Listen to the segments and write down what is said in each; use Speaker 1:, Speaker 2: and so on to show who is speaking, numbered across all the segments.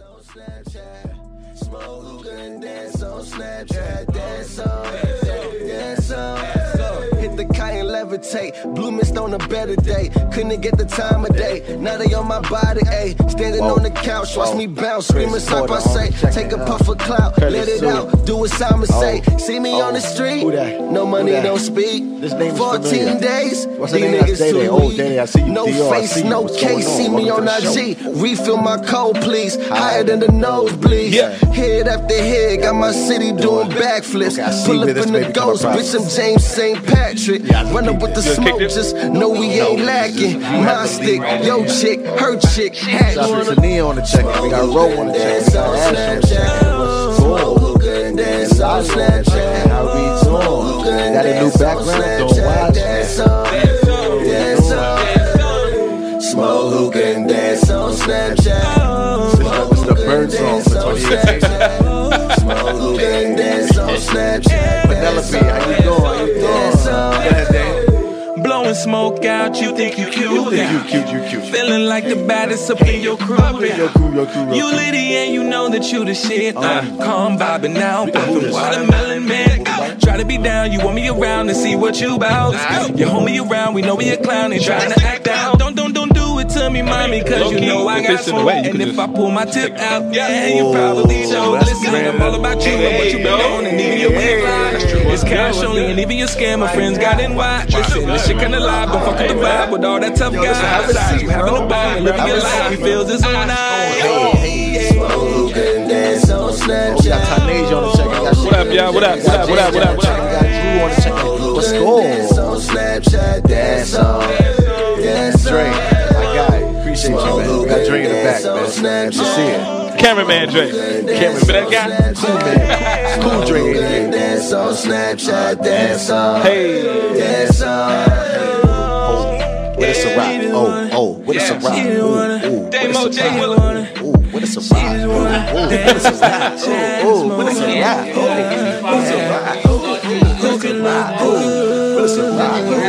Speaker 1: on Snapchat. Smoke hookah and dance on Snapchat. Dance on, dance on, dance on. Hit the kite and levitate. Blue mist on a better day. Couldn't get the time of day. Now they on my body, ayy. Standing on the couch, watch me bounce. Screaming sock I say. Take a puff of clout, let it out. Do what Simon
Speaker 2: Oh.
Speaker 1: say. See me on the street. No money, no speak.
Speaker 2: This name is
Speaker 1: 14
Speaker 2: familiar.
Speaker 1: days.
Speaker 2: What's the
Speaker 1: These
Speaker 2: name of that
Speaker 1: niggas
Speaker 2: Day Day?
Speaker 1: too
Speaker 2: Oh,
Speaker 1: weak.
Speaker 2: Day Day, I see you.
Speaker 1: No
Speaker 2: DR, I see
Speaker 1: face,
Speaker 2: you.
Speaker 1: no
Speaker 2: What's going
Speaker 1: case.
Speaker 2: on?
Speaker 1: See me on
Speaker 2: Welcome to the show.
Speaker 1: IG. Refill my cold, please. Higher than the nosebleed.
Speaker 2: Yeah.
Speaker 1: Head after head, got my city doing backflips.
Speaker 2: Okay, I see
Speaker 1: Pull
Speaker 2: where
Speaker 1: up
Speaker 2: this
Speaker 1: in
Speaker 2: may
Speaker 1: the
Speaker 2: become a
Speaker 1: ghost,
Speaker 2: problem.
Speaker 1: bitch. I'm James St. Patrick.
Speaker 2: Yeah, I just
Speaker 1: Run up
Speaker 2: peeped
Speaker 1: with
Speaker 2: it.
Speaker 1: the
Speaker 2: You
Speaker 1: smoke,
Speaker 3: kicked it?
Speaker 1: just know we ain't lacking. My stick, yo chick, her chick, hat
Speaker 2: Shout out
Speaker 1: on
Speaker 2: to Tania on the check. We got Roe on the check. We got Ash on the check. What's going on? Solid on the check. How we doing? Got a new background. Don't watch.
Speaker 1: Dance on, dance on. Smoke hookah and dance on Snapchat. Smoke
Speaker 2: It's the
Speaker 1: hookah and
Speaker 2: bird song
Speaker 1: dance
Speaker 2: for
Speaker 1: on
Speaker 2: 2018.
Speaker 1: Snapchat. Smoke hookah and dance on Snapchat.
Speaker 2: Penelope, how you doing? How you
Speaker 1: Dance
Speaker 2: doing?
Speaker 1: on,
Speaker 3: Blowing smoke out, you think you cute.
Speaker 2: You cute, you cute.
Speaker 3: Feeling like the baddest up in your crew.
Speaker 2: Yo, cool, yo, cool,
Speaker 3: You
Speaker 2: yo, cool.
Speaker 3: litty and you know that you the shit. I'm calm vibing now, popping watermelon man. Go. Try to be down, you want me around to see what you bout. You hold me around, we know we a clown and trying to act out. Don't don't don't do it to me, mommy, cause you know I
Speaker 4: if
Speaker 3: got
Speaker 4: it's in the
Speaker 3: smoke.
Speaker 4: way, you
Speaker 3: And
Speaker 4: can
Speaker 3: if
Speaker 4: just
Speaker 3: I pull my tip out, yeah, you
Speaker 2: Whoa,
Speaker 3: probably show.
Speaker 2: that's
Speaker 3: Listen,
Speaker 2: grand.
Speaker 3: I'm all about you and what you been on and even your red flags. It's cash only and even your scammer friends got in watch. Listen, this shit kinda live, but fuck with the vibe with all that tough guy. Outside, you having a ball and living your life. You feel this all night.
Speaker 1: smoke hookah and dance on
Speaker 2: Oh, We got
Speaker 1: Snapchat.
Speaker 2: Tanasia on the check. We got
Speaker 4: What up, y'all? What up? What up? What up? What up? What up?
Speaker 2: We got Drew on the check. What's going on?
Speaker 1: on Snapchat, dance on, dance
Speaker 2: Dre,
Speaker 1: on.
Speaker 2: my guy. Appreciate you, man. We got Dre in the back, man. You see it.
Speaker 4: Cameraman Drake. Cameraman, that guy.
Speaker 2: Cool, man. Cool Dre in here.
Speaker 1: Dance on Snapchat, dance on,
Speaker 4: Hey,
Speaker 1: dance on.
Speaker 2: Oh, what is a rock? Oh, oh, what is a rock?
Speaker 3: she
Speaker 2: Ooh,
Speaker 3: the one.
Speaker 2: ooh, what is
Speaker 3: Damo
Speaker 2: a
Speaker 3: J. Willer.
Speaker 2: rock? Ooh, what is a rock?
Speaker 3: the
Speaker 2: Ooh,
Speaker 3: one.
Speaker 2: ooh, what is a rock? Ooh, ooh, what is a rock? Ooh, what is a rock? Ooh, what is a rock? Ooh, what is a rock? Ooh, ooh.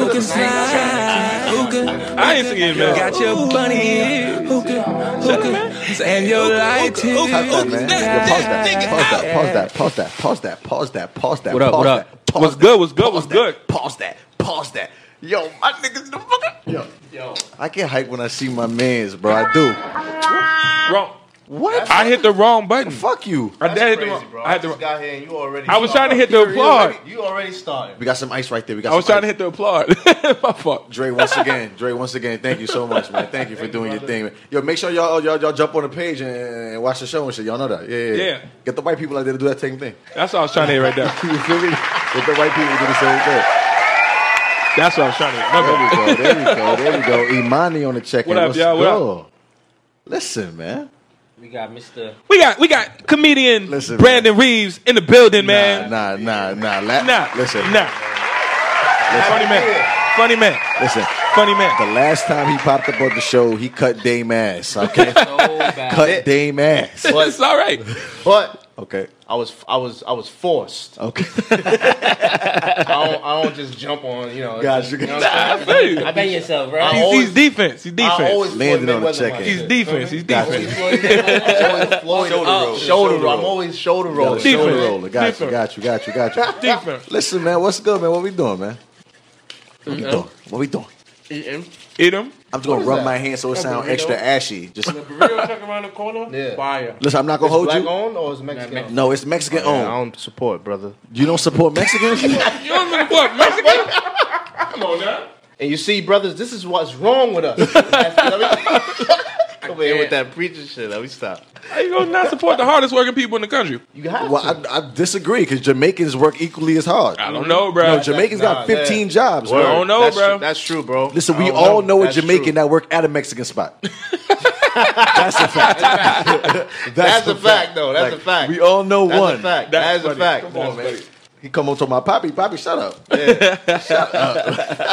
Speaker 3: Who can slide? Who can?
Speaker 4: I ain't singing, man.
Speaker 3: Got your bunny ears. Who can? Who can? And your
Speaker 2: Stop that,
Speaker 3: light tears.
Speaker 2: man. Yo, Pause that. Pause that. Pause that. Pause that. Pause that. Pause that.
Speaker 4: What up,
Speaker 2: Pause
Speaker 4: what
Speaker 2: that.
Speaker 4: up?
Speaker 2: Pause
Speaker 4: What's
Speaker 2: that.
Speaker 4: good, what's good,
Speaker 2: Pause
Speaker 4: what's
Speaker 2: that.
Speaker 4: good?
Speaker 2: Pause that. Pause that. Yo, my niggas, the fucker. Yo, yo. I get hyped when I see my mans, bro. I do.
Speaker 4: Wrong.
Speaker 2: What?
Speaker 4: I hit the wrong button.
Speaker 2: Fuck you.
Speaker 4: I did hit the wrong.
Speaker 5: Crazy, bro.
Speaker 4: I
Speaker 5: I
Speaker 4: hit the
Speaker 5: just
Speaker 4: wrong.
Speaker 5: got here and you already.
Speaker 4: I was trying to
Speaker 5: started.
Speaker 4: hit the applaud.
Speaker 5: You already started.
Speaker 2: We got some ice right there. We got
Speaker 4: I was
Speaker 2: some
Speaker 4: trying to hit the applaud. My fault.
Speaker 2: Dre, once again, Dre, once again, thank you so much, man. Thank you for doing your thing. Man. Yo, make sure y'all, y'all y'all jump on the page and, and watch the show and shit. Y'all know that. Yeah, yeah,
Speaker 4: Yeah.
Speaker 2: Get the white people out there to do that same thing.
Speaker 4: That's what I was trying to hit right there.
Speaker 2: You feel me? Get the white people to do the same thing.
Speaker 4: That's what I was trying to hit. My bad.
Speaker 2: There we go. There we go. There we go. Imani on the check.
Speaker 4: What up, y'all? What up?
Speaker 2: Listen, man.
Speaker 6: We got Mr.
Speaker 4: We got we got comedian
Speaker 2: Listen,
Speaker 4: Brandon Reeves in the building, man.
Speaker 2: Nah, nah, nah, nah. La-
Speaker 4: Nah,
Speaker 2: listen,
Speaker 4: nah. Funny man, funny man,
Speaker 2: listen.
Speaker 4: funny man.
Speaker 2: The last time he popped up on the show, he cut Dame ass. Okay,
Speaker 6: So bad.
Speaker 2: cut Dame ass.
Speaker 4: it's all right.
Speaker 5: But
Speaker 2: Okay,
Speaker 5: I was, I was, I was forced.
Speaker 2: okay.
Speaker 5: I don't, I don't just jump on. You know.
Speaker 2: Guys, you
Speaker 5: you
Speaker 2: can-
Speaker 5: know what I'm
Speaker 4: I
Speaker 5: saying?
Speaker 4: feel you.
Speaker 6: I bet yourself, right?
Speaker 5: I
Speaker 4: He's,
Speaker 5: always-
Speaker 4: he's defense. He's
Speaker 5: I
Speaker 4: defense.
Speaker 5: always
Speaker 2: Landed on
Speaker 5: Floyd
Speaker 2: the
Speaker 5: Mayweather
Speaker 2: check-in.
Speaker 5: my
Speaker 4: He's
Speaker 5: shit.
Speaker 4: defense. He's defense.
Speaker 5: Always Floyd roll. Shoulder roll. I'm always shoulder roll.
Speaker 4: Defense.
Speaker 2: Shoulder roller. Got you,
Speaker 4: Defense.
Speaker 2: got you, got you, got you.
Speaker 4: Defense.
Speaker 2: Listen, man, what's good, man? What we doing, man? What we doing? What we doing?
Speaker 4: Eat him.
Speaker 2: I'm just gonna rub
Speaker 5: that?
Speaker 2: my hand so it sounds extra ashy. Just
Speaker 6: Real check around the corner.
Speaker 5: Yeah.
Speaker 6: Fire.
Speaker 2: listen. I'm not gonna hold
Speaker 5: Black
Speaker 2: you.
Speaker 5: owned or is Mexican? owned?
Speaker 2: No, it's Mexican
Speaker 5: Oh, Yeah, I
Speaker 2: owned.
Speaker 5: don't support, brother.
Speaker 2: You don't support Mexicans?
Speaker 4: You don't look what Mexican. Come on now.
Speaker 5: And you see, brothers, this is what's wrong with us. Over here with that preacher shit. Let me stop.
Speaker 4: How you gonna not support the hardest working people in the country?
Speaker 5: You have to.
Speaker 2: well, I, I disagree because Jamaicans work equally as hard.
Speaker 4: I don't know,
Speaker 2: No,
Speaker 4: bro.
Speaker 2: Jamaicans
Speaker 5: nah,
Speaker 2: got 15
Speaker 5: that-
Speaker 2: jobs.
Speaker 4: Word.
Speaker 2: bro.
Speaker 4: don't know,
Speaker 5: that's
Speaker 4: bro.
Speaker 5: True. That's true, bro.
Speaker 2: Listen,
Speaker 5: I
Speaker 2: we
Speaker 5: don't
Speaker 2: all know a
Speaker 5: That's
Speaker 2: Jamaican
Speaker 5: true.
Speaker 2: that work at a Mexican spot.
Speaker 5: That's, a fact, though. That's a fact.
Speaker 2: We all know
Speaker 5: That's
Speaker 2: one.
Speaker 5: a fact.
Speaker 4: That's
Speaker 5: That's a
Speaker 4: funny.
Speaker 5: fact.
Speaker 4: Come on, man.
Speaker 2: He come on to my poppy. Poppy, shut up. shut up.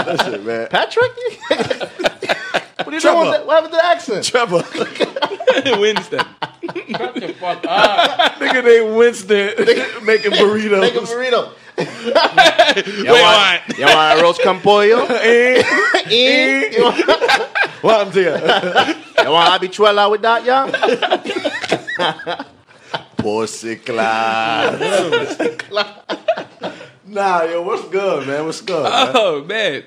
Speaker 2: Listen, man.
Speaker 5: Patrick? what are you
Speaker 2: Trevor.
Speaker 5: doing? with that- What happened to the accent?
Speaker 2: Trevor,
Speaker 4: Winston.
Speaker 6: Shut the fuck up.
Speaker 2: nigga named Winston, making burritos.
Speaker 5: Make a burrito.
Speaker 4: Wait, why?
Speaker 5: Y'all want a roast con pollo?
Speaker 2: Eh.
Speaker 5: Eh?
Speaker 2: What happened to you?
Speaker 5: Y'all want habichuela with that, y'all?
Speaker 2: Porcicline. nah, yo, what's good, man? What's good? man?
Speaker 3: Oh man.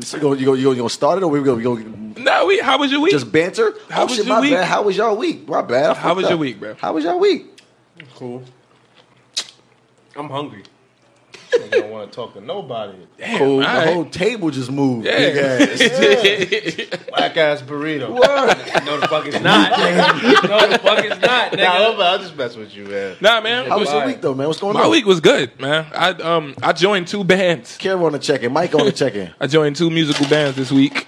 Speaker 2: So you gonna, you gonna, you gonna- you gonna start it or we gonna, we gonna
Speaker 3: No, we. How was your week?
Speaker 2: just banter?
Speaker 3: How
Speaker 2: oh,
Speaker 3: was
Speaker 2: shit,
Speaker 3: your
Speaker 2: my
Speaker 3: week?
Speaker 2: bad. How was y'all week? My bad. I
Speaker 3: How was
Speaker 2: fucked
Speaker 3: your
Speaker 2: up.
Speaker 3: week, bro?
Speaker 2: How was y'all week?
Speaker 7: Cool.
Speaker 8: I'm hungry.
Speaker 5: I don't want to talk to nobody.
Speaker 2: cool.
Speaker 3: all
Speaker 2: The
Speaker 3: right.
Speaker 2: whole table just moved.
Speaker 3: Yeah.
Speaker 2: big ass.
Speaker 5: Black ass burrito.
Speaker 7: No, the fuck it's not. no, the fuck it's
Speaker 5: Nah,
Speaker 7: not, nigga.
Speaker 5: I'm, I'm just messing with you, man.
Speaker 3: nah, man.
Speaker 2: How was your
Speaker 7: Why?
Speaker 2: week though, man? What's going
Speaker 3: my
Speaker 2: on?
Speaker 3: week was good, man. I um I joined two bands.
Speaker 2: Kara on the check-in. Mike on the check-in.
Speaker 3: I joined two musical bands this week,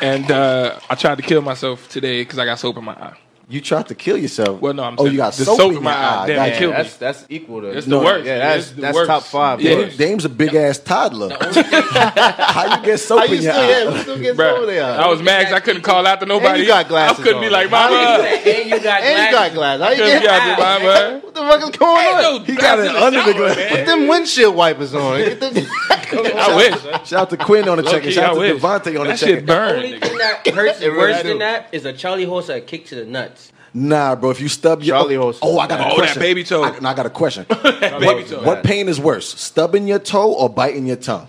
Speaker 3: and uh, I tried to kill myself today because I got soap in my eye.
Speaker 2: You tried to kill yourself.
Speaker 3: Well, no, I'm
Speaker 2: Oh,
Speaker 3: saying
Speaker 2: you got
Speaker 3: the
Speaker 2: soap,
Speaker 3: soap
Speaker 2: in
Speaker 3: in my
Speaker 2: your
Speaker 3: eye.
Speaker 2: eye.
Speaker 3: Damn,
Speaker 2: Gotcha.
Speaker 3: it killed me.
Speaker 5: that's that's equal to.
Speaker 3: It's the
Speaker 2: No,
Speaker 3: worst.
Speaker 5: yeah, that's-
Speaker 3: It's the
Speaker 5: that's
Speaker 3: worst.
Speaker 5: top five,
Speaker 3: Yeah.
Speaker 5: bro.
Speaker 2: Dame, Dame's a big ass toddler. How you get soap
Speaker 5: How
Speaker 2: in
Speaker 5: you
Speaker 2: your
Speaker 5: still, yeah, we
Speaker 2: eye?
Speaker 5: still getting
Speaker 3: Bruh,
Speaker 5: over there.
Speaker 3: I was mad 'cause I couldn't call out to nobody.
Speaker 5: And you got glasses
Speaker 3: I couldn't be
Speaker 5: on.
Speaker 3: like, mama.
Speaker 7: And you got
Speaker 5: and you got
Speaker 7: glasses.
Speaker 5: glass. How you
Speaker 3: couldn't
Speaker 5: get
Speaker 3: be out there, mama.
Speaker 5: What the fuck is going on?
Speaker 3: Ain't no
Speaker 2: He got
Speaker 3: glass
Speaker 2: it
Speaker 3: in
Speaker 2: under the
Speaker 3: shower,
Speaker 2: glass.
Speaker 3: man.
Speaker 5: Put them windshield wipers on. Get them-
Speaker 3: I wish.
Speaker 2: Shout out to Quinn on the check-in.
Speaker 3: Low-key,
Speaker 2: Shout out
Speaker 3: I
Speaker 2: to
Speaker 3: wish.
Speaker 2: Devontae on the
Speaker 3: That shit
Speaker 2: check-in.
Speaker 3: burned.
Speaker 7: Only
Speaker 3: nigga.
Speaker 7: thing that hurts
Speaker 5: It really
Speaker 7: worse
Speaker 5: do.
Speaker 7: than that is a Charlie horse or a kick to the nuts.
Speaker 2: Nah, bro. If you stub your
Speaker 5: Charlie horse.
Speaker 2: oh, I got a
Speaker 3: Oh, that
Speaker 2: question.
Speaker 3: baby toe.
Speaker 2: I, no, I got a question.
Speaker 3: Baby toe.
Speaker 2: What pain is worse, stubbing your toe or biting your tongue?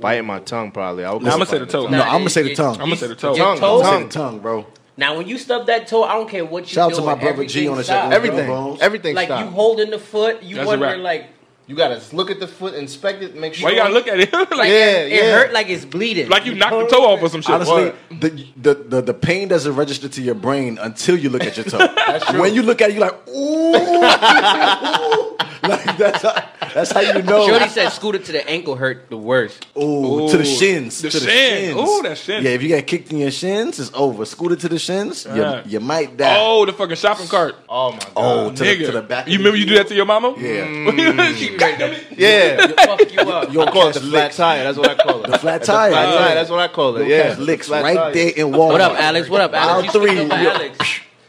Speaker 5: Biting my tongue, probably. I would
Speaker 3: Nah,
Speaker 5: go
Speaker 3: I'ma
Speaker 5: for
Speaker 3: say the
Speaker 5: biting
Speaker 3: toe.
Speaker 2: No, I'm gonna say the
Speaker 7: it-
Speaker 2: tongue.
Speaker 3: I'm gonna say the toe.
Speaker 7: Your
Speaker 5: Tongue,
Speaker 7: toe-
Speaker 5: tongue.
Speaker 2: Say the tongue, bro.
Speaker 7: Now, when you stub that toe, I don't care what you
Speaker 2: Shout out
Speaker 7: do.
Speaker 2: to my brother G on the check.
Speaker 5: Everything, everything.
Speaker 7: Like
Speaker 5: stopped.
Speaker 7: you holding the foot, you
Speaker 3: That's a
Speaker 7: wonder
Speaker 3: wrap.
Speaker 7: like
Speaker 5: You gotta look at the foot, inspect it, make sure.
Speaker 3: Why you gotta look at it? like,
Speaker 5: Yeah,
Speaker 7: it, it hurt like it's bleeding.
Speaker 3: like you knocked the toe off or some shit.
Speaker 2: Honestly,
Speaker 5: Word.
Speaker 2: the, the the the pain doesn't register to your brain until you look at your toe.
Speaker 5: true.
Speaker 2: When you look at it, you're like, ooh, ooh. like that's how, that's how you know.
Speaker 7: Shorty said scooter to the ankle hurt the worst.
Speaker 2: Ooh, to the
Speaker 3: Ooh,
Speaker 2: shins.
Speaker 3: the
Speaker 2: to the
Speaker 3: shin.
Speaker 2: shins.
Speaker 3: Ooh, that shin.
Speaker 2: Yeah, if you get kicked in your shins, it's over. Scooted to the shins, you-
Speaker 3: Yeah.
Speaker 2: you, might die.
Speaker 3: Oh, the fucking shopping cart.
Speaker 5: Oh my god.
Speaker 2: Oh, to,
Speaker 3: Nigga.
Speaker 2: the, to the back. of the-
Speaker 3: You remember you Mm. do that to your mama?
Speaker 2: Yeah.
Speaker 3: she cracked that bitch.
Speaker 5: Yeah.
Speaker 7: Fuck you up.
Speaker 5: I call it the flat tire. That's what I call it. The
Speaker 2: flat
Speaker 5: Flat
Speaker 2: tire.
Speaker 5: tire. That's what I call it. Yeah.
Speaker 2: Catch licks
Speaker 5: Flat
Speaker 2: right
Speaker 5: tire.
Speaker 2: there in Walmart.
Speaker 7: What up, Alex? What up,
Speaker 2: Round
Speaker 7: Alex? You skipped
Speaker 2: three,
Speaker 7: over
Speaker 2: yo.
Speaker 7: Alex.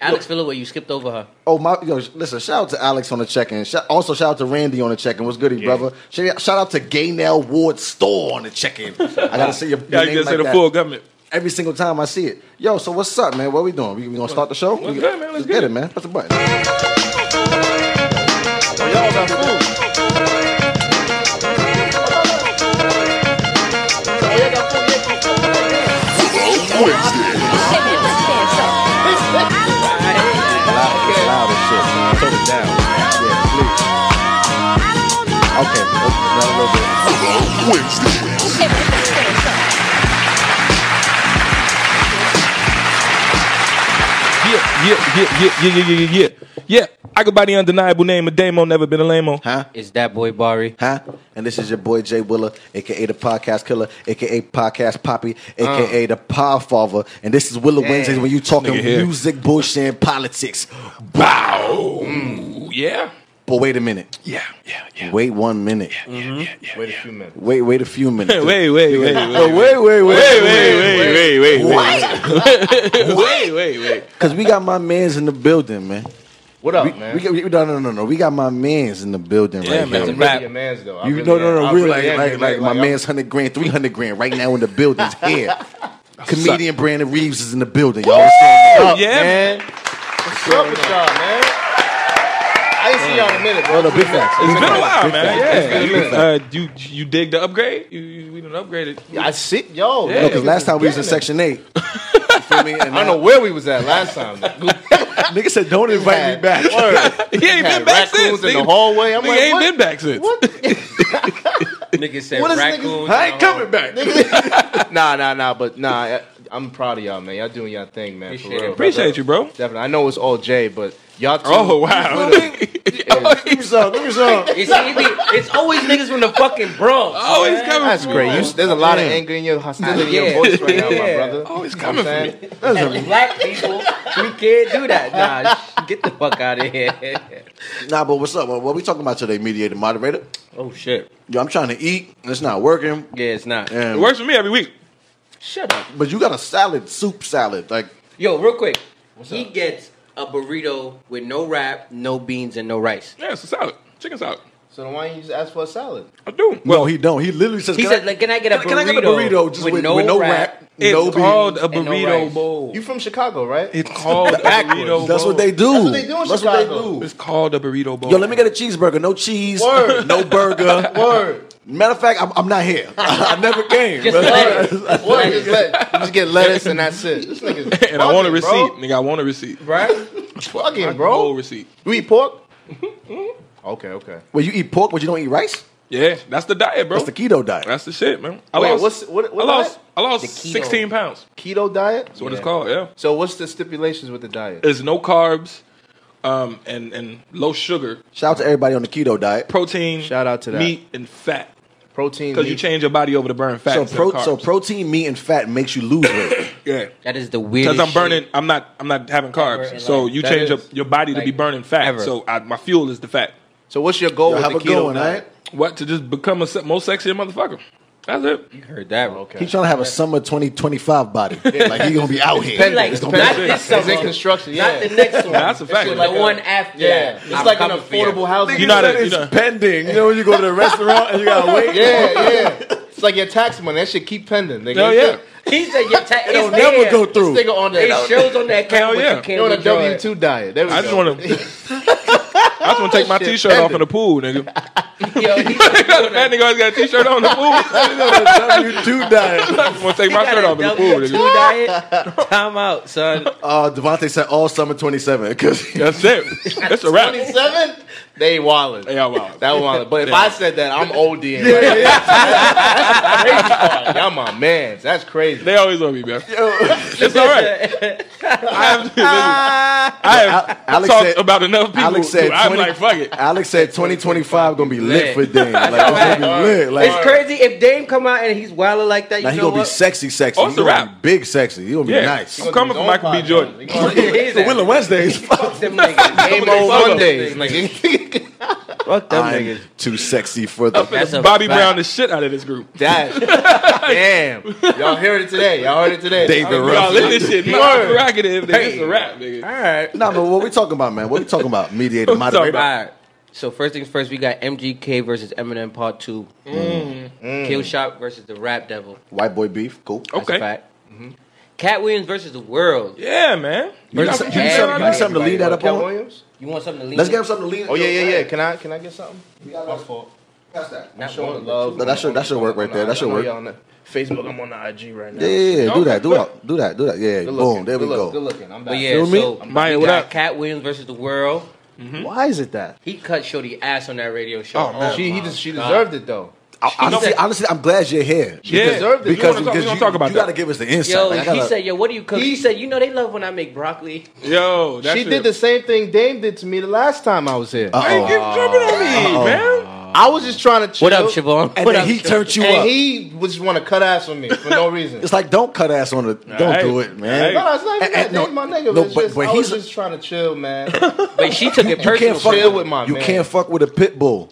Speaker 7: Alex Fillaway, you skipped over her.
Speaker 2: Oh my! Yo, listen. Shout out to Alex on the check-in. Shout, also, shout out to Randy on the check-in. What's goody, brother? Shout, shout out to Gaynell Ward Store on the check-in. I gotta say your, your
Speaker 3: Yeah, you
Speaker 2: name
Speaker 3: just
Speaker 2: like
Speaker 3: say the
Speaker 2: that
Speaker 3: full government.
Speaker 2: every single time I see it. Yo, so what's up, man? What we doing? We, we gonna start the show?
Speaker 3: Let's
Speaker 2: We-
Speaker 3: get it, man. Let's
Speaker 2: let's
Speaker 3: get
Speaker 2: get
Speaker 3: it.
Speaker 2: it, man. Press the button. Loud as shit, man. Turn it down. Yeah, please. Okay, well, not a little bit.
Speaker 3: Yeah, yeah, yeah, yeah, yeah, yeah, yeah, yeah. Yeah, I go by the undeniable name of Damo, never been a lame
Speaker 2: Huh?
Speaker 7: Is that boy Bari?
Speaker 2: Huh? And this is your boy Jay Willer, aka the Podcast Killer, aka Podcast Poppy, aka the Power Father. And this is Willer Wednesdays when you talking
Speaker 3: Nigga here.
Speaker 2: music, bullshit, and politics.
Speaker 3: Bow. Yeah.
Speaker 2: But wait a minute.
Speaker 3: Yeah, yeah, yeah.
Speaker 2: Wait one minute.
Speaker 3: yeah, yeah,
Speaker 5: Wait a
Speaker 3: yeah.
Speaker 5: few minutes.
Speaker 2: Wait, wait a few minutes.
Speaker 3: Wait, wait, wait,
Speaker 2: But
Speaker 3: wait.
Speaker 2: wait, wait, wait,
Speaker 3: Wait, wait, wait, wait, wait. Wait, wait, wait.
Speaker 2: Cause we got my mans in the building, man.
Speaker 5: What up,
Speaker 2: We,
Speaker 5: man?
Speaker 2: we, we, no, no, no, no. We got my mans in the building
Speaker 3: Yeah,
Speaker 2: right
Speaker 3: man.
Speaker 2: here.
Speaker 5: I'm
Speaker 3: Rap.
Speaker 5: really your man's though. I
Speaker 2: You
Speaker 5: really
Speaker 2: no,
Speaker 5: am.
Speaker 2: no, no.
Speaker 5: I
Speaker 2: We're
Speaker 5: really
Speaker 2: like,
Speaker 5: am
Speaker 2: like,
Speaker 5: your
Speaker 2: like,
Speaker 5: man.
Speaker 2: my
Speaker 5: I'm-
Speaker 2: man's hundred grand, three hundred grand right now in the building's here. Comedian Brandon Reeves is in the building. Y'all understand?
Speaker 5: What's up,
Speaker 3: Yeah.
Speaker 5: man? What's up with y'all, man? I ain't seen y'all in a minute, bro.
Speaker 2: No, no, big facts.
Speaker 3: It's been a while,
Speaker 5: been a
Speaker 3: man.
Speaker 5: minute.
Speaker 3: Yeah. Uh, you you dig the while, You you- we done upgraded.
Speaker 5: I see, yo.
Speaker 3: Yeah.
Speaker 2: No,
Speaker 5: look,
Speaker 2: because last time we was in Section Eight. You feel me? And
Speaker 5: I don't know where we was at last time.
Speaker 2: Nigga said, "Don't invite me back."
Speaker 5: Word.
Speaker 3: He ain't been
Speaker 5: Had
Speaker 3: back since.
Speaker 5: raccoons in the
Speaker 3: nigga.
Speaker 5: hallway. I'm
Speaker 3: Nigga
Speaker 5: like,
Speaker 3: ain't
Speaker 5: what?
Speaker 3: been back since.
Speaker 7: Nigga said
Speaker 5: What is niggas-
Speaker 7: raccoons.
Speaker 2: I ain't coming back.
Speaker 5: nah, nah, nah. But nah, I, I'm proud of y'all, man. Y'all doing y'all thing, man.
Speaker 7: Appreciate
Speaker 5: for
Speaker 7: it.
Speaker 5: real.
Speaker 3: Appreciate you, bro.
Speaker 5: Definitely. I know it's all Jay, but y'all. Two,
Speaker 3: Oh wow.
Speaker 2: Give me some. Give me some.
Speaker 7: It's, it be- it's always niggas from the fucking Bronx.
Speaker 3: Always coming.
Speaker 5: That's
Speaker 3: for
Speaker 5: great.
Speaker 3: me.
Speaker 5: You, there's a lot of
Speaker 2: Yeah.
Speaker 5: anger in your hostility in
Speaker 7: Yeah.
Speaker 5: your voice right now, my
Speaker 7: Yeah.
Speaker 5: brother.
Speaker 3: Always
Speaker 5: You know
Speaker 3: Oh, coming
Speaker 5: what I'm
Speaker 3: for me.
Speaker 5: saying?
Speaker 7: As black people, we can't do that. Nah, sh- get the fuck out of here.
Speaker 2: Nah, but what's up? What, what we talking about today, mediator, moderator?
Speaker 7: Oh shit.
Speaker 2: Yo, I'm trying to eat. and It's not working.
Speaker 7: Yeah, it's not.
Speaker 2: And-
Speaker 3: It works for me every week.
Speaker 7: Shut up.
Speaker 2: but you got a salad, soup salad, like
Speaker 7: Yo, real quick. he gets a burrito with no wrap, no beans, and no rice.
Speaker 3: Yeah, it's a salad. Chicken salad.
Speaker 5: So then why don't you just ask for a salad?
Speaker 9: I do.
Speaker 2: No, he don't. He literally says,
Speaker 7: He
Speaker 2: can
Speaker 7: said,
Speaker 2: I-
Speaker 7: like, can I get a
Speaker 2: can I get a burrito just with, with no, wrap,
Speaker 3: It's
Speaker 2: no beans?
Speaker 3: called a
Speaker 7: and no
Speaker 3: burrito
Speaker 7: rice.
Speaker 3: bowl.
Speaker 5: You from Chicago, right?
Speaker 3: It's called a burrito bowl.
Speaker 2: That's what they do. That's
Speaker 5: what they do in Chicago.
Speaker 2: do.
Speaker 3: It's called a burrito bowl.
Speaker 2: Yo, let me get a cheeseburger. No cheese,
Speaker 5: Word.
Speaker 2: no burger.
Speaker 5: Word.
Speaker 2: Matter of fact, I'm, I'm not here. I never came.
Speaker 7: Just
Speaker 2: bro.
Speaker 7: let
Speaker 5: Word. Just, let, you just get lettuce and that's it. This nigga's
Speaker 3: and I want a
Speaker 5: fucking,
Speaker 3: receipt,
Speaker 5: bro.
Speaker 3: nigga. I want a receipt.
Speaker 5: Right? Fucking,
Speaker 3: Whole
Speaker 5: bro.
Speaker 3: receipt.
Speaker 5: You eat pork?
Speaker 3: Mm-hmm.
Speaker 5: Okay, okay.
Speaker 2: Well, you eat pork, but you don't eat rice.
Speaker 3: Yeah, that's the diet, bro.
Speaker 2: That's the keto diet.
Speaker 3: That's the shit, man. I
Speaker 5: Wait,
Speaker 3: lost,
Speaker 5: what's- what- what
Speaker 3: I lost,
Speaker 5: diet?
Speaker 3: I lost
Speaker 7: keto.
Speaker 3: 16 pounds.
Speaker 5: Keto diet?
Speaker 3: That's what it's called, yeah.
Speaker 5: So what's the stipulations with the diet?
Speaker 3: There's no carbs um, and, and low sugar,
Speaker 2: Shout out to everybody on the keto diet.
Speaker 3: protein,
Speaker 5: Shout out to that.
Speaker 3: meat, and fat.
Speaker 5: Protein.
Speaker 3: Because you
Speaker 5: meat.
Speaker 3: change your body over to burn fat.
Speaker 2: So,
Speaker 3: instead of
Speaker 2: pro- so
Speaker 3: carbs.
Speaker 2: protein, meat, and fat makes you lose weight.
Speaker 3: yeah.
Speaker 7: That is the weirdest.
Speaker 3: Because I'm burning,
Speaker 7: shit.
Speaker 3: I'm not, I'm not having
Speaker 7: Ever in
Speaker 3: carbs. So
Speaker 7: life.
Speaker 3: you
Speaker 5: That
Speaker 3: change up
Speaker 5: is,
Speaker 3: your body to be
Speaker 7: like,
Speaker 3: burning fat.
Speaker 7: ever.
Speaker 3: So I, my fuel is the fat.
Speaker 5: So what's your goal
Speaker 2: Yo,
Speaker 5: with
Speaker 2: have
Speaker 5: the
Speaker 2: a
Speaker 5: keto
Speaker 2: good one, all
Speaker 5: diet?
Speaker 2: right?
Speaker 3: What to just become a se- most sexier motherfucker? That's it.
Speaker 7: You heard that, bro.
Speaker 5: Okay.
Speaker 2: He's trying to have a summer 2025 body. Like he gonna be out here.
Speaker 5: Pending.
Speaker 7: Like,
Speaker 2: It's
Speaker 7: not
Speaker 2: gonna be-
Speaker 7: this
Speaker 5: It's in
Speaker 7: summer.
Speaker 5: construction. Yeah.
Speaker 7: Not the next one.
Speaker 3: That's a fact.
Speaker 7: The one after
Speaker 5: Yeah.
Speaker 7: that.
Speaker 5: It's
Speaker 7: I'm
Speaker 5: like an
Speaker 7: coming for you.
Speaker 5: affordable housing.
Speaker 3: You know how to-
Speaker 2: It's
Speaker 3: you know-
Speaker 2: pending. You know when you go to the restaurant and you gotta wait.
Speaker 5: Yeah, yeah. It's like your tax money. That shit keep pending, nigga.
Speaker 3: Hell Oh, yeah.
Speaker 7: He said your tax. It
Speaker 2: It'll never go
Speaker 5: This
Speaker 2: through.
Speaker 5: nigga on
Speaker 7: It
Speaker 5: the
Speaker 7: shows on that account,
Speaker 3: Hell yeah.
Speaker 7: but you
Speaker 5: you on
Speaker 7: can't
Speaker 5: a
Speaker 7: withdraw
Speaker 5: W
Speaker 7: it.
Speaker 5: two diet. There we
Speaker 3: I just
Speaker 5: go.
Speaker 3: want to. I just want to take my
Speaker 5: Shit,
Speaker 3: T-shirt off
Speaker 5: pending.
Speaker 3: in the pool, nigga.
Speaker 7: Yo, he got
Speaker 3: that nigga always got a T-shirt on in the pool.
Speaker 2: W two diet.
Speaker 3: I'm gonna take my
Speaker 7: a
Speaker 3: shirt off in the pool,
Speaker 7: W2
Speaker 3: nigga.
Speaker 7: diet. Time out, son.
Speaker 2: Uh, Devontae said all summer 27 because
Speaker 3: That's it. That's a wrap.
Speaker 5: twenty seven. They wildin'.
Speaker 3: They are wild.
Speaker 5: That wildin'. But if
Speaker 3: Yeah.
Speaker 5: I said that, I'm OD. Yeah, Y'all my mans. That's crazy.
Speaker 3: They always love me, man. It's all right. I have, listen, I have
Speaker 2: Alex
Speaker 3: talked
Speaker 2: said-
Speaker 3: about enough people.
Speaker 2: Alex said
Speaker 3: to- I'm
Speaker 2: 20
Speaker 3: like, fuck it.
Speaker 2: Alex said 2025 gonna be lit
Speaker 7: Lit.
Speaker 2: for Dame. Like it's gonna be lit. Like
Speaker 7: It's crazy if Dame come out and he's wilding like that. You
Speaker 2: now he
Speaker 7: know
Speaker 2: gonna be
Speaker 7: what?
Speaker 2: sexy, sexy.
Speaker 3: Oh,
Speaker 2: He
Speaker 3: it's a
Speaker 2: gonna
Speaker 3: wrap.
Speaker 2: be big, sexy. He gonna be
Speaker 3: Yeah,
Speaker 2: nice.
Speaker 3: I'm coming for Michael B. Jordan.
Speaker 7: He's
Speaker 2: So Willow Wednesdays.
Speaker 7: Fuck them niggas.
Speaker 5: Game on Mondays. Like
Speaker 7: Fuck them
Speaker 2: I'm
Speaker 7: niggas.
Speaker 2: too sexy for the.
Speaker 7: That's a
Speaker 3: Bobby
Speaker 7: fact.
Speaker 3: Brown the shit out of this group.
Speaker 5: Dash. Damn. Y'all heard it today. Y'all heard it today.
Speaker 2: David
Speaker 5: Y'all-
Speaker 3: Y'all let this shit my
Speaker 5: Word.
Speaker 3: prerogative. nigga. It's a wrap, nigga.
Speaker 7: All right.
Speaker 2: Nah, but what we talking about, man? What we talking about? Mediator,
Speaker 3: What we talking
Speaker 2: moderator.
Speaker 3: about?
Speaker 7: All right. So first things first, we got MGK versus Eminem Part Two. Kill Shot versus the Rap Devil.
Speaker 2: White boy beef, cool.
Speaker 3: Oh,
Speaker 7: That's
Speaker 3: Okay.
Speaker 7: a fact. Mm-hmm. Cat Williams versus the World.
Speaker 3: Yeah, man.
Speaker 2: You need, some- you need some- you need something to lead that up
Speaker 5: Cat
Speaker 2: on.
Speaker 5: Williams.
Speaker 7: You want something to lean?
Speaker 2: Let's get him something to lead.
Speaker 5: Oh yeah, yeah, yeah. Can I can I get something?
Speaker 2: My fault. Pass that.
Speaker 7: Not
Speaker 5: Showing
Speaker 7: one,
Speaker 5: love.
Speaker 2: No, that should- that should work right there. That should
Speaker 5: I know
Speaker 2: work.
Speaker 5: y'all on the Facebook, I'm on the IG right now.
Speaker 2: Yeah, yeah, yeah. Do
Speaker 3: Okay,
Speaker 2: that. Do
Speaker 3: good.
Speaker 2: that. Do that. Do that. Yeah.
Speaker 5: Good looking,
Speaker 2: Boom. There we
Speaker 5: good look-
Speaker 2: go.
Speaker 5: Good looking. I'm back.
Speaker 7: But yeah,
Speaker 2: Feel me?
Speaker 7: so
Speaker 3: Maya,
Speaker 7: we
Speaker 3: what
Speaker 7: got
Speaker 3: up?
Speaker 7: Cat Williams versus the World.
Speaker 3: Mm-hmm.
Speaker 5: Why is it that?
Speaker 7: He cut Shorty ass on that radio show.
Speaker 3: Oh, man.
Speaker 5: She he
Speaker 7: my
Speaker 5: just she
Speaker 7: God.
Speaker 5: deserved it though.
Speaker 2: I- Honestly,
Speaker 7: said-
Speaker 2: honestly, I'm glad you're here.
Speaker 3: Yeah.
Speaker 5: deserved it.
Speaker 2: Because,
Speaker 3: we want
Speaker 2: because
Speaker 3: to
Speaker 2: you,
Speaker 3: talk, about
Speaker 2: you
Speaker 3: that.
Speaker 2: gotta give us the insight.
Speaker 7: Yo,
Speaker 2: Like, I gotta-
Speaker 7: he said, "Yo, what do you cook?" He,
Speaker 5: He-
Speaker 7: said, "You know they love when I make broccoli."
Speaker 3: Yo, that
Speaker 5: she
Speaker 3: shit.
Speaker 5: did the same thing Dame did to me the last time I was here.
Speaker 3: Why you keep
Speaker 2: Uh-oh.
Speaker 3: jumping on me, man?
Speaker 5: I was just trying to chill.
Speaker 7: What up, Siobhan?
Speaker 2: And
Speaker 7: what
Speaker 2: then
Speaker 7: up,
Speaker 2: he
Speaker 7: Siobhan?
Speaker 2: turned you up.
Speaker 5: And he was just want to cut ass on me for no reason.
Speaker 2: It's like don't cut ass on the. Don't
Speaker 3: Hey.
Speaker 2: do it, man.
Speaker 3: Hey.
Speaker 5: no, no, it's not even
Speaker 2: And-
Speaker 5: that.
Speaker 2: and no,
Speaker 5: Dame's my nigga.
Speaker 2: no,
Speaker 5: but, it's
Speaker 2: but-
Speaker 5: just,
Speaker 2: but
Speaker 5: I was
Speaker 2: he's-
Speaker 5: just trying to chill, man.
Speaker 7: But she took it
Speaker 2: You
Speaker 7: personal.
Speaker 2: can't fuck
Speaker 5: Chill with my
Speaker 2: You
Speaker 5: man.
Speaker 2: can't fuck with a pit bull.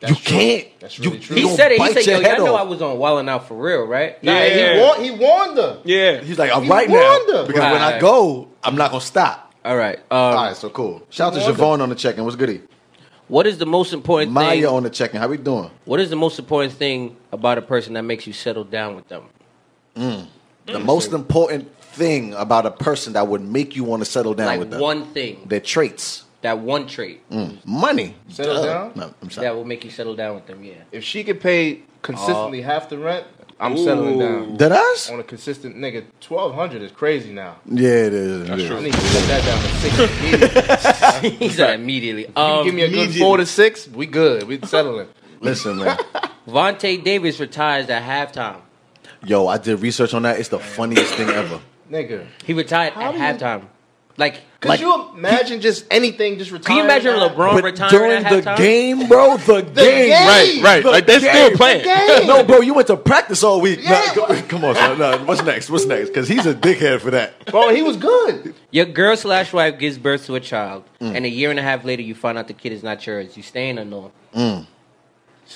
Speaker 2: you
Speaker 5: true.
Speaker 2: can't.
Speaker 5: That's
Speaker 2: You-
Speaker 5: really true.
Speaker 2: you
Speaker 7: He
Speaker 2: gonna
Speaker 7: said it. He
Speaker 2: bite
Speaker 7: said,
Speaker 2: your
Speaker 7: "Yo, y'all
Speaker 2: head
Speaker 7: know
Speaker 2: off."
Speaker 7: I was on Wildin' Out for real, right?"
Speaker 5: Nah,
Speaker 3: Yeah.
Speaker 5: he, warned, he warned her.
Speaker 3: Yeah.
Speaker 2: He's like, I'm
Speaker 5: He
Speaker 2: right now
Speaker 5: wonder.
Speaker 2: because when I
Speaker 7: Right.
Speaker 2: go, I'm not gonna stop.
Speaker 7: All right. Um,
Speaker 2: All right, so cool. Shout out to Javon on the check-in. What's goody?
Speaker 7: What is the most important
Speaker 2: Maya
Speaker 7: thing?
Speaker 2: on the check-in. How we doing?
Speaker 7: What is the most important thing about a person that makes you settle down with them?
Speaker 2: The most important thing about a person that would make you want to settle down with
Speaker 7: Like
Speaker 2: them,
Speaker 7: one thing,
Speaker 2: their traits,
Speaker 7: that one trait
Speaker 2: Mm. money.
Speaker 5: Settle
Speaker 2: Duh.
Speaker 5: down?
Speaker 2: No, I'm sorry.
Speaker 7: that will make you settle down with them. Yeah.
Speaker 5: If she could pay consistently half the rent, I'm settling
Speaker 3: Ooh.
Speaker 5: down.
Speaker 2: Did us?
Speaker 5: On a consistent nigga, twelve hundred is crazy now.
Speaker 2: Yeah, it is. it is.
Speaker 5: I need to cut that down to six. immediately.
Speaker 7: he said immediately. Um,
Speaker 5: Give me a good four to six. We good. We settling.
Speaker 2: Listen, man.
Speaker 7: Vontae Davis retires at halftime.
Speaker 2: Yo, I did research on that. It's the funniest thing ever.
Speaker 5: Nigga.
Speaker 7: He retired
Speaker 5: How do you-
Speaker 7: at halftime. Like,
Speaker 5: Could
Speaker 2: Like-
Speaker 5: you imagine just anything just
Speaker 7: can
Speaker 5: retiring?
Speaker 7: you imagine
Speaker 5: now?
Speaker 7: LeBron
Speaker 2: But
Speaker 7: retiring
Speaker 2: during
Speaker 7: at
Speaker 2: the
Speaker 7: halftime?
Speaker 2: game, bro, the, game,
Speaker 5: game.
Speaker 3: Right, right.
Speaker 2: The
Speaker 3: Like they're
Speaker 2: game.
Speaker 3: still playing.
Speaker 5: Game.
Speaker 2: No, bro, you went to practice all week. Nah,
Speaker 5: Yeah,
Speaker 2: go-
Speaker 5: what-
Speaker 2: come on, son. Nah, what's next? What's next? Because he's a dickhead for that.
Speaker 5: Bro, he was good.
Speaker 7: Your girl slash wife gives birth to a child,
Speaker 2: Mm.
Speaker 7: and a year and a half later, you find out the kid is not yours. You staying or no?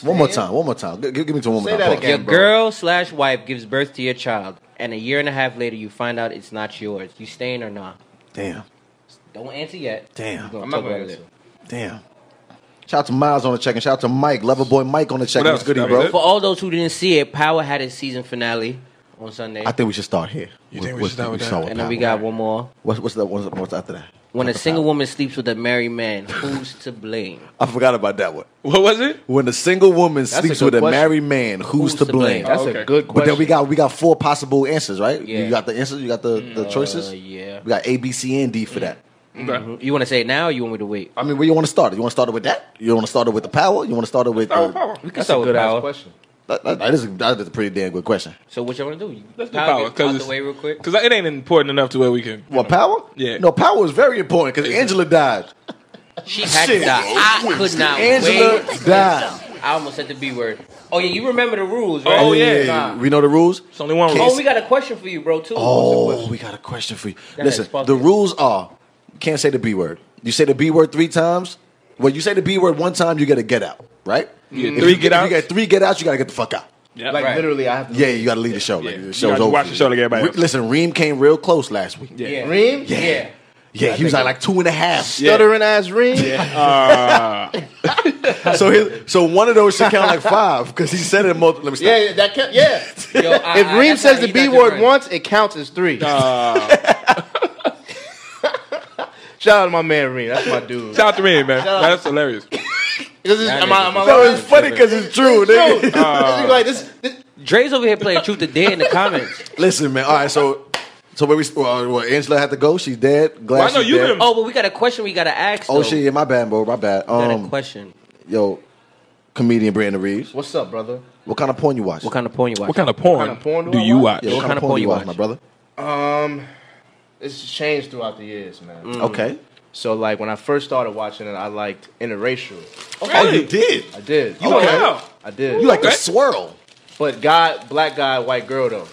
Speaker 2: One more time. One more time. G- Give, give me to one more
Speaker 5: Say
Speaker 2: time.
Speaker 5: that
Speaker 2: Pause.
Speaker 5: again.
Speaker 7: Your
Speaker 5: bro.
Speaker 7: girl slash wife gives birth to your child, and a year and a half later, you find out it's not yours. You staying or not?
Speaker 2: Damn.
Speaker 7: Don't answer yet.
Speaker 2: Damn.
Speaker 7: We're gonna
Speaker 5: I'm
Speaker 7: talk
Speaker 5: not gonna
Speaker 7: about it
Speaker 5: answer.
Speaker 7: later.
Speaker 2: Damn. Shout out to Miles on the check and shout out to Mike, Loverboy Mike on the check.
Speaker 10: What
Speaker 2: What's
Speaker 10: else?
Speaker 2: goody,
Speaker 10: That
Speaker 2: bro?
Speaker 10: was
Speaker 7: For all those who didn't see it, Power had his season finale on Sunday,
Speaker 2: I think we should start here.
Speaker 10: You think we
Speaker 2: What's
Speaker 10: should
Speaker 2: the-
Speaker 10: start with
Speaker 2: start
Speaker 10: that?
Speaker 7: and then we got one more.
Speaker 2: What's, what's that? What's, what's after that?
Speaker 7: When a single woman sleeps with a married man, who's to blame?
Speaker 2: I forgot about that one.
Speaker 10: What was it?
Speaker 2: When a single woman
Speaker 5: a
Speaker 2: sleeps
Speaker 5: good
Speaker 2: with a
Speaker 5: question.
Speaker 2: married man, who's, to blame?
Speaker 7: That's
Speaker 5: That's
Speaker 3: Okay.
Speaker 5: a good question.
Speaker 2: But then we got we got four possible answers, right?
Speaker 7: Yeah.
Speaker 2: You got the answers. You got the, the choices.
Speaker 7: Uh, yeah. Mm.
Speaker 2: We got A, B, C, and D for that.
Speaker 3: Okay.
Speaker 7: Mm-hmm. You want to say it now? or You want me to wait?
Speaker 2: I mean, where you want to start? it? You want to start it with that? You want to start it with the power? You want to start it with?
Speaker 3: Start with
Speaker 2: the-
Speaker 3: power.
Speaker 7: We can
Speaker 5: That's a
Speaker 7: start with
Speaker 5: good ass
Speaker 7: Power.
Speaker 5: question.
Speaker 2: That, that- that is a, that is a pretty damn good question.
Speaker 7: So what you want to do?
Speaker 10: Let's do Power
Speaker 7: get out
Speaker 10: because
Speaker 7: the way real quick.
Speaker 10: Because it ain't important enough to where we can.
Speaker 2: What power?
Speaker 10: Yeah.
Speaker 2: No, power is very important because Angela died.
Speaker 7: She had to die. I could not
Speaker 2: Angela
Speaker 7: wait.
Speaker 2: died.
Speaker 7: I almost said the B word. Oh yeah, you remember the rules, right?
Speaker 10: Oh, yeah.
Speaker 7: Nah.
Speaker 2: We know the rules.
Speaker 10: It's only one
Speaker 7: Oh,
Speaker 10: rule.
Speaker 7: we got a question for you, bro. Too.
Speaker 2: Oh, we got a question for you.
Speaker 7: ahead,
Speaker 2: Listen,
Speaker 7: spark
Speaker 2: the
Speaker 7: it.
Speaker 2: rules are you can't say the B word. You say the B word three times. Well, you say the B word one time, you get a get out, right?
Speaker 10: You get
Speaker 2: If
Speaker 10: three
Speaker 2: you
Speaker 10: get
Speaker 2: if
Speaker 10: outs.
Speaker 2: You get three get outs. You got to get the fuck out.
Speaker 10: Yeah.
Speaker 5: Like
Speaker 7: Right.
Speaker 5: literally, I have to.
Speaker 2: Yeah, you got to leave the show. Like, the show's
Speaker 10: gotta
Speaker 2: over.
Speaker 10: watch
Speaker 2: for
Speaker 10: the
Speaker 2: you.
Speaker 10: show like everybody
Speaker 2: Re-
Speaker 10: else.
Speaker 2: listen, Reem came real close last week.
Speaker 7: yeah.
Speaker 5: Reem?
Speaker 7: Yeah.
Speaker 2: Yeah. Yeah, he was like, like two and a half.
Speaker 10: Yeah.
Speaker 5: Stuttering ass Reem.
Speaker 2: So his, so one of those should count like five because he said it multiple. Let me stop.
Speaker 5: Yeah, yeah, that count. Yeah.
Speaker 7: Yo, I-
Speaker 5: if
Speaker 7: I-
Speaker 5: Reem
Speaker 7: that's
Speaker 5: says
Speaker 7: how
Speaker 5: the
Speaker 7: you
Speaker 5: B
Speaker 7: got
Speaker 5: word
Speaker 7: different.
Speaker 5: once, it counts as three. Shout out to my man Reem. That's my dude.
Speaker 10: Shout out to me, man. That's hilarious.
Speaker 5: This is, am I, am I
Speaker 2: No,
Speaker 5: lying?
Speaker 2: it's funny because it's true. nigga.
Speaker 5: Dude, like, this, this,
Speaker 7: Dre's over here playing truth or dare in the comments.
Speaker 2: Listen, man. All right, so so where we well, well, Angela had to go. She's dead. Glad
Speaker 10: Well, I know
Speaker 2: she's
Speaker 10: you
Speaker 2: dead.
Speaker 10: done-
Speaker 7: Oh, but we got a question we gotta ask.
Speaker 2: Oh
Speaker 7: though.
Speaker 2: shit, yeah, my bad, bro. My bad.
Speaker 7: We got
Speaker 2: Um,
Speaker 7: a question.
Speaker 2: yo, comedian Brandon Reeves.
Speaker 5: what's up, brother?
Speaker 2: What kind of porn you watch?
Speaker 7: What kind of porn you watch?
Speaker 10: What kind of porn,
Speaker 5: kind of porn do
Speaker 10: do
Speaker 5: I
Speaker 10: you watch?
Speaker 5: watch?
Speaker 2: yeah, what, kind of porn, you watch, my brother?
Speaker 5: Um, it's changed throughout the years, man.
Speaker 2: Okay.
Speaker 5: So, like, when I first started watching it, I liked interracial.
Speaker 2: Oh, you did.
Speaker 5: I did.
Speaker 2: You Okay. like-
Speaker 10: Wow.
Speaker 5: I did.
Speaker 2: You like the
Speaker 10: Okay.
Speaker 2: swirl?
Speaker 5: but guy, black guy, white girl, though.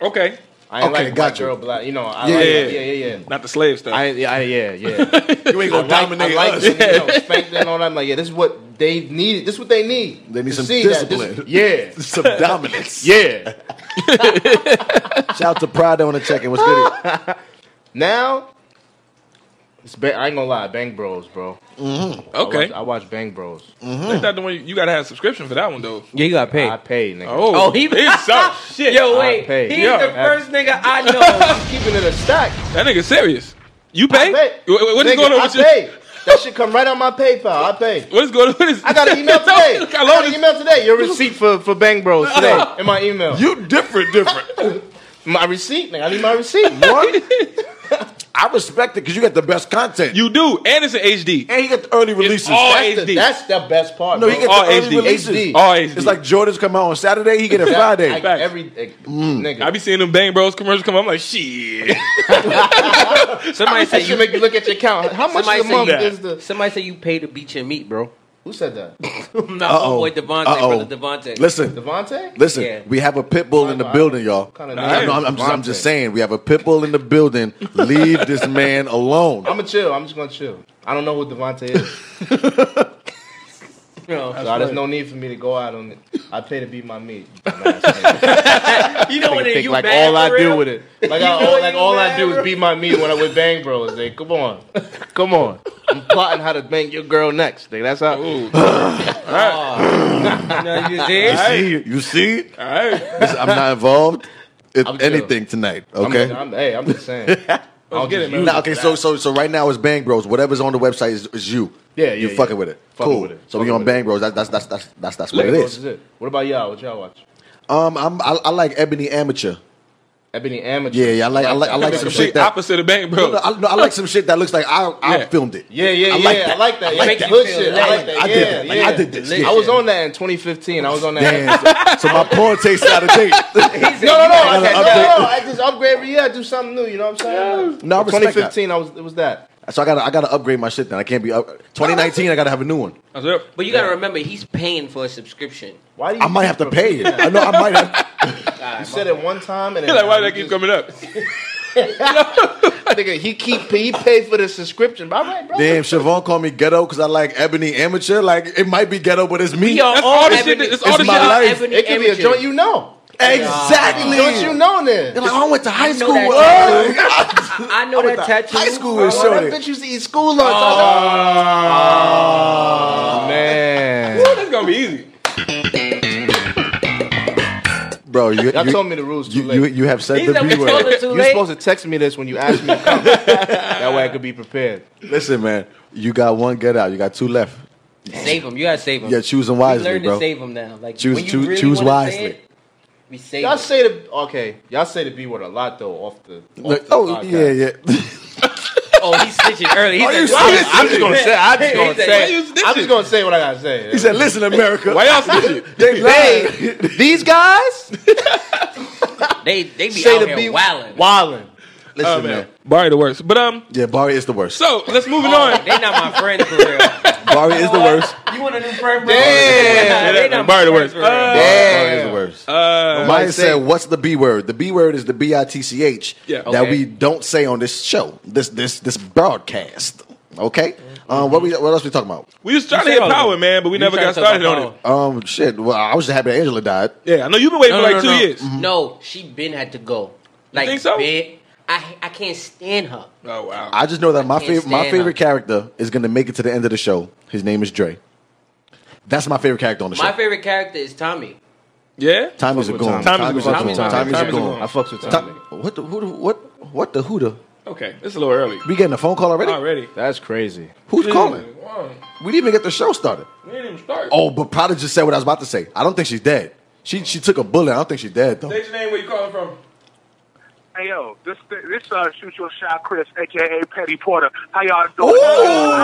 Speaker 10: Okay.
Speaker 5: I ain't
Speaker 2: Okay,
Speaker 5: like
Speaker 2: got
Speaker 5: white
Speaker 2: you.
Speaker 5: girl, black. You know, I
Speaker 2: Yeah,
Speaker 5: like,
Speaker 10: yeah,
Speaker 5: yeah,
Speaker 10: yeah.
Speaker 5: yeah, yeah, yeah.
Speaker 10: Not the slave stuff.
Speaker 5: I, I, yeah, yeah.
Speaker 2: You ain't gonna dominate
Speaker 5: I like
Speaker 2: us.
Speaker 5: when, you know, spanked and all that. I'm like, yeah, this is what they needed. This is what they need.
Speaker 2: They need
Speaker 5: to
Speaker 2: some
Speaker 5: see that this-
Speaker 2: discipline.
Speaker 5: yeah.
Speaker 2: Some dominance.
Speaker 5: Yeah.
Speaker 2: Shout out to Pride on the check-in. What's good?
Speaker 5: Now, it's ba- I ain't gonna lie, Bang Bros, bro. I
Speaker 10: okay.
Speaker 5: watch, I watch Bang Bros.
Speaker 10: Ain't that the one you, you gotta have subscription for that one though?
Speaker 7: yeah, you got paid.
Speaker 5: I pay, nigga.
Speaker 10: Oh,
Speaker 7: Oh, he-
Speaker 10: he's so shit.
Speaker 7: Yo, wait.
Speaker 5: paid.
Speaker 7: He's
Speaker 10: Yeah.
Speaker 7: the first nigga I know.
Speaker 5: Keeping it a stack.
Speaker 10: that nigga serious. You pay?
Speaker 5: I pay.
Speaker 10: Wait, wait, what is
Speaker 5: Nigga,
Speaker 10: going on
Speaker 5: I
Speaker 10: with you?
Speaker 5: pay. That shit come right on my PayPal. I pay.
Speaker 10: What is going on? What is,
Speaker 5: I got an email today. I
Speaker 10: I love
Speaker 5: got an
Speaker 10: this.
Speaker 5: email today. Your receipt for, for Bang Bros today in my email.
Speaker 2: you different, different.
Speaker 5: my receipt, nigga. I need my receipt.
Speaker 10: Oh,
Speaker 2: One, I respect it because you got the best content.
Speaker 10: You do, and it's an HD.
Speaker 2: and you got the early releases.
Speaker 10: all
Speaker 5: That's the,
Speaker 10: HD.
Speaker 5: that's the best part.
Speaker 2: no,
Speaker 5: bro.
Speaker 2: he get
Speaker 10: all
Speaker 2: the early
Speaker 10: HD.
Speaker 2: releases.
Speaker 5: HD.
Speaker 10: All HD.
Speaker 2: It's like Jordans come out on Saturday, he get it
Speaker 5: That-
Speaker 2: Friday.
Speaker 5: I,
Speaker 10: Facts.
Speaker 5: every like, nigga.
Speaker 10: I be seeing them Bang Bros commercials come. I'm like, shit.
Speaker 7: somebody
Speaker 5: that
Speaker 7: said
Speaker 5: should
Speaker 7: you.
Speaker 5: make you look at your account. How much
Speaker 7: Somebody
Speaker 5: of the
Speaker 7: say,
Speaker 5: month
Speaker 7: you
Speaker 5: is the?
Speaker 7: somebody say you paid to beat your meat, bro.
Speaker 5: Who said that?
Speaker 7: no,
Speaker 2: Uh-oh.
Speaker 7: boy, Devontae,
Speaker 2: Uh-oh.
Speaker 7: brother Devontae.
Speaker 2: Listen,
Speaker 5: Devontae?
Speaker 2: listen,
Speaker 7: Yeah.
Speaker 2: we have a pit bull in the building, y'all.
Speaker 5: What kind of
Speaker 2: I
Speaker 5: name
Speaker 2: know, I'm,
Speaker 5: is
Speaker 2: I'm just, I'm just
Speaker 5: Devontae?
Speaker 2: saying, we have a pit bull in the building. Leave this man alone.
Speaker 5: I'm gonna chill. I'm just gonna chill. I don't know who Devontae is,
Speaker 7: You know,
Speaker 5: so there's no need for me to go out on it. I pay to beat my meat. like
Speaker 7: you know when you
Speaker 5: like
Speaker 7: bad
Speaker 5: all I
Speaker 7: for real?
Speaker 5: do with it, like I,
Speaker 7: know
Speaker 5: all, like
Speaker 7: you
Speaker 5: all I
Speaker 7: mad,
Speaker 5: do
Speaker 7: bro.
Speaker 5: is beat my meat when I with Bang Bros. Like, come on, come on. I'm plotting how to bang your girl next. Like, that's how.
Speaker 10: Ooh.
Speaker 7: No, you
Speaker 2: You
Speaker 7: did.
Speaker 2: see, you see,
Speaker 10: All right.
Speaker 2: Listen, I'm not involved in
Speaker 5: I'm chill.
Speaker 2: anything tonight.
Speaker 5: I'm,
Speaker 2: Okay.
Speaker 5: I'm- hey, I'm just saying. I'll
Speaker 10: Let's get
Speaker 5: just
Speaker 10: it, man.
Speaker 5: use
Speaker 2: Nah, okay, so so so right now it's Bang Bros. Whatever's on the website is, is you.
Speaker 5: Yeah, yeah,
Speaker 2: You
Speaker 5: yeah.
Speaker 2: fucking with it.
Speaker 5: Fucking
Speaker 2: cool.
Speaker 5: with it.
Speaker 2: So we
Speaker 5: Fucking
Speaker 2: on
Speaker 5: with it.
Speaker 2: Bang Bros. That, that's that's that's that's that's what
Speaker 5: Bang
Speaker 2: it
Speaker 5: Bros
Speaker 2: is.
Speaker 5: is it. What about y'all? What y'all watch?
Speaker 2: Um, I'm, I, I like Ebony Amateur.
Speaker 5: Ebony Amateur.
Speaker 2: Yeah, yeah, I like I like I like some
Speaker 10: Complete
Speaker 2: shit that.
Speaker 10: opposite of Bang
Speaker 2: No,
Speaker 10: Bros.
Speaker 2: no, I, no, I like some shit that looks like I I
Speaker 10: Yeah.
Speaker 2: filmed it.
Speaker 5: Yeah, yeah,
Speaker 2: I
Speaker 5: yeah.
Speaker 2: like that.
Speaker 5: I like that. Yeah,
Speaker 7: like that.
Speaker 5: good shit. I like
Speaker 7: I
Speaker 5: that.
Speaker 2: I
Speaker 5: yeah,
Speaker 2: did that. Like,
Speaker 5: yeah.
Speaker 2: I did that shit.
Speaker 5: I was on that in 2015. I was on that.
Speaker 2: Damn. so, so my porn taste out of date.
Speaker 5: No, no, no. I,
Speaker 2: gotta
Speaker 5: said, no,
Speaker 2: update.
Speaker 5: no, no. I just upgrade every year. I do something new. You know what I'm saying?
Speaker 2: No, I respect
Speaker 5: 2015. I was. It was that.
Speaker 2: So I gotta I gotta upgrade my shit. Then I can't be up. 2019. I gotta have a new one.
Speaker 10: That's it.
Speaker 7: But you gotta remember, he's paying for a subscription.
Speaker 5: Why do you?
Speaker 2: I might have to pay it. I know I might have.
Speaker 5: You said it one time, and then
Speaker 10: Like, why did that keep coming up?
Speaker 5: Nigga, he keep he paid for the subscription. All right, bro.
Speaker 2: Damn, Siobhan called me ghetto because I like Ebony Amateur. Like it might be ghetto, but it's me.
Speaker 7: We are
Speaker 10: That's
Speaker 7: all
Speaker 10: all the shit
Speaker 7: Ebony-
Speaker 10: that- that's all
Speaker 2: the
Speaker 7: we
Speaker 2: shit-
Speaker 7: are
Speaker 2: life.
Speaker 7: Ebony
Speaker 5: It could be a
Speaker 7: amateurs.
Speaker 5: joint. You know.
Speaker 2: Exactly.
Speaker 5: Don't you know that?
Speaker 2: They're like, oh, I went to high school
Speaker 7: that
Speaker 2: with
Speaker 7: tattoo.
Speaker 2: her.
Speaker 7: I know that tattoo.
Speaker 2: High school with
Speaker 5: Oh, that
Speaker 2: Shorty.
Speaker 5: bitch used to eat school lunch. Oh, man.
Speaker 3: That's gonna be easy.
Speaker 2: Bro, you,
Speaker 5: Y'all
Speaker 2: you,
Speaker 5: told me the rules too
Speaker 2: you,
Speaker 5: late.
Speaker 2: you, you have said
Speaker 7: He's
Speaker 2: the
Speaker 7: never
Speaker 2: B
Speaker 7: told
Speaker 2: word.
Speaker 7: us too
Speaker 5: You're
Speaker 7: late.
Speaker 5: supposed to text me this when you ask me. to come. that way I could be prepared.
Speaker 2: Listen, man, you got one get out. You got two left.
Speaker 7: Save him. You gotta save him.
Speaker 2: Yeah, choose them
Speaker 7: we
Speaker 2: wisely,
Speaker 7: learned
Speaker 2: bro.
Speaker 7: to save him now. Like
Speaker 2: Choose-
Speaker 7: when you
Speaker 2: choose-
Speaker 7: really
Speaker 2: choose
Speaker 7: wanna say
Speaker 2: wisely.
Speaker 7: it, we save.
Speaker 5: Y'all
Speaker 7: him.
Speaker 5: say the okay. Y'all say the B word a lot though. Off the. Off
Speaker 2: Look,
Speaker 5: the
Speaker 2: oh,
Speaker 5: podcast.
Speaker 2: yeah, yeah.
Speaker 7: Oh, he's snitching early. He's
Speaker 2: you
Speaker 7: like,
Speaker 2: serious?
Speaker 5: I'm just gonna say. I'm just gonna
Speaker 7: He said,
Speaker 5: say.
Speaker 3: "Why you snitching?"
Speaker 5: I'm just gonna say what I gotta say.
Speaker 2: He said, listen, America.
Speaker 3: Why y'all snitching?
Speaker 2: They lied.
Speaker 5: Hey, these guys
Speaker 7: they they be
Speaker 5: say
Speaker 7: out
Speaker 5: the B
Speaker 7: here wilding.
Speaker 5: Wildin.
Speaker 2: Listen,
Speaker 5: Oh,
Speaker 2: man.
Speaker 3: Barry the worst. But um,
Speaker 2: Yeah, Barry is the worst.
Speaker 3: so let's moving
Speaker 7: Oh,
Speaker 3: on.
Speaker 7: they not my friends for real.
Speaker 2: Barry is the worst.
Speaker 7: You want a new friend, bro?
Speaker 5: Damn.
Speaker 7: they not
Speaker 3: Barry
Speaker 7: my
Speaker 3: the worst.
Speaker 7: friends for real.
Speaker 3: Uh,
Speaker 2: Barry is the
Speaker 5: Damn.
Speaker 2: worst.
Speaker 7: Oh.
Speaker 3: uh,
Speaker 2: Maya said, "What's the B word? The B word is the B I T C H
Speaker 3: Yeah.
Speaker 2: that
Speaker 7: Okay.
Speaker 2: we don't say on this show, this this this broadcast." Okay, um, what we what else we talking about?
Speaker 3: we was trying to
Speaker 7: said
Speaker 3: hit
Speaker 7: all of
Speaker 3: power,
Speaker 7: them.
Speaker 3: man, but we
Speaker 7: You
Speaker 3: never
Speaker 7: trying
Speaker 3: got
Speaker 7: to talk
Speaker 3: started
Speaker 7: about
Speaker 3: on it.
Speaker 7: power.
Speaker 2: Um, shit. Well, I was just happy that Angela died.
Speaker 3: Yeah, I know you've been waiting
Speaker 7: No,
Speaker 3: for
Speaker 7: no,
Speaker 3: like two
Speaker 7: no, no.
Speaker 3: years.
Speaker 7: No, she been had to go. Like,
Speaker 3: think so?
Speaker 7: been- I I can't stand her.
Speaker 3: Oh wow.
Speaker 2: I just know that my
Speaker 7: I can't
Speaker 2: favorite my
Speaker 7: stand
Speaker 2: favorite
Speaker 7: her.
Speaker 2: character is going to make it to the end of the show. His name is Dre. That's my favorite character on the show.
Speaker 7: My favorite character is Tommy.
Speaker 3: yeah.
Speaker 2: Tommy's a
Speaker 5: Fuck with
Speaker 2: goon.
Speaker 5: Tommy.
Speaker 3: Tommy's a
Speaker 2: Tommy's
Speaker 3: goon.
Speaker 2: a goon. Tommy's a
Speaker 3: Tommy's a
Speaker 2: goon.
Speaker 5: I fucks with Tommy.
Speaker 2: Tom- What the who the, what what the who the?
Speaker 3: Okay, it's a little early
Speaker 2: We getting a phone call already?
Speaker 3: already.
Speaker 5: That's crazy.
Speaker 2: Who's calling?
Speaker 3: Wow.
Speaker 2: We didn't even get the show started.
Speaker 3: We didn't even start.
Speaker 2: Oh, but Prada just said what I was about to say. I don't think she's dead. She she took a bullet. I don't think she's dead though.
Speaker 3: Say your name. Where you calling from?
Speaker 11: Hey yo, this this uh shoot your shot, Chris, aka Petty Porter. How y'all doing?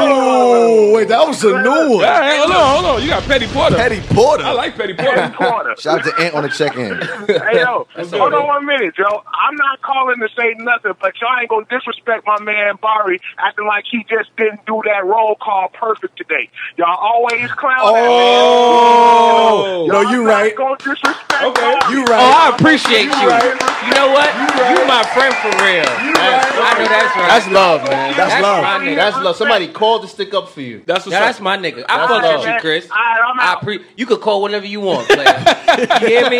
Speaker 2: Oh, wait, that was a new
Speaker 3: All
Speaker 2: one.
Speaker 3: right, hold on, hold on. You got Petty Porter.
Speaker 2: Petty Porter.
Speaker 3: I like Petty
Speaker 11: Petty
Speaker 3: Porter.
Speaker 11: Porter.
Speaker 2: Shout out to Ant on the check in.
Speaker 11: hey yo,
Speaker 3: good,
Speaker 11: hold
Speaker 3: man.
Speaker 11: on one minute, yo. I'm not calling to say nothing, but y'all ain't gonna disrespect my man Barry acting like he just didn't do that roll call perfect today. Y'all always clown that
Speaker 2: Oh,
Speaker 11: man.
Speaker 2: no,
Speaker 11: Y'all
Speaker 2: Oh. you
Speaker 11: not
Speaker 2: right.
Speaker 11: Gonna disrespect
Speaker 3: Okay.
Speaker 11: Barry.
Speaker 2: You
Speaker 7: Oh,
Speaker 2: right.
Speaker 7: I appreciate you. You know what? You my friend for real. I know that's right.
Speaker 5: That's love, man.
Speaker 2: That's
Speaker 5: That's
Speaker 2: love.
Speaker 7: my nigga.
Speaker 5: that's love. Somebody called to stick up for you.
Speaker 3: That's what's
Speaker 7: Yeah, that's
Speaker 3: up.
Speaker 7: my nigga. I
Speaker 11: All
Speaker 7: fuck
Speaker 11: right,
Speaker 7: with you,
Speaker 11: man.
Speaker 7: Chris.
Speaker 11: All right, I'm
Speaker 7: I
Speaker 11: out.
Speaker 7: pre- you could call whenever you want, player. you hear me?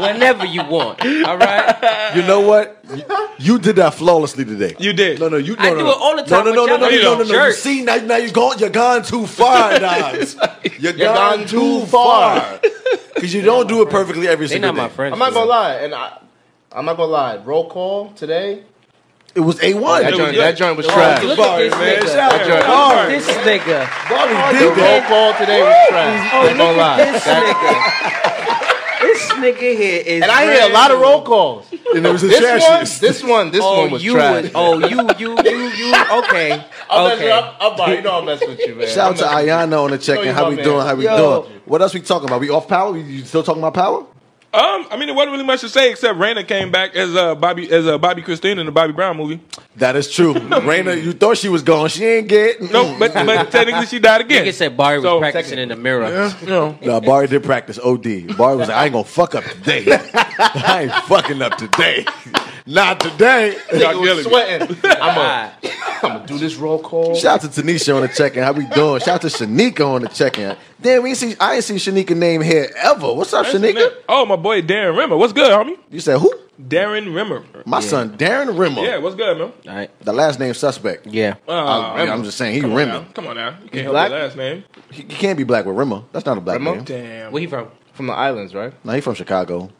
Speaker 7: Whenever you want. All right.
Speaker 2: You know what? You, you did that flawlessly today.
Speaker 3: You did.
Speaker 2: No, no, you. No,
Speaker 7: I
Speaker 2: no,
Speaker 7: do
Speaker 2: no.
Speaker 7: it all the time,
Speaker 2: No,
Speaker 7: but
Speaker 2: no, no,
Speaker 7: y'all
Speaker 2: no, no,
Speaker 3: know
Speaker 2: no,
Speaker 3: you
Speaker 2: no, no,
Speaker 3: don't.
Speaker 2: You
Speaker 7: Jerk.
Speaker 2: see, now, now you're going. You're gone too far, guys. You're,
Speaker 5: You're
Speaker 2: gone,
Speaker 5: gone
Speaker 2: too
Speaker 5: too
Speaker 2: far. Because you don't do it perfectly every
Speaker 7: They
Speaker 2: single
Speaker 7: not
Speaker 2: day.
Speaker 7: my friends.
Speaker 5: I'm not
Speaker 7: for real.
Speaker 5: gonna lie, and I, I'm not gonna lie. Roll call today.
Speaker 2: It was a one.
Speaker 5: That joint,
Speaker 3: good.
Speaker 5: that joint was
Speaker 7: Oh,
Speaker 5: trash.
Speaker 7: look
Speaker 5: The
Speaker 7: at this
Speaker 3: man.
Speaker 7: nigga.
Speaker 3: Shout
Speaker 5: out to
Speaker 7: Look at
Speaker 3: Barry.
Speaker 7: this nigga.
Speaker 2: did
Speaker 5: roll
Speaker 2: that.
Speaker 5: call today was trash.
Speaker 7: Oh,
Speaker 5: I'm not gonna
Speaker 7: look
Speaker 5: lie.
Speaker 7: at this
Speaker 5: That-
Speaker 7: nigga. This nigga here is.
Speaker 5: and I hear a lot of roll calls.
Speaker 2: And it was the
Speaker 5: This one,
Speaker 2: trashiest.
Speaker 5: this one, this
Speaker 7: Oh,
Speaker 5: one was
Speaker 7: you
Speaker 5: trash.
Speaker 7: was. Oh, you, you, you, you. Okay.
Speaker 5: I'm messing-
Speaker 7: okay.
Speaker 5: I'm, I'm, i you know I'm messing with you, man.
Speaker 2: Shout out to
Speaker 5: I'm
Speaker 2: Ayana on the check
Speaker 5: Yo,
Speaker 2: in.
Speaker 5: you
Speaker 2: How
Speaker 5: my
Speaker 2: we
Speaker 5: man.
Speaker 2: doing? How we
Speaker 7: Yo.
Speaker 2: doing? What else we talking about? We off power? We, you still talking about power?
Speaker 3: Um, I mean, it wasn't really much to say except Raina came back as uh, Bobby as uh, Bobby Christine in the Bobby Brown movie.
Speaker 2: That is true. Raina, you thought she was gone. She ain't get.
Speaker 3: No, but but technically she died again.
Speaker 7: Nigga said Barry was
Speaker 3: So,
Speaker 7: practicing in the mirror.
Speaker 3: No,
Speaker 2: No, Barry did practice OD. Barry was like, I ain't gonna fuck up today. I ain't fucking up today. Not today.
Speaker 3: y'all
Speaker 5: was
Speaker 3: killing me.
Speaker 5: sweating. I'm gonna
Speaker 7: Ah,
Speaker 5: do this roll call.
Speaker 2: Shout out to Tanisha on the check in. How we doing? Shout out to Shanika on the check in. Damn, we ain't see, I ain't seen Shanika name here ever. What's up, Shanika?
Speaker 3: Oh, my boy Darren Rimmer. What's good, homie?
Speaker 2: You said who?
Speaker 3: Darren Rimmer.
Speaker 2: My son, Darren Rimmer.
Speaker 3: Yeah, what's good, man?
Speaker 7: all right.
Speaker 2: The last name suspect.
Speaker 7: Yeah.
Speaker 3: Uh,
Speaker 2: I- I'm just saying, he
Speaker 3: Come on
Speaker 2: Rimmer.
Speaker 3: now. Come on now. You can't help
Speaker 5: black?
Speaker 3: your last name.
Speaker 2: He, he can't be black with Rimmer. That's not a black
Speaker 5: Rimmer?
Speaker 2: name.
Speaker 3: Damn.
Speaker 7: Where he from?
Speaker 5: From the islands, right?
Speaker 2: No, he from Chicago.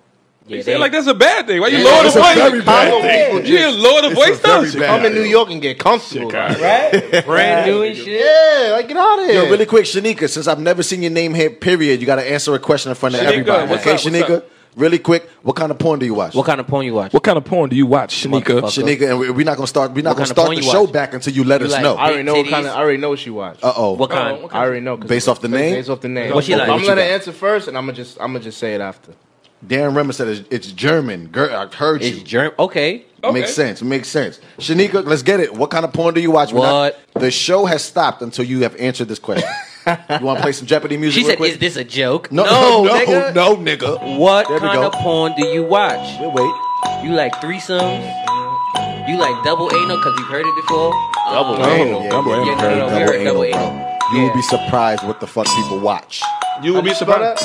Speaker 7: Yeah,
Speaker 3: you
Speaker 7: they-
Speaker 3: saying like that's a bad thing. Why you lower the
Speaker 2: It's a very
Speaker 3: voice?
Speaker 2: bad thing.
Speaker 5: People
Speaker 3: You
Speaker 5: just-
Speaker 3: didn't lower the
Speaker 2: It's a
Speaker 3: voice though.
Speaker 2: very bad-
Speaker 5: I'm in New York and get comfortable.
Speaker 3: Chicago.
Speaker 7: right? Brand new and shit.
Speaker 5: Yeah, like get out of here.
Speaker 2: Yo, really quick, Shanika, since I've never seen your name here, period, you got to answer a question in front of
Speaker 3: Shanika,
Speaker 2: everybody.
Speaker 3: what's
Speaker 2: okay,
Speaker 3: up, what's
Speaker 2: Shanika,
Speaker 3: up?
Speaker 2: really quick, what kind of porn do you watch?
Speaker 7: What kind of porn you watch?
Speaker 3: What kind of porn do you watch, Shanika?
Speaker 7: Motherfucker.
Speaker 2: Shanika, and we- we're not gonna start. We're not
Speaker 7: What
Speaker 2: gonna
Speaker 7: kind of
Speaker 2: start
Speaker 7: porn
Speaker 2: the
Speaker 7: you
Speaker 2: show
Speaker 7: watch?
Speaker 2: back until you let
Speaker 7: You
Speaker 2: us
Speaker 7: like-
Speaker 2: know.
Speaker 5: I already know what
Speaker 7: Titties.
Speaker 5: kind of. I already know what she watched.
Speaker 2: Uh oh.
Speaker 7: What kind?
Speaker 3: Oh, okay.
Speaker 5: I already know. 'cause
Speaker 2: Based off the name?
Speaker 5: Based off the name.
Speaker 7: What she like?
Speaker 5: I'm
Speaker 7: What
Speaker 2: you
Speaker 5: gonna
Speaker 2: got?
Speaker 5: answer first, and I'm gonna just I'm gonna just say it after.
Speaker 2: Darren Remmer said it's, it's German. Girl, I heard
Speaker 7: It's
Speaker 2: you.
Speaker 7: germ. Okay.
Speaker 3: Okay.
Speaker 2: Makes sense. Makes sense. Shanika, let's get it. What kind of porn do you watch? We're not- the show has stopped until you have answered this question. you want to play some Jeopardy music?
Speaker 7: She
Speaker 2: real
Speaker 7: said,
Speaker 2: quick?
Speaker 7: "Is this a joke?"
Speaker 2: no, no,
Speaker 7: nigga.
Speaker 2: no, nigga.
Speaker 7: What
Speaker 2: There we
Speaker 7: kind
Speaker 2: go.
Speaker 7: of porn do you watch?
Speaker 2: Wait, wait.
Speaker 7: You like threesomes? You like double anal? Cause we've heard it before.
Speaker 5: Double
Speaker 7: Um,
Speaker 5: anal.
Speaker 2: Yeah,
Speaker 3: Double
Speaker 2: yeah,
Speaker 3: anal.
Speaker 2: yeah,
Speaker 7: Double
Speaker 2: double
Speaker 7: anal.
Speaker 2: anal, bro. You will be surprised what the fuck people watch.
Speaker 3: You will be surprised.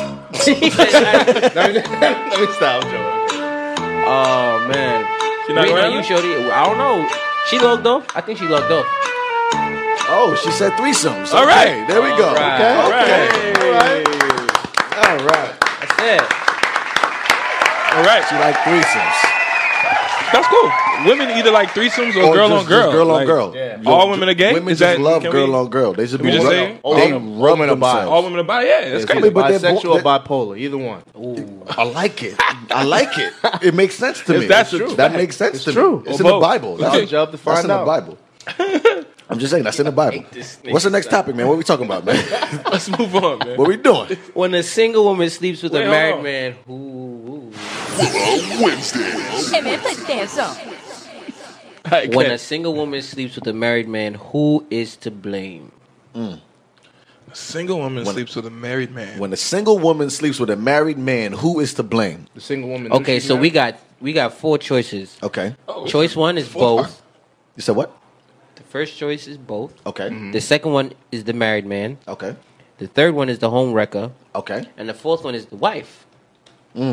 Speaker 5: let, me, let me stop, Joe.
Speaker 7: oh man.
Speaker 3: She not
Speaker 7: Wait,
Speaker 3: gonna
Speaker 7: now
Speaker 3: have
Speaker 7: you
Speaker 3: it?
Speaker 7: shorty. I don't know. She logged off. I think she logged off.
Speaker 2: Oh, she said threesomes.
Speaker 3: All right.
Speaker 2: Okay, there we go.
Speaker 7: right.
Speaker 2: Okay, okay.
Speaker 3: All right.
Speaker 5: All right.
Speaker 7: That's it.
Speaker 3: All right.
Speaker 2: She like threesomes.
Speaker 3: That's cool. Women either like threesomes or,
Speaker 2: Or
Speaker 3: girl
Speaker 2: just-
Speaker 3: on girl.
Speaker 2: just girl on
Speaker 3: Like,
Speaker 2: girl.
Speaker 3: All women are gay?
Speaker 2: Women
Speaker 3: Is
Speaker 2: just
Speaker 3: that-
Speaker 2: love
Speaker 3: can
Speaker 2: girl
Speaker 3: we-
Speaker 2: on girl. They just
Speaker 3: we
Speaker 2: be
Speaker 3: just
Speaker 2: rub-
Speaker 3: say-
Speaker 2: they
Speaker 5: Woman-
Speaker 2: rub
Speaker 5: woman or bi.
Speaker 2: themselves.
Speaker 3: All women are bi. Yeah, it's
Speaker 5: It's
Speaker 3: crazy.
Speaker 2: either but they're
Speaker 5: bisexual
Speaker 2: bo-
Speaker 5: or bipolar, either one.
Speaker 2: I like it. I like it. It makes sense to me.
Speaker 3: that's true.
Speaker 2: That makes sense to
Speaker 5: true.
Speaker 2: me. It's
Speaker 3: Or
Speaker 2: in the
Speaker 3: both.
Speaker 2: Bible.
Speaker 5: It's our job to
Speaker 2: that's
Speaker 5: find
Speaker 2: in the
Speaker 5: out.
Speaker 2: Bible. I'm just saying that's in the Bible. What's the next topic, man? What we talking about, man?
Speaker 3: Let's move on, man.
Speaker 2: What we doing?
Speaker 7: When a single woman sleeps with
Speaker 3: Wait,
Speaker 7: a
Speaker 3: hold
Speaker 7: married
Speaker 3: on.
Speaker 7: man, who?
Speaker 3: I can't.
Speaker 7: When a single woman sleeps with a married man, who is to blame?
Speaker 3: A single woman sleeps with a married man.
Speaker 2: When a single woman sleeps with a married man, who is to blame?
Speaker 5: The single woman.
Speaker 7: Okay, so we got we got four choices.
Speaker 2: Okay.
Speaker 7: Choice one is both.
Speaker 2: You said what? Mm-hmm.
Speaker 7: The first choice is both.
Speaker 2: Okay.
Speaker 7: The second one is the married man.
Speaker 2: Okay.
Speaker 7: The third one is the home wrecker,
Speaker 2: Okay.
Speaker 7: and the fourth one is the wife.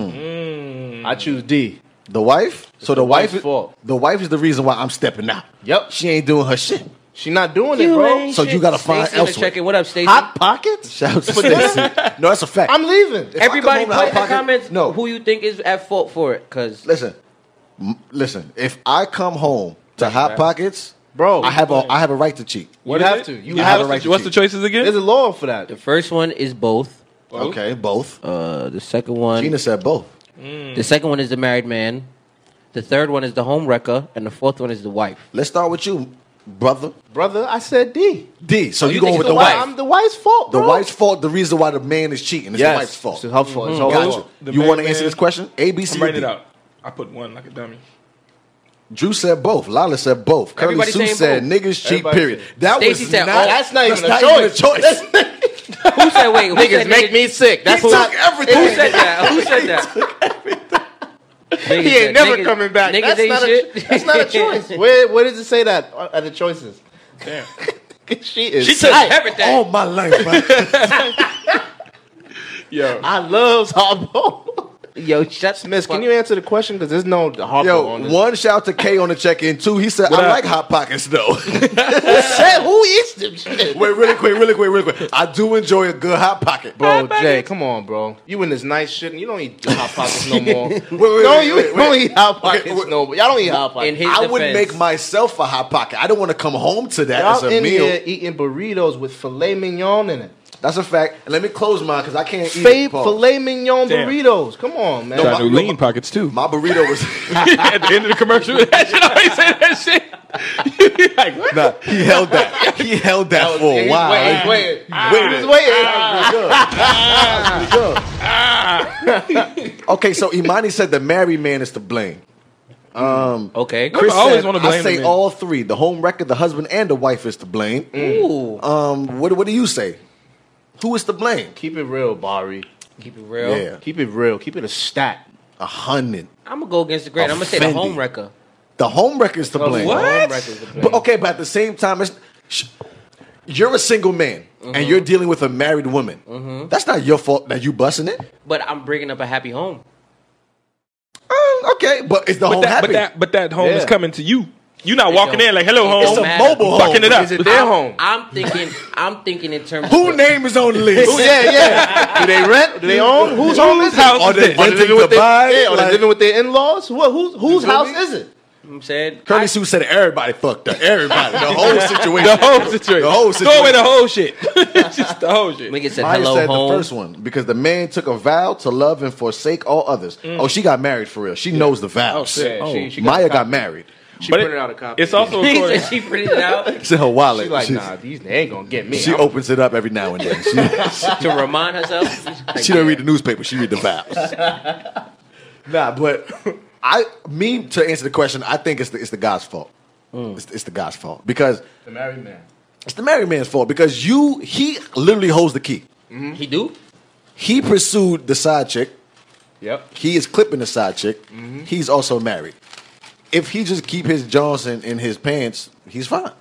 Speaker 5: I choose D.
Speaker 2: The wife. so the,
Speaker 5: the
Speaker 2: wife.
Speaker 5: wife's fault.
Speaker 2: The wife is the reason why I'm stepping out.
Speaker 5: Yep.
Speaker 2: She ain't doing her shit.
Speaker 5: She not doing it, bro.
Speaker 2: So you gotta find
Speaker 7: Stacey in the
Speaker 2: elsewhere.
Speaker 7: check-in. What up, Stacey?
Speaker 5: Hot pockets.
Speaker 2: Shout out to Stacey. No, that's a fact.
Speaker 5: I'm leaving.
Speaker 2: If I come
Speaker 7: Everybody,
Speaker 2: home to
Speaker 7: put
Speaker 2: Hot
Speaker 7: in the
Speaker 2: Pocket-
Speaker 7: comments
Speaker 2: No,
Speaker 7: who you think is at fault for it, because
Speaker 2: Listen, M- listen. If I come home to Hot Pockets,
Speaker 5: Bro,
Speaker 2: I have a I have a right to cheat.
Speaker 3: What
Speaker 5: you
Speaker 3: is
Speaker 5: have
Speaker 3: it?
Speaker 5: to. You
Speaker 3: Yeah,
Speaker 5: have
Speaker 3: what's
Speaker 5: a right
Speaker 3: the-
Speaker 2: to
Speaker 3: What's the
Speaker 2: cheat.
Speaker 3: choice again?
Speaker 5: There's a law for that.
Speaker 7: the first one is both.
Speaker 3: Both.
Speaker 2: Okay, both.
Speaker 7: Uh, the second one,
Speaker 2: Gina said both.
Speaker 7: the second one is the married man. The third one is the home wrecker, and the fourth one is the wife.
Speaker 2: Let's start with you, brother.
Speaker 5: Brother, I said D.
Speaker 2: D. So Oh, you
Speaker 7: you
Speaker 2: going
Speaker 7: think
Speaker 2: with
Speaker 7: it's
Speaker 2: the
Speaker 7: the
Speaker 5: Why-
Speaker 2: wife?
Speaker 5: I'm the wife's fault,
Speaker 2: The
Speaker 5: bro.
Speaker 2: wife's fault. The reason why the man is cheating. It's the
Speaker 5: Yes.
Speaker 2: wife's fault.
Speaker 5: It's her fault. It's her
Speaker 2: Gotcha.
Speaker 5: fault.
Speaker 3: The
Speaker 2: You
Speaker 3: man-
Speaker 2: want to answer
Speaker 3: man-
Speaker 2: this question? A, B, C,
Speaker 3: I'm writing
Speaker 2: D.
Speaker 3: it out. I put one like a dummy.
Speaker 2: Drew said both. Lala said both. Curly
Speaker 7: Everybody
Speaker 2: Sue
Speaker 7: saying
Speaker 2: said
Speaker 7: both.
Speaker 2: niggas cheat.
Speaker 5: Everybody
Speaker 2: period.
Speaker 5: said-
Speaker 2: That
Speaker 7: Stacey
Speaker 2: was
Speaker 7: said
Speaker 2: not.
Speaker 7: all.
Speaker 5: That's not
Speaker 2: that's
Speaker 5: even a
Speaker 2: not
Speaker 5: choice.
Speaker 2: even a choice.
Speaker 7: Who said? Wait, who said
Speaker 5: Niggas make me sick. That's
Speaker 2: He
Speaker 5: who.
Speaker 2: took everything.
Speaker 7: Who said that? Who said that?
Speaker 5: He
Speaker 7: Niggas said,
Speaker 5: ain't never
Speaker 7: niggas-
Speaker 5: coming back.
Speaker 7: Niggas
Speaker 5: That's
Speaker 7: ain't
Speaker 5: not, a,
Speaker 7: shit.
Speaker 5: cho- that's not a choice. Where, where does it say that uh, are the choices?
Speaker 3: Damn.
Speaker 5: she is.
Speaker 7: she took
Speaker 5: tight.
Speaker 7: everything.
Speaker 2: All
Speaker 5: oh,
Speaker 2: my life, man.
Speaker 3: Yo.
Speaker 5: I love Harpo.
Speaker 7: Yo, shut the
Speaker 5: Miss,
Speaker 7: fuck
Speaker 5: can you answer the question? Because there's no Harpo on
Speaker 2: Yo,
Speaker 5: this.
Speaker 2: one shout out to K on the check in. Two, he said,
Speaker 3: What
Speaker 2: I
Speaker 3: up?
Speaker 2: like Hot Pockets though.
Speaker 5: Say, who is this shit?
Speaker 2: Wait, really quick, really quick, really quick. I do enjoy a good hot pocket, bro.
Speaker 5: Bro, Jay, come on, bro. You in this nice shit and you don't eat hot pockets no more.
Speaker 2: wait,
Speaker 5: no,
Speaker 2: wait,
Speaker 5: you
Speaker 2: wait,
Speaker 5: don't
Speaker 2: wait.
Speaker 5: eat hot pockets
Speaker 2: Okay, wait.
Speaker 5: no more. Y'all don't eat hot
Speaker 7: In
Speaker 5: pockets.
Speaker 7: his
Speaker 2: I
Speaker 7: defense,
Speaker 2: would make myself a hot pocket. I don't want to come home to that as
Speaker 5: Y'all
Speaker 2: a
Speaker 5: in
Speaker 2: meal.
Speaker 5: here eating burritos with filet mignon in it.
Speaker 2: That's a fact. And let me close mine because I can't eat
Speaker 5: Fave
Speaker 2: it. Pause.
Speaker 5: filet mignon
Speaker 3: Damn.
Speaker 5: burritos. Come on, man.
Speaker 2: No,
Speaker 3: Trying
Speaker 2: my-
Speaker 3: to
Speaker 2: no,
Speaker 3: lean
Speaker 2: my-
Speaker 3: pockets too.
Speaker 2: My burrito was.
Speaker 3: At the end of the commercial, that shit always say that shit. You like what?
Speaker 2: nah, he held that. He held that,
Speaker 5: That was-
Speaker 2: for a
Speaker 5: he's
Speaker 2: while.
Speaker 5: waiting, he's waiting.
Speaker 3: Ah.
Speaker 2: Wait Ah.
Speaker 5: He's waiting.
Speaker 3: Ah.
Speaker 2: Okay, so Imani said the married man is to blame.
Speaker 7: Okay.
Speaker 3: Chris I always
Speaker 2: said,
Speaker 3: wanna blame
Speaker 2: I
Speaker 3: the
Speaker 2: say
Speaker 3: man.
Speaker 2: all three: the home record, the husband, and the wife is to blame.
Speaker 3: Mm.
Speaker 7: Ooh.
Speaker 5: Uh,
Speaker 2: Um, what what do you say? Who is to blame?
Speaker 5: Keep it real, Bari.
Speaker 7: Keep it real.
Speaker 2: Yeah.
Speaker 5: Keep it real. Keep it a stat.
Speaker 2: A hundred.
Speaker 7: I'm gonna go against the grain. I'm gonna say the
Speaker 2: Offended.
Speaker 7: home wrecker.
Speaker 2: The home record is to blame.
Speaker 7: The home wrecker's the
Speaker 2: But
Speaker 7: blame.
Speaker 2: okay, but at the same time, it's, sh- you're a single man
Speaker 3: Mm-hmm.
Speaker 2: and you're dealing with a married woman. That's not your fault that you busting it.
Speaker 7: But I'm bringing up a happy home.
Speaker 2: Uh, okay, but it's the
Speaker 3: But
Speaker 2: home
Speaker 3: that,
Speaker 2: happy.
Speaker 3: but that, but that home is
Speaker 5: Yeah.
Speaker 3: coming to you. You're not walking
Speaker 7: don't-
Speaker 3: in like, "Hello,
Speaker 7: it
Speaker 2: it's
Speaker 7: don't
Speaker 2: a
Speaker 3: home."
Speaker 7: matter.
Speaker 2: mobile home.
Speaker 3: Fucking it up.
Speaker 5: Is it their
Speaker 7: I'm,
Speaker 5: home?
Speaker 7: I'm thinking. I'm thinking in terms.
Speaker 2: Who
Speaker 7: of
Speaker 2: name is on the list?
Speaker 5: Who- yeah, yeah. Do they rent? Do they own? Whose home is
Speaker 3: Whose house is
Speaker 5: it?
Speaker 3: this?
Speaker 5: Are they
Speaker 2: Renting
Speaker 5: living with
Speaker 2: to buy?
Speaker 5: their, yeah, are they
Speaker 2: Like-
Speaker 5: living with their in-laws? What? Whose whose
Speaker 2: feel
Speaker 5: house
Speaker 2: me?
Speaker 5: is it?
Speaker 7: I'm saying.
Speaker 2: Curly Sue said everybody fucked up. Everybody. The whole situation.
Speaker 3: The whole situation.
Speaker 2: The whole
Speaker 3: Throw away
Speaker 2: situation.
Speaker 3: the whole shit. Just the whole shit.
Speaker 7: Nigga said
Speaker 2: Maya
Speaker 7: hello
Speaker 2: said
Speaker 7: home.
Speaker 2: the first one because the man took a vow to love and forsake all others. Oh, she got married for real. She knows the vows.
Speaker 5: shit. She- she got
Speaker 2: Maya
Speaker 5: the
Speaker 2: got
Speaker 5: copy.
Speaker 2: married.
Speaker 5: She
Speaker 3: But it-
Speaker 5: printed out a copy.
Speaker 3: It's also
Speaker 7: He
Speaker 3: according.
Speaker 7: said she printed it out
Speaker 2: It's in her wallet.
Speaker 5: She like,
Speaker 2: She's-
Speaker 5: nah, these they ain't gonna get me.
Speaker 2: She
Speaker 5: I'm-
Speaker 2: opens it up every now and then. She,
Speaker 7: to remind herself. Like,
Speaker 2: she don't read the newspaper. She read the vows. nah, but I, me, to answer the question, I think it's the, it's the guy's fault. It's, it's the guy's fault because
Speaker 5: the married man.
Speaker 2: it's the married man's fault because you, he literally holds the key.
Speaker 7: He do.
Speaker 2: He pursued the side chick.
Speaker 5: Yep.
Speaker 2: He is clipping the side chick. He's also married. If he just keep his Johnson in his pants, he's fine.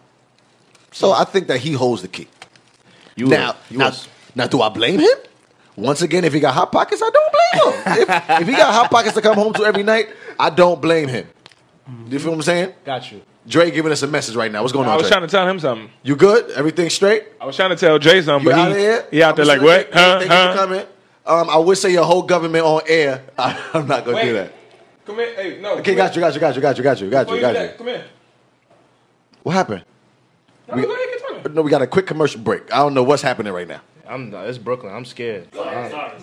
Speaker 2: So I think that he holds the key.
Speaker 5: You
Speaker 2: now,
Speaker 5: a- you
Speaker 2: now,
Speaker 5: a-
Speaker 2: now, do I blame him? Once again, if he got hot pockets, I don't blame him. if, if he got hot pockets to come home to every night, I don't blame him. You feel what I'm saying?
Speaker 5: Got you.
Speaker 2: Dre giving us a message right now. What's going
Speaker 3: Mm-hmm. I
Speaker 2: on,
Speaker 3: was
Speaker 2: Dre?
Speaker 3: trying to tell him something.
Speaker 2: you good? Everything straight?
Speaker 3: I was trying to tell Jay something,
Speaker 2: You
Speaker 3: but
Speaker 2: out
Speaker 3: he,
Speaker 2: of here?
Speaker 3: he out there
Speaker 2: I'm
Speaker 3: like,
Speaker 2: just gonna
Speaker 3: what?
Speaker 2: take-
Speaker 3: Huh?
Speaker 2: Thank you for
Speaker 3: Huh?
Speaker 2: coming. Um, I would say your whole government on air. I, am not gonna
Speaker 3: Wait.
Speaker 2: do that.
Speaker 3: Come here. Hey, no.
Speaker 2: Okay, got you, got you, got you, got you, got you, got you, got you.
Speaker 3: Come here.
Speaker 2: What happened?
Speaker 3: No,
Speaker 2: We-
Speaker 3: go ahead, keep talking.
Speaker 2: No, we got a quick commercial break. I don't know what's happening right now.
Speaker 5: I'm not, it's Brooklyn. I'm scared.
Speaker 3: Go ahead. I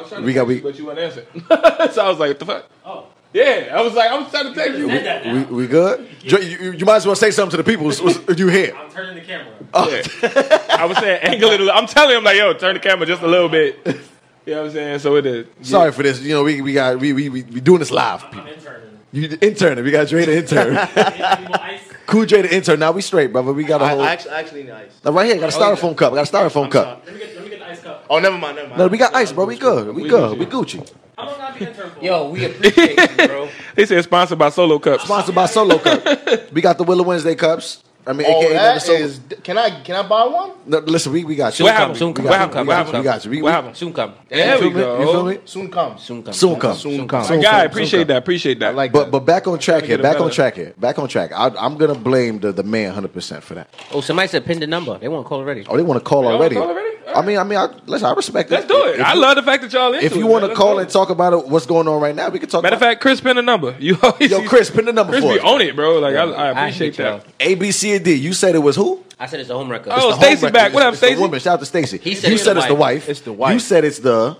Speaker 3: was trying to
Speaker 2: We got-
Speaker 3: text you,
Speaker 2: we-
Speaker 3: but you weren't answering. so I was like, what the fuck? Oh. Yeah, I was like, I'm trying to text you.
Speaker 2: We, we good? Dre, you, you might as well say something to the people. What's- what's- You here?
Speaker 12: I'm turning the camera.
Speaker 3: Oh. I was saying angle it. a li- I'm telling him like, yo, turn the camera just a little bit. You know what I'm saying? So it is.
Speaker 2: Sorry for this. You know, we, we got we, we, we, we doing this live.
Speaker 12: I'm interning.
Speaker 2: You the intern. We got Dre the intern.
Speaker 12: Any more ice?
Speaker 2: cool Dre the intern. Now we straight, brother. We got a
Speaker 5: I,
Speaker 2: whole
Speaker 5: I actually, I actually need ice.
Speaker 2: Now, right here. Got a
Speaker 5: Oh, yeah.
Speaker 2: styrofoam cup. I got a styrofoam cup.
Speaker 12: Let me get, let me get the ice cup.
Speaker 5: Oh, never mind, never mind.
Speaker 2: No, we got ice, bro. We good. We good. We Gucci.
Speaker 12: How long I be intern for?
Speaker 7: Yo, we appreciate you, bro.
Speaker 3: They said sponsored by Solo Cups.
Speaker 2: Sponsored by Solo Cup. We got the Willow Wednesday cups. I mean,
Speaker 5: Oh,
Speaker 2: AKA
Speaker 5: that
Speaker 2: Solo-
Speaker 5: is- Can I can I buy one?
Speaker 2: No, listen, we, we got you.
Speaker 3: What happened?
Speaker 7: Soon
Speaker 2: We
Speaker 7: come.
Speaker 3: What
Speaker 2: got you.
Speaker 3: happened?
Speaker 2: We
Speaker 3: What
Speaker 2: got you. We got you. We,
Speaker 3: happened? What
Speaker 2: we-
Speaker 3: happened?
Speaker 7: Soon come.
Speaker 2: you
Speaker 3: There we
Speaker 2: feel me?
Speaker 3: go.
Speaker 2: You feel me?
Speaker 5: Soon come.
Speaker 7: Soon come.
Speaker 2: Soon come.
Speaker 5: Soon come.
Speaker 2: Soon
Speaker 3: Guy,
Speaker 2: come.
Speaker 3: appreciate that. Appreciate that.
Speaker 5: I like
Speaker 2: But
Speaker 5: that.
Speaker 2: but back on track here.
Speaker 3: get
Speaker 2: Back
Speaker 3: better.
Speaker 2: on track here. Back on track. I, I'm gonna blame the, the man 100 percent for that.
Speaker 7: Oh, somebody said pin the number. They want to call already.
Speaker 2: Oh, they want to call
Speaker 3: wanna
Speaker 2: already.
Speaker 3: call already? All
Speaker 2: I mean, I mean, I, listen, I respect
Speaker 3: Let's
Speaker 2: it.
Speaker 3: do it.
Speaker 2: If
Speaker 3: I
Speaker 2: you-
Speaker 3: love the fact that y'all into
Speaker 2: If you
Speaker 3: it,
Speaker 2: want to
Speaker 3: man. Let's
Speaker 2: call
Speaker 3: go.
Speaker 2: and talk about it, what's going on right now? We can talk.
Speaker 3: Matter of
Speaker 2: about
Speaker 3: fact, Chris, pin the number. You always
Speaker 2: yo,
Speaker 3: see-
Speaker 2: Chris, pin the number
Speaker 3: Chris
Speaker 2: for
Speaker 3: be
Speaker 2: us.
Speaker 3: on it, bro. Like I, I appreciate
Speaker 7: hate y'all.
Speaker 3: that.
Speaker 2: A, B, C, and D. You said it was who?
Speaker 7: I said it's a home record.
Speaker 3: Oh,
Speaker 2: The home
Speaker 3: Stacy
Speaker 2: record.
Speaker 3: back. What
Speaker 2: It's-
Speaker 3: up,
Speaker 2: it's the
Speaker 3: Stacy?
Speaker 2: Woman, shout out to Stacy.
Speaker 7: He said
Speaker 2: you
Speaker 7: it's
Speaker 2: said
Speaker 7: the
Speaker 2: it's the
Speaker 7: wife.
Speaker 2: wife.
Speaker 5: It's the wife.
Speaker 2: You said it's the.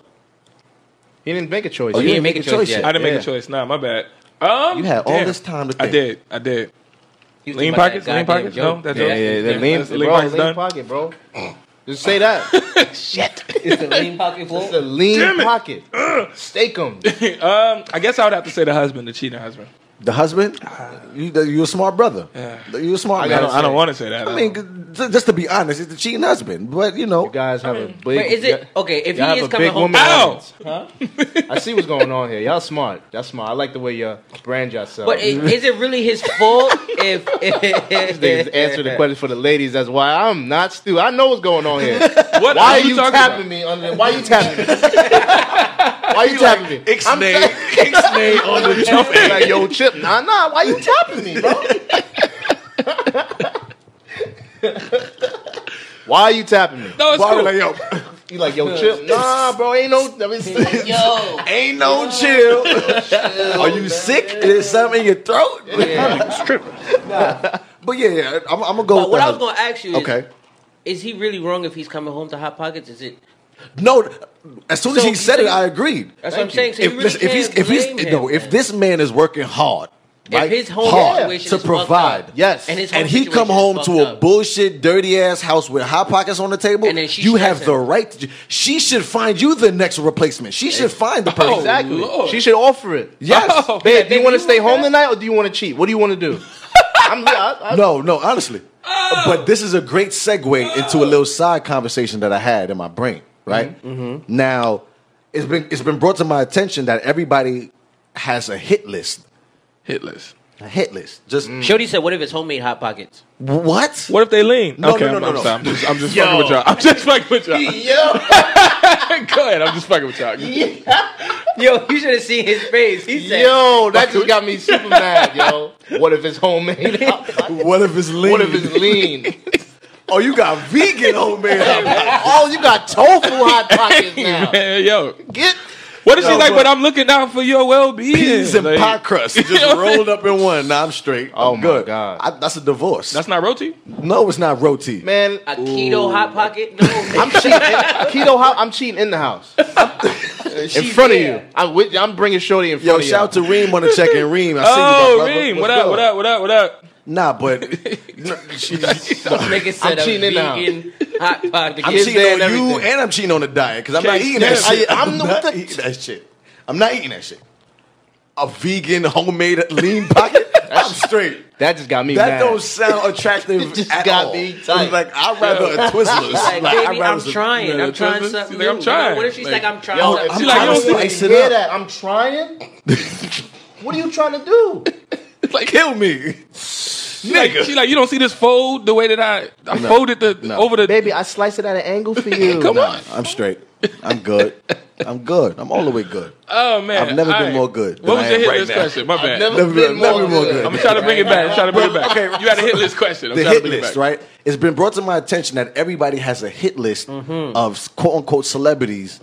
Speaker 5: He Oh, didn't make a choice.
Speaker 7: Oh, you
Speaker 5: yet.
Speaker 7: didn't make a choice yet.
Speaker 3: I didn't make
Speaker 5: Yeah.
Speaker 3: a choice. Nah, my bad. Um,
Speaker 2: You had all
Speaker 3: damn.
Speaker 2: this time to
Speaker 3: I
Speaker 2: think.
Speaker 3: did. I did.
Speaker 7: He was
Speaker 3: Lean
Speaker 7: thinking about
Speaker 3: pockets.
Speaker 7: that
Speaker 3: Lean
Speaker 7: goddamn
Speaker 3: pockets.
Speaker 7: joke.
Speaker 3: No, that's
Speaker 5: Yeah, yeah, that lean,
Speaker 3: lean
Speaker 5: bro,
Speaker 3: pockets
Speaker 5: lean
Speaker 3: done.
Speaker 5: pocket, bro. Just say that.
Speaker 7: It's the lean pocket
Speaker 5: It's a
Speaker 7: floor.
Speaker 5: lean
Speaker 3: Damn it. Uh.
Speaker 5: pocket. Steak 'em.
Speaker 3: Um, I guess I would have to say the husband, the cheating husband.
Speaker 2: The husband? You, you a smart brother. You a smart
Speaker 3: I
Speaker 2: man.
Speaker 3: don't, I don't want to say that.
Speaker 2: I mean, j- just to be honest, it's the cheating husband. But you know,
Speaker 5: You guys have a big.
Speaker 7: Wait, is it okay? If
Speaker 5: Y'all have
Speaker 7: he is
Speaker 5: a
Speaker 7: coming
Speaker 5: big
Speaker 7: home,
Speaker 5: woman
Speaker 3: Ow!
Speaker 5: audience. I see what's going on here. Y'all smart. Y'all smart. I like the way you brand yourself.
Speaker 7: but i- is it really his fault if?
Speaker 5: Niggas answer the question for the ladies. That's why I'm not Stu. I know what's going on here.
Speaker 3: What
Speaker 5: Why are
Speaker 3: are
Speaker 5: you
Speaker 3: talking
Speaker 5: tapping
Speaker 3: about?
Speaker 5: me? Under, why are you tapping me? Why are you tapping me? I'm tapping-
Speaker 2: on the
Speaker 5: like yo, Chip. Nah, nah. Why you tapping me, bro? why are you tapping me?
Speaker 3: No, it's cool.
Speaker 2: like, yo,
Speaker 5: You like yo, Chip? Nah, bro. Ain't no. I mean,
Speaker 7: Yo,
Speaker 2: ain't no chill. Are you sick? Is something in your throat? But yeah, yeah, I'm, I'm gonna go. with
Speaker 7: but what
Speaker 2: the
Speaker 7: I was
Speaker 2: husband.
Speaker 7: gonna ask you is,
Speaker 2: Okay.
Speaker 7: is he really wrong if he's coming home to hot pockets? Is it?
Speaker 2: No, as soon as
Speaker 7: So-
Speaker 2: he said
Speaker 7: so
Speaker 2: it,
Speaker 7: you-
Speaker 2: I agreed.
Speaker 7: That's what I'm saying. So you
Speaker 2: If,
Speaker 7: really
Speaker 2: listen, if
Speaker 7: can't
Speaker 2: he's if
Speaker 7: blame
Speaker 2: he's
Speaker 7: him,
Speaker 2: no, if
Speaker 7: man.
Speaker 2: this man is working hard,
Speaker 7: if
Speaker 2: right,
Speaker 7: his home
Speaker 2: hard
Speaker 7: situation
Speaker 2: to
Speaker 7: is
Speaker 2: provide,
Speaker 7: fucked up,
Speaker 5: Yes.
Speaker 7: and his home
Speaker 2: and he
Speaker 7: situation
Speaker 2: come home
Speaker 7: is
Speaker 2: to
Speaker 7: fucked
Speaker 2: a
Speaker 7: up,
Speaker 2: bullshit, dirty ass house with hot pockets on the table,
Speaker 7: And then she
Speaker 2: you have
Speaker 7: stressing.
Speaker 2: the right. To, she should find you the next replacement. She should find the person.
Speaker 5: Exactly.
Speaker 3: Lord.
Speaker 5: She should offer it.
Speaker 2: Yes.
Speaker 3: Oh.
Speaker 5: Babe, do
Speaker 7: babe,
Speaker 5: you want
Speaker 7: you
Speaker 5: to stay
Speaker 7: want
Speaker 5: home
Speaker 7: that?
Speaker 5: tonight or do you want to cheat? What do you want to do? I'm, I, I,
Speaker 2: No, no, honestly. But this is a great segue into a little side conversation that I had in my brain, right? Now, it's been it's been brought to my attention that everybody has a hit list.
Speaker 3: Hitless.
Speaker 2: A hit list. Just
Speaker 7: Shorty said, "What if it's homemade hot pockets?"
Speaker 2: what?
Speaker 3: What if they lean?
Speaker 2: No, no, no,
Speaker 3: I'm,
Speaker 2: no,
Speaker 3: I'm,
Speaker 2: no.
Speaker 3: sorry. I'm just, I'm just fucking with y'all. I'm just fucking with y'all.
Speaker 5: Yo,
Speaker 3: Go ahead. I'm just fucking with y'all.
Speaker 7: Yo, you should have seen his face. He said,
Speaker 5: yo, that just got me super mad, yo. What if it's homemade?
Speaker 2: What if it's lean?
Speaker 5: What if it's lean?
Speaker 2: oh, you got vegan homemade hot pockets.
Speaker 5: Oh, you got tofu hot pockets now.
Speaker 3: Man, yo,
Speaker 5: Get
Speaker 3: what is she
Speaker 2: No,
Speaker 3: like?
Speaker 2: but-
Speaker 3: But I'm looking out for your well being.
Speaker 2: peas and pie crust just rolled up in one. Now I'm straight.
Speaker 5: Oh,
Speaker 2: I'm
Speaker 5: my
Speaker 2: good.
Speaker 5: God.
Speaker 2: I, that's a divorce.
Speaker 3: That's not roti.
Speaker 2: no, it's not roti.
Speaker 5: man.
Speaker 7: "A keto hot pocket?" No,
Speaker 5: I'm cheating. Keto, house, I'm cheating in the house, in front of you. I'm with. I'm bringing Shorty in front
Speaker 2: Yo,
Speaker 5: of you.
Speaker 2: shout to Reem on the check in. Reem, I see you, my
Speaker 3: Oh,
Speaker 2: brother.
Speaker 3: Reem,
Speaker 2: What's
Speaker 3: what up?
Speaker 2: good?
Speaker 3: What up? What up? What up?
Speaker 2: Nah, but
Speaker 7: Nigga said
Speaker 5: I'm cheating now.
Speaker 7: a vegan hot pocket.
Speaker 2: I'm
Speaker 5: Kids
Speaker 2: cheating
Speaker 5: there
Speaker 2: on
Speaker 5: and
Speaker 2: you
Speaker 5: everything.
Speaker 2: and I'm cheating on the diet because I'm not
Speaker 3: Can't
Speaker 2: eating that
Speaker 5: stand it.
Speaker 2: shit.
Speaker 5: I- I'm
Speaker 2: I'm
Speaker 5: the-
Speaker 2: not eating that shit. I'm not eating that shit. A vegan homemade lean pocket. I'm straight.
Speaker 5: that just got me
Speaker 2: That
Speaker 5: mad.
Speaker 2: don't sound attractive
Speaker 5: It just
Speaker 2: at
Speaker 5: got
Speaker 2: all.
Speaker 5: me tight.
Speaker 2: It's Like I'd rather a Twizzlers.
Speaker 7: Like,
Speaker 2: Like, I'd
Speaker 7: baby,
Speaker 2: rather
Speaker 7: I'm
Speaker 2: some-
Speaker 7: trying.
Speaker 3: Yeah,
Speaker 7: I'm trying
Speaker 3: that's-
Speaker 7: something.
Speaker 3: like, I'm
Speaker 7: new.
Speaker 3: trying.
Speaker 7: What if she's like,
Speaker 3: Like,
Speaker 7: Oh, "I'm trying
Speaker 5: Yo,
Speaker 7: something"?
Speaker 2: I'm
Speaker 3: She like,
Speaker 2: trying
Speaker 3: you
Speaker 2: to
Speaker 3: don't see-
Speaker 2: spice it
Speaker 5: hear
Speaker 2: up.
Speaker 5: that? I'm trying. What are you trying to do?
Speaker 2: Like kill me.
Speaker 3: She like, she like, you don't see this fold the way that I, I folded the
Speaker 2: No.
Speaker 3: over the.
Speaker 5: Baby, I sliced it at an angle for you.
Speaker 3: Come on.
Speaker 2: I'm straight. I'm good. I'm good. I'm all the way good.
Speaker 7: Uh,
Speaker 3: Oh man,
Speaker 2: I've never
Speaker 3: All
Speaker 2: been
Speaker 3: right.
Speaker 2: more good than
Speaker 3: What was
Speaker 2: I
Speaker 3: your
Speaker 2: am
Speaker 3: hit
Speaker 2: right
Speaker 3: list
Speaker 2: now.
Speaker 3: question? My bad.
Speaker 5: Never,
Speaker 2: Never
Speaker 5: been
Speaker 2: been- never
Speaker 5: more
Speaker 2: been more
Speaker 5: good.
Speaker 2: good.
Speaker 3: I'm trying to bring it back. I'm trying to bring it back.
Speaker 2: Okay,
Speaker 3: you had a hit list question. I'm
Speaker 2: the
Speaker 3: trying
Speaker 2: hit
Speaker 3: to bring it
Speaker 2: list,
Speaker 3: back.
Speaker 2: right? It's been brought to my attention that everybody has a hit list
Speaker 3: Mm-hmm.
Speaker 2: of quote unquote celebrities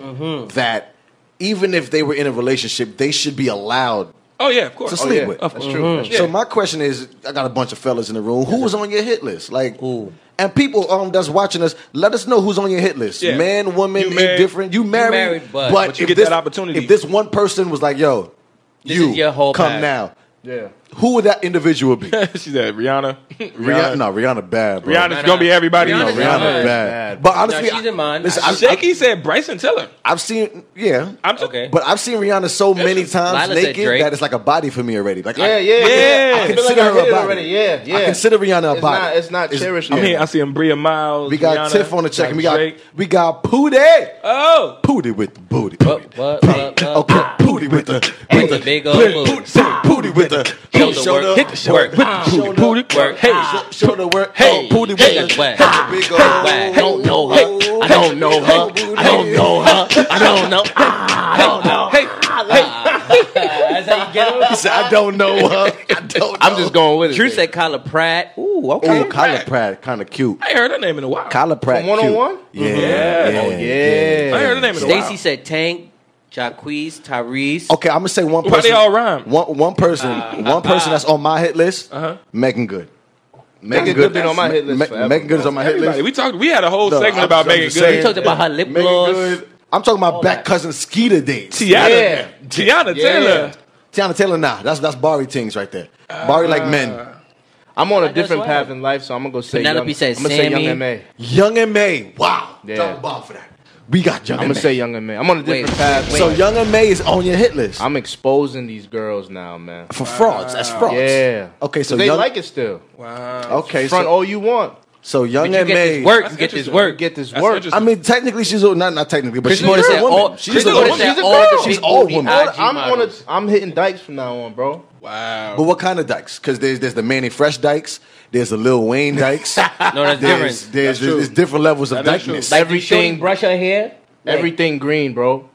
Speaker 2: that even if they were in a relationship, they should be allowed
Speaker 3: Oh yeah, of course.
Speaker 2: to
Speaker 3: Oh,
Speaker 2: sleep
Speaker 3: yeah.
Speaker 2: with.
Speaker 3: Of course. Mm-hmm.
Speaker 2: So
Speaker 3: Yeah.
Speaker 2: my question is, I got a bunch of fellas in the room. Who's on your hit list? Like, and people um that's watching us, let us know who's on your hit list.
Speaker 3: Yeah.
Speaker 2: Man, woman,
Speaker 3: You married-
Speaker 2: indifferent. You married,
Speaker 7: married, but-
Speaker 2: but,
Speaker 3: But you
Speaker 2: if
Speaker 3: get
Speaker 2: this,
Speaker 3: that opportunity.
Speaker 2: If this one person was like, "Yo, you
Speaker 7: is your whole
Speaker 2: come
Speaker 7: path.
Speaker 2: now,"
Speaker 5: Yeah.
Speaker 2: who would that individual be? Rihanna,
Speaker 3: she said Rihanna.
Speaker 2: no, Rihanna bad, bro.
Speaker 3: Rihanna's gonna be everybody.
Speaker 2: No,
Speaker 7: Rihanna's
Speaker 2: Rihanna
Speaker 7: mine.
Speaker 2: bad.
Speaker 5: Bad.
Speaker 2: But honestly,
Speaker 7: No, she's in mine.
Speaker 2: Listen,
Speaker 7: I-
Speaker 2: I,
Speaker 3: Shaky said Bryson Tiller.
Speaker 2: have seen, yeah,
Speaker 3: I'm just,
Speaker 7: Okay.
Speaker 2: but I've seen Rihanna so many times
Speaker 7: Lila said
Speaker 2: naked
Speaker 7: Drake.
Speaker 2: that it's like a body for me already. Like,
Speaker 5: Yeah,
Speaker 2: I,
Speaker 5: yeah,
Speaker 3: Yeah.
Speaker 5: yeah. I feel like
Speaker 2: Consider
Speaker 5: I
Speaker 2: her
Speaker 5: hit
Speaker 2: a
Speaker 5: it
Speaker 2: body.
Speaker 5: already. Yeah, yeah.
Speaker 2: I consider Rihanna a
Speaker 5: it's
Speaker 2: body.
Speaker 5: not. It's not cherished.
Speaker 3: I'm
Speaker 5: yet.
Speaker 3: here. I see Bria Miles.
Speaker 2: We got
Speaker 3: Rihanna,
Speaker 2: Tiff on the check, and we got
Speaker 3: Drake.
Speaker 2: we got Pootie,
Speaker 3: Oh,
Speaker 2: Pootie with the booty.
Speaker 7: What? What? What? what?
Speaker 2: Okay, Pootie with the
Speaker 7: Hey,
Speaker 2: with
Speaker 7: the
Speaker 2: the
Speaker 7: big old booty.
Speaker 2: Pootie Pootie with the
Speaker 7: Shoulder work. Hit the shoulder.
Speaker 2: Pootie Pootie
Speaker 7: Work.
Speaker 2: Hey,
Speaker 7: Ah.
Speaker 2: sho- shoulder work.
Speaker 7: Hey,
Speaker 2: Oh, Pootie with
Speaker 7: hey,
Speaker 2: the
Speaker 7: whack.
Speaker 2: hey, big old.
Speaker 7: Whack.
Speaker 2: Don't know her. I don't know her. I don't know her. I don't know. I don't know.
Speaker 3: hey,
Speaker 7: That's how you get
Speaker 2: He
Speaker 7: him.
Speaker 2: said, I don't know her. I don't.
Speaker 5: I'm just going with it.
Speaker 7: Drew
Speaker 5: baby.
Speaker 7: said Kyla Pratt. Ooh, okay.
Speaker 2: Ooh, Kyla Pratt, kind of cute.
Speaker 3: I ain't heard her name in a while.
Speaker 2: Kyla Pratt,
Speaker 5: From 101?
Speaker 2: cute. Yeah, yeah,
Speaker 5: Oh yeah.
Speaker 3: I ain't heard her name in a while.
Speaker 7: Stacy said Tank, Jacquees, Tyrese.
Speaker 2: Okay, I'm gonna say one
Speaker 3: Why they
Speaker 2: person.
Speaker 3: all rhyme?
Speaker 2: One one person,
Speaker 5: Ah,
Speaker 2: one person that's on my hit list.
Speaker 3: Uh-huh.
Speaker 2: Megan Good. Megan
Speaker 5: Good been on my hit list
Speaker 2: Me-
Speaker 5: forever,
Speaker 2: Megan Good is on my hit
Speaker 3: Everybody,
Speaker 2: list.
Speaker 3: we talked. We had a whole
Speaker 2: No,
Speaker 3: segment
Speaker 2: I'm
Speaker 3: about
Speaker 2: just
Speaker 3: Megan
Speaker 2: saying-
Speaker 7: We
Speaker 3: Good.
Speaker 7: talked about her lip
Speaker 2: Megan
Speaker 7: gloss.
Speaker 2: Good. I'm talking about back
Speaker 7: that.
Speaker 2: cousin Skeeter dates.
Speaker 3: Tiana,
Speaker 5: Yeah.
Speaker 3: Tiana
Speaker 5: Yeah.
Speaker 3: Taylor.
Speaker 2: Tiana Taylor, nah, that's that's Bari things right there. Bari
Speaker 5: Ah.
Speaker 2: like men.
Speaker 5: I'm on a
Speaker 7: just
Speaker 5: different
Speaker 7: went.
Speaker 5: path in life, so I'm gonna go say.
Speaker 7: Penelope
Speaker 5: young,
Speaker 7: said
Speaker 5: I'm gonna say
Speaker 7: Sammy.
Speaker 5: young MA.
Speaker 2: Young and May, wow,
Speaker 5: Yeah.
Speaker 2: double bomb for that. We got Young.
Speaker 5: I'm gonna say young and May. I'm on a different
Speaker 7: Wait,
Speaker 5: path.
Speaker 2: so. Young and May is on your hit list
Speaker 5: I'm exposing these girls now, man.
Speaker 2: for frauds. That's frauds.
Speaker 5: Yeah.
Speaker 2: Okay, so
Speaker 5: they
Speaker 2: young-
Speaker 5: like it still.
Speaker 2: Okay.
Speaker 5: Front
Speaker 2: So,
Speaker 5: all you want.
Speaker 2: so Young
Speaker 7: You
Speaker 2: and
Speaker 7: get
Speaker 2: May.
Speaker 7: this work.
Speaker 3: That's
Speaker 7: You get this
Speaker 3: interesting.
Speaker 5: You
Speaker 7: work.
Speaker 5: get this
Speaker 3: That's
Speaker 5: work.
Speaker 3: interesting.
Speaker 2: I mean, technically, she's a, not not technically, but
Speaker 7: Chris
Speaker 2: she's a
Speaker 7: Porter said
Speaker 2: woman.
Speaker 7: all.
Speaker 2: she's a
Speaker 7: Chris
Speaker 5: Porter
Speaker 7: Porter
Speaker 2: woman.
Speaker 5: woman. She's
Speaker 7: said
Speaker 5: a
Speaker 7: all
Speaker 5: girl.
Speaker 7: the
Speaker 2: She's
Speaker 7: big
Speaker 2: all
Speaker 7: booty
Speaker 2: woman.
Speaker 7: IG
Speaker 5: I'm on a.
Speaker 7: models.
Speaker 5: I'm hitting dikes from now on, bro.
Speaker 2: But what kind of dykes? Because there's there's the Manny Fresh dykes, there's the Lil Wayne dykes.
Speaker 7: No, that's
Speaker 2: there's
Speaker 7: different.
Speaker 2: there's,
Speaker 3: true.
Speaker 2: there's, different levels of
Speaker 3: That is
Speaker 2: dykeness.
Speaker 7: Like everything.
Speaker 5: everything-
Speaker 7: brush her hair. Like,
Speaker 5: Everything green, bro.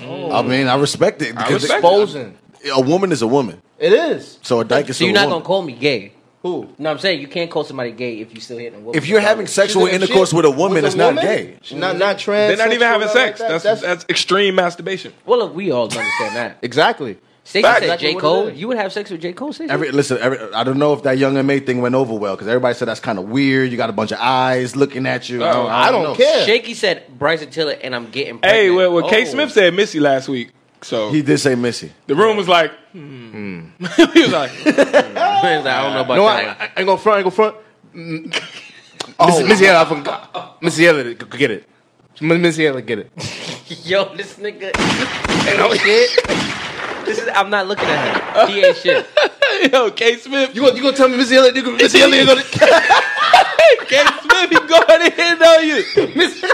Speaker 2: I mean, I respect it because
Speaker 3: respect
Speaker 5: Exposing.
Speaker 2: a woman is a woman,
Speaker 5: It is.
Speaker 2: so a dyke is
Speaker 7: So
Speaker 2: a
Speaker 7: you're not
Speaker 2: woman.
Speaker 7: gonna call me gay.
Speaker 5: Who?
Speaker 7: No, I'm saying you can't call somebody gay if you still hitting a woman.
Speaker 2: if you're having sexual
Speaker 5: She's a-
Speaker 2: intercourse
Speaker 5: she-
Speaker 2: with a woman, it's not
Speaker 5: woman?
Speaker 2: gay.
Speaker 5: She's not
Speaker 3: They're
Speaker 5: not trans.
Speaker 3: not even having
Speaker 5: sexual,
Speaker 3: sex.
Speaker 5: nothing like
Speaker 3: That's
Speaker 5: that.
Speaker 3: that's, extreme masturbation.
Speaker 7: well, look, we all understand that.
Speaker 5: exactly.
Speaker 7: Stacey said
Speaker 5: Exactly
Speaker 7: J
Speaker 5: what it
Speaker 7: Cole.
Speaker 5: is.
Speaker 7: You would have sex with J Cole. Stacey?
Speaker 2: Every listen, every, I don't know if that Young and May thing went over well because everybody said that's kind of weird. You got a bunch of eyes looking at you.
Speaker 3: Oh,
Speaker 5: I don't
Speaker 2: know.
Speaker 5: care.
Speaker 7: Shaky said Bryson Tiller, and I'm getting. Pregnant.
Speaker 3: Hey, well, well, K.
Speaker 7: Oh.
Speaker 3: Smith said Missy last week, so
Speaker 2: He did say Missy.
Speaker 3: the room was like, hmm. he was like,
Speaker 7: I don't know about
Speaker 5: No, I,
Speaker 7: that.
Speaker 5: I ain't gonna front. I ain't gonna front.
Speaker 2: Oh,
Speaker 5: Missy Elliott, I fucking got. Missy Elliott, g- get it. M- Missy Elliott, get it.
Speaker 7: one. Yo, this nigga. no shit. This is. I'm not looking at him. He ain't shit.
Speaker 3: yo, K. Smith,
Speaker 5: You gonna, you gonna tell me Missy Elliott? nigga, Missy Elliott gonna.
Speaker 3: K. Smith, he going in on you.
Speaker 5: Missy-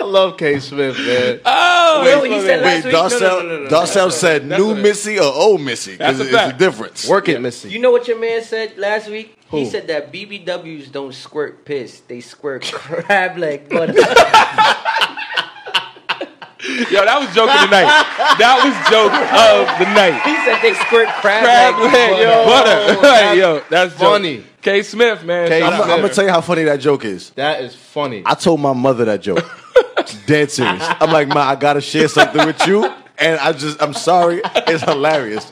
Speaker 5: I love K. Smith, man.
Speaker 3: Oh,
Speaker 7: Remember what he said
Speaker 2: wait,
Speaker 7: last week. No,
Speaker 2: Darcel,
Speaker 7: no, no, no, no.
Speaker 2: Darcel said new
Speaker 3: what it-
Speaker 2: Missy or old Missy
Speaker 3: That's
Speaker 2: because
Speaker 3: a
Speaker 2: it's a
Speaker 3: fact.
Speaker 2: difference.
Speaker 5: Work it, Missy.
Speaker 7: You know what your man said last week? He
Speaker 5: Who?
Speaker 7: said that BBWs don't squirt piss; they squirt crab leg butter.
Speaker 3: yo, that was joke of the night. That was joke of the night.
Speaker 7: He said they squirt crab,
Speaker 3: Crab
Speaker 7: leg,
Speaker 3: leg,
Speaker 7: butter.
Speaker 3: yo, butter. Like,
Speaker 5: that's
Speaker 3: yo, that's joke.
Speaker 5: funny.
Speaker 3: K. Smith, man.
Speaker 5: K.
Speaker 2: I'm,
Speaker 3: Shout out.
Speaker 5: Smith.
Speaker 2: I'm gonna tell you how funny that joke is.
Speaker 5: That is funny.
Speaker 2: I told my mother that joke. Dead serious. I'm like, ma, I gotta share something with you, and I just, I'm sorry. It's hilarious.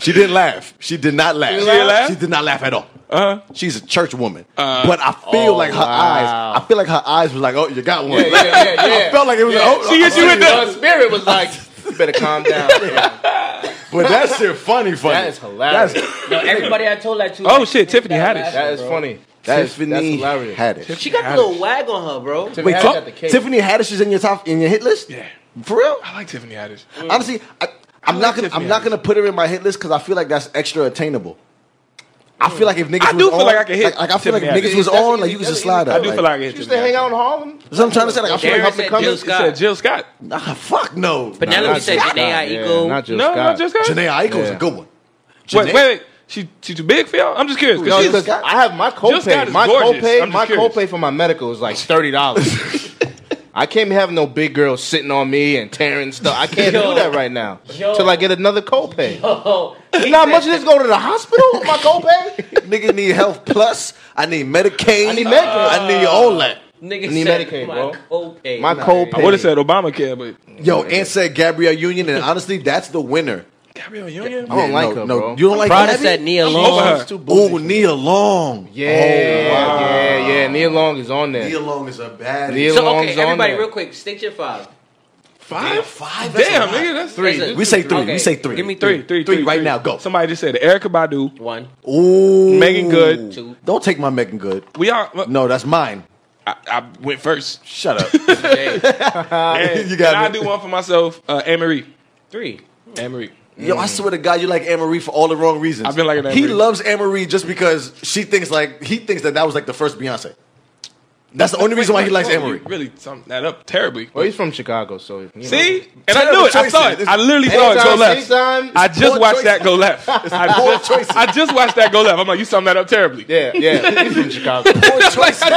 Speaker 2: She didn't laugh. She did not laugh.
Speaker 3: She didn't laugh?
Speaker 2: She did not laugh at all.
Speaker 3: Uh-huh. Uh,
Speaker 2: She's a church woman, but I feel like her
Speaker 5: oh, wow.
Speaker 2: eyes. I feel like her eyes was like, "Oh, you got one."
Speaker 5: yeah, yeah, yeah.
Speaker 2: I felt like it was. Like, oh,
Speaker 3: She hit you with
Speaker 5: Her
Speaker 3: the.
Speaker 5: spirit was like, you better calm down. man.
Speaker 2: but that shit funny, funny.
Speaker 5: That is hilarious.
Speaker 7: Yo, everybody I told that to.
Speaker 3: Oh
Speaker 7: like,
Speaker 3: shit,
Speaker 7: they
Speaker 3: Tiffany
Speaker 7: got
Speaker 3: Haddish.
Speaker 7: mad.
Speaker 5: That is funny. That is that's
Speaker 2: Tiffany
Speaker 5: hilarious.
Speaker 2: Haddish.
Speaker 7: She got the little wag on her, bro.
Speaker 5: Tiffany
Speaker 2: Wait,
Speaker 5: Haddish
Speaker 2: Tiff-
Speaker 5: got the cake.
Speaker 2: Tiffany Haddish is in your top in your hit list?
Speaker 3: Yeah,
Speaker 2: for real.
Speaker 3: I like Tiffany Haddish.
Speaker 2: Honestly, I, I'm
Speaker 3: like
Speaker 2: not gonna
Speaker 3: Tiffany
Speaker 2: I'm not
Speaker 3: Haddish.
Speaker 2: gonna put her in my hit list because I feel like that's extra attainable. I feel like if niggas
Speaker 3: I
Speaker 2: was
Speaker 3: do feel
Speaker 2: on-
Speaker 3: like I can hit
Speaker 2: Like, like I feel like
Speaker 3: Tiffany
Speaker 2: if
Speaker 3: Haddish.
Speaker 2: niggas was
Speaker 5: That's
Speaker 2: on,
Speaker 5: easy.
Speaker 2: like you could
Speaker 5: That's
Speaker 2: just slide
Speaker 5: easy.
Speaker 2: out.
Speaker 3: I do feel like I hit
Speaker 5: She used
Speaker 3: Tiffany
Speaker 5: to hang
Speaker 3: Haddish.
Speaker 5: out in Harlem.
Speaker 2: That's what I'm trying to say. Like I feel
Speaker 7: Darren
Speaker 2: like
Speaker 7: said
Speaker 2: I'm
Speaker 7: Jill
Speaker 2: coming.
Speaker 3: It said
Speaker 7: Scott.
Speaker 3: Jill Scott.
Speaker 2: Nah, fuck no.
Speaker 7: Penelope
Speaker 5: Not
Speaker 7: said
Speaker 5: Jill
Speaker 7: Janae
Speaker 5: Scott, yeah,
Speaker 7: Aiko.
Speaker 5: Not Jill
Speaker 3: No,
Speaker 5: Scott.
Speaker 3: not Jill Scott.
Speaker 2: Janae Aiko was
Speaker 5: Yeah.
Speaker 2: a good one.
Speaker 3: Wait,
Speaker 2: Janae-
Speaker 3: wait, wait. She she too big for y'all? I'm just curious. 'cause
Speaker 5: No,
Speaker 3: she's-
Speaker 5: because I have my
Speaker 3: Jill Scott
Speaker 5: copay.
Speaker 3: is
Speaker 5: My
Speaker 3: gorgeous. I'm
Speaker 5: copay,
Speaker 3: just
Speaker 5: my
Speaker 3: curious.
Speaker 5: copay for my medical is like thirty dollars. I can't have no big girl sitting on me and tearing stuff. I can't
Speaker 7: Yo.
Speaker 5: do that right now
Speaker 7: Yo.
Speaker 5: till I get another copay.
Speaker 7: Oh,
Speaker 5: Not much of this go to the hospital. My copay.
Speaker 2: Nigga need health plus. I need Medicaid.
Speaker 5: I need Medicaid.
Speaker 2: I need all
Speaker 3: Uh,
Speaker 2: that.
Speaker 7: nigga
Speaker 5: Need
Speaker 7: said
Speaker 5: Medicaid,
Speaker 7: my
Speaker 5: bro.
Speaker 7: copay.
Speaker 5: My copay.
Speaker 3: I would have said Obamacare, but
Speaker 2: Yo, and said Gabrielle Union, and honestly, that's the winner.
Speaker 3: Gabrielle Union.
Speaker 5: I don't like her,
Speaker 2: no,
Speaker 5: bro.
Speaker 2: You don't like
Speaker 7: Prada
Speaker 2: Gabby?
Speaker 7: said Nia
Speaker 3: over her.
Speaker 7: Long.
Speaker 3: It's too
Speaker 2: Ooh, Nia Long.
Speaker 5: Yeah, yeah, yeah. Neil Long is on there.
Speaker 2: Nia Long is a bad.
Speaker 5: Nia
Speaker 7: So
Speaker 5: Long's
Speaker 7: okay,
Speaker 5: on
Speaker 7: everybody,
Speaker 5: there.
Speaker 7: real quick, state your five.
Speaker 2: Five, five. That's
Speaker 3: Damn,
Speaker 2: a lot.
Speaker 3: nigga, that's three.
Speaker 7: Three.
Speaker 2: We say three.
Speaker 7: Okay,
Speaker 2: We say three.
Speaker 7: Give me
Speaker 3: Three,
Speaker 7: three.
Speaker 3: three,
Speaker 2: Three right now, go.
Speaker 3: Somebody just said Erica Badu.
Speaker 7: One.
Speaker 2: Ooh,
Speaker 3: Megan Good.
Speaker 7: Two.
Speaker 2: Don't take my Megan Good.
Speaker 3: We all.
Speaker 2: No, that's mine.
Speaker 3: I, I went first.
Speaker 2: Shut up.
Speaker 7: Okay.
Speaker 3: And,
Speaker 2: You got
Speaker 3: and I do one for myself. Uh, Anne Marie.
Speaker 7: three.
Speaker 3: Anne Marie.
Speaker 2: Yo, I swear to God, you like Anne Marie for all the wrong reasons.
Speaker 3: I've been liking Anne
Speaker 2: He
Speaker 3: Marie.
Speaker 2: loves Anne Marie just because she thinks like he thinks that that was like the first Beyonce. That's the only reason why he likes Anne
Speaker 3: Bro, you
Speaker 2: Marie.
Speaker 3: Oh, Really summed that up terribly.
Speaker 5: Well, he's from Chicago, so you know.
Speaker 3: See? And I
Speaker 2: Terrible
Speaker 3: knew it. I saw
Speaker 2: choices.
Speaker 3: it. I literally saw it
Speaker 5: Anytime,
Speaker 3: go left.
Speaker 5: anytime.
Speaker 3: I just
Speaker 2: poor
Speaker 3: watched
Speaker 2: choices.
Speaker 3: that go left. I
Speaker 2: poor
Speaker 3: just,
Speaker 2: choices.
Speaker 3: I just watched that go left. I'm like, you summed that up terribly.
Speaker 5: yeah, yeah. He's from Chicago.
Speaker 3: Like, I, saw, I saw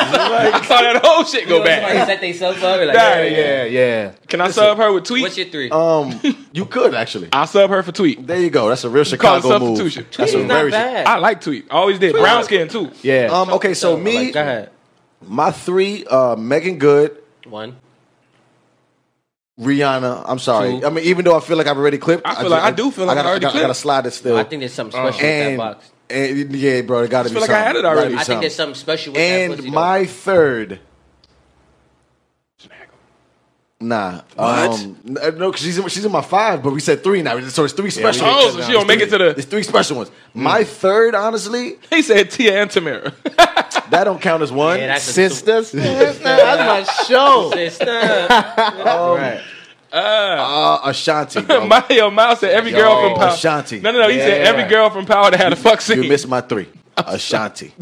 Speaker 3: that whole shit go
Speaker 7: Somebody
Speaker 3: back.
Speaker 7: set themselves up. Like,
Speaker 3: Nah,
Speaker 7: yeah, yeah.
Speaker 5: Yeah, yeah.
Speaker 3: Can I sub her with tweet?
Speaker 7: What's your three?
Speaker 2: Um, you could actually.
Speaker 3: I sub her for tweet.
Speaker 2: There you go. That's a real
Speaker 3: Call it
Speaker 2: Chicago move.
Speaker 3: substitution.
Speaker 2: That's
Speaker 7: Tweet
Speaker 2: a
Speaker 7: is not
Speaker 2: very.
Speaker 7: bad.
Speaker 3: I like tweet. I always did. Brown skin too.
Speaker 5: Yeah.
Speaker 2: Um, okay, so me,
Speaker 7: Go ahead.
Speaker 2: my three, uh, Megan Good,
Speaker 7: One.
Speaker 2: Rihanna. I'm sorry.
Speaker 7: Two.
Speaker 2: I mean, even though I feel like I've already clipped,
Speaker 3: I feel like- I do feel like I
Speaker 2: gotta,
Speaker 3: already
Speaker 2: gotta, I
Speaker 3: clipped.
Speaker 2: gotta slide it still.
Speaker 7: I think there's something special with that
Speaker 2: and,
Speaker 7: box.
Speaker 2: and- yeah, bro, it gotta be.
Speaker 3: I feel like I
Speaker 2: something.
Speaker 3: had it
Speaker 2: Gotta
Speaker 3: already.
Speaker 2: be
Speaker 7: I think
Speaker 2: something.
Speaker 7: there's something special with that
Speaker 2: And
Speaker 7: pussy.
Speaker 2: my third. Nah,
Speaker 3: What?
Speaker 2: Um, n- no, because she's in, she's in my five, but we said three now, so it's three special.
Speaker 3: Oh, so she don't make it to
Speaker 2: It's
Speaker 3: the. Hmm.
Speaker 2: three special ones. My third, honestly,
Speaker 3: He said Tia and Tamara.
Speaker 2: that don't count as one.
Speaker 7: though. yeah, that's sister.
Speaker 5: Sisters, that's my show.
Speaker 7: Sister.
Speaker 2: uh, Ashanti. bro.
Speaker 3: Mario Miles said every girl
Speaker 5: Yo,
Speaker 3: from Power.
Speaker 2: Ashanti.
Speaker 3: No, no, no. He said
Speaker 5: Yeah.
Speaker 3: every girl from Power that had a fuck scene.
Speaker 2: you missed my three. Ashanti.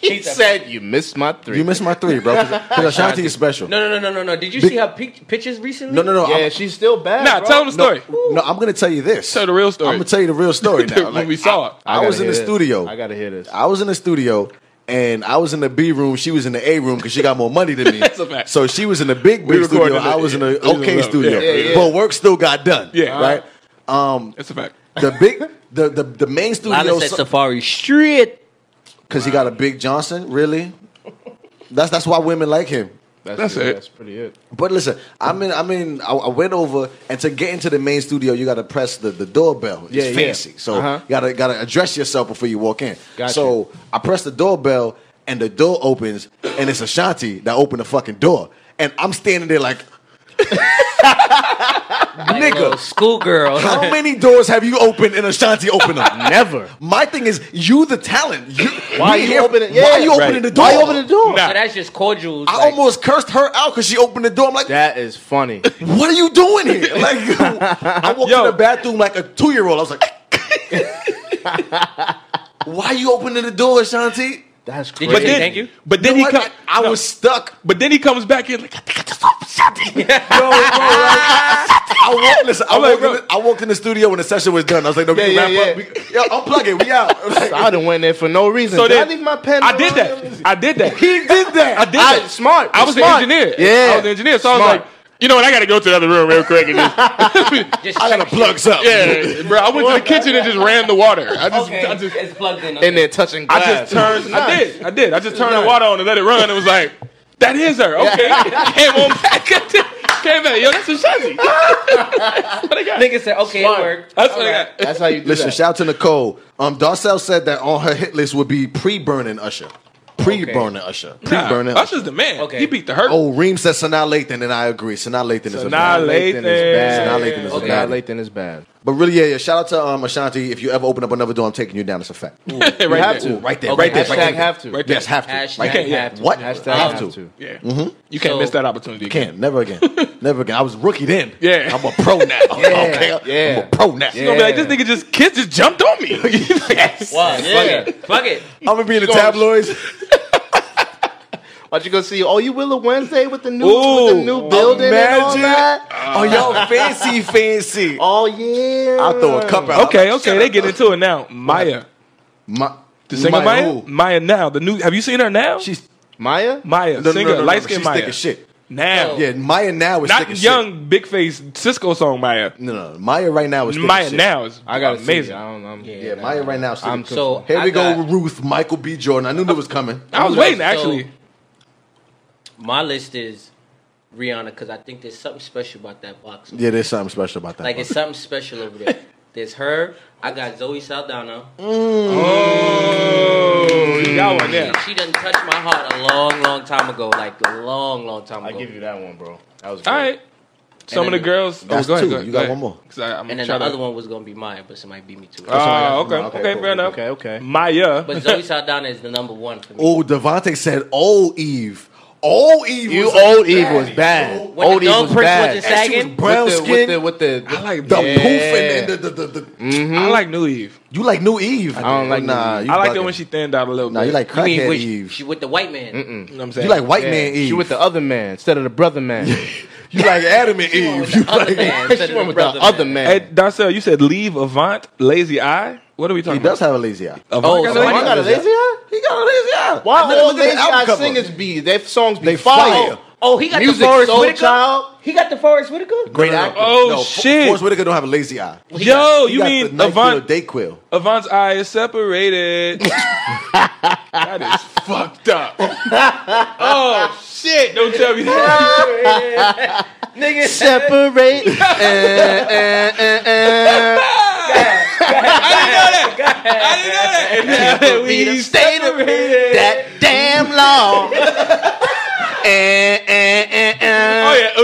Speaker 5: He said you missed my three.
Speaker 2: You missed my three, bro. Because Ashanti is special.
Speaker 7: No, no, no, no, no, no. Did you
Speaker 2: Big-
Speaker 7: see her pic- pictures recently?
Speaker 2: no, no, no.
Speaker 5: yeah,
Speaker 2: I'm-
Speaker 5: she's still bad.
Speaker 3: Nah,
Speaker 5: bro.
Speaker 3: tell him the story.
Speaker 2: no, I'm gonna tell you this.
Speaker 3: Tell the real story.
Speaker 2: I'm gonna tell you the real story now.
Speaker 3: when we
Speaker 2: Like,
Speaker 3: saw it.
Speaker 2: I,
Speaker 5: gotta
Speaker 2: was in
Speaker 5: hear
Speaker 2: the
Speaker 5: this.
Speaker 2: studio.
Speaker 5: I gotta hear this.
Speaker 2: I was in the studio and I was in the B room. She was in the A room because she got more money than me.
Speaker 3: That's a fact.
Speaker 2: So she was in the big,
Speaker 3: We
Speaker 2: big studio.
Speaker 3: recorded in the-
Speaker 2: I was in the
Speaker 3: we was in
Speaker 2: OK
Speaker 3: the-
Speaker 2: studio.
Speaker 3: yeah, yeah,
Speaker 5: yeah.
Speaker 2: But work still got done.
Speaker 3: Yeah.
Speaker 2: Right?
Speaker 3: That's a fact.
Speaker 2: The big, the, the, the main studio.
Speaker 7: Lana said Safari Street.
Speaker 2: Because he got a big Johnson, really? That's, that's why women like him.
Speaker 3: That's it.
Speaker 5: That's pretty it.
Speaker 2: But listen, I'm in. I'm in. I, I went over, and to get into the main studio, you got to press the, the doorbell. It's
Speaker 5: Yeah, yeah.
Speaker 2: fancy, so
Speaker 5: Uh-huh.
Speaker 2: you gotta gotta address yourself before you walk in.
Speaker 5: Gotcha.
Speaker 2: So I press the doorbell, and the door opens, and it's Ashanti that opened the fucking door, and I'm standing there like,
Speaker 7: Nigga. Schoolgirl.
Speaker 2: how many doors have you opened and Ashanti opened them?
Speaker 5: Never.
Speaker 2: My thing is, you the talent. You,
Speaker 5: Why
Speaker 2: we
Speaker 5: you
Speaker 2: here-
Speaker 5: opening-
Speaker 2: Why
Speaker 5: yeah,
Speaker 2: you opening
Speaker 5: right.
Speaker 2: the door?
Speaker 5: Why you opening the door?
Speaker 7: So that's just cordials.
Speaker 2: I
Speaker 7: like,
Speaker 2: almost cursed her out because she opened the door. I'm like,
Speaker 5: That is funny.
Speaker 2: what are you doing here? Like, I walked
Speaker 3: Yo.
Speaker 2: in the bathroom like a two year old. I was like, why you opening the door, Shanti?
Speaker 5: That's
Speaker 7: Did
Speaker 5: crazy.
Speaker 7: you
Speaker 3: But
Speaker 7: say
Speaker 3: then,
Speaker 7: thank you?
Speaker 3: but then
Speaker 2: You know
Speaker 3: he
Speaker 2: what?
Speaker 3: comes.
Speaker 2: I, I was stuck.
Speaker 3: But then he comes back in like, I think I just opened something.
Speaker 2: I walked, listen, I,
Speaker 3: I'm like,
Speaker 2: walked in
Speaker 3: bro.
Speaker 2: the, I walked in the studio when the session was done. I was like, no, we
Speaker 5: Yeah,
Speaker 2: can
Speaker 5: yeah,
Speaker 2: wrap
Speaker 5: yeah.
Speaker 2: up. We, yo, unplug it. We out. Like,
Speaker 5: I done went there for no reason.
Speaker 3: So
Speaker 5: did
Speaker 3: then-
Speaker 5: I leave my pen?
Speaker 3: I did
Speaker 5: around?
Speaker 3: that. I did that.
Speaker 2: he did that.
Speaker 3: I did
Speaker 5: I,
Speaker 3: that.
Speaker 5: smart.
Speaker 3: I was the
Speaker 5: smart.
Speaker 3: engineer.
Speaker 5: Yeah.
Speaker 3: I was the engineer. So I was
Speaker 5: Smart.
Speaker 3: like, you know what? I got to go to the other room real quick. And just,
Speaker 7: just
Speaker 2: I gotta
Speaker 7: check-
Speaker 2: plug something.
Speaker 3: yeah, bro. I went to the kitchen and just ran the water. I just,
Speaker 7: Okay,
Speaker 3: I just,
Speaker 7: it's plugged in.
Speaker 5: in there touching
Speaker 3: I
Speaker 5: glass.
Speaker 3: just turned. I did. I did. I just turned the
Speaker 5: Nice.
Speaker 3: water on and let it run. It was like, that is her. Okay. Came on back. Came back. Yo, that's a Shazzy.
Speaker 7: Nigga said, okay, it worked.
Speaker 3: That's what I got.
Speaker 5: That's how you do
Speaker 2: Listen,
Speaker 5: that.
Speaker 2: shout out to Nicole. Um, Darcel said that on her hit list would be pre burning Usher. Pre burning Usher. Pre
Speaker 3: Nah,
Speaker 2: burning Usher.
Speaker 3: Usher's the man.
Speaker 7: Okay.
Speaker 3: He beat the hurt.
Speaker 2: Oh, Reem said Sanaa Lathan, and I agree. Sanaa Lathan is a
Speaker 3: Sanaa
Speaker 2: bad.
Speaker 3: Lathan is bad.
Speaker 2: Sanaa Lathan is a
Speaker 5: Okay.
Speaker 2: bad.
Speaker 5: Lathan is bad.
Speaker 2: But really, yeah, yeah. Shout out to um, Ashanti. If you ever open up another door, I'm taking you down. It's a fact.
Speaker 3: right
Speaker 5: You have
Speaker 3: there.
Speaker 5: to.
Speaker 2: Right there,
Speaker 7: Okay.
Speaker 2: right there,
Speaker 5: Hashtag
Speaker 2: right there.
Speaker 5: have to.
Speaker 3: Right there.
Speaker 2: Yes, have to.
Speaker 7: Hashtag
Speaker 2: right there.
Speaker 7: have to.
Speaker 2: What?
Speaker 5: Hashtag
Speaker 2: have, to.
Speaker 3: Yeah. You can't
Speaker 7: So-
Speaker 3: miss that opportunity. again.
Speaker 2: Can't. Never again. never again. I was rookie then.
Speaker 3: Yeah.
Speaker 2: I'm a pro now. okay.
Speaker 5: yeah.
Speaker 2: I'm a pro now.
Speaker 3: You're gonna be like, this nigga just kids just jumped on me. yes.
Speaker 7: Wow,
Speaker 5: Yeah.
Speaker 7: plug it. Plug it.
Speaker 2: I'm gonna be in the
Speaker 5: She gonna-
Speaker 2: tabloids.
Speaker 5: Why'd you go see? Oh, you Willow Wednesday with the new
Speaker 3: Ooh.
Speaker 5: with the new building and all
Speaker 2: Imagine.
Speaker 5: that.
Speaker 2: oh, y'all fancy, fancy.
Speaker 5: Oh yeah.
Speaker 2: I'll throw a cup out.
Speaker 3: Okay, okay, they get into it now. Maya.
Speaker 2: My,
Speaker 3: The singer
Speaker 2: Maya
Speaker 3: Maya?
Speaker 2: who?
Speaker 3: Maya now. The new. Have you seen her now?
Speaker 2: She's
Speaker 5: Maya?
Speaker 3: Maya,
Speaker 2: no, no,
Speaker 3: singer,
Speaker 2: no, no, no,
Speaker 3: light skinned
Speaker 2: she's
Speaker 3: Maya.
Speaker 2: thick as shit.
Speaker 3: Now,
Speaker 2: Yeah, Maya now is thick
Speaker 3: not
Speaker 2: as Shit.
Speaker 3: young, big face Cisco song Maya.
Speaker 2: No, no, Maya right now is thick as
Speaker 3: Maya
Speaker 2: shit.
Speaker 3: now is
Speaker 5: I got
Speaker 3: amazing.
Speaker 5: amazing. I don't, I'm,
Speaker 2: Yeah, Maya right now. is thick
Speaker 5: I'm
Speaker 2: as shit.
Speaker 7: so
Speaker 2: here
Speaker 7: I
Speaker 2: we go.
Speaker 7: got-
Speaker 2: with Ruth, Michael B. Jordan. I knew that was coming.
Speaker 3: I was
Speaker 7: So-
Speaker 3: waiting actually.
Speaker 7: My list is Rihanna because I think there's something special about that box.
Speaker 2: Yeah, there's something special about that.
Speaker 7: Like
Speaker 2: one.
Speaker 7: it's something special over there. There's her. I got Zoe Saldana.
Speaker 3: Mm, Oh, you got one there.
Speaker 7: She done touched my heart a long, long time ago. Like a long, long time
Speaker 5: I
Speaker 7: ago.
Speaker 5: give you that one, bro. That was
Speaker 3: All right. Some of
Speaker 7: And
Speaker 3: the
Speaker 7: then-
Speaker 3: girls.
Speaker 2: That's
Speaker 3: oh, go ahead,
Speaker 2: two.
Speaker 3: Go ahead,
Speaker 2: You
Speaker 3: go
Speaker 2: got
Speaker 3: ahead.
Speaker 2: one more.
Speaker 3: 'Cause I, am
Speaker 7: and then the other one was gonna be mine, but somebody beat me to it.
Speaker 3: Oh, okay.
Speaker 2: Okay,
Speaker 3: Okay,
Speaker 2: cool,
Speaker 3: fair
Speaker 2: cool,
Speaker 3: enough.
Speaker 5: Okay, okay.
Speaker 3: Maya.
Speaker 7: but Zoe Saldana is the number one for me.
Speaker 2: Oh, Devontae said, "Oh, Eve, oh, Eve,
Speaker 5: You
Speaker 2: was
Speaker 5: old Eve was bad.
Speaker 7: When the
Speaker 5: Old Eve
Speaker 7: dog
Speaker 5: was
Speaker 7: print
Speaker 5: bad.
Speaker 7: was just
Speaker 2: and she was
Speaker 7: sagging?
Speaker 2: brown
Speaker 5: with the,
Speaker 2: skin,
Speaker 5: With the, with the,
Speaker 3: I
Speaker 5: with
Speaker 3: like
Speaker 2: the
Speaker 3: that.
Speaker 2: poof, and, and the, the, the, the-
Speaker 3: I like New Eve.
Speaker 2: you like New Eve. I
Speaker 5: don't like
Speaker 2: nah.
Speaker 5: New
Speaker 2: You
Speaker 3: I like
Speaker 2: bugging.
Speaker 3: that when she thinned out a little
Speaker 2: Nah,
Speaker 3: bit.
Speaker 2: you like
Speaker 7: You mean
Speaker 2: crackhead
Speaker 7: with-
Speaker 2: Eve.
Speaker 7: She with the white man.
Speaker 3: You know what I'm saying?
Speaker 2: You like white
Speaker 5: Yeah,
Speaker 2: man Eve.
Speaker 5: She with the other man instead of the brother man.
Speaker 2: you like Adam and Eve. You
Speaker 7: Other
Speaker 2: like
Speaker 7: man.
Speaker 5: she went with the other man.
Speaker 3: Hey, Darcel, you said leave Avant, lazy eye. What are we
Speaker 2: he
Speaker 3: talking
Speaker 2: does
Speaker 3: about?
Speaker 2: have a lazy eye.
Speaker 3: Avant got
Speaker 7: so
Speaker 3: a
Speaker 5: Why
Speaker 3: lazy eye?
Speaker 5: you Oh, got a lazy eye?
Speaker 2: He got a lazy eye.
Speaker 5: Why
Speaker 2: Look at-
Speaker 5: all
Speaker 2: look at the
Speaker 5: lazy
Speaker 2: album
Speaker 5: eye
Speaker 2: cover.
Speaker 5: singers be? Their songs be
Speaker 2: They
Speaker 5: fire.
Speaker 2: fire.
Speaker 7: Oh, he got the
Speaker 5: Music
Speaker 7: Forrest
Speaker 5: Soul
Speaker 7: Whitaker.
Speaker 5: Child.
Speaker 7: He got the Forrest Whitaker.
Speaker 2: Great actor.
Speaker 3: Oh,
Speaker 2: For-
Speaker 3: shit.
Speaker 2: Forrest Whitaker don't have a lazy eye.
Speaker 7: He got-
Speaker 3: Yo,
Speaker 2: He
Speaker 3: you
Speaker 2: got
Speaker 3: mean
Speaker 2: the
Speaker 3: Avant?
Speaker 2: Day Quill.
Speaker 3: Avant's eye is separated. that is fucked up. oh shit! Don't tell me that.
Speaker 7: Nigga,
Speaker 5: Separate. Eh, eh, eh, eh.
Speaker 3: we separated.
Speaker 5: That damn long. Eh, eh, eh, eh.
Speaker 3: Oh yeah. Ooh,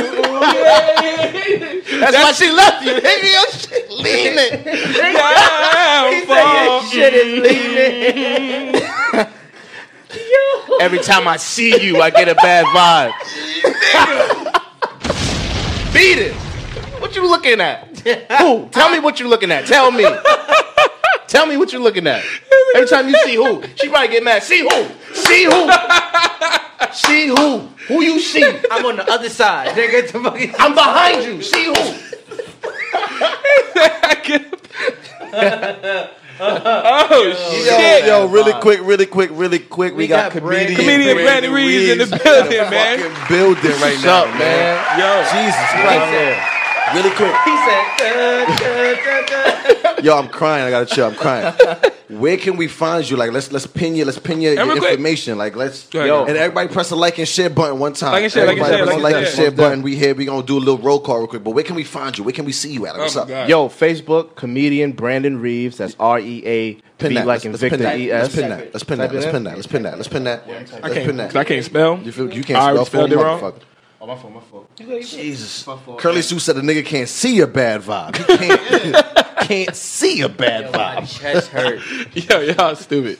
Speaker 3: ooh, ooh.
Speaker 5: That's, why she left you. Nigga, your shit leaning.
Speaker 3: Downfall.
Speaker 5: shit is leaning. Mm. Every time I see you, I get a bad vibe. Beat it. What you looking at? Who? Tell me what you looking at. Tell me. Tell me what you looking at. Every time you see who, she probably get mad. See who? See who? See who? Who you see?
Speaker 7: I'm on the other side. Nigga, the fucking-
Speaker 5: I'm behind you. See who?
Speaker 3: Oh shit!
Speaker 2: Yo, really quick, really quick, really quick. We, got,
Speaker 5: got
Speaker 2: comedian,
Speaker 5: Brandon-
Speaker 3: Comedian Brandon Reeves in the building, man.
Speaker 2: Fucking building right
Speaker 5: What's
Speaker 2: now,
Speaker 5: up, man?
Speaker 3: Yo,
Speaker 2: Jesus Christ. Really quick.
Speaker 7: He said, uh,
Speaker 2: Yo, I'm crying. I gotta chill. I'm crying. Where can we find you? Like, let's let's pin your let's pin your,
Speaker 3: And
Speaker 2: your
Speaker 3: real quick-
Speaker 2: information. Like, let's
Speaker 3: Go ahead,
Speaker 2: yo,
Speaker 3: go ahead.
Speaker 2: and everybody press the like and share button one time.
Speaker 3: Like and share, like and
Speaker 2: everybody
Speaker 3: share,
Speaker 2: press
Speaker 3: like and
Speaker 2: the like and
Speaker 3: share.
Speaker 2: share button. We here. We gonna do a little roll call real quick. But where can we find you? Where can we see you at? Like, what's
Speaker 3: Oh,
Speaker 2: up?
Speaker 3: God.
Speaker 5: Yo, Facebook comedian Brandon Reeves. That's R E A
Speaker 2: Pin
Speaker 5: B
Speaker 2: that.
Speaker 5: like
Speaker 2: Let's,
Speaker 5: in
Speaker 2: let's
Speaker 5: Victor
Speaker 2: pin that.
Speaker 5: E
Speaker 2: Let's
Speaker 5: S.
Speaker 2: pin that. Let's pin that. Let's pin that. Let's pin that. Let's pin that. Let's
Speaker 3: I
Speaker 2: pin
Speaker 3: can't.
Speaker 2: that.
Speaker 3: 'cause I can't spell.
Speaker 2: You feel you
Speaker 3: I already
Speaker 2: can't spell
Speaker 3: spelled
Speaker 2: for
Speaker 3: it
Speaker 2: a
Speaker 3: wrong.
Speaker 2: motherfucker.
Speaker 5: Oh, my fault, my fault.
Speaker 2: Jesus. Curly Sue said a nigga can't see a bad vibe. He can't, can't see a bad
Speaker 7: my
Speaker 2: vibe.
Speaker 7: chest hurt.
Speaker 3: Yo, y'all stupid.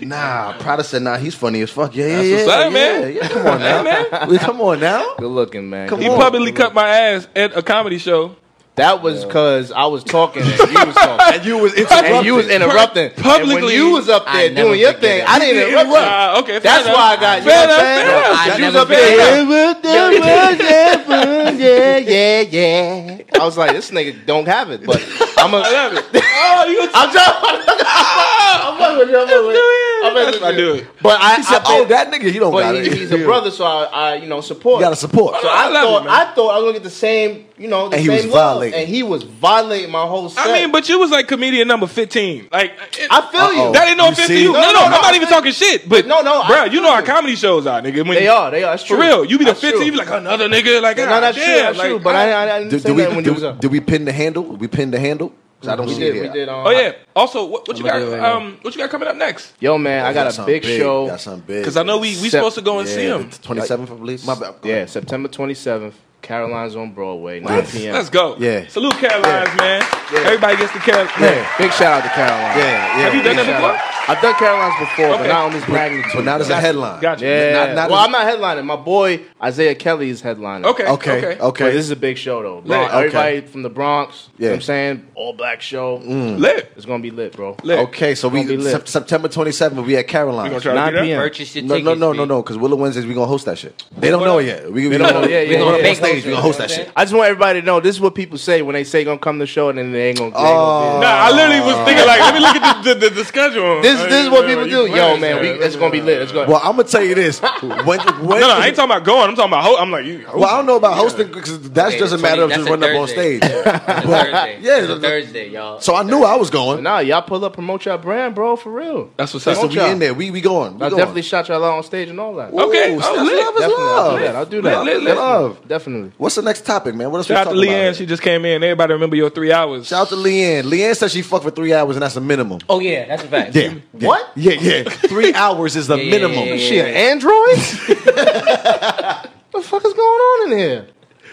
Speaker 2: Nah, Prada said, nah, he's funny as fuck. Yeah, yeah, yeah.
Speaker 3: what's up,
Speaker 2: yeah,
Speaker 3: man.
Speaker 2: yeah. Come on now. man. Come on now.
Speaker 5: Good looking, man.
Speaker 2: Come
Speaker 3: He
Speaker 2: on.
Speaker 3: publicly cut my ass at a comedy show.
Speaker 5: That was because I was talking and you was talking.
Speaker 2: And you was
Speaker 5: and you was interrupting.
Speaker 3: Publicly.
Speaker 5: And when you was up
Speaker 7: I
Speaker 5: there
Speaker 7: never
Speaker 5: doing your
Speaker 7: forget
Speaker 5: thing,
Speaker 7: it.
Speaker 5: I didn't interrupt. you.
Speaker 3: Ah, okay, fair
Speaker 5: That's
Speaker 3: enough.
Speaker 5: why I got you.
Speaker 3: Fair
Speaker 5: know what I'm
Speaker 3: enough, fair enough.
Speaker 5: saying? Cause
Speaker 7: I
Speaker 5: You was
Speaker 7: never
Speaker 5: up there.
Speaker 7: forget
Speaker 5: Yeah, yeah, yeah. I was like, this nigga don't have it, but I'm
Speaker 3: I
Speaker 5: a.
Speaker 3: love it. Oh, you
Speaker 5: I'm trying. I'm fucking with you. I'm fucking with you. I'm fucking
Speaker 3: That's
Speaker 5: with
Speaker 3: what I do it.
Speaker 5: you. But I, I
Speaker 2: oh,
Speaker 5: been-
Speaker 2: that nigga, he don't got
Speaker 5: But
Speaker 2: it.
Speaker 5: he, he's a brother, so I, I you know, support.
Speaker 2: You gotta support.
Speaker 5: So
Speaker 3: I
Speaker 5: I,
Speaker 3: love
Speaker 5: thought
Speaker 3: it, man.
Speaker 5: I thought I was gonna get the same, you know, the
Speaker 2: And he
Speaker 5: same
Speaker 2: was
Speaker 5: love,
Speaker 2: violating.
Speaker 5: and he was violating my whole set.
Speaker 3: I mean, but you was like comedian number fifteen. Like it-
Speaker 5: I feel you.
Speaker 2: Uh-oh.
Speaker 3: that ain't no
Speaker 2: You
Speaker 3: offense to
Speaker 2: see?
Speaker 3: you. No,
Speaker 5: No,
Speaker 3: no,
Speaker 5: no,
Speaker 3: I'm
Speaker 5: no,
Speaker 3: not
Speaker 5: I
Speaker 3: even
Speaker 5: think-
Speaker 3: talking shit. But
Speaker 5: No, no, I
Speaker 3: bro, you
Speaker 5: feel
Speaker 3: know how
Speaker 5: you.
Speaker 3: comedy shows are, nigga. When
Speaker 5: they are, they are. That's
Speaker 3: for
Speaker 5: true.
Speaker 3: real. You be the
Speaker 5: That's true.
Speaker 3: fifteen. You be like another nigga. Like ah,
Speaker 5: no, that's
Speaker 3: damn,
Speaker 5: true. That's
Speaker 3: like,
Speaker 5: true. But I, I, I didn't
Speaker 2: Did,
Speaker 5: say
Speaker 2: did we,
Speaker 5: that when
Speaker 2: did,
Speaker 5: he was up.
Speaker 2: did we pin the handle? We pinned the handle? 'Cause I don't
Speaker 5: we
Speaker 2: see
Speaker 5: did,
Speaker 2: it.
Speaker 5: we
Speaker 2: yet.
Speaker 5: did. Um,
Speaker 3: Oh yeah. Also, what, what you
Speaker 5: I'ma do it
Speaker 3: got?
Speaker 5: right now.
Speaker 3: Um, what you got coming up next?
Speaker 5: Yo, man, I
Speaker 2: Got
Speaker 5: got a
Speaker 2: something
Speaker 5: big show.
Speaker 2: Got something big.
Speaker 3: Because I know we we
Speaker 5: Sep-
Speaker 3: supposed to go and see him.
Speaker 2: Twenty seventh, I believe. My bad. Go
Speaker 5: Yeah,
Speaker 2: ahead.
Speaker 5: September 27th, Caroline's on Broadway, 9 p.m.
Speaker 3: Let's go.
Speaker 2: Yeah.
Speaker 3: Salute Carolines, man. Everybody gets the Carolines.
Speaker 5: Big shout out to
Speaker 2: yeah,
Speaker 5: Caroline.
Speaker 2: yeah.
Speaker 3: Have you done that
Speaker 5: Big shout
Speaker 3: before?
Speaker 5: out. I've done Caroline's before, but not on this magnitude.
Speaker 2: But now there's a headline.
Speaker 3: Gotcha.
Speaker 5: Yeah.
Speaker 2: Not- not
Speaker 5: well,
Speaker 2: as-
Speaker 5: I'm not headlining. My boy Isaiah Kelly is headlining.
Speaker 2: Okay,
Speaker 3: Okay.
Speaker 2: Oh, okay.
Speaker 3: Okay.
Speaker 5: But this is a big show though. Bro,
Speaker 3: Lit. Okay.
Speaker 5: Everybody from the Bronx. You know
Speaker 2: Yeah.
Speaker 5: what I'm saying all black show.
Speaker 3: Lit.
Speaker 5: It's gonna be lit, bro.
Speaker 3: Lit.
Speaker 2: okay, so we
Speaker 5: Gonna be lit.
Speaker 2: Sep- September 27th, we at Caroline.
Speaker 3: We gonna try to
Speaker 5: 9
Speaker 3: do that?
Speaker 5: p.m.
Speaker 7: Purchase your
Speaker 2: No,
Speaker 7: tickets.
Speaker 2: no, no, no,
Speaker 7: B.
Speaker 2: no, because Willow Wednesdays, we going to host that shit. They don't
Speaker 3: What
Speaker 2: know
Speaker 3: up?
Speaker 2: yet. We, we
Speaker 5: don't
Speaker 2: gonna-
Speaker 5: know. Yeah,
Speaker 2: we
Speaker 5: yeah,
Speaker 2: gonna
Speaker 5: yeah.
Speaker 2: go on
Speaker 5: Bank
Speaker 2: stage,
Speaker 7: host
Speaker 2: we
Speaker 7: it.
Speaker 2: going to host that shit.
Speaker 5: I just want everybody to know this is what people say when they say gonna come to the show and then they ain't gonna. They ain't gonna
Speaker 3: Nah, I literally
Speaker 5: Uh.
Speaker 3: was thinking like, let me look at the, the, the, the schedule.
Speaker 5: be there. this
Speaker 3: I
Speaker 5: this is
Speaker 3: ain't
Speaker 5: what
Speaker 3: really
Speaker 5: people do.
Speaker 3: like,
Speaker 5: Yo, man, we,
Speaker 3: plans,
Speaker 5: it's gonna be lit. It's gonna.
Speaker 2: Well, I'm going to tell you this. When, when,
Speaker 3: No, no, I ain't talking about going. I'm talking about. Ho- I'm like, you,
Speaker 2: well, I don't know about hosting because that's
Speaker 7: Hey,
Speaker 2: just a
Speaker 7: the
Speaker 2: matter of
Speaker 7: 20
Speaker 2: just
Speaker 7: that's a
Speaker 2: running up on
Speaker 7: Thursday.
Speaker 2: stage.
Speaker 7: It's a Thursday.
Speaker 2: Yeah,
Speaker 7: It's a
Speaker 2: the-
Speaker 7: Thursday, y'all.
Speaker 2: So I knew I was going.
Speaker 5: nah, y'all pull up, promote your brand, bro, for real.
Speaker 3: That's what's
Speaker 2: So
Speaker 3: up.
Speaker 2: we in there. We we going. We
Speaker 5: I
Speaker 2: going.
Speaker 5: definitely shot y'all out on stage and all that.
Speaker 3: Okay,
Speaker 2: Ooh,
Speaker 3: oh,
Speaker 2: that's
Speaker 3: lit.
Speaker 2: love is
Speaker 5: Definitely, I'll do that.
Speaker 2: love.
Speaker 5: I'll do that.
Speaker 3: Lit, lit,
Speaker 5: Definitely.
Speaker 2: lit.
Speaker 5: Definitely.
Speaker 2: What's the next topic, man? What else we
Speaker 3: Shout out to
Speaker 2: talking
Speaker 3: Leanne.
Speaker 2: about?
Speaker 3: She just came in. Everybody remember your three hours.
Speaker 2: Shout out to Leanne. Leanne said she fucked for three hours and that's a minimum.
Speaker 7: Oh yeah, that's a fact.
Speaker 2: Yeah. yeah.
Speaker 5: What?
Speaker 2: Yeah, yeah. Three hours is the
Speaker 7: yeah,
Speaker 2: minimum.
Speaker 7: yeah, yeah,
Speaker 5: She an android? what the fuck is going on in here?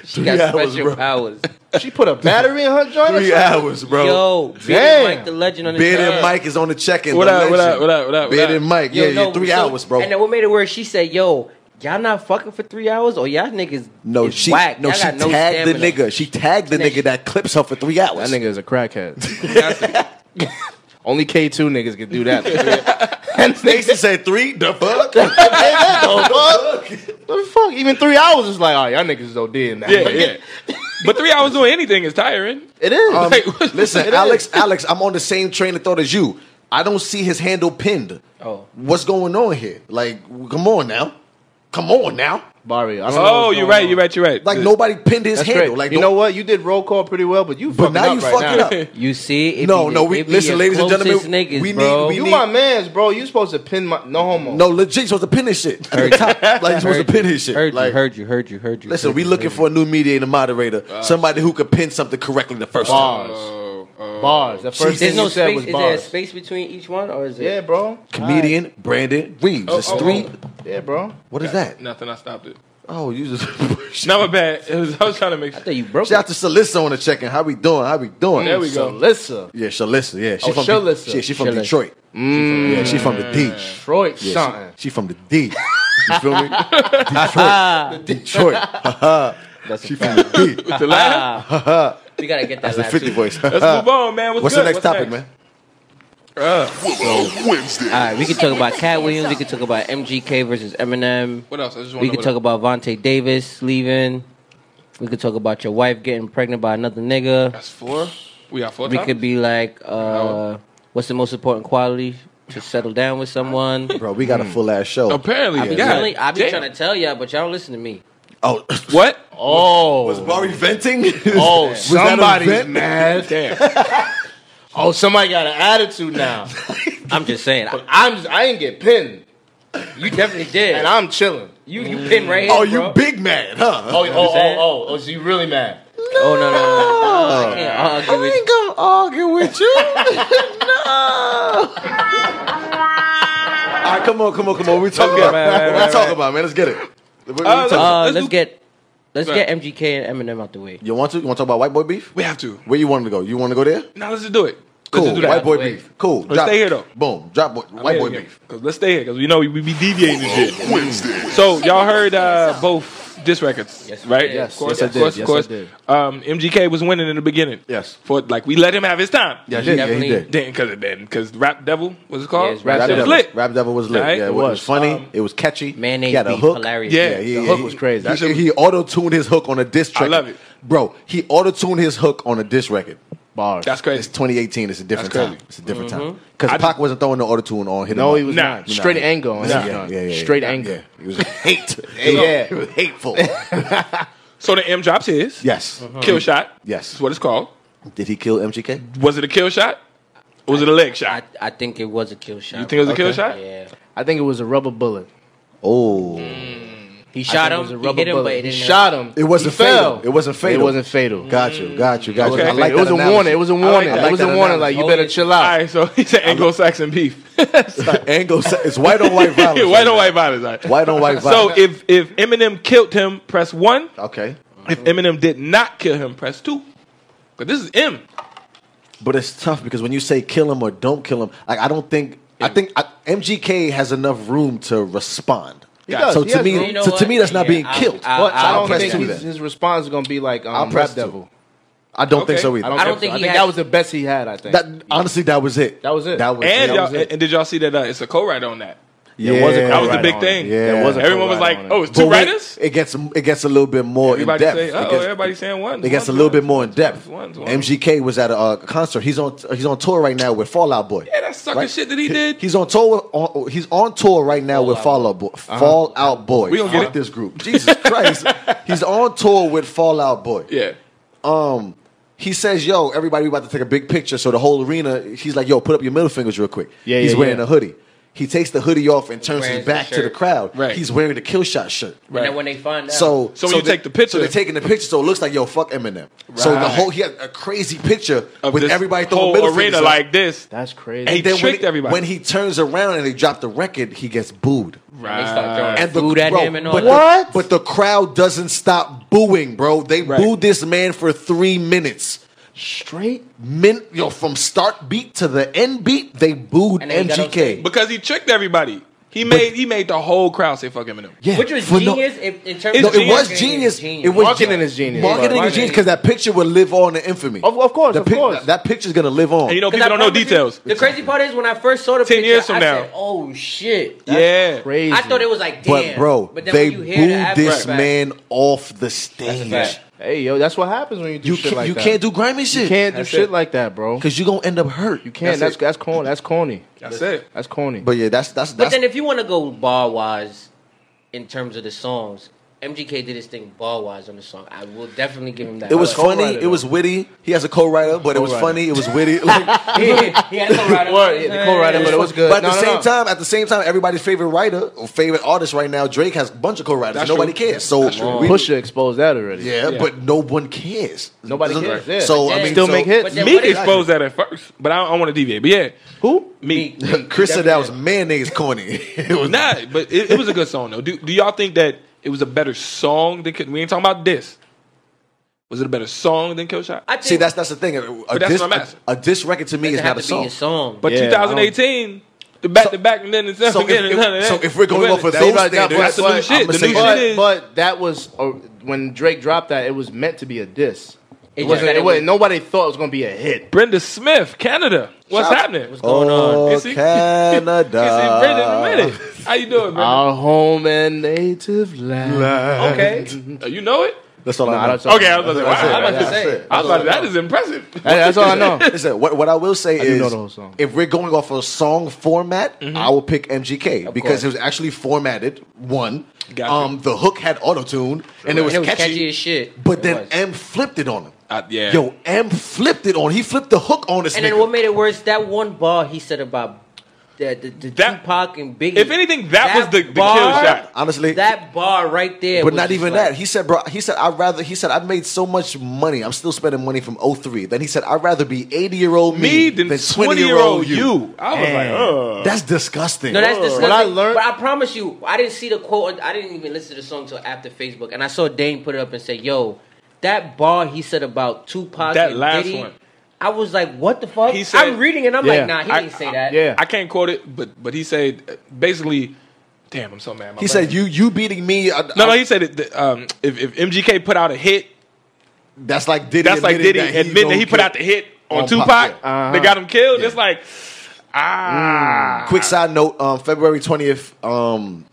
Speaker 7: She got
Speaker 2: Three hours,
Speaker 7: special
Speaker 2: bro.
Speaker 7: powers.
Speaker 5: She put a battery in her joint. or
Speaker 2: Three
Speaker 5: something?
Speaker 2: hours, bro.
Speaker 7: Yo,
Speaker 5: Damn.
Speaker 7: Beard Mike the legend on the
Speaker 2: Beard
Speaker 7: job.
Speaker 2: and Mike is on the check-in.
Speaker 3: What
Speaker 2: the
Speaker 3: up, what
Speaker 2: legend.
Speaker 3: up, what up, what up, what
Speaker 2: Beard
Speaker 3: up?
Speaker 2: and Mike.
Speaker 7: Yo,
Speaker 2: yeah,
Speaker 7: no,
Speaker 2: yeah. Three
Speaker 7: so-
Speaker 2: hours, bro.
Speaker 7: And then what made it worse? She said, "Yo, y'all not fucking for three hours, or y'all niggas
Speaker 2: No,
Speaker 7: is
Speaker 2: she
Speaker 7: whack.
Speaker 2: no
Speaker 7: Y'all
Speaker 2: she
Speaker 7: got no
Speaker 2: tagged the
Speaker 7: stamina."
Speaker 2: nigga. She tagged the
Speaker 7: And then
Speaker 2: nigga
Speaker 7: she-
Speaker 2: that clips her for three hours.
Speaker 5: That nigga is a crackhead. Only K two niggas can do that. and they
Speaker 2: Stacey
Speaker 5: said,
Speaker 2: said three. The fuck?
Speaker 5: "What the fuck?" Even three hours is like, "Oh, y'all niggas is OD in that."
Speaker 3: Yeah, yeah. but three hours doing anything is tiring.
Speaker 5: it is.
Speaker 2: Um,
Speaker 3: Like, what-
Speaker 2: listen,
Speaker 5: It
Speaker 2: Alex, Alex, I'm on the same train of thought as you. I don't see his handle pinned.
Speaker 7: Oh.
Speaker 2: What's going on here? Like, come on now. Come on now.
Speaker 5: Barry, I don't know
Speaker 3: Oh,
Speaker 5: what's
Speaker 3: you're
Speaker 5: going
Speaker 3: right.
Speaker 5: on.
Speaker 3: You're right. You're right.
Speaker 2: Like nobody pinned his
Speaker 5: That's
Speaker 2: handle.
Speaker 5: great.
Speaker 2: Like
Speaker 5: you
Speaker 2: no-
Speaker 5: know what? You did roll call pretty well, but you
Speaker 2: but
Speaker 5: fucking
Speaker 2: now
Speaker 5: up
Speaker 2: you
Speaker 5: right
Speaker 2: fucking
Speaker 5: now.
Speaker 2: up.
Speaker 7: You see? It
Speaker 2: No,
Speaker 7: be
Speaker 2: no,
Speaker 7: your-
Speaker 2: we-
Speaker 7: it be
Speaker 2: listen,
Speaker 7: your
Speaker 2: ladies and gentlemen,
Speaker 7: closest niggas,
Speaker 2: we need-
Speaker 7: bro.
Speaker 2: we
Speaker 5: You
Speaker 2: need-
Speaker 5: my man's, bro. You supposed to pin my no homo.
Speaker 2: No, legit you're supposed to pin his shit. At the top. Like you're supposed to pin his shit.
Speaker 7: Heard
Speaker 2: like,
Speaker 7: you, heard you, heard you, heard you.
Speaker 2: Listen,
Speaker 7: heard
Speaker 2: we
Speaker 7: you,
Speaker 2: looking
Speaker 7: heard
Speaker 2: for a new mediator, moderator, somebody who could pin something correctly the first time.
Speaker 5: bars,
Speaker 3: Oh,
Speaker 5: bars. The
Speaker 2: Jesus.
Speaker 5: first
Speaker 7: you. There's
Speaker 5: thing
Speaker 7: no
Speaker 5: you said
Speaker 7: space.
Speaker 5: was
Speaker 7: Is there a
Speaker 5: bars.
Speaker 7: space between each one, or is it?
Speaker 5: Yeah, bro.
Speaker 2: Comedian Brandon Reeves. It's
Speaker 3: oh,
Speaker 2: three.
Speaker 5: Yeah, bro.
Speaker 2: What is that?
Speaker 3: Nothing. I stopped it.
Speaker 2: Oh, you just.
Speaker 3: Not my bad. It was, I was trying to make.
Speaker 7: I thought you broke.
Speaker 2: Shout out
Speaker 7: It.
Speaker 2: to Shalissa on the check-in. How we doing? How we doing?
Speaker 3: There we go.
Speaker 5: Listen,
Speaker 2: Yeah, Shalissa. Yeah, she
Speaker 5: Oh,
Speaker 2: from
Speaker 5: Shalissa.
Speaker 2: Yeah, she from
Speaker 5: Shalissa.
Speaker 2: Detroit. Yeah, she from the D. Yeah,
Speaker 5: Detroit,
Speaker 2: she-
Speaker 5: something.
Speaker 2: She, from the D. You feel me? Detroit. Detroit.
Speaker 7: That's
Speaker 2: she from the D.
Speaker 3: The laugh.
Speaker 7: we gotta get that.
Speaker 2: That's a
Speaker 7: laugh,
Speaker 2: 50
Speaker 7: too.
Speaker 2: voice.
Speaker 3: Let's move on, man. What's,
Speaker 2: Uh, What's the
Speaker 3: good?
Speaker 2: next topic, man?
Speaker 7: All right, we can talk about Cat Williams. We can talk about MGK versus Eminem.
Speaker 3: What else? I just want
Speaker 7: We could talk about Vontae Davis leaving. We could talk about your wife getting pregnant by another nigga.
Speaker 3: That's four. We got four.
Speaker 7: We
Speaker 3: topics?
Speaker 7: could be like, uh, what's the most important quality to settle down with someone?
Speaker 2: Bro, we got a full ass show.
Speaker 3: Apparently,
Speaker 7: I've been,
Speaker 3: God
Speaker 7: telling, I been
Speaker 3: damn.
Speaker 7: trying to tell y'all, but y'all don't listen to me.
Speaker 2: Oh,
Speaker 3: What?
Speaker 2: was
Speaker 5: Oh,
Speaker 2: Barry venting?
Speaker 5: oh,
Speaker 2: Was that a
Speaker 5: somebody's
Speaker 2: vent?
Speaker 5: mad.
Speaker 3: Damn.
Speaker 5: Oh, somebody got an attitude now.
Speaker 7: I'm just saying. I,
Speaker 5: I'm, just, I ain't get pinned,
Speaker 7: you definitely did.
Speaker 5: and I'm chilling.
Speaker 7: you you pin right here.
Speaker 2: Oh, you
Speaker 7: bro.
Speaker 2: big mad, huh?
Speaker 5: Oh, oh,
Speaker 7: what I'm
Speaker 5: oh,
Speaker 7: saying?
Speaker 5: oh, oh, so you really mad?
Speaker 7: Oh, no, no, no. no. I can't
Speaker 3: Oh.
Speaker 7: argue with you.
Speaker 2: gonna argue with you. no. All right, come on, come on, come on. We talking
Speaker 3: Okay,
Speaker 2: about,
Speaker 3: right, right,
Speaker 2: what
Speaker 3: right,
Speaker 2: we talking about, man. Let's get it. What we
Speaker 3: Uh,
Speaker 2: talking-
Speaker 7: Uh,
Speaker 3: Let's
Speaker 7: let's
Speaker 3: do-
Speaker 7: get let's
Speaker 3: Right.
Speaker 7: get MGK and Eminem out the way.
Speaker 2: you want to? You want to talk about white boy beef?
Speaker 3: We have to.
Speaker 2: Where you want to go? You want to go there?
Speaker 3: Now let's just do it.
Speaker 2: Cool.
Speaker 3: Let's just do
Speaker 2: White
Speaker 3: that.
Speaker 2: boy
Speaker 7: Wait.
Speaker 2: beef. Cool.
Speaker 3: Let's stay here, though.
Speaker 2: Boom. Drop boy, white boy beef.
Speaker 3: Cause let's stay here, cause we know we, we be deviating and shit. So y'all heard uh, both diss records,
Speaker 7: Yes, we
Speaker 3: right?
Speaker 7: did. Yes,
Speaker 3: of course,
Speaker 5: yes, I
Speaker 3: of
Speaker 5: did.
Speaker 3: course,
Speaker 5: Yes,
Speaker 3: of
Speaker 5: I
Speaker 3: course.
Speaker 5: did.
Speaker 3: Um, MGK was winning in the beginning.
Speaker 2: Yes.
Speaker 3: for like we let him have his time.
Speaker 2: Yeah, he did. Yeah, he
Speaker 7: definitely-
Speaker 2: did.
Speaker 3: Then cause it didn't cause Rap Devil, what's it
Speaker 7: Yeah,
Speaker 3: called?
Speaker 7: it's Rap
Speaker 3: Devil was
Speaker 2: Devil,
Speaker 3: lit.
Speaker 2: Rap Devil was lit.
Speaker 3: Right?
Speaker 2: Yeah, it
Speaker 3: It
Speaker 2: was,
Speaker 5: was.
Speaker 2: funny. it was catchy.
Speaker 7: Mayonnaise
Speaker 2: he had a
Speaker 7: beef,
Speaker 2: hook.
Speaker 7: hilarious.
Speaker 3: Yeah.
Speaker 2: Yeah, he,
Speaker 3: The
Speaker 2: he-
Speaker 3: hook
Speaker 2: he-
Speaker 5: was crazy.
Speaker 2: He,
Speaker 5: That shit
Speaker 2: he auto tuned his hook on a diss track.
Speaker 3: love it.
Speaker 2: bro. He auto tuned his hook on a diss record.
Speaker 5: Bars. Mm-hmm.
Speaker 3: That's
Speaker 2: It's
Speaker 3: crazy.
Speaker 2: 2018. It's a different
Speaker 3: That's
Speaker 2: time.
Speaker 3: crazy.
Speaker 2: It's a different time. Because Pac wasn't throwing no auto tune on him.
Speaker 5: no, he was
Speaker 3: Nah.
Speaker 5: not. Straight
Speaker 2: Nah.
Speaker 5: anger. On
Speaker 2: yeah,
Speaker 5: his
Speaker 2: yeah,
Speaker 5: joint.
Speaker 2: yeah, yeah.
Speaker 5: Straight anger.
Speaker 2: Yeah, he was hate.
Speaker 5: Yeah.
Speaker 2: he was hateful.
Speaker 3: So the M drops his.
Speaker 2: yes.
Speaker 5: Mm-hmm.
Speaker 3: Kill shot.
Speaker 2: Yes.
Speaker 3: Is what it's called.
Speaker 2: Did he kill MGK?
Speaker 3: Was it a kill shot? Or was it a leg
Speaker 7: I,
Speaker 3: shot?
Speaker 7: I think it was a kill shot.
Speaker 3: You think it was a kill shot?
Speaker 7: Yeah.
Speaker 5: I think it was a rubber bullet.
Speaker 2: Oh,
Speaker 7: He shot
Speaker 5: I think
Speaker 7: him.
Speaker 5: it was a
Speaker 7: he
Speaker 5: rubber
Speaker 7: hit him,
Speaker 5: bullet.
Speaker 7: but it
Speaker 5: he
Speaker 7: didn't
Speaker 5: shot him.
Speaker 2: It wasn't
Speaker 5: He
Speaker 2: fatal.
Speaker 5: fell.
Speaker 2: It wasn't fatal.
Speaker 5: It wasn't fatal.
Speaker 2: got you, got you, got you.
Speaker 3: Okay.
Speaker 2: I like
Speaker 5: it was
Speaker 2: that
Speaker 5: a warning. It was a
Speaker 3: like
Speaker 5: warning.
Speaker 3: that.
Speaker 5: it was a
Speaker 2: I like that
Speaker 5: warning. Like you
Speaker 7: analogy.
Speaker 5: better chill out.
Speaker 3: All right, so he said Anglo-Saxon beef.
Speaker 2: a angle. It's white on white violence.
Speaker 3: white on white violence. all right.
Speaker 2: White on white
Speaker 3: So
Speaker 2: violence.
Speaker 3: if if Eminem killed him, press one.
Speaker 2: okay,
Speaker 3: If Eminem did not kill him, press two. Cause this is M.
Speaker 2: but it's tough because when you say kill him or don't kill him, like I don't think I think I, MGK has enough room to respond.
Speaker 5: He does.
Speaker 2: So
Speaker 5: He
Speaker 2: to
Speaker 5: has
Speaker 2: me,
Speaker 5: room.
Speaker 7: You know
Speaker 2: so to
Speaker 7: what?
Speaker 2: me, that's not
Speaker 7: Yeah,
Speaker 2: being
Speaker 7: I'll-
Speaker 2: killed.
Speaker 7: I'll-
Speaker 5: But I
Speaker 2: I'll
Speaker 5: don't
Speaker 2: press
Speaker 5: think
Speaker 2: two
Speaker 5: his,
Speaker 2: then.
Speaker 5: his response is gonna be like um,
Speaker 2: I'll press
Speaker 5: Rap
Speaker 2: two.
Speaker 5: Devil.
Speaker 2: I don't think
Speaker 3: Okay.
Speaker 2: so either.
Speaker 5: I don't,
Speaker 7: I
Speaker 5: think,
Speaker 7: don't
Speaker 5: so.
Speaker 7: think
Speaker 5: I
Speaker 7: he
Speaker 5: think
Speaker 7: had-
Speaker 5: that was the best he had. I think
Speaker 2: that honestly, that was it.
Speaker 5: That was it.
Speaker 2: That was
Speaker 3: And
Speaker 2: that
Speaker 3: y'all,
Speaker 2: was it.
Speaker 3: and did y'all see that? Uh, it's a co-write on that.
Speaker 2: Yeah, it was a
Speaker 5: That
Speaker 3: That was
Speaker 2: co-write.
Speaker 3: the big
Speaker 5: on it.
Speaker 3: thing.
Speaker 2: Yeah. There was a
Speaker 3: everyone was
Speaker 5: co-write
Speaker 3: like,
Speaker 5: on it.
Speaker 3: "Oh, it's
Speaker 2: But
Speaker 3: two
Speaker 2: wait,
Speaker 3: writers."
Speaker 2: It gets it gets a little bit more
Speaker 3: Everybody
Speaker 2: in depth.
Speaker 3: say,
Speaker 2: It
Speaker 3: "Oh,
Speaker 2: gets-
Speaker 3: everybody's saying one."
Speaker 2: It gets a
Speaker 3: one,
Speaker 2: little
Speaker 3: one.
Speaker 2: bit more in depth.
Speaker 3: One's one.
Speaker 2: MGK was at a uh, concert. He's on he's on tour right now with Fallout Boy.
Speaker 3: Yeah, that sucker shit that he did.
Speaker 2: He's on tour. With, on, he's on tour right now with Fallout Boy. Fallout Boy.
Speaker 3: Uh-huh. We gonna get
Speaker 2: Fuck
Speaker 3: it.
Speaker 2: this group. Jesus Christ. he's on tour with Fallout Boy.
Speaker 3: yeah.
Speaker 2: He says, "Yo, everybody, we about to take a big picture." So the whole arena. He's like, "Yo, put up your middle fingers real quick."
Speaker 5: Yeah,
Speaker 2: He's
Speaker 5: yeah,
Speaker 2: wearing
Speaker 5: yeah.
Speaker 2: a hoodie. He takes the hoodie off and turns
Speaker 7: Wears
Speaker 2: his
Speaker 7: his
Speaker 2: back to the
Speaker 7: shirt.
Speaker 2: crowd.
Speaker 3: Right.
Speaker 2: He's wearing the kill shot shirt.
Speaker 7: And then when they find out,
Speaker 2: So,
Speaker 3: So when you take the picture-
Speaker 2: so they're taking the picture, so it looks like yo fuck Eminem. So the
Speaker 3: Right.
Speaker 2: whole he had a crazy picture
Speaker 3: Of
Speaker 2: with
Speaker 3: this
Speaker 2: everybody throwing
Speaker 3: whole
Speaker 2: middle fingers
Speaker 3: arena
Speaker 2: up.
Speaker 3: like this.
Speaker 5: that's crazy.
Speaker 3: Hey,
Speaker 2: then
Speaker 3: tricked
Speaker 2: when,
Speaker 3: everybody.
Speaker 2: when he turns around and they drop the record, he gets booed.
Speaker 7: they start throwing
Speaker 2: And
Speaker 7: food at him and all
Speaker 2: but
Speaker 7: that.
Speaker 2: The, but the crowd doesn't stop booing, bro. They
Speaker 3: Right.
Speaker 2: booed this man for three minutes.
Speaker 5: Straight.
Speaker 2: Min, yo, from start beat to the end beat, they booed
Speaker 7: And then he got
Speaker 2: MGK.
Speaker 7: upset.
Speaker 3: because he tricked everybody. He made he made the whole crowd say "fuck Eminem."
Speaker 2: Yeah,
Speaker 7: which was
Speaker 2: for no-
Speaker 7: genius if, in terms
Speaker 3: It's
Speaker 2: No,
Speaker 7: of
Speaker 2: it was
Speaker 7: marketing,
Speaker 2: genius.
Speaker 7: genius.
Speaker 2: It was
Speaker 5: Marketing is genius.
Speaker 2: Marketing is
Speaker 3: Marketing.
Speaker 2: genius because that picture will live on in infamy.
Speaker 5: Of- of course,
Speaker 2: The
Speaker 5: of course.
Speaker 2: That picture's gonna live on.
Speaker 3: And you know
Speaker 7: 'Cause
Speaker 3: people
Speaker 7: I
Speaker 3: don't know
Speaker 7: promise you,
Speaker 3: details.
Speaker 7: The crazy part is when I first saw the
Speaker 3: 10
Speaker 7: picture,
Speaker 3: years from
Speaker 7: I
Speaker 3: now.
Speaker 7: said, "Oh shit!"
Speaker 3: yeah,
Speaker 5: Crazy.
Speaker 7: I thought it was like,
Speaker 2: But
Speaker 7: damn.
Speaker 2: bro,
Speaker 7: then
Speaker 2: they
Speaker 7: when you hear the
Speaker 2: booed this
Speaker 7: after fact-
Speaker 2: man off the
Speaker 7: a
Speaker 2: stage.
Speaker 7: fact.
Speaker 5: Hey yo, that's what happens when you do
Speaker 2: You
Speaker 5: shit
Speaker 2: can't,
Speaker 5: like
Speaker 2: you
Speaker 5: that.
Speaker 2: can't do grimy
Speaker 5: you
Speaker 2: shit.
Speaker 5: can't do
Speaker 3: That's
Speaker 5: shit
Speaker 3: it.
Speaker 5: like that, bro. You
Speaker 2: because you're gonna end up hurt. You
Speaker 5: can't.
Speaker 3: That's
Speaker 5: That's
Speaker 3: it.
Speaker 5: that's corny. That's corny.
Speaker 3: that's it.
Speaker 5: That's corny.
Speaker 2: But yeah, that's that's
Speaker 7: But
Speaker 2: that's
Speaker 7: then if you want to go bar wise, in terms of the songs, MGK did his thing bar wise on the song. I will definitely give him that.
Speaker 2: it was
Speaker 7: But-
Speaker 2: funny. It was witty. He has a co-writer, but it was
Speaker 5: Co-writer.
Speaker 2: funny. It was witty. Like,
Speaker 7: he, he had to go right
Speaker 5: Word, yeah, the co-writer,
Speaker 2: it
Speaker 5: but it was good.
Speaker 2: But at
Speaker 5: No,
Speaker 2: the
Speaker 5: no,
Speaker 2: same
Speaker 5: no.
Speaker 2: time, at the same time, everybody's favorite writer or favorite artist right now, Drake has a bunch of co-writers.
Speaker 3: That's
Speaker 2: Nobody
Speaker 3: true.
Speaker 2: cares. So we,
Speaker 5: Pusha exposed that already.
Speaker 2: yeah,
Speaker 3: Yeah.
Speaker 2: but no one cares.
Speaker 5: Nobody cares, yeah.
Speaker 2: So
Speaker 7: But
Speaker 2: I
Speaker 7: then-
Speaker 2: mean,
Speaker 5: Still
Speaker 2: so-
Speaker 5: make hits.
Speaker 7: But then
Speaker 3: Meek
Speaker 7: what is-
Speaker 3: exposed that at first, but I don't, want to deviate. But yeah,
Speaker 5: Who?
Speaker 3: Meek.
Speaker 2: Chris said that was man niggas corny. it was
Speaker 3: Nah, but it, it was a good song though. Do, do y'all think that it was a better song than Kill- we ain't talking about this? Was it a better song than Kill Shot?
Speaker 7: I think
Speaker 2: See, that's that's the thing. A, a,
Speaker 3: that's
Speaker 2: diss,
Speaker 3: what I'm
Speaker 2: a,
Speaker 3: asking.
Speaker 2: a diss record to me
Speaker 7: it
Speaker 2: is
Speaker 7: doesn't
Speaker 2: not
Speaker 7: have
Speaker 2: a
Speaker 7: to be
Speaker 2: song.
Speaker 7: a song.
Speaker 3: But
Speaker 5: Yeah, I don't-
Speaker 3: 2018, the back to back and then it's
Speaker 2: so if-
Speaker 3: again.
Speaker 2: if-
Speaker 3: none of that.
Speaker 2: so if we're going off of
Speaker 3: That's
Speaker 2: those
Speaker 3: right,
Speaker 2: standards,
Speaker 3: that's the new
Speaker 5: but-
Speaker 3: shit.
Speaker 2: I'ma
Speaker 3: The
Speaker 2: say-
Speaker 3: new
Speaker 5: But,
Speaker 3: shit is.
Speaker 5: but that was uh, when Drake dropped that. It was meant to be a diss. It,
Speaker 7: It
Speaker 5: wasn't.
Speaker 7: just-
Speaker 5: It wasn't. Nobody thought it was gonna be a hit.
Speaker 3: Brenda Smith, Canada. What's happening? What's
Speaker 7: going on?
Speaker 2: Oh,
Speaker 3: You see?
Speaker 2: Canada.
Speaker 3: Brenda in a minute. How you doing, Brenda?
Speaker 5: Our home and native land.
Speaker 3: okay. Uh, you know it?
Speaker 2: That's all
Speaker 5: Nah,
Speaker 2: I know.
Speaker 5: that's all-
Speaker 3: Okay, I was gonna
Speaker 5: that's
Speaker 3: say,
Speaker 5: it,
Speaker 3: wow, I'm about to
Speaker 5: that's it.
Speaker 7: say.
Speaker 5: Hey,
Speaker 3: I thought that is impressive.
Speaker 5: That's all I know.
Speaker 2: Listen, what, what I will say
Speaker 5: do
Speaker 2: is,
Speaker 5: know the whole song.
Speaker 2: if we're going off of song format, I will pick MGK because
Speaker 7: course.
Speaker 2: it was actually formatted. One,
Speaker 3: Gotcha.
Speaker 2: um, the hook had auto tune and it was,
Speaker 7: And it was
Speaker 2: catchy,
Speaker 7: catchy, as shit.
Speaker 2: But
Speaker 7: It
Speaker 2: then
Speaker 7: was.
Speaker 2: M flipped it on him.
Speaker 3: Uh, yeah.
Speaker 2: Yo, M flipped it on. He flipped the hook on this
Speaker 7: and
Speaker 2: nigga.
Speaker 7: then what made it worse? That one bar he said about the, the, the
Speaker 3: That-
Speaker 7: Tupac and Biggie.
Speaker 3: If anything, that was the- the kill shot.
Speaker 2: Honestly-
Speaker 7: that bar right there.
Speaker 2: but
Speaker 7: was
Speaker 2: not
Speaker 7: just
Speaker 2: even
Speaker 7: like-
Speaker 2: that. He said, bro, he said, I'd rather, he said, I've made so much money. I'm still spending money from 03. Then he said, I'd rather be 80 year old
Speaker 3: Me
Speaker 2: me,
Speaker 3: than
Speaker 2: 20
Speaker 3: twenty year old you. I was
Speaker 5: Damn.
Speaker 3: like, oh.
Speaker 2: Uh. That's disgusting.
Speaker 7: No, that's disgusting.
Speaker 5: What I learned-
Speaker 7: but I promise you, I didn't see the quote. I didn't even listen to the song until after Facebook, and I saw Dane put it up and say, "Yo, that bar he said about Tupac
Speaker 3: That
Speaker 7: and
Speaker 3: last
Speaker 7: Diddy,"
Speaker 3: one.
Speaker 7: I was like, "What the fuck?"
Speaker 3: He said-
Speaker 7: I'm reading and I'm
Speaker 5: Yeah.
Speaker 7: like, "Nah, he
Speaker 3: I-
Speaker 7: didn't
Speaker 3: I-
Speaker 7: say that."
Speaker 5: Yeah.
Speaker 3: I can't quote it, but but he said uh, basically, damn, I'm so mad.
Speaker 2: he said, you, you beating me. I,
Speaker 3: no,
Speaker 2: I-
Speaker 3: no. He said it, that, um, if if MGK put out a hit,
Speaker 2: That's like Diddy.
Speaker 3: that's like Diddy
Speaker 2: admitting that
Speaker 3: admitting that he put
Speaker 2: don't
Speaker 3: out the hit on,
Speaker 2: on
Speaker 3: Tupac,
Speaker 2: Pac,
Speaker 5: yeah.
Speaker 3: they got him killed.
Speaker 2: Yeah.
Speaker 3: It's like ah,
Speaker 2: kill. Quick side note: um, February twentieth. Um,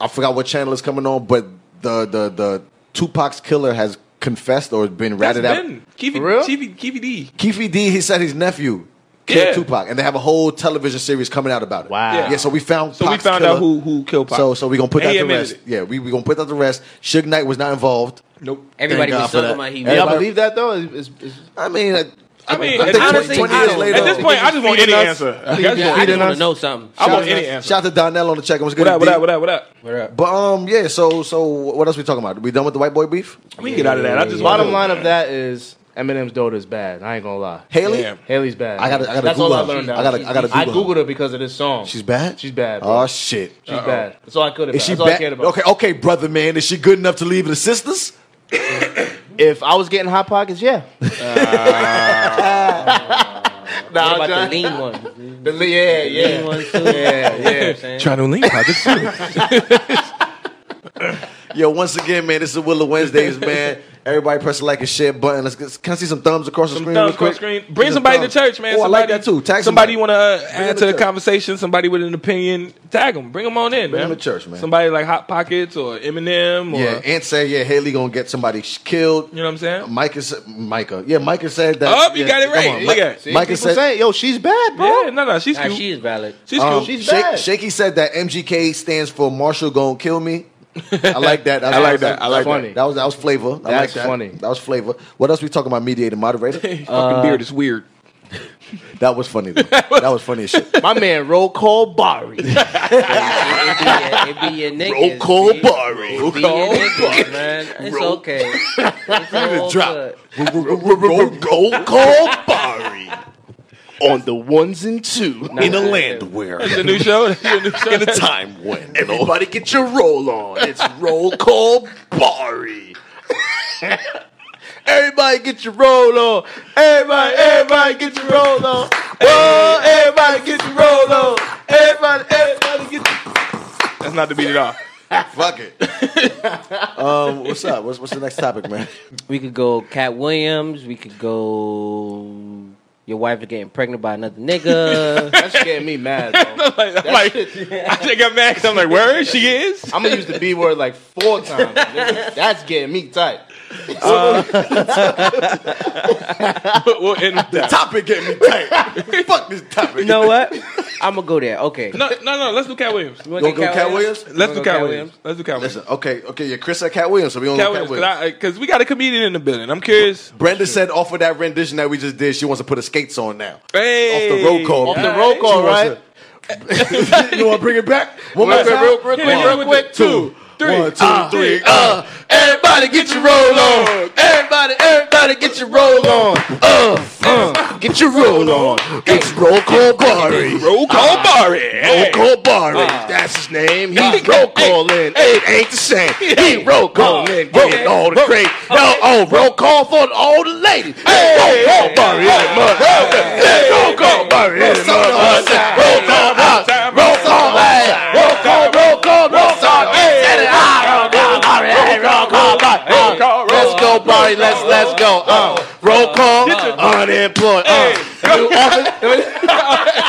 Speaker 2: I forgot what channel is coming on, but the the the Tupac's killer has confessed or been
Speaker 3: that's
Speaker 2: ratted out.
Speaker 3: Ben.
Speaker 5: For real?
Speaker 3: Keevy, Keevy, Keevy D.
Speaker 2: Keefy D. He said his nephew killed
Speaker 3: Yeah.
Speaker 2: Tupac, and they have a whole television series coming out about it.
Speaker 5: Wow.
Speaker 3: Yeah.
Speaker 2: Yeah, so we found
Speaker 3: So we
Speaker 2: Pac's
Speaker 3: found
Speaker 2: killer.
Speaker 3: out who who killed Pac.
Speaker 2: So so we gonna put
Speaker 3: And
Speaker 2: that
Speaker 3: he
Speaker 2: to
Speaker 3: admitted
Speaker 2: rest. Yeah, we we gonna put that to rest. Suge Knight was not involved.
Speaker 3: Nope.
Speaker 7: Everybody
Speaker 2: Thank
Speaker 7: was
Speaker 2: God for
Speaker 7: talking
Speaker 2: that.
Speaker 7: about he.
Speaker 2: Yeah,
Speaker 5: Y'all
Speaker 2: but-
Speaker 5: believe that though? It's, it's, it's,
Speaker 2: I mean, uh, I,
Speaker 3: I mean,
Speaker 2: I
Speaker 3: at
Speaker 2: think
Speaker 3: this,
Speaker 7: honestly,
Speaker 3: point,
Speaker 2: 20 years
Speaker 7: I-
Speaker 2: later,
Speaker 3: at this point, I just want any
Speaker 5: Feeding us.
Speaker 3: answer. I
Speaker 5: Feeding
Speaker 3: just
Speaker 7: I
Speaker 3: want-
Speaker 7: just want
Speaker 5: us.
Speaker 7: to know something.
Speaker 3: I want
Speaker 2: shout out-
Speaker 3: any answer.
Speaker 2: Shout out to Donnell on the check. What's good?
Speaker 3: What up? What
Speaker 2: D?
Speaker 3: up? What up? What up?
Speaker 2: But um, yeah. So so what else we talking about? We done with the white boy beef?
Speaker 3: We can get out of that. I just
Speaker 5: bottom
Speaker 3: wanna-
Speaker 5: line of that is Eminem's daughter is bad. I ain't gonna lie.
Speaker 2: Haley,
Speaker 3: Yeah.
Speaker 5: Haley's bad.
Speaker 2: I gotta- I gotta
Speaker 5: That's
Speaker 2: Google
Speaker 5: all
Speaker 2: her.
Speaker 5: I learned.
Speaker 2: I
Speaker 5: now.
Speaker 2: gotta- I gotta
Speaker 5: I
Speaker 2: Google
Speaker 5: googled her because of this song.
Speaker 2: she's bad.
Speaker 5: She's bad. Bro.
Speaker 2: Oh shit.
Speaker 5: she's bad. That's all I could.
Speaker 2: Is she
Speaker 5: That's all I
Speaker 2: back?
Speaker 5: cared about.
Speaker 2: Okay, okay, brother, man. Is she good enough to leave the sisters?
Speaker 5: Uh, If I was getting hot pockets, yeah. Nah,
Speaker 7: what about
Speaker 5: John.
Speaker 7: the lean one?
Speaker 5: The, li- yeah,
Speaker 7: Lean
Speaker 5: yeah.
Speaker 7: one too. Yeah,
Speaker 5: yeah.
Speaker 10: Try to lean Project Series.
Speaker 2: Yo, once again, man, this is Willow Wednesdays, man. Everybody press the like and share button. Let's get, can I see some thumbs across the
Speaker 3: Some
Speaker 2: screen?
Speaker 3: thumbs
Speaker 2: real quick?
Speaker 3: across screen. Bring
Speaker 2: Some
Speaker 3: somebody to
Speaker 2: thumbs.
Speaker 3: church,
Speaker 2: Oh,
Speaker 3: man.
Speaker 2: I
Speaker 3: somebody,
Speaker 2: like that too. Tag
Speaker 3: somebody want to uh,
Speaker 2: them
Speaker 3: add
Speaker 2: to
Speaker 3: to the
Speaker 2: church.
Speaker 3: conversation. Somebody with an opinion. Tag them. Bring them on in,
Speaker 2: Bring
Speaker 3: man.
Speaker 2: them to church, man.
Speaker 3: Somebody like Hot Pockets or Eminem or
Speaker 2: Yeah, Ant said, yeah, Haley gonna get somebody sh- killed.
Speaker 3: you know what I'm saying.
Speaker 2: Micah, said, Micah, yeah, Micah said that.
Speaker 3: Oh, you
Speaker 2: yeah,
Speaker 3: got it right. Look at it.
Speaker 5: See,
Speaker 2: Micah
Speaker 5: people
Speaker 2: said-
Speaker 5: say, yo, she's bad, bro.
Speaker 3: Yeah, no, no, she's
Speaker 7: Nah,
Speaker 3: cute.
Speaker 7: she is valid.
Speaker 3: she's
Speaker 2: Um,
Speaker 3: cute.
Speaker 5: She's
Speaker 2: Shak-
Speaker 5: bad.
Speaker 2: Shaky said that MGK stands for Marshall gonna kill me. I like that.
Speaker 5: I like that. I like
Speaker 2: funny.
Speaker 5: that.
Speaker 2: That was that was flavor. I like
Speaker 5: That's
Speaker 2: that.
Speaker 5: funny.
Speaker 2: That was flavor. What else we talking about? Mediator, moderator.
Speaker 3: Fucking beard is weird.
Speaker 2: that was funny. Though. that was funny as shit.
Speaker 5: My man, roll call Bari.
Speaker 7: It be your, it be your niggas.
Speaker 5: roll call
Speaker 7: B.
Speaker 5: Bari.
Speaker 7: It Be your niggas, man. It's okay. It's all good.
Speaker 5: roll call Bari. On the ones and two. In a land where.
Speaker 3: The new show. That's your new show.
Speaker 5: in a time when everybody get your roll on. It's roll call Bari. everybody get your roll on. Everybody, everybody get your roll on. Whoa, everybody get your roll on. Everybody, everybody get.
Speaker 3: That's not the beat at all.
Speaker 2: Fuck it. um, what's up? What's, what's the next topic, man?
Speaker 7: We could go Cat Williams. We could go. Your wife is getting pregnant by another nigga.
Speaker 5: That's getting me mad. Bro.
Speaker 3: I'm like, I'm like I think I'm mad 'cause I'm like, where she is?
Speaker 5: I'm gonna use the B word like four times. nigga. That's getting me tight.
Speaker 3: we'll end with that.
Speaker 2: topic getting me tight. Fuck this topic.
Speaker 7: you know what? I'm gonna go there. Okay.
Speaker 3: No, no, no. Let's do Cat Williams.
Speaker 7: You wanna
Speaker 2: Go go Cat Williams.
Speaker 3: Let's do
Speaker 7: Wanna go
Speaker 3: Cat
Speaker 7: Cat
Speaker 3: Williams. Let's do Cat Williams.
Speaker 2: Listen, okay, okay, yeah, Chris said Cat Williams, so we don't
Speaker 3: Cat
Speaker 2: know Cat
Speaker 3: Williams,
Speaker 2: Williams.
Speaker 3: because we got a comedian in the building. I'm curious.
Speaker 2: Brenda said off of that rendition that we just did, she wants to put her skates on now.
Speaker 3: Hey,
Speaker 2: Off the roll call.
Speaker 5: Off the
Speaker 2: man.
Speaker 5: roll call,
Speaker 2: She wants
Speaker 5: right?
Speaker 2: to- you want to bring it back? One more
Speaker 5: Real quick,
Speaker 2: time?
Speaker 5: real quick,
Speaker 3: Hit it
Speaker 5: real
Speaker 3: with
Speaker 5: quick,
Speaker 3: the
Speaker 5: two.
Speaker 3: three.
Speaker 2: One, two, three.
Speaker 5: Uh, everybody get your roll on. Everybody, everybody get your roll on. Uh, uh, get your roll on. It's roll call Barry.
Speaker 3: Roll call
Speaker 2: Ah.
Speaker 3: Barry.
Speaker 5: Roll call Barry. That's his name. He roll calling. It ain't the same. He roll calling. Getting all the crazy. No, oh, roll call for all the ladies. Roll call Barry. Roll call Barry. Roll call outside. Roll call outside. Roll call, roll call, roll call. Hey, roll call Barry. Hey, roll call Barry. Uh, Let's go, Barry. Let's let's go. Uh, roll call. Unemployed. Uh, new office.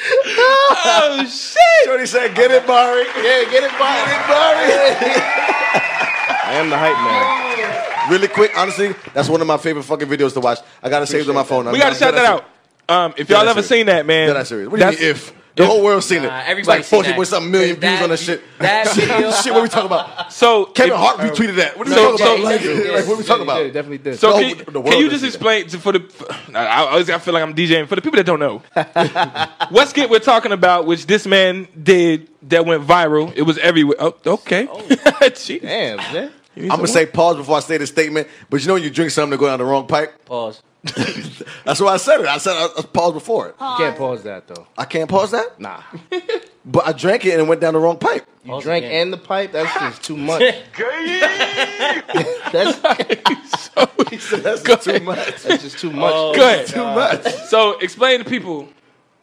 Speaker 3: Oh shit!
Speaker 2: Shorty said, get it, Barry.
Speaker 5: Yeah, get it, Barry. I am the hype man.
Speaker 2: Really quick, honestly, that's one of my favorite fucking videos to watch. I got to save it on my phone.
Speaker 3: We gotta shout that out. Um, if y'all ever seen that, man,
Speaker 2: Dead ass serious. What do you mean if? The whole world's seen it.
Speaker 7: Nah,
Speaker 2: It's
Speaker 7: everybody
Speaker 2: like
Speaker 7: seen
Speaker 2: 40
Speaker 7: that.
Speaker 2: point something million
Speaker 7: That-
Speaker 2: views on that shit.
Speaker 7: that video-
Speaker 2: shit, what we talking about?
Speaker 3: so
Speaker 2: Kevin
Speaker 3: if-
Speaker 2: Hart retweeted that. What are we
Speaker 3: So-
Speaker 2: talking about?
Speaker 3: so-
Speaker 2: Like, like, what are we talking about?
Speaker 5: definitely did.
Speaker 3: So
Speaker 2: No,
Speaker 3: can, you-
Speaker 2: the world
Speaker 3: can you
Speaker 2: doesn't
Speaker 3: just
Speaker 2: see
Speaker 3: explain to, for the? I, I always I feel like I'm DJing for the people that don't know. what skit we're talking about, which this man did that went viral. It was everywhere. Oh, okay. Jeez.
Speaker 5: Damn, man.
Speaker 2: I'm gonna say pause before I say the statement, but you know when you drink something to go down the wrong pipe.
Speaker 7: Pause.
Speaker 2: That's why I said it. I said I, I paused before it.
Speaker 5: You can't pause that though.
Speaker 2: I can't pause that,
Speaker 5: Nah.
Speaker 2: but I drank it and it went down the wrong pipe.
Speaker 5: You drank
Speaker 7: again.
Speaker 5: and the pipe? That's just too much. that's,
Speaker 2: That's too much.
Speaker 5: that's just too much.
Speaker 3: Go ahead.
Speaker 2: Too much.
Speaker 3: So explain to people.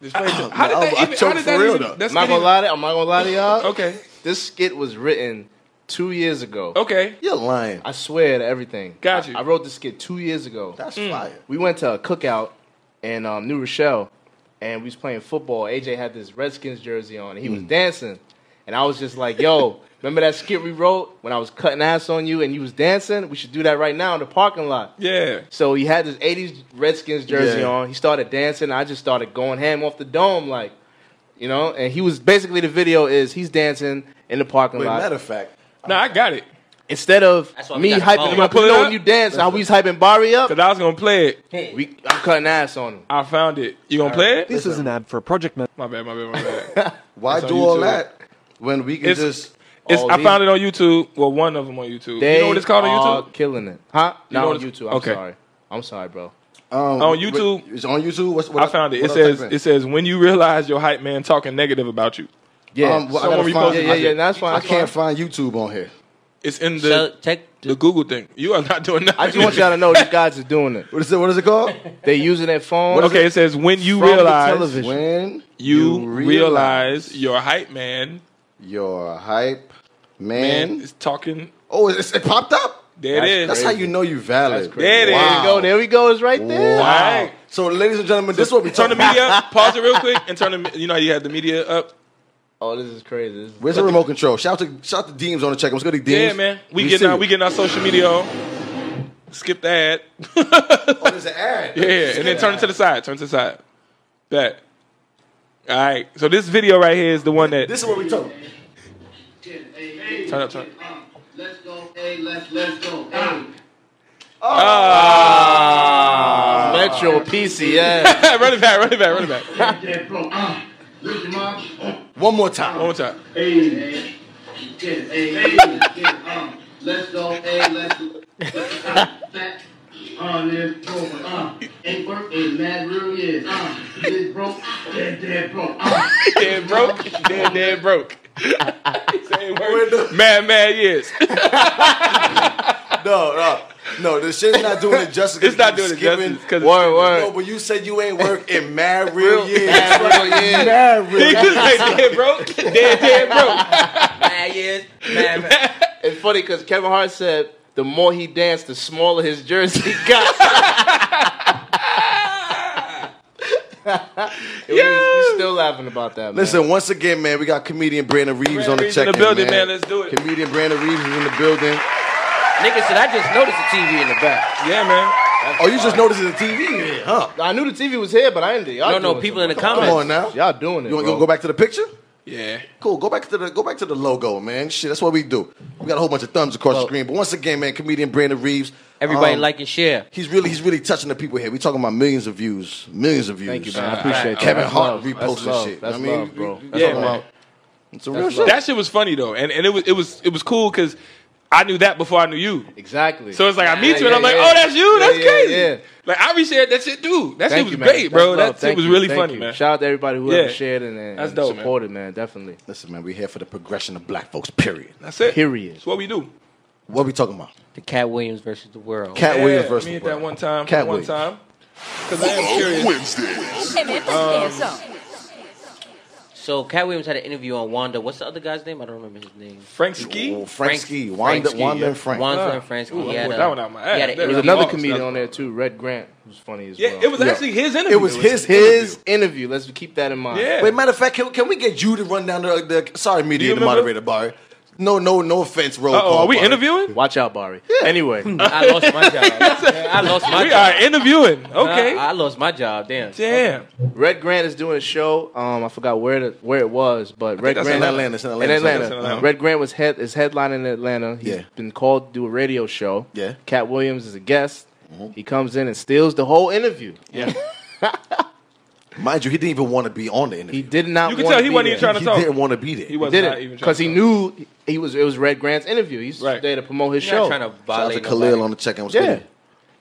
Speaker 3: Explain to, how did
Speaker 2: I-
Speaker 3: that
Speaker 2: I
Speaker 3: even? How
Speaker 2: choked
Speaker 3: did
Speaker 2: for
Speaker 3: that
Speaker 2: real,
Speaker 3: even?
Speaker 2: though.
Speaker 3: that's
Speaker 5: I'm not
Speaker 3: getting-
Speaker 5: gonna lie to I'm not gonna lie to y'all.
Speaker 3: Okay.
Speaker 5: This skit was written two years ago.
Speaker 3: Okay.
Speaker 2: You're lying.
Speaker 5: I swear to everything.
Speaker 3: Got you.
Speaker 5: I, I wrote this skit two years ago.
Speaker 2: That's fire.
Speaker 5: we went to a cookout in um, New Rochelle, and we was playing football. AJ had this Redskins jersey on, and he was
Speaker 2: Mm.
Speaker 5: dancing, and I was just like, "Yo, remember that skit we wrote when I was cutting ass on you and you was dancing? We should do that right now in the parking lot."
Speaker 3: Yeah.
Speaker 5: So he had this '80s Redskins jersey
Speaker 2: Yeah.
Speaker 5: on. He started dancing. I just started going ham off the dome, like, you know. And he was basically the video is he's dancing in the parking
Speaker 2: Wait,
Speaker 5: lot
Speaker 2: matter of fact,
Speaker 3: No, I got it.
Speaker 5: instead of
Speaker 7: That's why we
Speaker 5: me
Speaker 7: got the
Speaker 5: hyping
Speaker 7: phone.
Speaker 5: him up.
Speaker 3: You
Speaker 5: You
Speaker 3: wanna
Speaker 5: know
Speaker 3: pull it
Speaker 5: when you
Speaker 3: up?
Speaker 5: dance, how we was hyping Barry up.
Speaker 3: Cause I was gonna play it.
Speaker 5: We, I'm cutting ass on him.
Speaker 3: I found it. You gonna play it?
Speaker 13: This is an ad for Project Man.
Speaker 3: My bad. My bad. My bad.
Speaker 2: why
Speaker 3: It's on
Speaker 2: do all
Speaker 3: YouTube.
Speaker 2: that when we can
Speaker 3: It's-
Speaker 2: just?
Speaker 3: It's,
Speaker 5: Oh,
Speaker 3: I
Speaker 5: these-
Speaker 3: found it on YouTube. Well, one of them on YouTube.
Speaker 5: They
Speaker 3: you know what it's called on
Speaker 5: are
Speaker 3: YouTube?
Speaker 5: Killing it, huh?
Speaker 3: know
Speaker 5: Not on
Speaker 3: what it's-
Speaker 5: YouTube. I'm
Speaker 3: okay.
Speaker 5: sorry. I'm sorry, bro.
Speaker 2: Um,
Speaker 3: on YouTube-
Speaker 2: wait, It's on YouTube. What's, what
Speaker 3: I
Speaker 2: else-
Speaker 3: found it.
Speaker 2: what
Speaker 3: It
Speaker 2: else I
Speaker 3: says
Speaker 2: found?
Speaker 3: it says when you realize your hype man talking negative about you.
Speaker 5: Yeah,
Speaker 2: Um, well, I
Speaker 3: Someone
Speaker 2: gotta find-
Speaker 3: reposted
Speaker 5: yeah, yeah,
Speaker 3: my shit.
Speaker 5: yeah. That's fine.
Speaker 2: I
Speaker 5: that's fine.
Speaker 2: can't find YouTube on here.
Speaker 3: It's in the
Speaker 7: So, tech,
Speaker 3: the Google thing. You are not doing that.
Speaker 5: I just want y'all to know these guys are doing it.
Speaker 2: What is it? What is it called?
Speaker 5: They using their phone.
Speaker 3: Okay, it says when you
Speaker 5: From the
Speaker 3: realize
Speaker 5: television.
Speaker 2: when
Speaker 3: you
Speaker 2: you
Speaker 3: realize your hype man
Speaker 2: your hype man.
Speaker 3: man is talking.
Speaker 2: Oh, it's, it popped up.
Speaker 3: There it is.
Speaker 2: That's how you know you valid.
Speaker 5: That's
Speaker 3: There it
Speaker 5: There
Speaker 3: is.
Speaker 5: we go. There we go. It's right there.
Speaker 2: Wow.
Speaker 3: Right.
Speaker 2: So, ladies and gentlemen, this is what we
Speaker 3: Turn
Speaker 2: talking
Speaker 3: the
Speaker 2: about.
Speaker 3: media up. Pause it real quick and turn the. You know how you had the media up.
Speaker 5: Oh, this is crazy. This is-
Speaker 2: Where's the remote control? Shout out to shout out to Deems on the check. Let's go to Deems.
Speaker 3: Yeah, man. We getting our we getting our social media on. Skip the ad.
Speaker 2: Oh, there's an ad.
Speaker 3: Yeah, and then turn it to the side. Turn it to the side. Back. All right. So this video right here is the one that
Speaker 2: This is what we talking.
Speaker 3: turn up. Turn. up.
Speaker 13: Let's go, hey, let's let's go, hey.
Speaker 5: Metro PCS.
Speaker 3: run it back. Run it back. Run it back. One
Speaker 13: That bro, uh, listen, mom, oh,
Speaker 2: One more time.
Speaker 3: more time.
Speaker 13: hey, hey, yeah, hey, hey, yeah, um, let's go, hey, let's go, fat, on this bro, uh, ain't work, ain't mad, really is, uh, this bro, dead, dead bro, uh,
Speaker 3: Dead broke. Dead dead broke. Same word. Mad mad years.
Speaker 2: No, no, no. The shit's not doing it justice.
Speaker 3: It's not
Speaker 2: You
Speaker 3: doing it
Speaker 2: skipping.
Speaker 3: justice. Cause
Speaker 5: word,
Speaker 2: No,
Speaker 5: word.
Speaker 2: but you said you ain't work in mad real years.
Speaker 5: Mad
Speaker 3: They just say dead broke. Dead dead broke.
Speaker 7: mad years, mad, mad.
Speaker 5: It's funny because Kevin Hart said the more he danced, the smaller his jersey got. yeah. we, we still laughing about that. Man.
Speaker 2: Listen, once again, man, we got comedian Brandon Reeves on the
Speaker 3: Reeves in
Speaker 2: check.
Speaker 3: the building, man. Let's do it.
Speaker 2: Comedian Brandon Reeves is in the building.
Speaker 7: Nigga said, I just noticed the TV in the back.
Speaker 3: Yeah, man.
Speaker 2: Oh, you just noticed the TV, here, huh?
Speaker 5: I knew the TV was here, but I didn't. Y'all
Speaker 7: No, no,
Speaker 5: doing
Speaker 7: people in the
Speaker 5: something.
Speaker 2: Come
Speaker 7: comments.
Speaker 2: on now.
Speaker 5: Y'all doing it.
Speaker 2: You want to
Speaker 5: bro.
Speaker 2: go back to the picture?
Speaker 3: Yeah.
Speaker 2: Cool. Go back to the go back to the logo, man. Shit, that's what we do. We got a whole bunch of thumbs across the
Speaker 7: Well-
Speaker 2: screen. But once again, man, comedian Brandon Reeves.
Speaker 7: Everybody
Speaker 2: um,
Speaker 7: like and share.
Speaker 2: He's really he's really touching the people here. We talking about millions of views, millions of views.
Speaker 5: Thank you, man. I appreciate that.
Speaker 2: Kevin
Speaker 5: That's
Speaker 2: Hart
Speaker 5: love. That's
Speaker 2: reposting
Speaker 5: love.
Speaker 2: shit.
Speaker 5: That's
Speaker 2: I mean,
Speaker 5: love, bro.
Speaker 2: we- we
Speaker 5: That's
Speaker 2: talking
Speaker 3: love.
Speaker 2: about- It's a real
Speaker 5: That's
Speaker 2: shit.
Speaker 5: love.
Speaker 3: That shit was funny though, and, and it was it was it was cool because I knew that before I knew you.
Speaker 5: Exactly.
Speaker 3: So it's like I meet
Speaker 5: Yeah,
Speaker 3: you and
Speaker 5: yeah,
Speaker 3: I'm like,
Speaker 5: yeah.
Speaker 3: oh, that's you.
Speaker 5: Yeah,
Speaker 3: That's
Speaker 5: yeah,
Speaker 3: crazy.
Speaker 5: yeah.
Speaker 3: Like I reshared that shit too. That shit
Speaker 5: Thank
Speaker 3: was
Speaker 5: you, man.
Speaker 3: great, bro.
Speaker 5: That's love.
Speaker 3: That shit
Speaker 5: Thank
Speaker 3: was
Speaker 5: you.
Speaker 3: really
Speaker 5: Thank
Speaker 3: funny,
Speaker 5: you.
Speaker 3: man.
Speaker 5: Shout out to everybody whoever
Speaker 3: Yeah.
Speaker 5: shared and, and
Speaker 3: That's dope, man.
Speaker 5: supported, man. Definitely.
Speaker 2: Listen, man, we here for the progression of black folks, period.
Speaker 3: That's it.
Speaker 5: Period.
Speaker 3: That's what we do.
Speaker 2: What we talking about?
Speaker 7: The Cat Williams versus the world.
Speaker 2: Cat
Speaker 3: Yeah,
Speaker 2: Williams versus
Speaker 3: me at
Speaker 2: Bro.
Speaker 3: that one time.
Speaker 2: Cat
Speaker 3: one
Speaker 2: Williams.
Speaker 3: time. Because I am curious.
Speaker 7: So Cat Williams had an interview on Wanda. What's the other guy's name? I don't remember his name.
Speaker 3: Frank Ski.
Speaker 2: Oh, Frank
Speaker 7: Frank-
Speaker 2: Ski. Wanda,
Speaker 3: Frank Ski,
Speaker 2: Wanda
Speaker 3: yeah.
Speaker 2: and Frank.
Speaker 7: Wanda
Speaker 3: Ah.
Speaker 7: and Frank.
Speaker 3: Ooh,
Speaker 7: He
Speaker 3: I
Speaker 7: had
Speaker 3: pulled
Speaker 7: a,
Speaker 3: that one out my ass.
Speaker 7: He had an
Speaker 3: That
Speaker 5: There's
Speaker 3: was
Speaker 7: interview.
Speaker 5: another
Speaker 3: Marks,
Speaker 5: comedian
Speaker 3: that's-
Speaker 5: on there too. Red Grant was funny as
Speaker 3: Yeah,
Speaker 5: well.
Speaker 3: it was actually his interview.
Speaker 2: It was his
Speaker 5: his
Speaker 2: his.
Speaker 5: interview. Let's keep that in mind.
Speaker 3: Yeah.
Speaker 2: Wait, matter of fact, can, can we get you to run down the, the sorry media the
Speaker 3: remember?
Speaker 2: moderator bar? No, no, no offense, roll
Speaker 3: Uh-oh,
Speaker 2: call.
Speaker 3: are we
Speaker 2: Barry.
Speaker 3: interviewing?
Speaker 5: Watch out, Barry. Anyway,
Speaker 7: I lost my job. I lost my
Speaker 3: We
Speaker 7: job.
Speaker 3: are interviewing.
Speaker 7: I,
Speaker 3: Okay.
Speaker 7: I lost my job. Damn.
Speaker 3: Damn.
Speaker 5: Red Grant is doing a show. Um, I forgot where the, where it was, but Red
Speaker 3: that's
Speaker 5: Grant
Speaker 2: in Atlanta. It's in Atlanta.
Speaker 5: In Atlanta.
Speaker 3: It's in Atlanta.
Speaker 5: Red Grant was head is headlining in Atlanta. He's
Speaker 2: Yeah.
Speaker 5: been called to do a radio show.
Speaker 2: Yeah.
Speaker 5: Cat Williams is a guest.
Speaker 3: Mm-hmm.
Speaker 5: He comes in and steals the whole interview.
Speaker 3: Yeah.
Speaker 2: Mind you, he didn't even want to be on the
Speaker 5: He
Speaker 2: interview.
Speaker 5: did not.
Speaker 3: You can
Speaker 5: wanna
Speaker 3: tell he
Speaker 5: be
Speaker 3: wasn't
Speaker 5: there.
Speaker 3: even trying to
Speaker 2: He
Speaker 3: talk.
Speaker 2: didn't want to be there.
Speaker 3: He was
Speaker 5: did
Speaker 3: not
Speaker 5: it
Speaker 3: even trying
Speaker 5: because
Speaker 3: to
Speaker 5: he
Speaker 3: talk.
Speaker 5: knew he was. It was Red Grant's interview. He's
Speaker 3: Right.
Speaker 5: there to promote his
Speaker 7: You're not
Speaker 5: show.
Speaker 7: trying to
Speaker 2: Shout out to
Speaker 7: violate
Speaker 2: Khalil
Speaker 7: nobody.
Speaker 2: on the check-in. What's
Speaker 5: Yeah. Mm-hmm.
Speaker 2: good?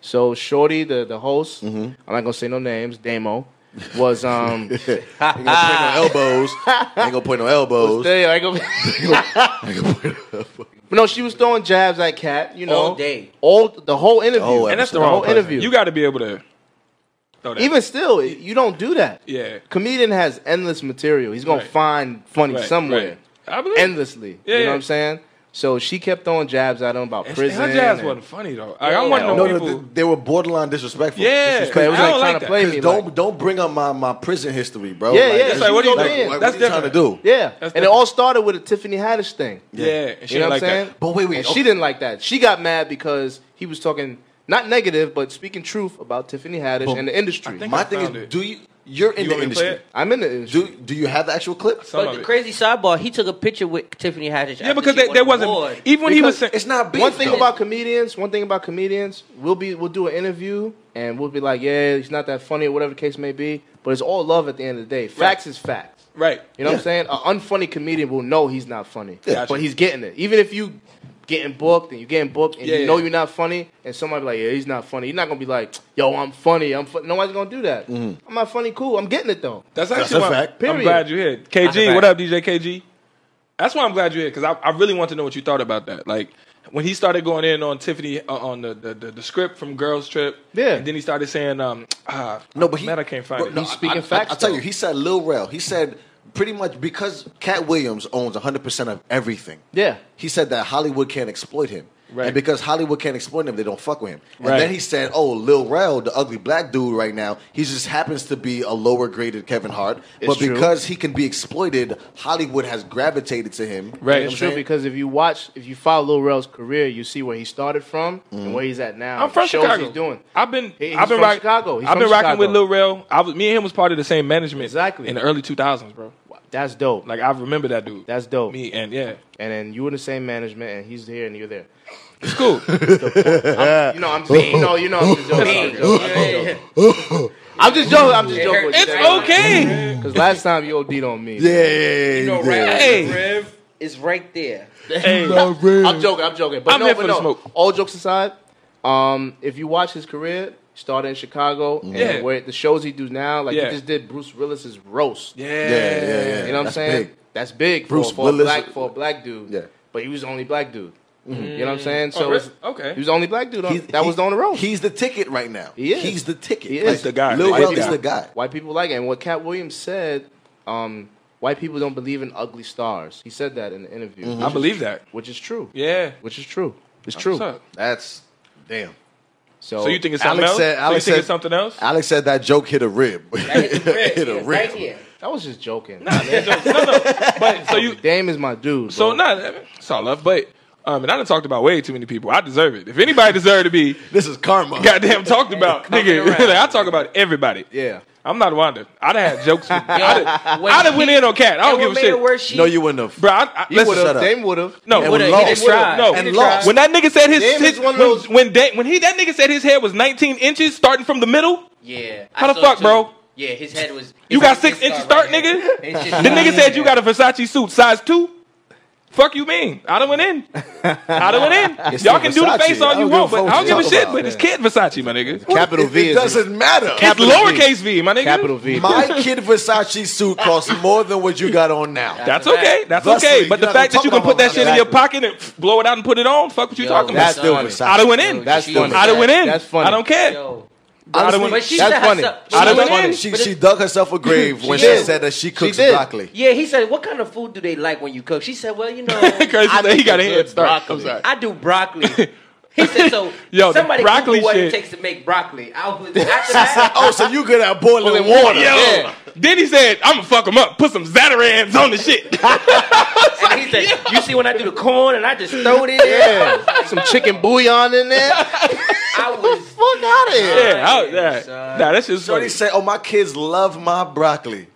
Speaker 5: So Shorty, the the host, I'm not gonna say no names. Damo was um.
Speaker 2: Ain't gonna point no elbows. Ain't gonna point no elbows.
Speaker 5: Stay, I go- but no, she was throwing jabs at Cat. You know,
Speaker 7: All day.
Speaker 5: all the whole interview,
Speaker 2: Oh,
Speaker 3: And that's the
Speaker 5: the
Speaker 3: wrong
Speaker 5: whole
Speaker 3: person.
Speaker 5: interview.
Speaker 3: You got to be able to. throw that.
Speaker 5: Even still, you don't do that.
Speaker 3: Yeah.
Speaker 5: comedian has endless material. He's gonna
Speaker 3: Right.
Speaker 5: find funny
Speaker 3: Right,
Speaker 5: somewhere,
Speaker 3: right. I believe.
Speaker 5: endlessly.
Speaker 3: Yeah,
Speaker 5: you know
Speaker 3: yeah.
Speaker 5: what I'm saying? So she kept throwing jabs at him about
Speaker 3: And
Speaker 5: prison.
Speaker 3: Her jazz
Speaker 5: and-
Speaker 3: wasn't funny though. Like, I'm one of
Speaker 2: No,
Speaker 3: those
Speaker 2: no,
Speaker 3: people.
Speaker 2: th- they were borderline disrespectful.
Speaker 3: yeah,
Speaker 5: It was like,
Speaker 3: I don't
Speaker 5: trying
Speaker 3: like
Speaker 5: to
Speaker 3: that.
Speaker 5: play me.
Speaker 2: Because don't
Speaker 5: like-
Speaker 2: don't bring up my, my prison history, bro.
Speaker 5: Yeah, yeah. That's
Speaker 3: like, what are you
Speaker 2: like,
Speaker 3: doing?
Speaker 2: Like,
Speaker 3: That's
Speaker 2: what are you trying to do?
Speaker 5: yeah, and
Speaker 3: That's
Speaker 5: it
Speaker 3: different.
Speaker 5: all started with a Tiffany Haddish thing.
Speaker 3: yeah, and she
Speaker 5: you know
Speaker 3: didn't
Speaker 5: what
Speaker 3: like
Speaker 5: I'm saying?
Speaker 3: that.
Speaker 2: But wait, wait,
Speaker 5: And
Speaker 2: okay.
Speaker 5: she didn't like that. She got mad because he was talking not negative, but speaking truth about Tiffany Haddish
Speaker 2: Boom.
Speaker 5: and the industry.
Speaker 3: I think
Speaker 2: My
Speaker 3: I
Speaker 2: thing
Speaker 3: found
Speaker 2: is,
Speaker 3: it.
Speaker 2: do you? You're in
Speaker 3: You
Speaker 2: the
Speaker 3: want me to play
Speaker 2: industry.
Speaker 3: it?
Speaker 5: I'm in the industry.
Speaker 2: Do do you have the actual clip?
Speaker 3: Some
Speaker 7: But
Speaker 3: of
Speaker 7: the
Speaker 3: it.
Speaker 7: crazy sidebar, he took a picture with Tiffany Haddish.
Speaker 3: Yeah, because there, there wasn't. Even when he was saying,
Speaker 2: It's not beef.
Speaker 5: one thing
Speaker 2: though.
Speaker 5: about comedians, one thing about comedians, we'll be we'll do an interview and we'll be like, yeah, he's not that funny or whatever the case may be, but it's all love at the end of the day. Facts is facts.
Speaker 3: right,
Speaker 5: You know what I'm saying? An unfunny comedian will know he's not funny,
Speaker 3: Gotcha.
Speaker 5: but he's getting it. Even if you getting booked and you getting booked and
Speaker 3: Yeah,
Speaker 5: you
Speaker 3: yeah.
Speaker 5: know you're not funny, and somebody be like, yeah, he's not funny. You're not gonna be like, yo, I'm funny. I'm funny. Nobody's gonna do that.
Speaker 3: Mm-hmm.
Speaker 5: I'm not funny. Cool. I'm getting it though.
Speaker 3: that's actually
Speaker 2: a
Speaker 3: why
Speaker 2: fact.
Speaker 5: Period.
Speaker 3: I'm glad you're here. KG,
Speaker 7: fact.
Speaker 3: what up, DJ KG? That's why I'm glad you're here because I, I really want to know what you thought about that. Like, when he started going in on Tiffany uh, on the, the, the the script from Girls Trip.
Speaker 5: Yeah.
Speaker 3: and then he started saying, um, uh,
Speaker 2: No, but he,
Speaker 3: man, I can't find
Speaker 2: bro,
Speaker 3: it.
Speaker 2: no,
Speaker 5: He's
Speaker 2: I-
Speaker 5: speaking
Speaker 2: I,
Speaker 5: facts,
Speaker 2: I, will tell
Speaker 5: though.
Speaker 2: you, he said Lil Rel. He said pretty much because Cat Williams owns 100 percent of everything.
Speaker 5: Yeah.
Speaker 2: He said that Hollywood can't exploit him.
Speaker 5: Right.
Speaker 2: And because Hollywood can't exploit him, they don't fuck with him. And
Speaker 5: Right.
Speaker 2: then he said, "Oh, Lil Rel, the ugly black dude right now, he just happens to be a lower graded Kevin Hart, but
Speaker 5: true.
Speaker 2: because he can be exploited, Hollywood has gravitated to him." You know
Speaker 3: Right.
Speaker 2: what
Speaker 5: It's
Speaker 2: I'm
Speaker 5: true
Speaker 2: saying?
Speaker 5: because if you watch, if you follow Lil Rel's career, you see where he started from and where he's at now.
Speaker 3: Mm-hmm. I'm
Speaker 5: It
Speaker 3: from
Speaker 5: shows
Speaker 3: Chicago.
Speaker 5: He's doing.
Speaker 3: I've been.
Speaker 5: He- he's
Speaker 3: I've been
Speaker 5: from
Speaker 3: rock-
Speaker 5: Chicago. He's
Speaker 3: I've
Speaker 5: from
Speaker 3: been rocking with
Speaker 5: Chicago.
Speaker 3: Lil Rel. I was. Me and him was part of the same management.
Speaker 5: Exactly.
Speaker 3: In the early 2000s, bro.
Speaker 5: That's dope.
Speaker 3: Like I remember that dude.
Speaker 5: That's dope.
Speaker 3: me and yeah.
Speaker 5: And then you were in the same management, and he's here and you're there.
Speaker 3: It's cool.
Speaker 5: You know, I'm saying, you know, you know, I'm just joking. I'm just joking.
Speaker 7: Yeah.
Speaker 5: I'm just joking. I'm just joking.
Speaker 3: it's okay.
Speaker 5: Because last time you OD'd on me.
Speaker 2: Yeah, yeah, yeah,
Speaker 7: You know,
Speaker 2: yeah.
Speaker 7: Rev,
Speaker 3: Hey.
Speaker 7: Rev is right there.
Speaker 3: hey,
Speaker 5: I'm joking. I'm joking. But
Speaker 3: I'm
Speaker 5: no,
Speaker 3: here
Speaker 5: but
Speaker 3: for the
Speaker 5: no.
Speaker 3: smoke.
Speaker 5: All jokes aside, um, if you watch his career, started in Chicago,
Speaker 3: Yeah.
Speaker 5: and where the shows he do now, like
Speaker 3: Yeah.
Speaker 5: he just did Bruce Willis's roast.
Speaker 3: yeah.
Speaker 2: Yeah, yeah, yeah.
Speaker 5: You know what I'm
Speaker 2: That's
Speaker 5: saying?
Speaker 2: big.
Speaker 5: That's big
Speaker 2: Bruce
Speaker 5: for, for
Speaker 2: Willis-
Speaker 5: a black for a black dude.
Speaker 2: Yeah.
Speaker 5: But he was the only black dude. You know what I'm saying? So
Speaker 3: Mm. Oh, really?
Speaker 5: it's-
Speaker 3: Okay.
Speaker 5: he was the only black dude. On,
Speaker 2: He's-
Speaker 5: that was
Speaker 2: he-
Speaker 5: on the road.
Speaker 2: He's the ticket right now.
Speaker 5: He is.
Speaker 2: He's the ticket.
Speaker 5: He is. He's
Speaker 3: the guy.
Speaker 2: Lil
Speaker 3: He's
Speaker 2: Rel
Speaker 3: the
Speaker 2: is
Speaker 3: guy.
Speaker 2: the guy.
Speaker 5: White people like it. And what Cat Williams said, um, white people don't believe in ugly stars. He said that in the interview.
Speaker 3: Mm-hmm. I believe that.
Speaker 5: Which is true.
Speaker 3: Yeah.
Speaker 5: Which is true. It's
Speaker 3: What's
Speaker 5: true.
Speaker 3: up?
Speaker 2: That's damn.
Speaker 5: So,
Speaker 3: So you think it's something
Speaker 2: Alex
Speaker 3: else?
Speaker 2: said-
Speaker 3: So
Speaker 2: Alex
Speaker 3: you think
Speaker 2: said- Ah,
Speaker 3: it's something else?
Speaker 2: Alex said that joke hit a rib.
Speaker 7: That hit the rib,
Speaker 2: Hit a
Speaker 7: yeah,
Speaker 2: rib.
Speaker 7: right here.
Speaker 5: I was just joking.
Speaker 3: But so you
Speaker 5: Dame is my dude.
Speaker 3: so
Speaker 5: bro.
Speaker 3: not nah, it's all love, but um, and I done talked about way too many people. I deserve it. If anybody deserve to be
Speaker 2: This is karma.
Speaker 3: goddamn talked about, nigga, like, I talk about everybody.
Speaker 5: Yeah.
Speaker 3: I'm not Wanda. I'd have had jokes. With, I'd have,
Speaker 7: when
Speaker 3: I'd have went
Speaker 7: he-
Speaker 3: in on cat. I don't
Speaker 7: And what
Speaker 3: give a
Speaker 7: made
Speaker 3: shit,
Speaker 7: it worse, she
Speaker 2: No, you wouldn't have.
Speaker 3: bro. I, I,
Speaker 2: He
Speaker 3: listen,
Speaker 2: would've- Shut up.
Speaker 5: Dame would have.
Speaker 3: no,
Speaker 2: And
Speaker 7: would've-
Speaker 2: lost.
Speaker 7: he didn't try.
Speaker 3: No.
Speaker 7: He
Speaker 2: And
Speaker 7: didn't
Speaker 2: lost.
Speaker 7: try.
Speaker 3: When that nigga said his,
Speaker 5: Dame
Speaker 3: his
Speaker 5: is one
Speaker 3: when,
Speaker 5: of those-
Speaker 3: when, Dame, when he that nigga said his hair was 19 inches starting from the middle,
Speaker 7: Yeah.
Speaker 3: How
Speaker 7: I
Speaker 3: the
Speaker 7: saw it
Speaker 3: fuck,
Speaker 7: too.
Speaker 3: bro?
Speaker 7: Yeah, his head was.
Speaker 3: you
Speaker 7: his
Speaker 3: got
Speaker 7: head
Speaker 3: six
Speaker 7: did
Speaker 3: inches start,
Speaker 7: right here.
Speaker 3: nigga.
Speaker 7: It's just-
Speaker 3: The nigga said you got a Versace suit size two. Fuck you mean? I done went in. I done went in.
Speaker 2: It's still
Speaker 3: Y'all can do the
Speaker 2: Versace.
Speaker 3: face all
Speaker 2: I don't
Speaker 3: you
Speaker 2: give a
Speaker 3: want, but
Speaker 2: fuck
Speaker 3: I
Speaker 2: what
Speaker 3: don't give a
Speaker 2: you
Speaker 3: shit.
Speaker 2: talk
Speaker 3: But it's kid Versace, my nigga.
Speaker 5: Capital
Speaker 2: It-
Speaker 5: V
Speaker 2: It
Speaker 5: is
Speaker 2: doesn't matter.
Speaker 3: It's
Speaker 5: Capital V.
Speaker 3: lowercase V, my nigga.
Speaker 5: capital V.
Speaker 2: My kid Versace suit costs more than what you got on now.
Speaker 3: That's okay. That's
Speaker 2: Thusly,
Speaker 3: okay.
Speaker 2: you're
Speaker 3: But the
Speaker 2: not gonna
Speaker 3: fact that you
Speaker 2: talk
Speaker 3: can put
Speaker 2: about
Speaker 3: that shit in your
Speaker 2: Versace.
Speaker 3: pocket and blow it out and put it on, fuck what you
Speaker 7: Yo,
Speaker 3: talking
Speaker 2: That's
Speaker 3: about.
Speaker 2: still
Speaker 7: Son.
Speaker 2: Versace.
Speaker 3: I done went in.
Speaker 5: That's
Speaker 7: She-
Speaker 5: funny.
Speaker 3: I done went in.
Speaker 5: That's funny.
Speaker 3: I don't care.
Speaker 7: Yo.
Speaker 3: I done
Speaker 2: Honestly,
Speaker 7: But
Speaker 3: went.
Speaker 7: she
Speaker 5: That's
Speaker 7: said
Speaker 5: funny.
Speaker 7: herself-
Speaker 3: I don't
Speaker 7: she
Speaker 3: want
Speaker 7: said-
Speaker 3: it.
Speaker 2: She
Speaker 7: but it-
Speaker 2: she dug herself a grave when she
Speaker 5: did.
Speaker 2: said that she cooks
Speaker 5: did.
Speaker 2: broccoli.
Speaker 7: Yeah, he said, "What kind of food do they like when you cook?" She said, "Well, you know,
Speaker 3: Crazy
Speaker 5: I
Speaker 3: thing. He
Speaker 5: think
Speaker 3: got a
Speaker 5: it's
Speaker 3: head
Speaker 5: good
Speaker 3: start. I'm
Speaker 5: broccoli.
Speaker 3: sorry.
Speaker 7: I do broccoli." He said, "So
Speaker 3: Yo, the
Speaker 7: somebody
Speaker 3: broccoli
Speaker 7: broccoli what
Speaker 3: shit.
Speaker 7: it takes to make broccoli." I was after
Speaker 2: She said,
Speaker 7: that.
Speaker 2: oh, so you good at boiling water?
Speaker 3: Yo.
Speaker 5: Yeah.
Speaker 3: Then he said, "I'm gonna fuck him up. Put some Zatarans on the shit."
Speaker 7: And he said, "You see when I do the corn and I just throw it in."
Speaker 5: Yeah. Some chicken bouillon in there.
Speaker 7: I was.
Speaker 5: Fuck out of here.
Speaker 3: Yeah, I, yeah.
Speaker 7: son.
Speaker 3: Nah, that's just funny.
Speaker 2: Shorty said, oh, my kids love my broccoli.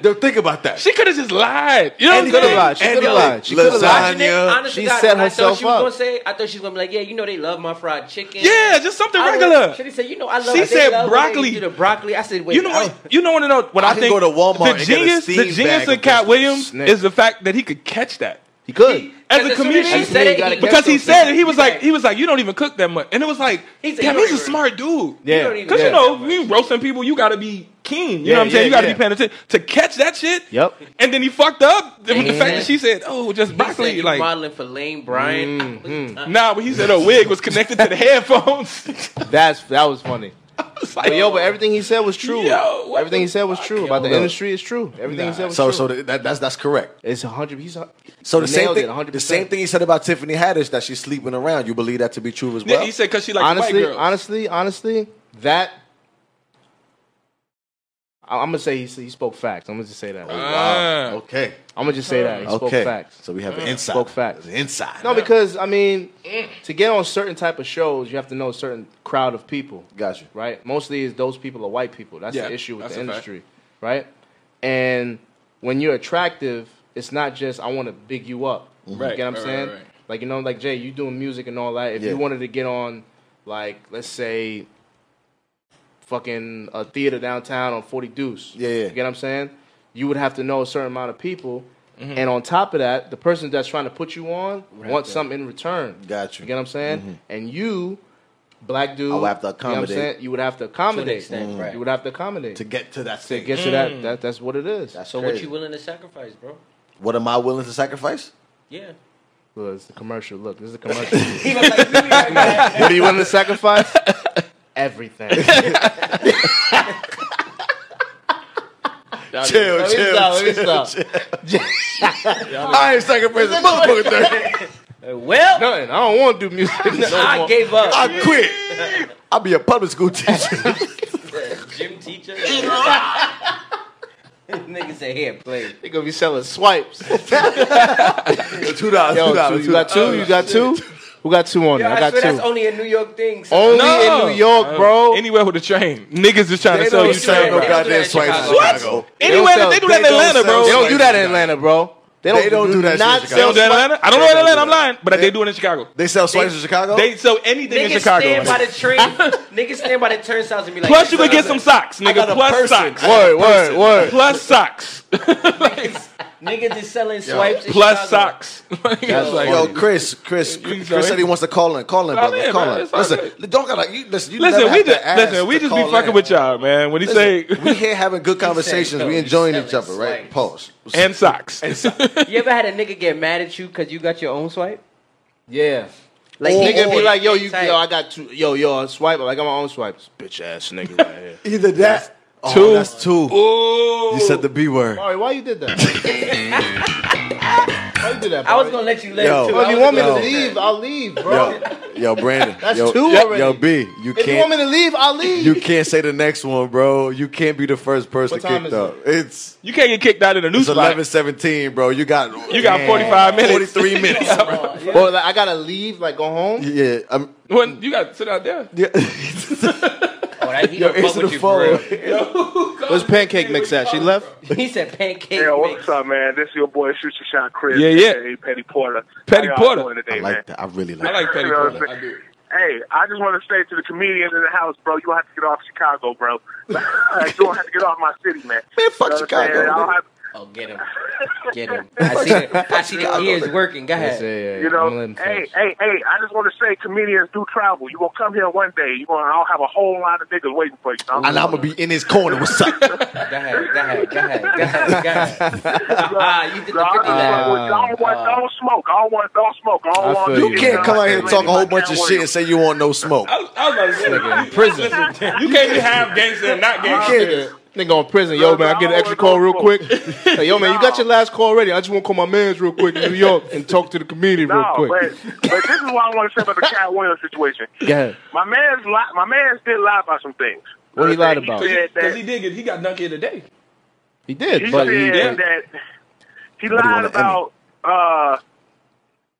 Speaker 2: Don't think about that.
Speaker 3: She could have just lied. You know
Speaker 5: Andy
Speaker 3: what I'm
Speaker 5: coulda
Speaker 3: saying?
Speaker 5: lied. She coulda lied. She coulda lied.
Speaker 7: Watching it, honest to
Speaker 5: She
Speaker 7: God,
Speaker 5: set
Speaker 7: I thought
Speaker 5: herself
Speaker 7: she was
Speaker 5: up.
Speaker 7: gonna say. I thought she was gonna be like, "Yeah, you know they love my fried chicken."
Speaker 3: Yeah, just something
Speaker 7: I was-
Speaker 3: regular.
Speaker 7: She said, "You know I love."
Speaker 3: She
Speaker 7: they
Speaker 3: said
Speaker 7: love when they
Speaker 3: broccoli.
Speaker 7: Do the broccoli. I said, "Wait,
Speaker 3: You know
Speaker 7: I-
Speaker 3: what? You know what? I know What I,
Speaker 2: I can go
Speaker 3: think
Speaker 2: to Walmart
Speaker 3: The
Speaker 2: and get a
Speaker 3: genius, the
Speaker 2: steam
Speaker 3: genius
Speaker 2: bag
Speaker 3: of
Speaker 2: of
Speaker 3: Cat
Speaker 2: Mr.
Speaker 3: Williams
Speaker 5: Snake.
Speaker 3: is the fact that he could catch that
Speaker 5: He could.
Speaker 3: as
Speaker 7: Because
Speaker 3: a
Speaker 7: as soon as she
Speaker 3: comedian.
Speaker 7: said it,
Speaker 5: gotta catch
Speaker 7: he-
Speaker 3: because he
Speaker 5: those
Speaker 3: said
Speaker 5: things.
Speaker 3: it, he was
Speaker 7: He's
Speaker 3: like, he was like, you don't even cook that much, and it was like,
Speaker 7: He said,
Speaker 3: damn,
Speaker 7: "You
Speaker 3: he's
Speaker 7: don't
Speaker 3: a
Speaker 7: even-
Speaker 3: smart dude.
Speaker 5: Yeah.
Speaker 7: don't even
Speaker 3: because you
Speaker 7: cook
Speaker 3: know,
Speaker 7: that
Speaker 3: when you roasting people, you gotta be keen. You
Speaker 5: Yeah,
Speaker 3: know what I'm saying?
Speaker 5: yeah,
Speaker 3: You gotta
Speaker 5: yeah.
Speaker 3: be paying attention to catch that shit.
Speaker 5: Yep.
Speaker 3: And then he fucked up with the
Speaker 7: Yeah.
Speaker 3: fact that she said, oh, just
Speaker 7: He said,
Speaker 3: broccoli.
Speaker 7: you
Speaker 3: Like,
Speaker 7: modeling for Lane Bryant.
Speaker 5: Mm-hmm.
Speaker 7: I was- uh,
Speaker 3: nah, but he said a wig was connected to the headphones.
Speaker 5: That's that was funny.
Speaker 3: It's like,
Speaker 5: But yo, but everything he said was true.
Speaker 3: Yo, what
Speaker 5: everything
Speaker 3: the
Speaker 5: he said was true about the
Speaker 2: Yo.
Speaker 5: industry is true. Everything he said was
Speaker 2: So,
Speaker 5: true.
Speaker 2: so that, that's that's correct.
Speaker 5: it's a hundred. He's a-
Speaker 2: So the
Speaker 5: he
Speaker 2: same
Speaker 5: nailed it,
Speaker 2: thing,
Speaker 5: 100%.
Speaker 2: the same thing he said about Tiffany Haddish that she's sleeping around. You believe that to be true as
Speaker 3: Yeah,
Speaker 2: well?
Speaker 3: he said because she like
Speaker 5: honestly,
Speaker 3: white girls.
Speaker 5: honestly, honestly, that. I- I'm gonna say he, he spoke facts. I'm gonna just say that.
Speaker 3: Ah.
Speaker 2: okay,
Speaker 5: I'm gonna just say that. He spoke
Speaker 2: okay.
Speaker 5: facts.
Speaker 2: So we have an inside.
Speaker 5: Spoke facts.
Speaker 2: Inside.
Speaker 5: No, because I mean, to get on certain type of shows, you have to know a certain crowd of people.
Speaker 2: Got you.
Speaker 5: Right. Mostly, is those people are white people. That's
Speaker 3: Yeah,
Speaker 5: the issue with
Speaker 3: that's
Speaker 5: the
Speaker 3: a fact.
Speaker 5: industry, right? And when you're attractive, it's not just I want to big you up.
Speaker 2: Mm-hmm.
Speaker 3: Right,
Speaker 5: You get what I'm
Speaker 3: right,
Speaker 5: saying?
Speaker 3: right, right.
Speaker 5: Like you know, like Jay, you doing music and all that. If
Speaker 2: Yeah.
Speaker 5: you wanted to get on, like let's say, fucking a theater downtown on Forty Deuce.
Speaker 2: Yeah, yeah.
Speaker 5: You get what I'm saying? You would have to know a certain amount of people.
Speaker 2: Mm-hmm.
Speaker 5: And on top of that, the person that's trying to put you on wants something in return.
Speaker 2: Got you. Mm-hmm.
Speaker 5: You get what I'm saying? And you, black dude,
Speaker 2: I would have to
Speaker 5: You,
Speaker 2: accommodate.
Speaker 5: know what I'm saying? you would have to accommodate.
Speaker 7: extent,
Speaker 5: Mhm.
Speaker 7: right.
Speaker 5: You would have to accommodate.
Speaker 2: to get to that
Speaker 5: To
Speaker 2: thing.
Speaker 5: get to that, that, that's what it is.
Speaker 2: That's
Speaker 7: so
Speaker 2: crazy.
Speaker 7: what you willing to sacrifice, bro?
Speaker 2: What am I willing to sacrifice?
Speaker 7: Yeah.
Speaker 5: Well, it's a commercial. Look, this is a commercial. what are you willing to sacrifice? Everything.
Speaker 2: Chill,
Speaker 5: let me
Speaker 2: chill,
Speaker 5: stop, let me
Speaker 2: chill,
Speaker 5: stop.
Speaker 2: I ain't sacrificing a motherfucker thing.
Speaker 7: Well,
Speaker 5: Nothing. I don't want to do music. no
Speaker 7: I
Speaker 5: more.
Speaker 7: gave up.
Speaker 2: I quit. I'll be a public school teacher.
Speaker 7: Gym teacher. Nigga say here, play.
Speaker 5: They gonna be selling swipes.
Speaker 2: two dollars, two
Speaker 5: Yo, two,
Speaker 2: dollars,
Speaker 5: you got two. You got two. Who got two on there? I
Speaker 7: I,
Speaker 5: got
Speaker 7: swear that's
Speaker 5: two.
Speaker 7: only a New York thing. so-
Speaker 5: Only
Speaker 3: No.
Speaker 5: in New York, bro.
Speaker 3: Anywhere with a train. Niggas is trying
Speaker 2: They
Speaker 3: to sell
Speaker 2: don't
Speaker 3: you
Speaker 7: sell
Speaker 3: train.
Speaker 2: no
Speaker 7: right.
Speaker 2: goddamn
Speaker 3: rides.
Speaker 7: They don't do
Speaker 2: swipes
Speaker 7: that in
Speaker 2: in
Speaker 7: Chicago.
Speaker 2: Chicago.
Speaker 3: Anywhere
Speaker 5: sell-
Speaker 3: that they do that
Speaker 2: they
Speaker 3: in
Speaker 2: don't
Speaker 3: Atlanta,
Speaker 2: sell
Speaker 3: bro.
Speaker 5: They
Speaker 2: swipes.
Speaker 5: don't do that in Atlanta, bro. They don't,
Speaker 2: They don't do that shit
Speaker 5: Not
Speaker 2: in
Speaker 3: They
Speaker 5: sell
Speaker 2: Chicago.
Speaker 3: don't do that in Atlanta. I don't know in Atlanta. I'm lying, but
Speaker 2: They-
Speaker 3: they do it in Chicago.
Speaker 2: They sell swipes in Chicago.
Speaker 3: They sell anything in
Speaker 7: Niggas
Speaker 3: Chicago.
Speaker 7: stand by the train. niggas stand by the turnstiles and be like.
Speaker 3: Plus, you could get some socks, nigga.
Speaker 2: got a
Speaker 3: Plus
Speaker 2: person.
Speaker 3: socks.
Speaker 5: Word, word, word.
Speaker 3: Plus socks. Like,
Speaker 7: Niggas is selling swipes. in
Speaker 3: Plus
Speaker 7: Chicago.
Speaker 3: socks. Like,
Speaker 5: That's like-
Speaker 2: Yo, Chris, Chris,
Speaker 3: You
Speaker 2: Chris,
Speaker 3: sorry?
Speaker 2: said he wants to call in. Call in,
Speaker 3: Call
Speaker 2: brother.
Speaker 3: in,
Speaker 2: call
Speaker 3: man.
Speaker 2: in.
Speaker 3: It's all
Speaker 2: Listen,
Speaker 3: good.
Speaker 2: don't gotta. You, listen, you
Speaker 3: Listen,
Speaker 2: never
Speaker 3: we
Speaker 2: have
Speaker 3: just
Speaker 2: to ask
Speaker 3: listen. We
Speaker 2: to
Speaker 3: just be
Speaker 2: call
Speaker 3: fucking
Speaker 2: in.
Speaker 3: with y'all, man. When he say
Speaker 2: Listen, we here having good conversations.
Speaker 7: no,
Speaker 2: we
Speaker 7: you
Speaker 2: enjoying
Speaker 7: selling
Speaker 2: each other, right?
Speaker 7: swipes.
Speaker 2: Pause.
Speaker 3: and socks,
Speaker 7: You ever had a nigga get mad at you because you got your own swipe?
Speaker 5: Yeah.
Speaker 7: Like
Speaker 2: Or-
Speaker 5: Nigga be
Speaker 2: or-
Speaker 5: like, yo, you,
Speaker 7: Type.
Speaker 5: yo, I got two, yo, yo, a swipe. I got my own swipes. Bitch ass nigga right here.
Speaker 2: Either that, oh,
Speaker 3: Two.
Speaker 2: That's two. You said the B word.
Speaker 5: Mari, why you did that? why you did that?
Speaker 7: I was
Speaker 5: Mari?
Speaker 7: gonna let you live
Speaker 2: Yo.
Speaker 7: too.
Speaker 5: Well,
Speaker 7: I
Speaker 5: if you
Speaker 7: was "Oh,
Speaker 5: want me to
Speaker 7: gonna-
Speaker 2: Yo.
Speaker 5: leave, I'll leave, bro.
Speaker 2: Yo, yo, Brandon.
Speaker 5: That's
Speaker 2: yo,
Speaker 5: two
Speaker 2: yo,
Speaker 5: already.
Speaker 2: Yo, B, you
Speaker 5: If you want me
Speaker 2: can't.
Speaker 5: to leave, I'll leave.
Speaker 2: You can't say the next one, bro. You can't be the first person
Speaker 5: What time
Speaker 2: kicked
Speaker 5: is
Speaker 2: up. It's
Speaker 3: you can't get kicked out in a new
Speaker 2: it's
Speaker 3: spot.
Speaker 2: eleven seventeen, bro. You got
Speaker 3: You got 45 minutes.
Speaker 2: forty three minutes.
Speaker 5: Or like, I gotta leave, like go home.
Speaker 2: yeah, I'm.
Speaker 3: When you got to sit out there.
Speaker 2: Yeah.
Speaker 7: Oh, that, he
Speaker 2: Yo,
Speaker 7: don't fuck
Speaker 2: answer the
Speaker 7: with you for
Speaker 2: phone.
Speaker 7: real.
Speaker 5: Where's pancake mix at? She left.
Speaker 7: He said pancake.
Speaker 11: Yo,
Speaker 7: mix.
Speaker 11: what's up, man? This is your boy Shoot Your Shot Chris.
Speaker 3: Yeah, yeah.
Speaker 11: aka Petty Porter.
Speaker 3: Petty
Speaker 11: How y'all
Speaker 3: Porter.
Speaker 11: doing Today,
Speaker 2: I
Speaker 11: man?
Speaker 2: like that. I really like.
Speaker 3: I like Petty
Speaker 11: You know what
Speaker 3: Porter.
Speaker 11: I'm
Speaker 3: I do.
Speaker 11: Hey, I just want to say to the comedians in the house, bro, you don't have to get off Chicago, bro. you don't have to get off my city, man.
Speaker 2: Man, fuck
Speaker 11: You know what I'm saying?
Speaker 2: Chicago,
Speaker 11: I don't
Speaker 2: man.
Speaker 11: have,
Speaker 7: Oh, get him. Get him. I see the, I see the ears working. Go
Speaker 5: Yeah,
Speaker 7: ahead.
Speaker 5: yeah,
Speaker 11: you know, hey, hey, hey, I just want to say comedians do travel. You're going to come here one day. You're going to all have a whole lot of niggas waiting for you. I'm
Speaker 2: And I'm gonna be in his corner. What's up?
Speaker 7: Go ahead. Go ahead. Go ahead. Go ahead. Go ahead. you did
Speaker 11: No,
Speaker 7: the
Speaker 11: I
Speaker 7: fifty
Speaker 11: don't
Speaker 7: lap.
Speaker 11: want- I don't want no smoke. I don't want no smoke. I
Speaker 5: I
Speaker 11: don't want
Speaker 5: feel
Speaker 2: You can't come out here and talk a whole bunch of shit and say you want no smoke.
Speaker 3: I, was- I was about to say,
Speaker 5: in prison.
Speaker 3: you can't be half gangster and not gangster.
Speaker 5: Nigga, nigga on prison. Yo, man, I get an extra call real quick. Hey, yo, man, you got your last call already. I just want to call my mans real quick in New York and talk to the community real
Speaker 11: No,
Speaker 5: quick.
Speaker 11: but, but this is what I want to say about the Cat Williams situation.
Speaker 5: Go ahead.
Speaker 11: My man's li- my man's did lie about some things.
Speaker 5: What he lied about?
Speaker 11: He said
Speaker 3: Because
Speaker 11: Oh, that
Speaker 3: he did get, he got dunked here today.
Speaker 5: He did,
Speaker 11: he,
Speaker 5: but he,
Speaker 11: said that he
Speaker 2: do you
Speaker 11: lied
Speaker 2: want to end
Speaker 11: about uh,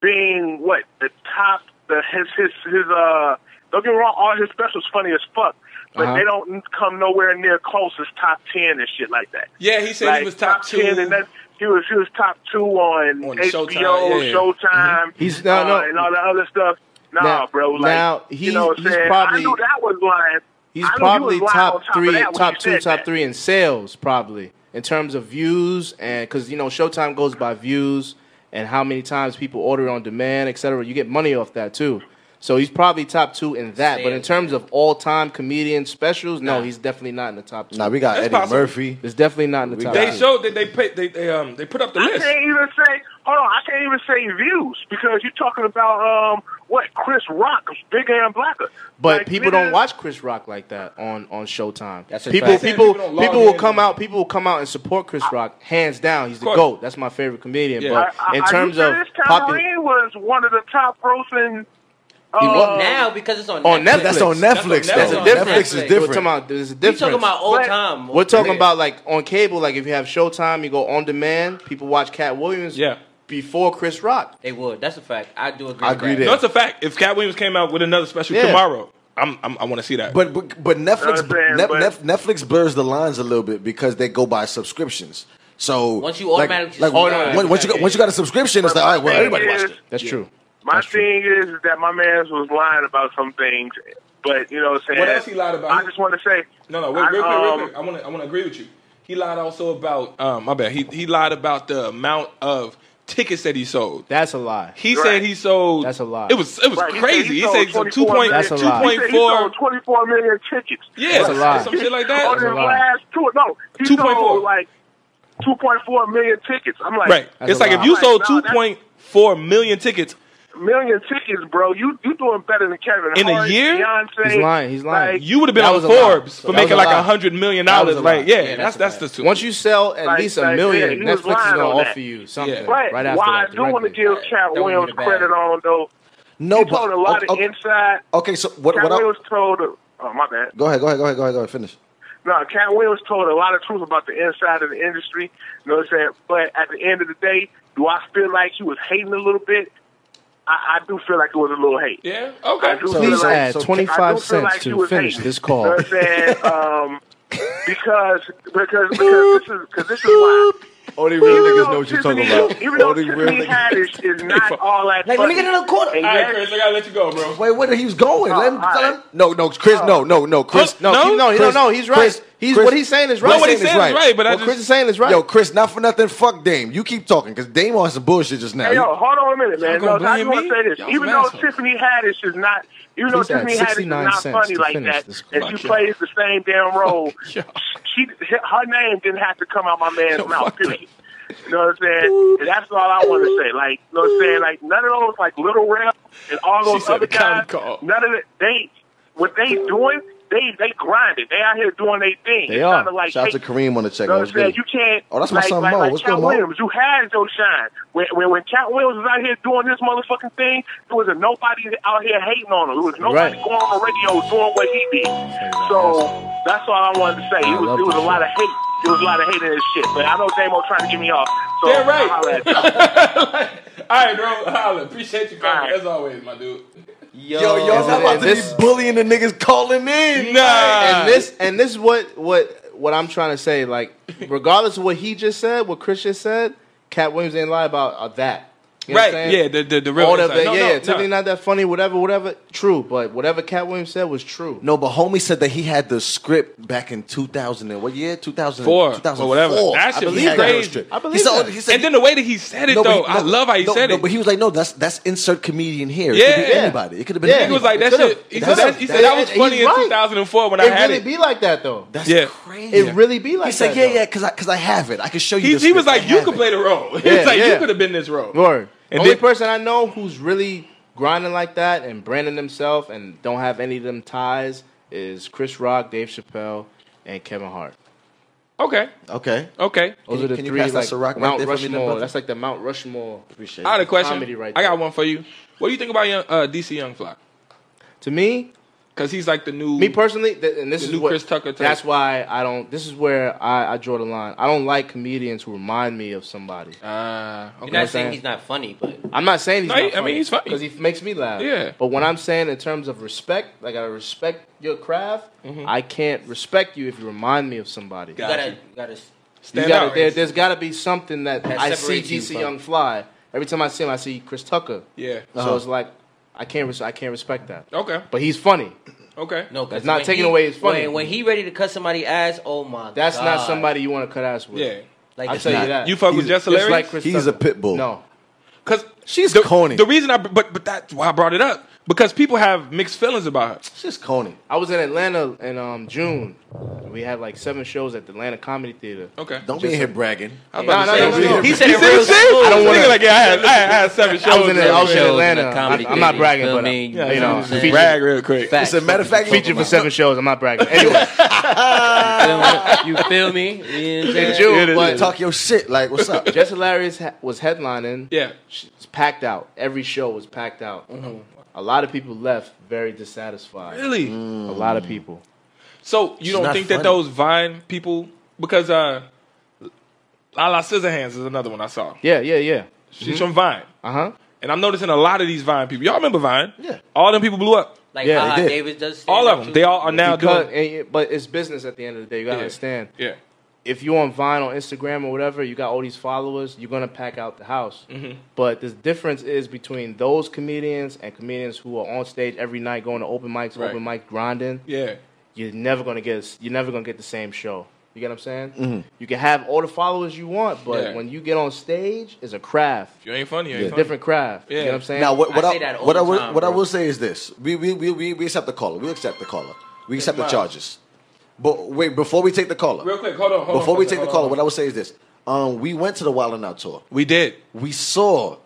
Speaker 11: being what the top the his his his uh. Don't get me wrong, all his specials funny as fuck, but
Speaker 5: Uh-huh.
Speaker 11: they don't come nowhere near close as top ten and shit like that.
Speaker 3: Yeah, he said
Speaker 11: like,
Speaker 3: he was top, two.
Speaker 11: and that, he was he was top two on,
Speaker 3: On
Speaker 11: HBO,
Speaker 3: Showtime,
Speaker 11: Showtime,
Speaker 3: yeah.
Speaker 5: Mm-hmm. He's- no,
Speaker 11: uh,
Speaker 5: no.
Speaker 11: and all that other stuff. Nah,
Speaker 5: Now-
Speaker 11: bro. Like,
Speaker 5: now,
Speaker 11: you
Speaker 5: he's-
Speaker 11: know what I'm
Speaker 5: he's
Speaker 11: saying?
Speaker 5: probably-
Speaker 11: I knew that was lying.
Speaker 5: he's
Speaker 11: I knew
Speaker 5: probably
Speaker 11: you was lying on
Speaker 5: top
Speaker 11: top of
Speaker 5: three,
Speaker 11: that when
Speaker 5: top
Speaker 11: you
Speaker 5: two,
Speaker 11: said
Speaker 5: top
Speaker 11: that.
Speaker 5: three in sales, probably in terms of views and because you know Showtime goes by views and how many times people order on demand, etc. You get money off that too. So he's probably top two in that, but in
Speaker 7: Sales,
Speaker 5: terms of all time comedian specials, no, he's definitely not in the top two.
Speaker 2: Nah, we got
Speaker 3: That's
Speaker 2: Eddie
Speaker 3: possible.
Speaker 2: Murphy.
Speaker 5: It's definitely not in the top.
Speaker 3: They
Speaker 5: two.
Speaker 3: showed that they pay, they, they um they put up the
Speaker 11: I
Speaker 3: list.
Speaker 11: can't even say. Hold on, I can't even say views because you're talking about um what Chris Rock, bigger and blacker.
Speaker 5: But
Speaker 11: Like,
Speaker 5: people
Speaker 11: nigga,
Speaker 5: don't watch Chris Rock like that on, on Showtime.
Speaker 7: That's a
Speaker 5: people,
Speaker 7: fact.
Speaker 5: people,
Speaker 3: People don't
Speaker 5: people,
Speaker 3: log
Speaker 5: will
Speaker 3: in.
Speaker 5: come out. People will come out and support Chris Rock hands down. He's the
Speaker 3: course.
Speaker 5: goat. That's my favorite comedian.
Speaker 3: Yeah.
Speaker 5: But
Speaker 11: I, I,
Speaker 5: in terms
Speaker 11: I,
Speaker 5: of
Speaker 11: this time
Speaker 5: popular,
Speaker 11: Marine was one of the top grossing. Uh,
Speaker 7: Well, now because it's on
Speaker 5: Oh. on
Speaker 7: Netflix.
Speaker 5: Netflix.
Speaker 2: Oh, That's on
Speaker 5: That's
Speaker 2: Netflix.
Speaker 3: That's
Speaker 2: though.
Speaker 7: on
Speaker 2: Netflix.
Speaker 7: Netflix.
Speaker 2: is
Speaker 7: We're
Speaker 5: We're
Speaker 2: different.
Speaker 5: talking about there's a
Speaker 7: We're
Speaker 5: difference.
Speaker 7: talking about old
Speaker 11: But-
Speaker 7: time.
Speaker 5: We're talking
Speaker 7: Yeah.
Speaker 5: about like on cable. Like if you have Showtime, you go on demand. People watch Cat Williams.
Speaker 3: Yeah.
Speaker 5: Before Chris Rock.
Speaker 7: They would. That's a fact. I do agree.
Speaker 2: I
Speaker 7: with
Speaker 2: agree
Speaker 7: that.
Speaker 2: there.
Speaker 3: No, it's a fact. If Cat Williams came out with another special
Speaker 5: Yeah.
Speaker 3: tomorrow, I'm, I'm I want to see that.
Speaker 2: But but, but Netflix
Speaker 11: You know what I'm saying?
Speaker 2: Nef-
Speaker 11: But-
Speaker 2: Nef- Netflix blurs the lines a little bit because they go by subscriptions. So
Speaker 7: Once you
Speaker 2: like-
Speaker 7: automatically
Speaker 2: like,
Speaker 7: subscribe.
Speaker 2: when- once, you got, once you got a subscription, it's like all right, well everybody watched it.
Speaker 5: That's true.
Speaker 11: My
Speaker 5: That's true.
Speaker 11: thing is that my man's was lying about some things, but you know what I'm saying.
Speaker 3: What else he lied about?
Speaker 11: I just want to say.
Speaker 3: No, no, wait,
Speaker 11: I,
Speaker 3: real quick, real
Speaker 11: um,
Speaker 3: quick. I want to, I want to agree with you. He lied also about, um, my bad. He he lied about the amount of tickets that he sold.
Speaker 5: That's a lie.
Speaker 3: He
Speaker 11: Right.
Speaker 3: said he sold.
Speaker 5: That's a lie.
Speaker 3: It was it was
Speaker 11: Right, he said
Speaker 3: crazy.
Speaker 11: he
Speaker 3: He
Speaker 11: sold
Speaker 3: said some
Speaker 11: 24
Speaker 3: two point
Speaker 5: That's a
Speaker 3: two
Speaker 5: lie.
Speaker 11: He
Speaker 3: point
Speaker 11: said he
Speaker 3: four.
Speaker 11: sold 24 million tickets.
Speaker 3: Yeah,
Speaker 5: That's a lie.
Speaker 3: some shit like that.
Speaker 11: on his
Speaker 5: a lie.
Speaker 11: last tour. No, he
Speaker 3: 2.4.
Speaker 11: sold like 2.4 million tickets. I'm like,
Speaker 3: Right.
Speaker 5: That's
Speaker 3: it's
Speaker 5: a
Speaker 3: like
Speaker 5: lie.
Speaker 3: if you
Speaker 11: I'm
Speaker 3: sold
Speaker 11: like, nah,
Speaker 3: two
Speaker 11: that's-
Speaker 3: point four million tickets
Speaker 11: Million tickets, bro. You you doing better than Kevin
Speaker 3: In a
Speaker 11: Hart,
Speaker 3: year?
Speaker 11: Beyonce.
Speaker 5: He's lying, he's lying.
Speaker 11: Like,
Speaker 3: You would have been
Speaker 5: That
Speaker 3: on
Speaker 5: was a lie.
Speaker 3: Forbes for
Speaker 5: That was
Speaker 3: making
Speaker 5: a
Speaker 3: like
Speaker 5: lie.
Speaker 3: a hundred million
Speaker 5: That was
Speaker 3: dollars.
Speaker 5: a
Speaker 3: Like,
Speaker 5: lie.
Speaker 3: yeah,
Speaker 5: Yeah,
Speaker 3: that's that's,
Speaker 5: that's a
Speaker 3: the two.
Speaker 5: Once you sell at
Speaker 11: Like-
Speaker 5: least a
Speaker 11: like, yeah,
Speaker 5: million,
Speaker 11: he was
Speaker 5: Netflix is
Speaker 11: lying
Speaker 5: gonna
Speaker 11: on
Speaker 5: offer
Speaker 11: that.
Speaker 5: you something
Speaker 3: Yeah.
Speaker 11: but
Speaker 5: right after
Speaker 11: why
Speaker 5: that.
Speaker 11: I do want to
Speaker 5: directly.
Speaker 11: give Cat
Speaker 7: Don't
Speaker 11: Williams
Speaker 7: get it bad.
Speaker 11: credit on though.
Speaker 2: No,
Speaker 11: He
Speaker 2: but
Speaker 11: told a lot
Speaker 2: okay,
Speaker 11: of inside.
Speaker 2: okay, so what?
Speaker 11: Cat
Speaker 2: what I,
Speaker 11: Williams told. Oh my bad.
Speaker 2: go ahead, go ahead, go ahead, go ahead, go ahead. Finish.
Speaker 11: No, Cat Williams told a lot of truth about the inside of the industry. You know what I'm saying? But at the end of the day, do I feel like he was hating a little bit? I, I do feel like it was a little hate.
Speaker 3: yeah,
Speaker 11: I
Speaker 3: okay.
Speaker 11: do feel
Speaker 5: Please
Speaker 11: like-
Speaker 5: add
Speaker 2: so-
Speaker 5: twenty
Speaker 11: I do
Speaker 5: five
Speaker 11: feel
Speaker 5: cents
Speaker 11: like he
Speaker 5: to
Speaker 11: was
Speaker 5: finish
Speaker 11: hating.
Speaker 5: this
Speaker 11: You know
Speaker 5: call.
Speaker 11: what I'm saying? um, because because because this is because this is why.
Speaker 2: Only real
Speaker 11: Even
Speaker 2: niggas
Speaker 11: though
Speaker 2: know what you're talking
Speaker 11: Tiffany-
Speaker 2: about.
Speaker 11: Even though
Speaker 2: Only real
Speaker 11: Tiffany
Speaker 2: niggas.
Speaker 11: Haddish is not all that.
Speaker 7: Like, let me
Speaker 11: funny.
Speaker 7: get another quarter.
Speaker 11: And
Speaker 3: All right,
Speaker 11: yes,
Speaker 3: Chris, I gotta let you go, bro.
Speaker 2: Wait, where did he was going?
Speaker 11: Oh,
Speaker 2: Let him
Speaker 11: all
Speaker 2: tell
Speaker 11: right.
Speaker 2: him. No, no, Chris, no, no, no, Chris.
Speaker 3: no,
Speaker 5: No, he, no, he
Speaker 2: Chris-
Speaker 5: don't know. He's right.
Speaker 2: Chris-
Speaker 5: he's
Speaker 2: Chris-
Speaker 5: what he's saying is right.
Speaker 3: No, what he's saying is right, but I
Speaker 5: what
Speaker 3: just
Speaker 5: Chris is saying is right.
Speaker 2: Yo, Chris, not for nothing. Fuck Dame. You keep talking because Dame on some bullshit just now.
Speaker 11: Hey, yo, hold on a minute, man.
Speaker 3: Y'all
Speaker 11: No,
Speaker 3: gonna
Speaker 11: I
Speaker 3: blame
Speaker 11: just want to
Speaker 3: me?
Speaker 11: say this.
Speaker 3: Y'all
Speaker 11: even
Speaker 3: some
Speaker 11: though
Speaker 3: assholes.
Speaker 11: Tiffany Haddish is not, even though
Speaker 5: Please add
Speaker 11: Tiffany
Speaker 5: 69
Speaker 11: Haddish is not
Speaker 5: cents
Speaker 11: funny
Speaker 5: to
Speaker 11: like
Speaker 5: finish
Speaker 11: that,
Speaker 5: this
Speaker 11: and
Speaker 5: fucking
Speaker 11: she plays the same damn role,
Speaker 3: y'all.
Speaker 11: she her name didn't have to come out my man's
Speaker 3: Yo,
Speaker 11: mouth.
Speaker 3: fuck
Speaker 11: Period. You know what I'm saying? And that's all I want to say. Like, you know what I'm saying? Like, none of those, like, Little Rel and all
Speaker 3: She
Speaker 11: those
Speaker 3: said
Speaker 11: other
Speaker 3: the county
Speaker 11: guys,
Speaker 3: call.
Speaker 11: none of it, they, what they doing, they they grinding. They out here doing their thing.
Speaker 5: They
Speaker 11: it's
Speaker 5: are.
Speaker 11: Not like,
Speaker 2: Shout out to
Speaker 11: hey,
Speaker 2: Kareem on the check.
Speaker 11: you
Speaker 2: That
Speaker 11: know what
Speaker 2: was
Speaker 11: I'm saying?
Speaker 2: good.
Speaker 11: You can't.
Speaker 2: Oh, that's my
Speaker 11: like,
Speaker 2: son
Speaker 11: like,
Speaker 2: Mo.
Speaker 11: Like
Speaker 2: What's
Speaker 11: Cat
Speaker 2: good, Mo?
Speaker 11: Williams, you had your shine. When, when when Cat Williams was out here doing this motherfucking thing, there was a nobody out here hating on him. There was nobody
Speaker 5: Right.
Speaker 11: going on the radio doing what he did. So that's all I wanted to say. It was
Speaker 5: love
Speaker 11: it was
Speaker 5: this
Speaker 11: a lot of hate. There was a lot of hate in this shit. But I know Damo trying to get me off. So
Speaker 3: Yeah, right.
Speaker 11: I'll holler at you.
Speaker 3: All right, bro. Holla. Appreciate you
Speaker 11: All
Speaker 3: coming
Speaker 11: right.
Speaker 3: as always, my dude.
Speaker 2: Yo, y'all
Speaker 5: and-
Speaker 2: not about
Speaker 5: and
Speaker 2: to
Speaker 5: this-
Speaker 2: be bullying the niggas calling in.
Speaker 3: Nah.
Speaker 5: and this and this is what what what I'm trying to say. Like, regardless of what he just said, what Chris just said, Cat Williams ain't lie about uh, that. You know what I'm
Speaker 3: right?
Speaker 5: saying?
Speaker 3: Yeah, the the, the real.
Speaker 5: All that,
Speaker 3: inside.
Speaker 5: yeah,
Speaker 3: No,
Speaker 5: yeah,
Speaker 3: no, no.
Speaker 5: Tiffany not that funny, whatever, whatever. True, but whatever Cat Williams said was true.
Speaker 2: No, but homie said that he had the script back in 2000 and what year? 2004.
Speaker 3: Four, or
Speaker 2: 2004.
Speaker 3: whatever. That shit
Speaker 2: I believe
Speaker 3: was
Speaker 2: he had that
Speaker 3: crazy.
Speaker 2: script.
Speaker 5: I
Speaker 2: He
Speaker 5: believe
Speaker 2: said- oh,
Speaker 5: that.
Speaker 2: he said-
Speaker 3: And then the way that he said it
Speaker 2: No, but
Speaker 3: though,
Speaker 2: he-
Speaker 3: I
Speaker 2: no,
Speaker 3: love how he
Speaker 2: no,
Speaker 3: said
Speaker 2: no,
Speaker 3: it.
Speaker 2: But he was like, no, that's that's insert comedian here. It
Speaker 3: Yeah.
Speaker 2: could be anybody. It could have been
Speaker 5: Yeah.
Speaker 3: He was
Speaker 2: anybody.
Speaker 3: like that
Speaker 5: Could've-
Speaker 3: shit. He said
Speaker 5: could've.
Speaker 3: that. He said that was
Speaker 5: He's
Speaker 3: funny in
Speaker 5: right.
Speaker 3: 2004 when I
Speaker 5: It
Speaker 3: had
Speaker 5: really
Speaker 3: it.
Speaker 5: be like that though.
Speaker 2: that's
Speaker 3: Yeah.
Speaker 2: crazy.
Speaker 5: It really be like
Speaker 2: he
Speaker 5: that.
Speaker 2: said, yeah,
Speaker 5: though.
Speaker 2: yeah, because I, cause I have it. I can show you.
Speaker 3: He,
Speaker 2: the
Speaker 3: he was
Speaker 2: script. I
Speaker 3: like, you
Speaker 2: have
Speaker 3: could
Speaker 2: it."
Speaker 3: play the role. He's
Speaker 5: Yeah,
Speaker 3: like, you
Speaker 5: yeah.
Speaker 3: could have been this role.
Speaker 5: Word.
Speaker 3: And
Speaker 5: Only
Speaker 3: then-
Speaker 5: person I know who's really grinding like that and branding himself and don't have any of them ties is Chris Rock, Dave Chappelle, and Kevin Hart.
Speaker 3: Okay,
Speaker 2: Okay.
Speaker 3: okay.
Speaker 5: Those
Speaker 2: Can you-
Speaker 5: are the
Speaker 2: can you
Speaker 5: three
Speaker 2: pass that
Speaker 5: like
Speaker 2: Ciroc right
Speaker 5: Mount
Speaker 2: there for me, then,
Speaker 5: Rushmore.
Speaker 2: brother?
Speaker 5: That's like the Mount Rushmore.
Speaker 2: Appreciate
Speaker 3: I had a
Speaker 2: it.
Speaker 3: question.
Speaker 5: Comedy right
Speaker 3: I got
Speaker 5: there.
Speaker 3: one for you. What do you think about young, uh, DC Young Fly?
Speaker 5: To me,
Speaker 3: Because he's like the new.
Speaker 5: me personally, th- and this
Speaker 3: The
Speaker 5: is
Speaker 3: new
Speaker 5: what,
Speaker 3: Chris Tucker type.
Speaker 5: That's why I don't. This is where I, I draw the line. I don't like comedians who remind me of somebody.
Speaker 3: Ah,
Speaker 7: You're
Speaker 3: okay.
Speaker 5: I'm
Speaker 7: not saying
Speaker 5: saying?
Speaker 7: he's not funny, but
Speaker 5: I'm not saying he's
Speaker 3: No,
Speaker 5: not
Speaker 3: he- I mean, he's funny.
Speaker 5: because he makes me laugh.
Speaker 3: Yeah.
Speaker 5: But when I'm saying in terms of respect, like I respect your craft,
Speaker 3: Mm-hmm.
Speaker 5: I can't respect you if you remind me of somebody.
Speaker 7: you
Speaker 3: Got
Speaker 7: gotta,
Speaker 3: you.
Speaker 7: you gotta.
Speaker 5: You
Speaker 3: Stand
Speaker 5: gotta-
Speaker 3: out.
Speaker 5: there, has got to be something that,
Speaker 7: That
Speaker 5: I see
Speaker 7: separates you
Speaker 5: DC
Speaker 7: from-
Speaker 5: Young Fly. Every time I see him, I see Chris Tucker.
Speaker 3: Yeah.
Speaker 2: Uh-huh.
Speaker 5: So it's like I can't res- I can't respect that.
Speaker 3: Okay.
Speaker 5: But he's funny.
Speaker 3: Okay.
Speaker 7: No, 'cause
Speaker 5: That's not
Speaker 7: when
Speaker 5: taking
Speaker 7: he-
Speaker 5: away his funny.
Speaker 7: When, when he ready to cut somebody ass, oh my
Speaker 5: That's
Speaker 7: god,
Speaker 5: not somebody you want to cut ass with.
Speaker 3: Yeah.
Speaker 7: Like
Speaker 5: I
Speaker 7: it's
Speaker 5: tell
Speaker 7: not.
Speaker 5: you that.
Speaker 3: You fuck with Jess
Speaker 5: just like
Speaker 3: Hilarious?
Speaker 5: Chris
Speaker 2: He's a
Speaker 5: Tucker.
Speaker 2: pit bull.
Speaker 5: No.
Speaker 3: Because
Speaker 2: She's
Speaker 3: the,
Speaker 2: corny.
Speaker 3: The reason I, but but that's why I brought it up because people have mixed feelings about her.
Speaker 2: It's just corny.
Speaker 5: I was in Atlanta in um, June. We had like seven shows at the Atlanta Comedy Theater.
Speaker 3: Okay.
Speaker 2: Don't be in here bragging.
Speaker 3: I was about
Speaker 5: No,
Speaker 3: to
Speaker 5: no,
Speaker 3: say-
Speaker 5: no, no, no.
Speaker 7: He said it
Speaker 3: said
Speaker 7: real
Speaker 3: shit?
Speaker 7: smooth.
Speaker 3: I don't want to. Like, yeah, I had, I had, I had seven shows.
Speaker 5: I was in, I was in
Speaker 7: Shows in
Speaker 5: Atlanta.
Speaker 7: the comedy
Speaker 5: I, am not
Speaker 7: theater,
Speaker 5: bragging,
Speaker 7: feel
Speaker 5: but
Speaker 7: me?
Speaker 5: you
Speaker 3: Yeah,
Speaker 5: know,
Speaker 3: just
Speaker 5: featured,
Speaker 3: brag real quick.
Speaker 7: Facts.
Speaker 2: It's a matter of fact.
Speaker 5: featured for seven shows. I'm not bragging. Anyway,
Speaker 7: you feel me? You know what I'm
Speaker 5: in
Speaker 7: saying?
Speaker 5: June, but
Speaker 2: Talk your shit. Like, what's up?
Speaker 5: Jess Hilarious ha- was headlining.
Speaker 3: Yeah. Mm-hmm.
Speaker 5: She was packed out. Every show was packed out. A lot of people left very dissatisfied.
Speaker 3: Really?
Speaker 5: A lot of people.
Speaker 3: So you don't
Speaker 2: not
Speaker 3: think that
Speaker 2: funny.
Speaker 3: those Vine people because uh, Lala Scissorhands is another one I saw.
Speaker 5: Yeah, yeah, yeah.
Speaker 3: She's from Vine,
Speaker 5: Uh huh.
Speaker 3: and I'm noticing a lot of these Vine people. Y'all remember Vine?
Speaker 2: Yeah.
Speaker 3: All them people blew up.
Speaker 7: Like
Speaker 5: Yeah,
Speaker 7: how
Speaker 2: they did.
Speaker 7: Davis does.
Speaker 3: All
Speaker 7: stand-up
Speaker 3: of them.
Speaker 7: too.
Speaker 3: They all are now
Speaker 5: Because,
Speaker 3: doing.
Speaker 5: and it- but it's business at the end of the day. You gotta
Speaker 3: Yeah.
Speaker 5: understand.
Speaker 3: Yeah.
Speaker 5: if you on Vine on Instagram or whatever, you got all these followers, you're gonna pack out the house.
Speaker 2: Mm-hmm.
Speaker 5: But the difference is between those comedians and comedians who are on stage every night, going to open mics,
Speaker 3: Right.
Speaker 5: open mic grinding.
Speaker 3: Yeah.
Speaker 5: You're never gonna get. s- You're never gonna get the same show. You get what I'm saying?
Speaker 2: Mm-hmm.
Speaker 5: You can have all the followers you want, but
Speaker 3: Yeah.
Speaker 5: when you get on stage, it's a craft,
Speaker 3: If you ain't funny, you ain't
Speaker 5: it's a
Speaker 3: funny.
Speaker 5: different craft. You
Speaker 3: Yeah.
Speaker 5: get what I'm saying?
Speaker 2: Now, what, what
Speaker 7: I
Speaker 2: I,
Speaker 7: say that all
Speaker 2: what, I
Speaker 7: the
Speaker 2: will,
Speaker 7: time,
Speaker 2: what I
Speaker 7: bro.
Speaker 2: will say is this: we we, we, we we accept the caller. We accept the caller. We accept the
Speaker 3: Miles.
Speaker 2: charges. But wait, before we take the caller,
Speaker 3: Real quick, hold on. Hold on
Speaker 2: before
Speaker 3: for
Speaker 2: we
Speaker 3: a
Speaker 2: take the
Speaker 3: second, hold
Speaker 2: caller,
Speaker 3: on.
Speaker 2: what I will say is this: um, we went to the Wild and Out tour.
Speaker 3: we did.
Speaker 2: We saw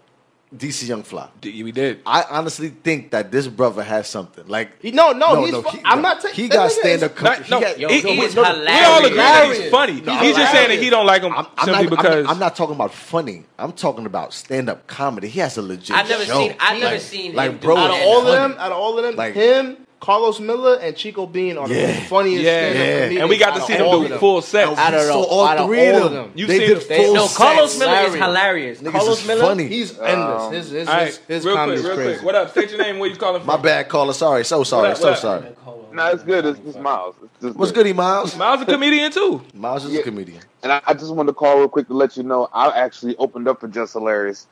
Speaker 2: DC Young Fly.
Speaker 3: D- We did.
Speaker 2: I honestly think that this brother has something. Like
Speaker 5: He- no, no,
Speaker 2: no,
Speaker 5: he's
Speaker 2: no,
Speaker 5: fu-
Speaker 2: he,
Speaker 5: I'm not taking.
Speaker 2: He got stand up.
Speaker 3: Not- no,
Speaker 7: Yo,
Speaker 3: he-
Speaker 7: he
Speaker 3: he-
Speaker 7: was
Speaker 2: no, no,
Speaker 3: we all agree that
Speaker 7: hilarious.
Speaker 3: he's funny.
Speaker 2: No,
Speaker 3: he's just saying that he don't like him
Speaker 2: I'm, I'm, not,
Speaker 3: simply
Speaker 2: I'm not-
Speaker 3: because.
Speaker 2: I'm not talking about funny. I'm talking about stand up comedy. He has a legit.
Speaker 7: I've never
Speaker 2: show.
Speaker 7: seen- I've
Speaker 2: like,
Speaker 7: never seen
Speaker 2: Like
Speaker 7: him do
Speaker 3: Oh,
Speaker 2: bro,
Speaker 7: that.
Speaker 5: out of
Speaker 2: it's
Speaker 5: all of
Speaker 2: funny.
Speaker 5: them, out of all of them,
Speaker 2: Like-
Speaker 5: him, Carlos Miller, and Chico Bean are
Speaker 2: Yeah.
Speaker 5: the funniest.
Speaker 3: Yeah.
Speaker 5: stand-up
Speaker 2: Yeah.
Speaker 5: comedians
Speaker 3: and we got to
Speaker 5: out
Speaker 3: see
Speaker 5: of
Speaker 3: them
Speaker 5: all
Speaker 3: do
Speaker 5: of
Speaker 3: full sets.
Speaker 5: Out of
Speaker 2: We saw
Speaker 5: all-
Speaker 2: all
Speaker 5: out of
Speaker 2: three
Speaker 5: all
Speaker 2: of
Speaker 5: of
Speaker 2: them.
Speaker 5: them.
Speaker 3: You've
Speaker 2: they
Speaker 3: seen
Speaker 2: did
Speaker 3: them.
Speaker 2: full
Speaker 7: No,
Speaker 2: sets.
Speaker 7: Carlos Miller is
Speaker 5: Larry.
Speaker 7: hilarious.
Speaker 2: Niggas
Speaker 5: Carlos
Speaker 2: is
Speaker 5: Miller,
Speaker 2: funny.
Speaker 5: he's endless. his his,
Speaker 3: Um, All right,
Speaker 5: his, his
Speaker 3: real
Speaker 5: comedy
Speaker 3: quick,
Speaker 5: is
Speaker 3: real
Speaker 5: crazy.
Speaker 3: quick. What up? State your name. Where you calling from?
Speaker 2: My bad, caller. Sorry, so sorry,
Speaker 3: up,
Speaker 2: so
Speaker 3: what up?
Speaker 2: sorry.
Speaker 11: No, it's good. It's just Miles. It's just
Speaker 2: What's good, E Miles?
Speaker 3: Miles a comedian too.
Speaker 2: Miles is
Speaker 11: Yeah.
Speaker 2: a comedian.
Speaker 11: And I, I just wanted to call real quick to let you know I actually opened up for Just Hilarious,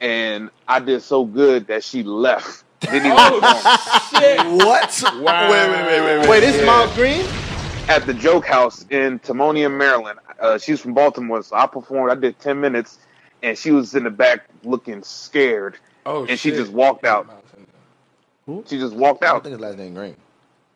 Speaker 11: and I did so good that she left. Didn't even perform.
Speaker 2: What? Wait, wait, wait, wait, wait.
Speaker 5: Wait, this is Miles Green?
Speaker 11: at the Joke House in Timonium, Maryland. Uh, she's from Baltimore, so I performed. I did ten minutes, and she was in the back looking scared,
Speaker 3: Oh,
Speaker 11: and she just walked out. She just walked
Speaker 2: I don't
Speaker 11: out.
Speaker 2: think his last name Green.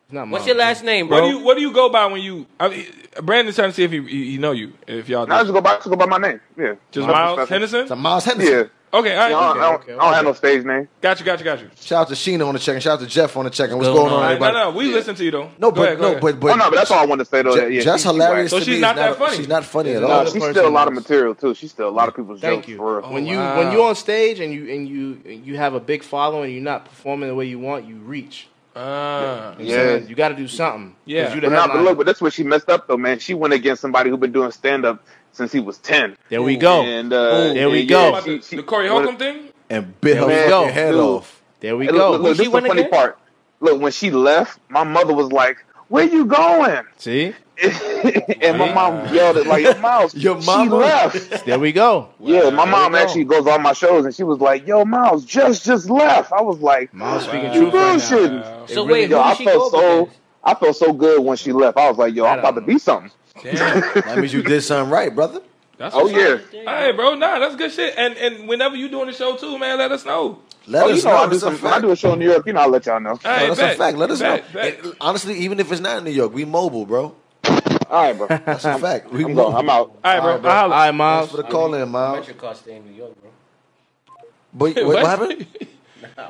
Speaker 5: It's not
Speaker 7: What's
Speaker 5: Miles
Speaker 7: your
Speaker 5: Green.
Speaker 7: last name,
Speaker 3: What do
Speaker 7: bro?
Speaker 3: you What do you go by when you? I mean, Brandon's trying to see if he, he, he know you. If y'all
Speaker 11: Now I just
Speaker 3: do.
Speaker 11: go by, just go by my name. Yeah,
Speaker 3: just
Speaker 11: My
Speaker 3: Miles
Speaker 11: professor.
Speaker 3: Henderson.
Speaker 2: It's a Miles Henderson.
Speaker 11: Yeah,
Speaker 3: Okay, all
Speaker 11: Yeah, I
Speaker 3: right.
Speaker 11: don't, I don't,
Speaker 5: okay,
Speaker 11: I don't have no stage name.
Speaker 3: Got you. Got you. Got you.
Speaker 2: Shout out to Sheena on the check and shout out to Jeff on the check and what's
Speaker 7: What's
Speaker 2: going
Speaker 7: going
Speaker 2: on,
Speaker 7: on?
Speaker 3: All right,
Speaker 2: everybody?
Speaker 3: no, no, we listen to you though.
Speaker 2: No,
Speaker 3: Go
Speaker 2: but
Speaker 3: ahead, go
Speaker 2: no,
Speaker 3: ahead.
Speaker 2: but but
Speaker 11: oh no, but that's all I want to say though.
Speaker 2: Je-
Speaker 11: that, yeah,
Speaker 2: Jeff's
Speaker 11: she- she
Speaker 2: hilarious.
Speaker 3: So
Speaker 11: whack.
Speaker 2: to
Speaker 3: she's
Speaker 2: me.
Speaker 3: not
Speaker 2: It's
Speaker 3: that funny.
Speaker 2: She's not funny at all.
Speaker 5: No,
Speaker 11: No,
Speaker 5: Another
Speaker 11: she's
Speaker 5: person
Speaker 11: still a lot of
Speaker 5: was-
Speaker 11: material too. She's still a lot of people's
Speaker 5: Thank
Speaker 11: jokes
Speaker 5: you. Oh,
Speaker 11: for real.
Speaker 5: when you
Speaker 3: wow.
Speaker 5: when you on stage and you and you and you have a big following and you're not performing the way you want, you reach.
Speaker 3: Ah.
Speaker 5: You know what I'm
Speaker 11: Yeah.
Speaker 5: saying? You got to do something. 'cause
Speaker 3: Yeah.
Speaker 5: You the
Speaker 11: But, nah, but
Speaker 5: headliner.
Speaker 11: look, but that's where she messed up though, man. She went against somebody who been doing stand up since he was ten.
Speaker 5: there we go.
Speaker 11: And uh,
Speaker 5: There we
Speaker 11: and,
Speaker 5: go.
Speaker 11: yeah,
Speaker 3: About the,
Speaker 11: she- she-
Speaker 3: the Corey Holcomb thing.
Speaker 2: And bit her
Speaker 11: Man,
Speaker 2: fucking
Speaker 11: yo,
Speaker 2: head
Speaker 11: dude.
Speaker 2: off.
Speaker 5: there we
Speaker 11: Hey,
Speaker 5: go.
Speaker 11: Look, look, look, this is the
Speaker 7: went
Speaker 11: funny
Speaker 7: again?
Speaker 11: part. Look, when she left, my mother was like, "Where you going?"
Speaker 5: See?
Speaker 11: and my mom yelled at like, "Your Miles,
Speaker 2: Your
Speaker 11: she
Speaker 2: mama?
Speaker 11: left."
Speaker 5: There we go.
Speaker 11: Yeah, my mom
Speaker 5: go.
Speaker 11: actually goes on my shows, and she was like, "Yo, Miles, just just left." I was like,
Speaker 5: Miles
Speaker 3: Uh,
Speaker 5: speaking
Speaker 11: "You
Speaker 5: truth right now.
Speaker 11: bullshitting."
Speaker 7: So
Speaker 5: really-
Speaker 7: wait, who
Speaker 11: Yo, I
Speaker 7: did she go
Speaker 11: felt so.
Speaker 7: with?
Speaker 11: I felt so good when she left. I was like, "Yo,
Speaker 5: I
Speaker 11: I'm about to
Speaker 5: don't
Speaker 11: be something."
Speaker 3: Damn.
Speaker 2: That means you did something right, brother.
Speaker 3: That's
Speaker 11: Oh
Speaker 3: what's up.
Speaker 11: yeah,
Speaker 3: Hey, bro, nah, that's good shit. And and whenever you doing the show too, man, let us know.
Speaker 2: Let
Speaker 11: oh you
Speaker 2: us
Speaker 11: know I
Speaker 2: know.
Speaker 11: do
Speaker 2: It's a
Speaker 11: some. When I
Speaker 2: fact.
Speaker 11: do a show in New York, you know I'll let y'all know.
Speaker 3: Hey,
Speaker 2: No, that's
Speaker 3: bet.
Speaker 2: a fact. Let us know.
Speaker 3: Bet, bet.
Speaker 2: And honestly, even if it's not in New York, we mobile, bro.
Speaker 11: All right, bro.
Speaker 2: That's a fact. We
Speaker 11: I'm
Speaker 2: mobile.
Speaker 11: going. I'm out.
Speaker 3: All right, bro.
Speaker 2: Alright, bro.
Speaker 5: All
Speaker 3: Holla.
Speaker 5: right,
Speaker 2: Thanks
Speaker 5: Miles.
Speaker 2: for the call in, Miles.
Speaker 7: Your car stay in New York, bro.
Speaker 2: But wait, what happened?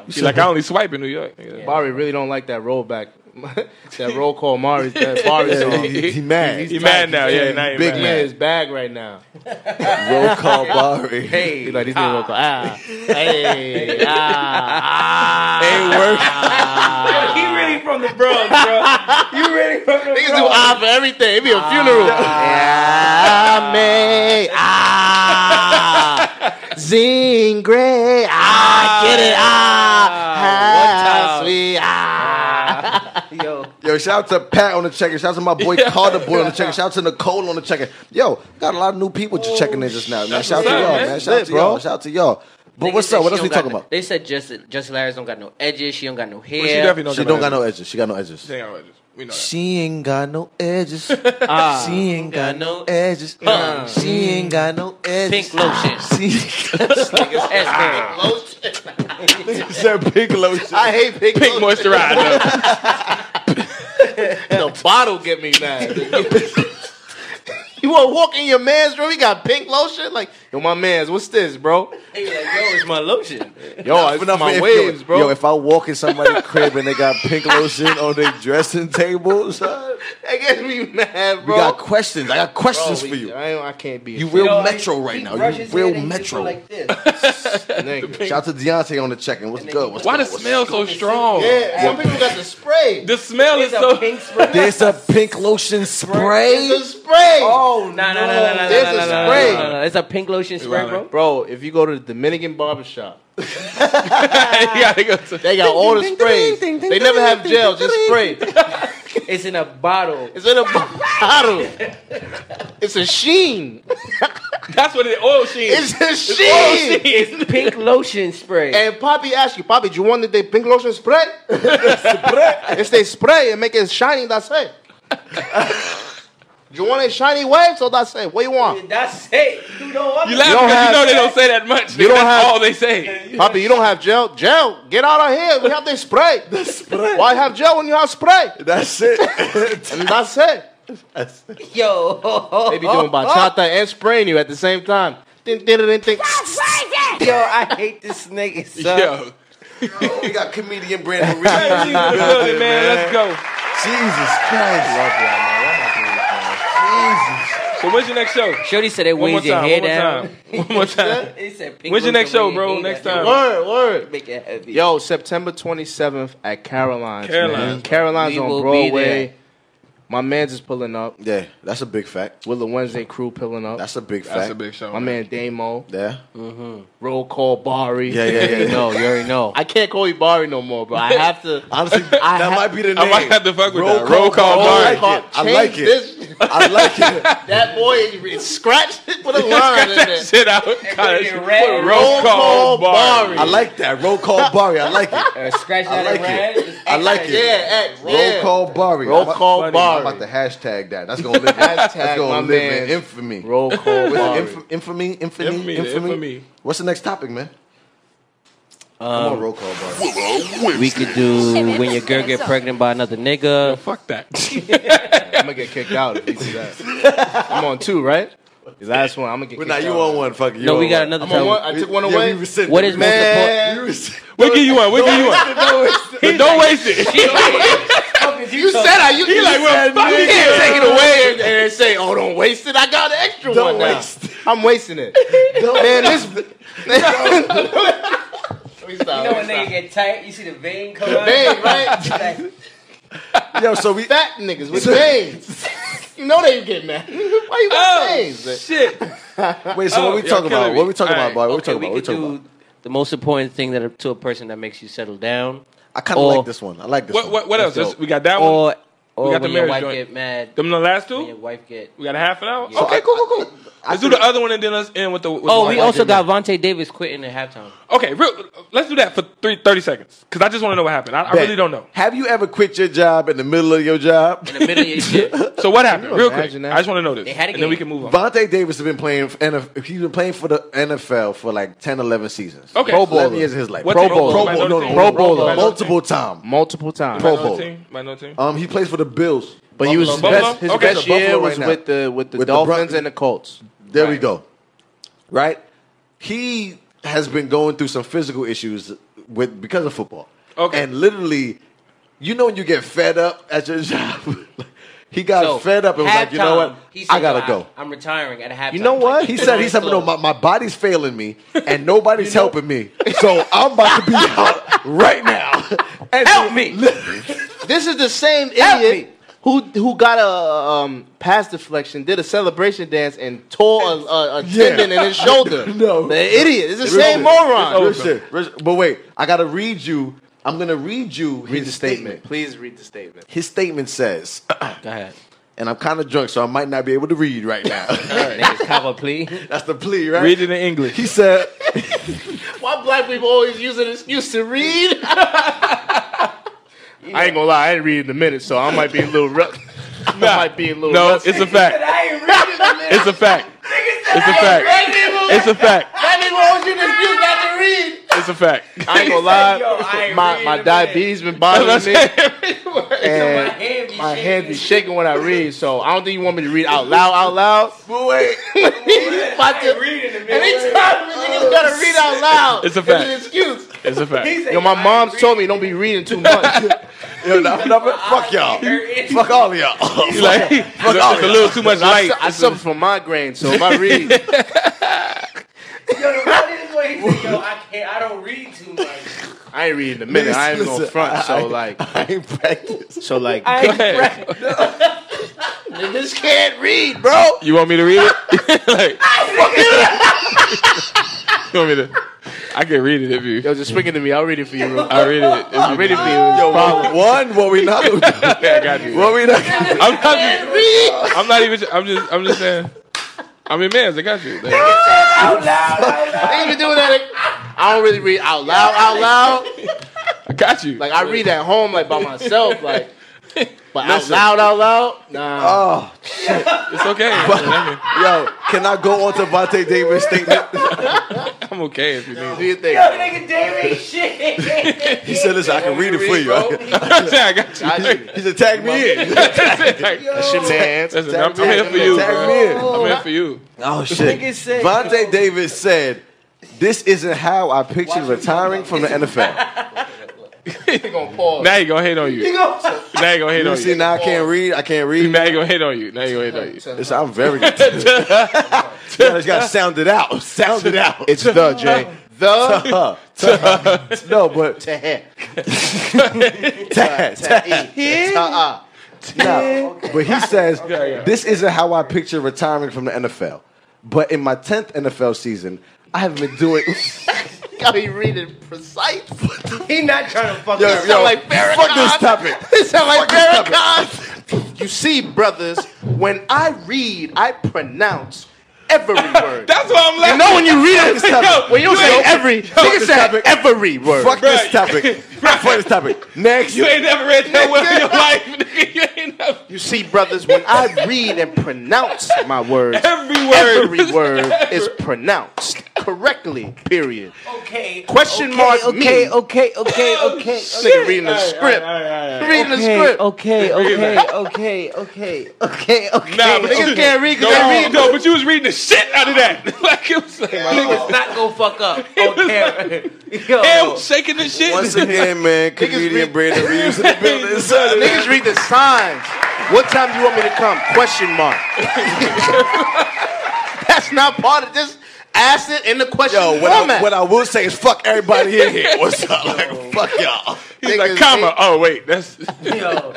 Speaker 3: She like I only swipe in New York.
Speaker 5: Mari really don't like that rollback. that roll call Mari. That Mari
Speaker 2: Yeah,
Speaker 5: on.
Speaker 2: he, he mad.
Speaker 5: He's
Speaker 3: He mad now, yeah. Now he
Speaker 2: Big
Speaker 5: He
Speaker 3: mad.
Speaker 2: man.
Speaker 5: in his bag right now.
Speaker 2: Roll call Barry.
Speaker 5: Hey, like these niggas roll call. Ah, hey, ah,
Speaker 2: Ain't work.
Speaker 3: He really from the Bronx, bro. You really from the
Speaker 5: niggas do ah for everything. It be a funeral. Ah, me, ah, zing gray. Ah, get it. Ah, ah, sweet. Ah.
Speaker 7: Yo,
Speaker 2: Yo, shout out to Pat on the check-in. Shout out to my boy Carter Boy on the check-in. Shout out to Nicole on the check-in. Yo, got a lot of new people just checking in just now, man. Shout out to
Speaker 3: what's up,
Speaker 2: y'all,
Speaker 3: man.
Speaker 2: man. Shout out to y'all. Shout out to y'all. But
Speaker 7: Nigga
Speaker 2: what's
Speaker 7: said
Speaker 2: up? What
Speaker 7: she
Speaker 2: else we
Speaker 7: don't got
Speaker 2: talking
Speaker 7: no-
Speaker 2: about?
Speaker 7: They said just just Larry's don't got no edges. She don't got no hair.
Speaker 3: She definitely don't
Speaker 2: She don't got no edges. She got no edges.
Speaker 3: Dang, I was just- We know that.
Speaker 2: She ain't got no edges. She ain't got no edges.
Speaker 7: Huh.
Speaker 2: She ain't got no edges.
Speaker 7: pink lotion.
Speaker 2: She
Speaker 7: That's hair.
Speaker 2: said pink lotion.
Speaker 5: I hate pink.
Speaker 3: Pink moisturizer.
Speaker 5: The bottle get me mad. you want to walk in your man's room? He got pink lotion. Like, yo, my man's, what's this, bro?
Speaker 7: He was like, yo, it's my lotion.
Speaker 5: Yo, it's
Speaker 2: Enough
Speaker 5: my
Speaker 2: if-
Speaker 5: waves,
Speaker 2: yo,
Speaker 5: bro.
Speaker 2: Yo, if I walk in somebody's crib and they got pink lotion on their dressing table, son,
Speaker 5: that gets me mad,
Speaker 2: we
Speaker 5: bro.
Speaker 2: got questions. I got
Speaker 5: Bro,
Speaker 2: questions
Speaker 5: we-
Speaker 2: for you.
Speaker 5: I, ain't- I can't be.
Speaker 2: You
Speaker 5: You
Speaker 2: real
Speaker 7: know,
Speaker 2: metro right
Speaker 7: he
Speaker 2: now. You
Speaker 7: brushes
Speaker 2: real
Speaker 7: it and he just
Speaker 2: metro.
Speaker 7: go Like this.
Speaker 5: nigga.
Speaker 2: Shout out to Deontay on the check in. What's
Speaker 7: then
Speaker 2: good?
Speaker 7: he
Speaker 2: What's
Speaker 3: Why
Speaker 2: good?
Speaker 3: does smell so strong?
Speaker 5: Yeah, some people got the spray.
Speaker 3: The smell is
Speaker 7: It's a
Speaker 3: so.
Speaker 7: pink spray.
Speaker 2: There's a pink lotion spray.
Speaker 5: It's a spray.
Speaker 7: Oh, no, no, no, no, no,
Speaker 5: There's
Speaker 7: no,
Speaker 5: a
Speaker 7: no, no,
Speaker 5: spray.
Speaker 7: no, no, no. It's a pink lotion spray,
Speaker 3: wildin'.
Speaker 7: bro.
Speaker 5: Bro, if you go to the Dominican barbershop,
Speaker 3: You gotta go to-
Speaker 5: they got all the sprays. They never have gel, just spray.
Speaker 7: It's in a bottle.
Speaker 5: It's in a bottle. It's a sheen.
Speaker 3: That's what the oil sheen. is.
Speaker 5: It's a
Speaker 3: Oil
Speaker 5: sheen.
Speaker 3: sheen.
Speaker 7: Pink lotion spray.
Speaker 5: And Poppy asked you, Poppy, do you want that they pink lotion spray? it's they spray and make it shiny, that's it. do you want it shiny waves or that's it? What you want?
Speaker 7: That's it. You know what?
Speaker 3: You laugh
Speaker 5: You don't
Speaker 3: because you
Speaker 5: have-
Speaker 3: know they don't say that much.
Speaker 5: You
Speaker 3: nigga.
Speaker 5: don't
Speaker 3: That's
Speaker 5: have-
Speaker 3: all they say.
Speaker 5: Poppy, you don't have gel. Gel, get out of here. We have this spray. Why have gel when you have spray?
Speaker 2: That's it.
Speaker 5: And that's it.
Speaker 7: Yo.
Speaker 5: They be doing bachata and spraying you at the same time. Ding, ding, ding, ding.
Speaker 7: Yo, I hate this nigga, son.
Speaker 3: Yo.
Speaker 2: we got comedian Brandon Reed.
Speaker 3: She's in the building, man. Let's go.
Speaker 2: Jesus Christ.
Speaker 3: So when's your next show?
Speaker 7: Shorty said they
Speaker 3: One more
Speaker 7: wings your
Speaker 3: time.
Speaker 7: hair
Speaker 3: One more time.
Speaker 7: down.
Speaker 3: One more time.
Speaker 7: He said, "Pink
Speaker 3: When's your
Speaker 7: Wiz
Speaker 3: next
Speaker 7: the
Speaker 3: show,
Speaker 7: wing
Speaker 3: bro?
Speaker 7: hair
Speaker 3: Next
Speaker 7: down."
Speaker 3: time.
Speaker 5: Word, word.
Speaker 7: Make it heavy.
Speaker 5: Yo, September 27th at Caroline's. Caroline's,
Speaker 3: Caroline's.
Speaker 5: man. Caroline's
Speaker 7: We will
Speaker 5: on
Speaker 7: be there.
Speaker 5: Broadway. My man's is pulling up.
Speaker 2: Yeah, that's a big fact.
Speaker 5: Will the Wednesday crew pulling up.
Speaker 2: That's a big fact.
Speaker 3: That's a big show.
Speaker 5: my man Damo.
Speaker 2: Yeah.
Speaker 5: Roll call Bari.
Speaker 2: Yeah, yeah, yeah.
Speaker 5: you know, you already know. I can't call you Bari no more, bro. I have to.
Speaker 2: Honestly,
Speaker 5: I
Speaker 2: that
Speaker 5: ha-
Speaker 2: might be the
Speaker 3: I
Speaker 2: name.
Speaker 3: might have to fuck with
Speaker 2: Roll
Speaker 3: that.
Speaker 2: call
Speaker 3: Roll call
Speaker 2: Bari.
Speaker 3: bar.
Speaker 2: I like it. I like
Speaker 5: Change
Speaker 2: it.
Speaker 5: this-
Speaker 2: I like it.
Speaker 5: that boy is scratched it with a line in
Speaker 3: that
Speaker 5: there.
Speaker 3: shit out.
Speaker 7: put it in
Speaker 3: Put
Speaker 7: red.
Speaker 3: Roll call bar.
Speaker 2: I like that. Roll call Barry. I like it.
Speaker 7: Uh, Scratch
Speaker 2: I
Speaker 7: that
Speaker 2: like
Speaker 7: around.
Speaker 2: it. I like it.
Speaker 5: Yeah, at,
Speaker 2: Roll
Speaker 5: yeah.
Speaker 2: call Barry.
Speaker 5: Roll
Speaker 2: I'm about-
Speaker 5: call
Speaker 2: I'm
Speaker 5: Barry.
Speaker 2: about to hashtag that. That's gonna live.
Speaker 5: Hashtag
Speaker 2: that's
Speaker 5: my
Speaker 2: gonna live
Speaker 5: man.
Speaker 2: in infamy.
Speaker 5: Roll call
Speaker 2: What's
Speaker 5: Bari.
Speaker 2: it? Inf- infamy, infamy,
Speaker 3: Infamy,
Speaker 2: infamy,
Speaker 3: the infamy.
Speaker 2: What's the next topic, man? Come on, roll call Barry.
Speaker 7: We could do when your girl get pregnant by another nigga.
Speaker 3: Fuck that.
Speaker 5: I'm gonna get kicked out if you do that. I'm on two, right? Last one. I'm gonna get
Speaker 2: Well,
Speaker 5: kicked
Speaker 2: now
Speaker 5: out.
Speaker 2: you on one, fuck it. You
Speaker 7: No,
Speaker 2: on
Speaker 7: we got
Speaker 2: one.
Speaker 7: another
Speaker 5: I'm on one.
Speaker 7: time.
Speaker 5: I took one
Speaker 2: Yeah,
Speaker 5: away.
Speaker 2: we rescind
Speaker 7: What
Speaker 2: it.
Speaker 7: is
Speaker 2: We
Speaker 7: most
Speaker 2: rescind
Speaker 7: important?
Speaker 2: it.
Speaker 5: Man.
Speaker 2: We rescind-
Speaker 3: We'll give you one. We'll give you one.
Speaker 2: No, it's-
Speaker 3: But don't waste it.
Speaker 5: You said I. You, you
Speaker 3: like, well,
Speaker 5: said
Speaker 3: fuck
Speaker 5: you
Speaker 3: it.
Speaker 5: can't take it away and, and say, "Oh, don't waste it." I got an extra
Speaker 2: Don't
Speaker 5: one
Speaker 2: waste it.
Speaker 5: now. I'm wasting it. man, this. Let me stop.
Speaker 7: You know
Speaker 5: Let
Speaker 7: when
Speaker 5: me
Speaker 7: nigga
Speaker 5: stop.
Speaker 7: get tight, you see the vein come out.
Speaker 5: Vein, right?
Speaker 7: Like,
Speaker 2: Yo, so we
Speaker 5: Fat niggas with veins. You know they get mad. Why you got
Speaker 3: Oh,
Speaker 5: veins?
Speaker 3: shit.
Speaker 2: wait. So
Speaker 3: Oh,
Speaker 2: what we
Speaker 3: y'all
Speaker 2: talking
Speaker 3: killing
Speaker 2: about?
Speaker 3: me.
Speaker 2: What we talking
Speaker 3: All
Speaker 2: about,
Speaker 3: right.
Speaker 2: boy? What we
Speaker 7: okay,
Speaker 2: talking
Speaker 7: we
Speaker 2: about? What
Speaker 7: could
Speaker 2: we talking
Speaker 7: do
Speaker 2: about?
Speaker 7: the most important thing that to a person that makes you settle down,
Speaker 2: I kind of
Speaker 7: or-
Speaker 2: like this one. I like this
Speaker 3: What
Speaker 2: one.
Speaker 3: what what else?
Speaker 7: Let's
Speaker 3: Just-
Speaker 7: go.
Speaker 3: We got that one.
Speaker 7: or or
Speaker 3: got the
Speaker 7: when your
Speaker 3: marriage
Speaker 7: wife
Speaker 3: joint.
Speaker 7: get mad,
Speaker 3: Them the last
Speaker 7: when your
Speaker 3: two.
Speaker 7: wife get.
Speaker 3: We got a half an hour.
Speaker 7: Yeah.
Speaker 3: Okay, cool, cool, cool. Let's do the other one and then let's end with the. With
Speaker 7: Oh,
Speaker 3: the
Speaker 7: we
Speaker 3: one.
Speaker 7: also got Vontae Davis quitting at halftime.
Speaker 3: Okay, real, let's do that for three, 30 seconds because I just want to know what happened. I, I
Speaker 2: Bet.
Speaker 3: really don't know.
Speaker 2: Have you ever quit your job in the middle of your job?
Speaker 7: In the middle of your shit,
Speaker 3: So what happened?
Speaker 5: you
Speaker 3: Real quick.
Speaker 5: imagine that?
Speaker 3: I just want to know this.
Speaker 7: They had a
Speaker 3: and then we can
Speaker 7: game.
Speaker 3: move on.
Speaker 2: Vontae Davis has been playing. For NF- he's been playing for the NFL for like 10, 11 seasons.
Speaker 3: Okay.
Speaker 2: Pro Bowl.
Speaker 3: Pro Bowler.
Speaker 2: Eleven years of his life.
Speaker 3: What
Speaker 2: Pro
Speaker 3: team?
Speaker 2: Bowl.
Speaker 3: Pro
Speaker 2: Pro
Speaker 3: Bowler.
Speaker 2: Bowl. No, no,
Speaker 3: Pro
Speaker 2: Pro
Speaker 3: Bowler.
Speaker 2: Bowler. Multiple time.
Speaker 5: Multiple times.
Speaker 2: Pro
Speaker 3: Might know
Speaker 2: Bowl.
Speaker 3: the team? Might know the team?
Speaker 2: Um, he plays for the Bills.
Speaker 5: But he was his
Speaker 3: Buffalo?
Speaker 5: best, his
Speaker 3: Okay,
Speaker 2: so
Speaker 5: best
Speaker 2: Buffalo
Speaker 5: year
Speaker 2: right
Speaker 5: was
Speaker 2: now.
Speaker 5: with the with the
Speaker 2: With the
Speaker 5: Dolphins
Speaker 2: Bron-
Speaker 5: and the Colts.
Speaker 2: There we
Speaker 3: Right.
Speaker 2: go. Right? He has been going through some physical issues with because of football.
Speaker 3: Okay.
Speaker 2: And literally, you know when you get fed up at your job. he got
Speaker 7: So,
Speaker 2: fed up and was like, you know
Speaker 7: halftime,
Speaker 2: what?
Speaker 7: he said,
Speaker 2: I gotta
Speaker 7: "Yo,
Speaker 2: go.
Speaker 7: I'm retiring at halftime.
Speaker 5: You know what?
Speaker 2: He said, he said, no, my, my body's failing me and nobody's helping me. So I'm about to be out right now. And
Speaker 7: Help me.
Speaker 5: This is the same
Speaker 7: Help
Speaker 5: idiot who who got a um, pass deflection, did a celebration dance, and tore a, a, a
Speaker 2: Yeah.
Speaker 5: tendon in his shoulder.
Speaker 2: No.
Speaker 5: the idiot. It's the
Speaker 2: Real
Speaker 5: same
Speaker 2: shit.
Speaker 5: moron.
Speaker 2: Real shit. Real shit. But wait, I gotta read you. I'm gonna read you
Speaker 5: Read
Speaker 2: his
Speaker 5: the
Speaker 2: statement.
Speaker 5: statement. Please read the statement.
Speaker 2: His statement says,
Speaker 7: Go ahead.
Speaker 2: and I'm kind of drunk, so I might not be able to read right now.
Speaker 7: Niggas, cover, please.
Speaker 2: That's the plea, right?
Speaker 3: Read it in English.
Speaker 2: He said,
Speaker 5: Why black people always use an excuse to read? I ain't gonna lie, I ain't reading the minute, so I might be a little rough. I might be a little
Speaker 3: No,
Speaker 5: rusty.
Speaker 3: it's a fact.
Speaker 7: I ain't reading the minute.
Speaker 3: It's a fact. It's a fact. It's a fact.
Speaker 5: Black people always use an excuse not to read.
Speaker 3: It's a fact.
Speaker 5: I ain't gonna
Speaker 7: said, "Yo, I
Speaker 5: lie.
Speaker 7: ain't
Speaker 5: My
Speaker 7: reading
Speaker 5: my
Speaker 7: the
Speaker 5: diabetes been bothering me,
Speaker 7: My
Speaker 5: and
Speaker 7: hand be
Speaker 5: my
Speaker 7: shaking.
Speaker 5: hand be shaking when I read. So I don't think you want me to read out loud, out loud.
Speaker 2: but wait,
Speaker 5: About to-
Speaker 7: Reading the minute.
Speaker 5: Anytime niggas gotta read out loud,
Speaker 3: It's a fact.
Speaker 5: an excuse.
Speaker 3: It's a fact.
Speaker 5: Yo, my mom's told me don't be reading too much.
Speaker 2: yo, no, no, but fuck y'all, fuck all of y'all.
Speaker 3: He's like, it's a little too much
Speaker 5: I,
Speaker 3: light.
Speaker 5: su- I suffer from migraines, so if I read,
Speaker 7: Yo, the funny is when he said, yo, I can't, I don't read too much.
Speaker 5: I ain't reading a minute. I ain't gonna
Speaker 2: Listen,
Speaker 5: front.
Speaker 2: I-
Speaker 5: So like,
Speaker 2: I ain't practice.
Speaker 5: so like,
Speaker 3: Go ahead.
Speaker 5: niggas can't read, bro.
Speaker 3: You want me to read it? like, you want me to? I can read it if you.
Speaker 5: Yo, just speaking to me. I'll read it for you. Real.
Speaker 3: I read it. If you
Speaker 5: I'll read it for you. Yo,
Speaker 2: Problem one, what we not, what
Speaker 3: yeah, I got you.
Speaker 2: we not.
Speaker 3: I'm not. I'm not even. I'm just. I'm just saying. I mean, man, I got you. Like,
Speaker 5: Niggas be doing that. I don't really read out loud, out loud.
Speaker 3: I got you.
Speaker 5: Like I read at home, like by myself. Like But out loud, out loud, nah.
Speaker 2: Oh,
Speaker 3: It's okay.
Speaker 2: yo, can I go on to Vontae Davis' statement?
Speaker 3: I'm okay if you need.
Speaker 5: do you think?
Speaker 7: nigga, David, shit.
Speaker 2: He said, listen, I can read it for you.
Speaker 3: Yeah, I got you.
Speaker 5: I need it.
Speaker 2: He said, tag me in.
Speaker 5: That's your man.
Speaker 3: Listen, I'm, I'm here for you.
Speaker 2: Tag
Speaker 3: Bro.
Speaker 2: me in.
Speaker 3: I'm here for you.
Speaker 2: Oh shit!
Speaker 7: Nigga said-
Speaker 2: Vontae Davis said, "This isn't how I pictured retiring from the NFL."
Speaker 5: gonna pause.
Speaker 3: Now you gonna hate on you. Now you gonna hate
Speaker 2: You
Speaker 3: on
Speaker 2: see,
Speaker 3: you.
Speaker 2: now I can't read. I can't read.
Speaker 3: Now you gonna hate on you. Now you gonna hate on you.
Speaker 2: It's, I'm very. good. I just got sounded out. Sounded out.
Speaker 5: It's the Jay. The
Speaker 2: Huh. no, but
Speaker 5: to heh.
Speaker 2: tag, tag.
Speaker 5: Ta-ah.
Speaker 2: Nah, but he says this isn't how I picture retiring from the NFL. But in my tenth NFL season, I have been doing.
Speaker 5: Gotta be reading precise.
Speaker 7: he not trying to fuck
Speaker 2: Yo,
Speaker 5: It
Speaker 7: us.
Speaker 5: sound
Speaker 2: yo,
Speaker 5: like Farrakhan.
Speaker 2: fuck this topic.
Speaker 5: It sound like
Speaker 2: Fuck this
Speaker 5: Farrakhan. You see, brothers, when I read, I pronounce every word.
Speaker 3: That's why I'm
Speaker 5: you
Speaker 3: laughing.
Speaker 5: know when you read it,
Speaker 3: Yo,
Speaker 5: when you don't
Speaker 3: you
Speaker 5: say
Speaker 3: ain't-
Speaker 5: every, nigga
Speaker 2: this
Speaker 5: said
Speaker 2: topic.
Speaker 5: every word.
Speaker 2: Fuck this topic. Fuck this topic. Next.
Speaker 3: You ain't never read that well in your life, nigga. You ain't never.
Speaker 5: You see, brothers, when I read and pronounce my words,
Speaker 3: Every word.
Speaker 5: every word is pronounced correctly. Period.
Speaker 7: Okay.
Speaker 5: Question
Speaker 7: okay,
Speaker 5: mark
Speaker 7: Okay,
Speaker 5: me.
Speaker 7: okay, okay, okay.
Speaker 5: Nigga reading the script. Reading the
Speaker 7: Okay,
Speaker 5: script.
Speaker 7: okay, okay, okay, okay, okay, okay.
Speaker 3: Nah, but
Speaker 5: Niggas
Speaker 3: you-
Speaker 5: can't read 'cause
Speaker 3: no,
Speaker 5: they read.
Speaker 3: No, but you was reading the shit out of that. like it was like,
Speaker 7: He was not gonna fuck up on
Speaker 3: was
Speaker 7: camera. Yo,
Speaker 3: Damn, shaking the shit.
Speaker 2: Once again, man, comedian
Speaker 5: read-
Speaker 2: Brandon Reeves in the building. son.
Speaker 5: Niggas read the signs. What time do you want me to come? Question mark. That's not part of this. Ask it in the question
Speaker 2: Yo, what
Speaker 5: format.
Speaker 2: I, what I will say is fuck everybody in here. What's up? Like, fuck y'all.
Speaker 3: He's like,
Speaker 5: Niggas
Speaker 3: comma. Oh wait, that's
Speaker 7: yo, yo,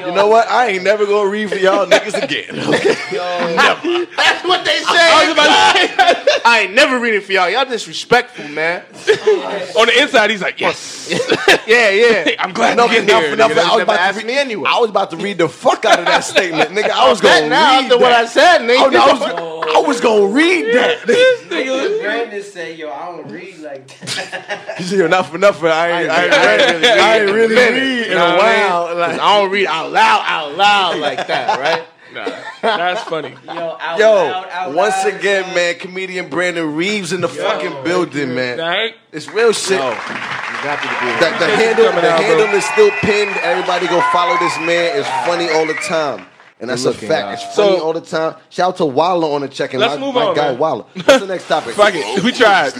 Speaker 2: You know what? I ain't never gonna read for y'all niggas again. Okay.
Speaker 5: That's what they say.
Speaker 3: was about
Speaker 5: I, ain't never reading for y'all. Y'all disrespectful, man.
Speaker 3: on the inside. He's like, yes.
Speaker 5: Yeah, yeah.
Speaker 3: I'm glad
Speaker 2: No,
Speaker 3: to get
Speaker 2: no,
Speaker 3: here.
Speaker 2: no,
Speaker 3: nigga.
Speaker 2: no.
Speaker 5: I
Speaker 2: I was
Speaker 5: never
Speaker 2: about to
Speaker 5: asked
Speaker 2: read-
Speaker 5: me anyway.
Speaker 2: I was about to read the fuck out of that statement, nigga. I was gonna
Speaker 5: That now
Speaker 2: read
Speaker 5: after what I
Speaker 2: that.
Speaker 5: said, nigga.
Speaker 2: Oh, no, I, was, I was gonna read that.
Speaker 3: This nigga-
Speaker 7: Brandon said, yo, I don't read like that.
Speaker 2: You see, enough, enough. but I ain't, I ain't, really, I ain't really read in
Speaker 5: Nah,
Speaker 2: a while.
Speaker 5: man. 'Cause I don't read out loud, out loud like that, right?
Speaker 3: Nah, that's funny.
Speaker 7: Yo, out
Speaker 2: Yo,
Speaker 7: loud, out
Speaker 2: once
Speaker 7: loud,
Speaker 2: again, man, comedian Brandon Reeves in the fucking building, man.
Speaker 3: Right?
Speaker 2: It's real shit.
Speaker 5: No, I'm happy to be here.
Speaker 2: The, the handle,
Speaker 3: coming
Speaker 2: the
Speaker 3: out, bro.
Speaker 2: handle is still pinned. Everybody go follow this man. It's funny all the time. And that's a
Speaker 5: looking,
Speaker 2: fact.
Speaker 5: y'all.
Speaker 2: It's funny
Speaker 3: So-
Speaker 2: all the time. Shout out to Waller on the check in.
Speaker 3: Let's
Speaker 2: my,
Speaker 3: move
Speaker 2: my
Speaker 3: on,
Speaker 2: guy
Speaker 3: man.
Speaker 2: Waller. What's the next topic?
Speaker 3: Fuck it. We tried.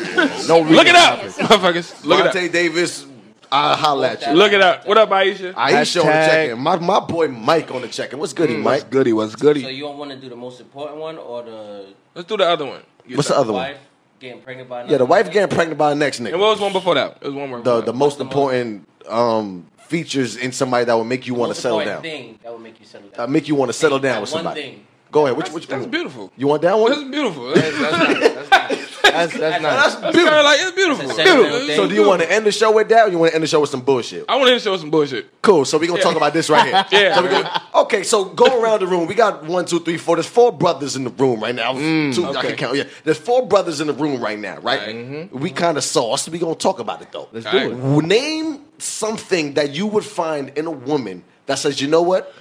Speaker 2: No reason.
Speaker 3: Look it up, motherfuckers. Look it up.
Speaker 2: Vontae Davis, I'll holla at you.
Speaker 3: Look it up. What up, Aisha?
Speaker 2: Aisha on the
Speaker 5: Hashtag-
Speaker 2: check in. My, my boy Mike on the check in. What's good,
Speaker 3: Mm.
Speaker 2: Mike? What's goody? What's
Speaker 7: So
Speaker 2: goody?
Speaker 7: you don't want to do the most important one or the
Speaker 3: Let's do the other one. You
Speaker 2: What's
Speaker 3: know.
Speaker 2: the other one?
Speaker 7: wife getting pregnant by another?
Speaker 2: Yeah, the wife
Speaker 7: nigga?
Speaker 2: getting pregnant by the next nigga.
Speaker 3: And what was one before that? It was one more.
Speaker 2: the the most important um, features in somebody that will make you want to
Speaker 7: Most
Speaker 2: settle down.
Speaker 7: important Thing that would make you settle
Speaker 2: Uh,
Speaker 7: down.
Speaker 2: make you want to settle down
Speaker 7: That
Speaker 2: with
Speaker 7: one
Speaker 2: somebody.
Speaker 7: thing.
Speaker 2: Go ahead. Which which
Speaker 3: That's beautiful.
Speaker 2: You want that
Speaker 3: That's
Speaker 2: one?
Speaker 3: Oh, beautiful.
Speaker 5: That's,
Speaker 2: That's
Speaker 5: that's not.
Speaker 3: That's kind
Speaker 2: beautiful.
Speaker 3: of like it's beautiful.
Speaker 7: That's a sentimental
Speaker 3: Beautiful.
Speaker 7: thing.
Speaker 2: So do you want to end the show with that, or you want to end the show with some bullshit?
Speaker 3: I want to show some bullshit.
Speaker 2: Cool. So we gonna talk about this right here.
Speaker 3: Yeah.
Speaker 2: So we gonna- okay. So go around the room. We got one, two, three, four. There's four brothers in the room right now. two, I
Speaker 3: okay.
Speaker 2: can count. Yeah. There's four brothers in the room right now. Right. We kind of sauced. We gonna talk about it though.
Speaker 5: Let's
Speaker 3: All right.
Speaker 5: do it.
Speaker 2: Name something that you would find in a woman that says, you know what?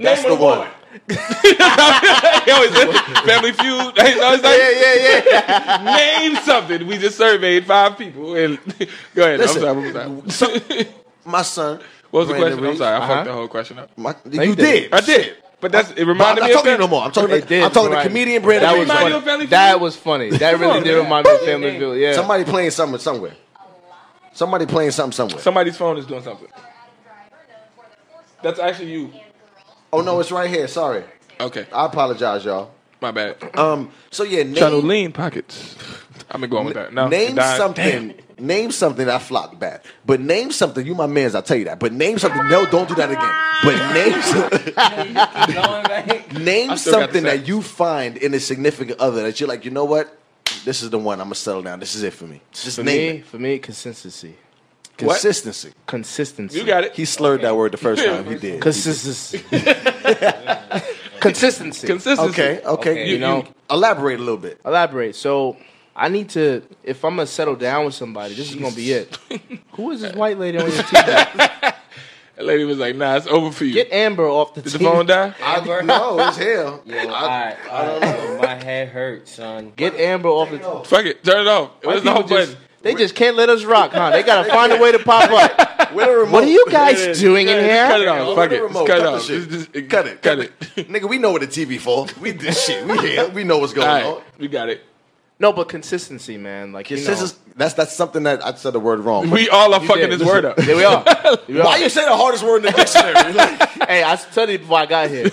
Speaker 2: That's
Speaker 3: Name
Speaker 2: the
Speaker 3: of
Speaker 2: one.
Speaker 3: Yo, is it Family Feud. Hey, no, it's like, Name something. We just surveyed five people. And go ahead.
Speaker 2: Listen.
Speaker 3: I'm sorry. I'm sorry.
Speaker 2: My son.
Speaker 3: what was the
Speaker 2: Brandon
Speaker 3: question? I'm
Speaker 2: Reeves.
Speaker 3: sorry. I
Speaker 5: Uh-huh.
Speaker 3: fucked the whole question up.
Speaker 2: My, you
Speaker 5: did.
Speaker 2: did.
Speaker 3: I did. But that's it.
Speaker 2: I'm
Speaker 3: Reminded
Speaker 2: not
Speaker 3: me of
Speaker 2: talking to you
Speaker 3: family.
Speaker 2: no more. I'm talking.
Speaker 5: It did,
Speaker 2: I'm talking
Speaker 5: right.
Speaker 2: to comedian Brandon.
Speaker 5: That
Speaker 2: Reeves.
Speaker 5: was
Speaker 3: Remind you of Family
Speaker 5: funny.
Speaker 3: Feud?
Speaker 5: That was funny. That really did remind me of Family Feud. Yeah.
Speaker 2: Somebody playing something somewhere. Somebody playing something somewhere.
Speaker 3: Somebody's phone is doing something. That's actually you.
Speaker 2: oh no, it's right here. Sorry,
Speaker 3: Okay,
Speaker 2: I apologize, y'all.
Speaker 3: my bad.
Speaker 2: Um, so yeah, name,
Speaker 3: Trying to lean pockets. I've been going with that. No,
Speaker 2: name
Speaker 3: it died.
Speaker 2: something. Name something that flopped bad. But name something. You my man's. I'll tell you that. But name something. No, don't do that again. But name some-
Speaker 7: Going back.
Speaker 2: name
Speaker 3: I still got the
Speaker 2: something that
Speaker 3: facts.
Speaker 2: you find in a significant other that you're like, you know what? This is the one. I'm gonna settle down. This is it for me. Just
Speaker 5: for
Speaker 2: name
Speaker 5: me,
Speaker 2: it.
Speaker 5: for me, consistency.
Speaker 3: What?
Speaker 2: Consistency.
Speaker 5: Consistency.
Speaker 3: You got it.
Speaker 2: He slurred that word the first time. He did.
Speaker 5: Consistency. Consistency.
Speaker 3: Consistency.
Speaker 2: Okay. Okay.
Speaker 7: Okay.
Speaker 2: You,
Speaker 5: You know-
Speaker 2: you elaborate a little bit.
Speaker 5: Elaborate. So I need to, if I'm gonna settle down with somebody, this is gonna be it. Who is this white lady on your TV?
Speaker 3: The lady was like, "Nah, it's over for you."
Speaker 5: Get Amber off the
Speaker 3: Did the
Speaker 5: team.
Speaker 3: phone die?
Speaker 2: I, no, Oh, it's hell.
Speaker 7: Yo, I, I don't know. My head hurts, son.
Speaker 5: Get Amber off the team.
Speaker 3: Fuck it, turn it off. Where's the whole button?
Speaker 5: They just can't let us rock, huh? They gotta find a way to pop up.
Speaker 2: With a remote.
Speaker 5: What are you guys doing in
Speaker 3: Just Cut it
Speaker 5: here?
Speaker 3: off.
Speaker 2: Over
Speaker 3: Fuck
Speaker 2: the
Speaker 3: it. Just
Speaker 2: remote.
Speaker 3: cut
Speaker 2: Cut
Speaker 3: it
Speaker 2: the
Speaker 3: off.
Speaker 2: shit.
Speaker 3: Just- just-
Speaker 2: Cut it.
Speaker 3: Cut it.
Speaker 2: Nigga, we know what the TV for. We did shit. We here. We know what's going
Speaker 3: All right,
Speaker 2: on.
Speaker 3: we got it.
Speaker 5: No, but consistency, man. Like you
Speaker 2: This is- that's that's something that I said the word wrong.
Speaker 3: We all are
Speaker 5: know.
Speaker 3: fucking
Speaker 5: Yeah,
Speaker 3: this word up.
Speaker 5: listen, There we are.
Speaker 2: Why you say the hardest word in the dictionary? Like-
Speaker 5: hey, I studied before I got here.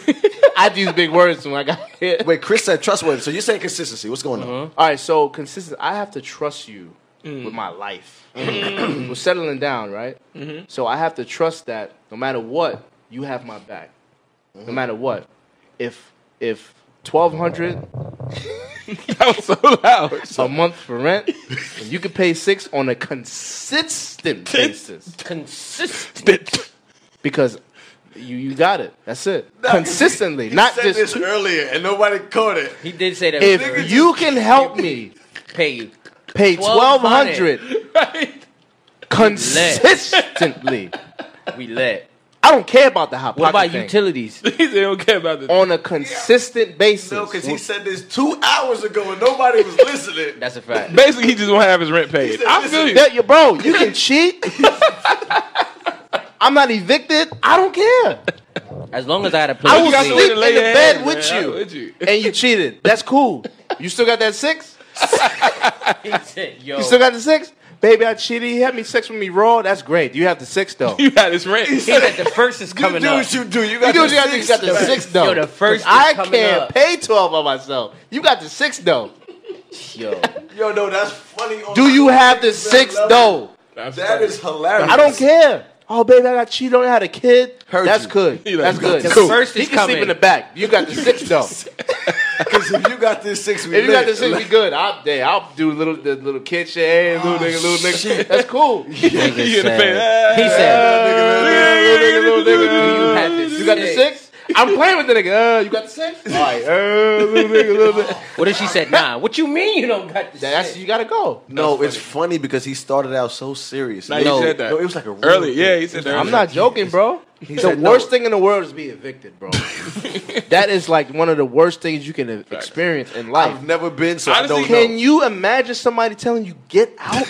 Speaker 5: I had to use big words when I got here.
Speaker 2: wait, Chris said trustworthy. So you're saying consistency? What's going on?
Speaker 5: All right, so consistent. I have to trust you with my life. We're settling down, right? So I have to trust that no matter what, you have my back. No matter what, if if twelve hundred
Speaker 3: That was so loud.
Speaker 5: a month for rent, and you can pay six on a consistent basis
Speaker 7: Consistent.
Speaker 5: because you you got it. That's it. Consistently, not
Speaker 2: said this
Speaker 5: just
Speaker 2: earlier and nobody caught it.
Speaker 7: He did say that. we
Speaker 5: if you can help me
Speaker 7: pay you.
Speaker 5: pay twelve hundred
Speaker 3: Right?
Speaker 5: consistently.
Speaker 7: We let.
Speaker 5: I don't care about the hot
Speaker 7: What
Speaker 5: pocket
Speaker 7: about
Speaker 5: thing.
Speaker 7: utilities?
Speaker 3: He said, don't care about this.
Speaker 5: on a consistent basis.
Speaker 2: No, because he said this two hours ago and nobody was listening.
Speaker 7: That's a fact.
Speaker 3: Basically, he just won't have his rent paid. I feel you.
Speaker 5: Yeah, you- bro, you can cheat. I'm not evicted. I don't care.
Speaker 7: As long as I had a
Speaker 5: I
Speaker 7: place,
Speaker 5: will
Speaker 3: got
Speaker 7: to
Speaker 3: some
Speaker 7: sleep.
Speaker 3: way
Speaker 5: sleep
Speaker 3: to
Speaker 5: in
Speaker 3: lay
Speaker 5: the
Speaker 3: your head,
Speaker 5: bed with
Speaker 3: man.
Speaker 5: you,
Speaker 3: I'm with you.
Speaker 5: and you cheated. That's cool. You still got that six?
Speaker 7: He said, Yo,
Speaker 5: You still got the six? Baby, I cheated. He had me sex with me raw. That's great. You have the six though.
Speaker 3: You got his rent.
Speaker 7: he said the first is coming
Speaker 2: do
Speaker 7: up.
Speaker 2: what you do. You
Speaker 5: You
Speaker 2: got the
Speaker 5: do what you gotta do. You got the
Speaker 2: six.
Speaker 5: six though.
Speaker 7: Yo, the first
Speaker 5: 'Cause
Speaker 7: is
Speaker 5: I
Speaker 7: coming
Speaker 5: can't
Speaker 7: up.
Speaker 5: pay twelve by myself. You got the six though.
Speaker 7: Yo,
Speaker 2: Yo, no, that's funny. on-
Speaker 5: Do you have the six though?
Speaker 3: That's
Speaker 2: That is hilarious.
Speaker 5: I don't care. Oh, baby, I got cheated on. I had a kid.
Speaker 2: Heard
Speaker 5: That's
Speaker 2: you.
Speaker 5: good.
Speaker 3: He like,
Speaker 5: That's good.
Speaker 7: The Cool. first
Speaker 5: he
Speaker 7: is
Speaker 5: can
Speaker 7: coming.
Speaker 5: sleep in the back. You got the six though.
Speaker 2: Because if you got this six, we
Speaker 5: If you got the
Speaker 2: lit.
Speaker 5: six, we good. I'll, damn, I'll do little the little kid shit. Hey, little nigga, little nigga. That's cool.
Speaker 7: nigga
Speaker 3: You gonna pay
Speaker 7: said.
Speaker 3: that.
Speaker 7: He said,
Speaker 5: little nigga, little
Speaker 7: "You
Speaker 5: nigga.
Speaker 7: had this.
Speaker 5: You got the six? I'm playing with the nigga. Uh, you got the six? All right. Uh, little nigga, little nigga.
Speaker 7: What if she said, Nah? What you mean you don't got the
Speaker 5: That's
Speaker 7: shit?
Speaker 5: you gotta go.
Speaker 2: No, it's funny because he started out so serious.
Speaker 3: Nah, he
Speaker 2: no,
Speaker 3: said that.
Speaker 2: no, it was like a real
Speaker 3: Early,
Speaker 2: thing.
Speaker 3: yeah, he said that.
Speaker 5: I'm not joking, bro. The
Speaker 2: said no.
Speaker 5: worst thing in the world is be evicted, bro. that is like one of the worst things you can experience in life.
Speaker 2: I've never been, so
Speaker 3: Honestly,
Speaker 2: I don't know.
Speaker 5: Can you imagine somebody telling you get out?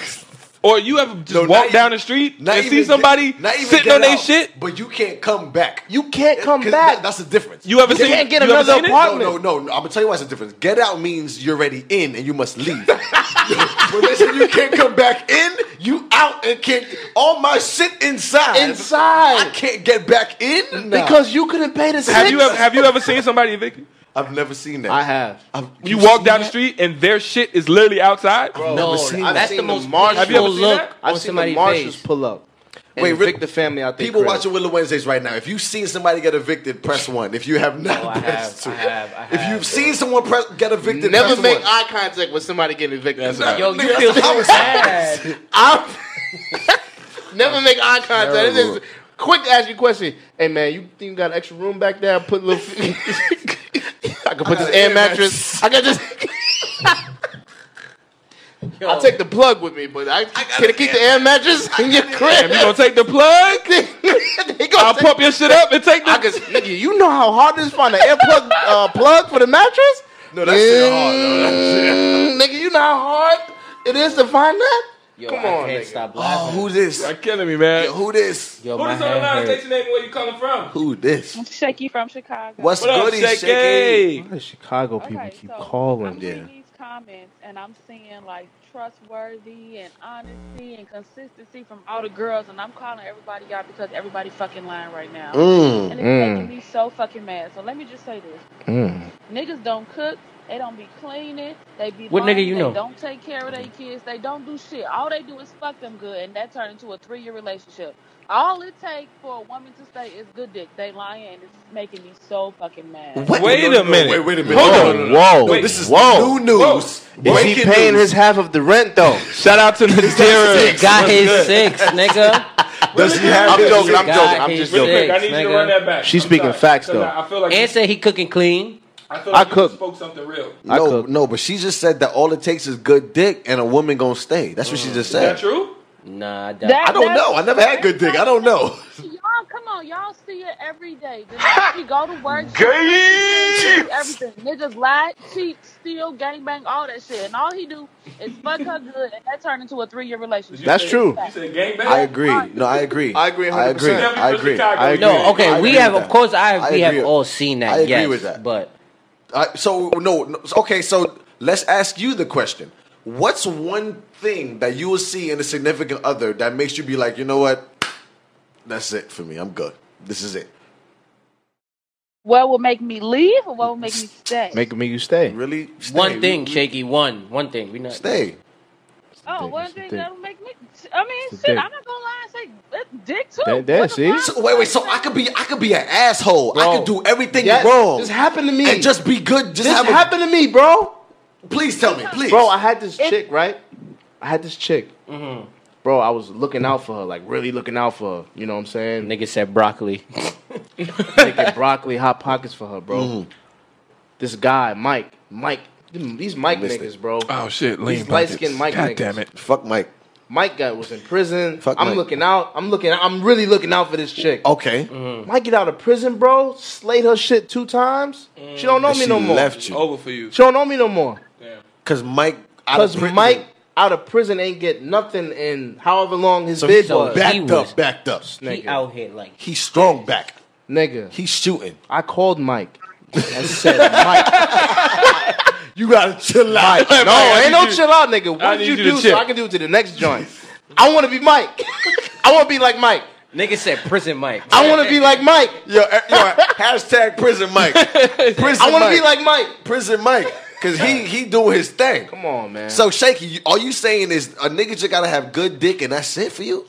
Speaker 3: Or you ever just
Speaker 2: No, not
Speaker 3: walk
Speaker 2: even-
Speaker 3: down the street
Speaker 2: Not
Speaker 3: and
Speaker 2: even
Speaker 3: see
Speaker 2: get-
Speaker 3: somebody
Speaker 2: not even
Speaker 3: sitting
Speaker 2: get
Speaker 3: on their
Speaker 2: out,
Speaker 3: shit?
Speaker 2: but you can't come back.
Speaker 5: You can't come
Speaker 2: 'Cause
Speaker 5: back.
Speaker 2: that- that's the difference.
Speaker 3: You ever
Speaker 5: You
Speaker 3: seen?
Speaker 5: can't get
Speaker 3: you ever
Speaker 5: another
Speaker 3: seen it?
Speaker 5: apartment.
Speaker 2: No, no, no. I'm gonna tell you why it's a difference. Get out means you're already in and you must leave. but listen, you can't come back in. You out and can't. All my shit inside.
Speaker 5: Inside.
Speaker 2: I can't get back in nah.
Speaker 5: Because you couldn't pay the six.
Speaker 3: Have you ever have you ever seen somebody evicted?
Speaker 2: I've never seen that.
Speaker 5: I have.
Speaker 2: I've,
Speaker 3: You
Speaker 2: You've
Speaker 3: walk
Speaker 2: seen
Speaker 3: down the
Speaker 2: that?
Speaker 3: street and their shit is literally outside.
Speaker 2: never
Speaker 7: No,
Speaker 2: seen that.
Speaker 5: I've
Speaker 7: that's
Speaker 5: seen
Speaker 7: the
Speaker 5: the
Speaker 7: most
Speaker 5: Marshals.
Speaker 7: martial
Speaker 3: Have you ever seen
Speaker 7: look
Speaker 3: that?
Speaker 5: I've
Speaker 7: on
Speaker 5: seen the
Speaker 7: somebody's
Speaker 5: marshals
Speaker 7: face.
Speaker 5: pull up.
Speaker 2: Wait,
Speaker 5: And Wait,
Speaker 2: really-
Speaker 5: evict the family out there.
Speaker 2: People watching Willow Wednesdays right now. If you've seen somebody get evicted, press one. If you have not,
Speaker 7: Oh, I
Speaker 2: press
Speaker 7: have, I
Speaker 2: two.
Speaker 7: have, I
Speaker 2: If
Speaker 7: have.
Speaker 2: you've seen someone press, get evicted,
Speaker 5: Never
Speaker 2: press
Speaker 5: make
Speaker 2: one.
Speaker 5: eye contact with somebody getting evicted.
Speaker 3: That's right.
Speaker 7: Yo, you feel so bad.
Speaker 5: I'm- Never make eye contact. It's just quick to ask you a question. Hey man, you think you got extra room back there? I put a little. I could put this
Speaker 2: an
Speaker 5: air
Speaker 2: air
Speaker 5: mattress.
Speaker 2: mattress.
Speaker 5: I got this.
Speaker 2: Oh.
Speaker 5: I'll take the plug with me, but I, can I keep the air mattress in your crib?
Speaker 3: You gonna take the plug?
Speaker 5: They gonna
Speaker 3: I'll
Speaker 5: take-
Speaker 3: pump your shit up and take
Speaker 5: I
Speaker 3: the.
Speaker 5: could, nigga, you know how hard it is to find an air plug, uh, plug for the mattress?
Speaker 2: No, that shit hard, though. That
Speaker 5: Mm, nigga, you know how hard it is to find that?
Speaker 7: Yo,
Speaker 5: Come
Speaker 7: I
Speaker 5: on,
Speaker 7: can't
Speaker 5: nigga.
Speaker 7: stop
Speaker 2: Oh,
Speaker 7: laughing.
Speaker 2: who this?
Speaker 3: You're killing me, man.
Speaker 2: Yo, who this?
Speaker 7: Yo,
Speaker 3: Who
Speaker 7: my
Speaker 3: this on the
Speaker 7: head
Speaker 3: line?
Speaker 7: hurts.
Speaker 3: State your name and where you coming from.
Speaker 2: Who this?
Speaker 14: Shaky from Chicago.
Speaker 2: What's
Speaker 3: What up,
Speaker 2: good,
Speaker 3: Shaky?
Speaker 2: Shaky?
Speaker 5: Why do Chicago people
Speaker 14: Okay,
Speaker 5: keep
Speaker 14: so
Speaker 5: calling?
Speaker 14: I'm
Speaker 5: Yeah.
Speaker 14: seeing these comments, and I'm seeing like trustworthy and honesty and consistency from all the girls, and I'm calling everybody out because everybody fucking lying right now,
Speaker 2: Mm. Mm.
Speaker 14: and it's making me so fucking mad. So let me just say this: niggas don't cook, they don't be cleaning, they be
Speaker 7: What nigga
Speaker 14: lying,
Speaker 7: you
Speaker 14: they
Speaker 7: know?
Speaker 14: don't take care of their kids, they don't do shit. All they do is fuck them good, and that turned into a three year relationship. All it takes for a woman to stay is good dick. They lying, and it's making me so fucking mad.
Speaker 2: What?
Speaker 3: Wait
Speaker 2: No, no,
Speaker 3: a
Speaker 2: no,
Speaker 3: minute.
Speaker 2: Wait, wait a minute.
Speaker 3: Hold
Speaker 2: No,
Speaker 3: on.
Speaker 2: no, no, no.
Speaker 5: Whoa.
Speaker 2: No, this is
Speaker 5: Whoa.
Speaker 2: new news.
Speaker 5: Is he
Speaker 2: Breaking
Speaker 5: paying
Speaker 2: news.
Speaker 5: his half of the rent though?
Speaker 3: Shout out to Nadira.
Speaker 7: Got his six, nigga.
Speaker 2: Does he have
Speaker 5: I'm
Speaker 2: this?
Speaker 5: joking. I'm
Speaker 7: God,
Speaker 5: joking. I'm
Speaker 7: he's
Speaker 5: just
Speaker 3: Real
Speaker 5: joking.
Speaker 3: quick, I
Speaker 7: Six,
Speaker 3: need you to
Speaker 7: nigga.
Speaker 3: run that back.
Speaker 5: She's
Speaker 3: I'm
Speaker 5: speaking
Speaker 3: sorry.
Speaker 5: facts,
Speaker 3: So
Speaker 5: though.
Speaker 3: now I feel like
Speaker 7: And said he cooking clean.
Speaker 3: I, feel like
Speaker 5: I
Speaker 3: you
Speaker 5: cook.
Speaker 3: just spoke something real. Is
Speaker 5: I
Speaker 2: No,
Speaker 5: cook.
Speaker 2: no, but she just said that all it takes is good dick and a woman gonna stay.
Speaker 5: Mm.
Speaker 2: That's what she just said.
Speaker 3: that true?
Speaker 7: Nah, I doubt.
Speaker 14: That-
Speaker 2: I don't
Speaker 14: that's-
Speaker 2: know. I never had good dick. I don't know.
Speaker 14: Y'all, come on. on. Y'all see it every day. The niggas, she go to work. She do everything. Niggas lie, cheat, steal, gangbang, all that shit. And all he do is fuck her good, and that turned into a three year relationship.
Speaker 2: That's true.
Speaker 14: Fact.
Speaker 2: I agree. No, I agree. I agree. I agree.
Speaker 5: 100%.
Speaker 2: I agree. I agree.
Speaker 7: No, okay,
Speaker 2: I
Speaker 7: we
Speaker 2: agree
Speaker 7: have,
Speaker 2: with
Speaker 7: of
Speaker 2: that.
Speaker 7: course, I,
Speaker 2: I
Speaker 7: we have
Speaker 2: agree.
Speaker 7: all seen that.
Speaker 2: I agree
Speaker 7: yes,
Speaker 2: with that.
Speaker 7: But
Speaker 2: I, so no, no, okay. So let's ask you the question: What's one thing that you will see in a significant other that makes you be like, you know what? That's it for me. I'm good. This is it.
Speaker 14: What would make me leave, or what would make me stay?
Speaker 5: Make me you stay.
Speaker 2: Really? Stay.
Speaker 7: one thing,
Speaker 2: We- we-
Speaker 7: shaky. One, one thing. We not
Speaker 2: Stay.
Speaker 14: Oh,
Speaker 5: dick,
Speaker 14: one
Speaker 5: it's a
Speaker 14: thing
Speaker 5: dick.
Speaker 14: that would make me. I mean,
Speaker 5: It's a
Speaker 14: shit.
Speaker 5: dick.
Speaker 14: I'm not gonna lie and say that's dick too.
Speaker 5: That- that,
Speaker 14: What the
Speaker 5: see?
Speaker 14: fuck?
Speaker 2: So, wait, wait. So I could be, I could be an asshole. I could do everything
Speaker 5: Yes,
Speaker 2: wrong
Speaker 5: This happened to me.
Speaker 2: and just be good. Just
Speaker 5: this
Speaker 2: have. A,
Speaker 5: happened to me, bro.
Speaker 2: please tell me, please.
Speaker 5: Bro, I had this chick, right? I had this chick. Bro, I was looking out for her, like really looking out for her. You know what I'm saying?
Speaker 7: Nigga said broccoli.
Speaker 5: Making broccoli hot pockets for her, bro.
Speaker 2: Mm-hmm.
Speaker 5: This guy, Mike, Mike, these Mike
Speaker 2: Missed
Speaker 5: niggas, bro.
Speaker 3: Oh shit, lean
Speaker 5: These light-skinned
Speaker 3: blankets.
Speaker 5: Mike
Speaker 3: God
Speaker 5: niggas.
Speaker 3: damn it.
Speaker 2: Fuck Mike.
Speaker 5: Mike guy was in prison.
Speaker 2: Fuck
Speaker 5: I'm
Speaker 2: Mike. Oh.
Speaker 5: looking out. I'm looking. I'm really looking out for this chick.
Speaker 2: Okay.
Speaker 5: Mike get out of prison, bro. Slayed her shit two times. She don't know
Speaker 2: Mm. And
Speaker 5: me
Speaker 2: she
Speaker 5: no more. Oh.
Speaker 2: left you
Speaker 3: Over for you.
Speaker 5: She don't know me no more.
Speaker 2: because Mike. out of
Speaker 5: Cause
Speaker 2: prison-
Speaker 5: Mike out of prison ain't get nothing in however long his
Speaker 2: So
Speaker 5: bid
Speaker 2: he's
Speaker 5: was.
Speaker 7: back-
Speaker 2: backed
Speaker 7: He
Speaker 2: up,
Speaker 7: was-
Speaker 2: backed up.
Speaker 7: he
Speaker 5: Nigga.
Speaker 7: out here like
Speaker 2: He's strong back.
Speaker 5: Nigga,
Speaker 2: He's shooting.
Speaker 5: I called Mike. I said, Mike,
Speaker 2: You gotta chill out.
Speaker 5: Mike, no,
Speaker 3: Oh, I
Speaker 5: ain't
Speaker 3: need
Speaker 5: no
Speaker 3: you-
Speaker 5: chill out, nigga.
Speaker 3: I
Speaker 5: What did
Speaker 3: need
Speaker 5: you
Speaker 3: you to
Speaker 5: do
Speaker 3: chill.
Speaker 5: so I can do to the next joint? I want to be Mike. I want to be like Mike.
Speaker 7: nigga said prison Mike.
Speaker 5: I want to be like Mike.
Speaker 2: Yo, eh, yo, hashtag prison Mike. Prison
Speaker 5: I want to
Speaker 2: Mike.
Speaker 5: be like Mike.
Speaker 2: prison Mike, cause he he doing his thing.
Speaker 5: Come on, man.
Speaker 2: So shaky, you- all you saying is a nigga just gotta have good dick and that's it for you.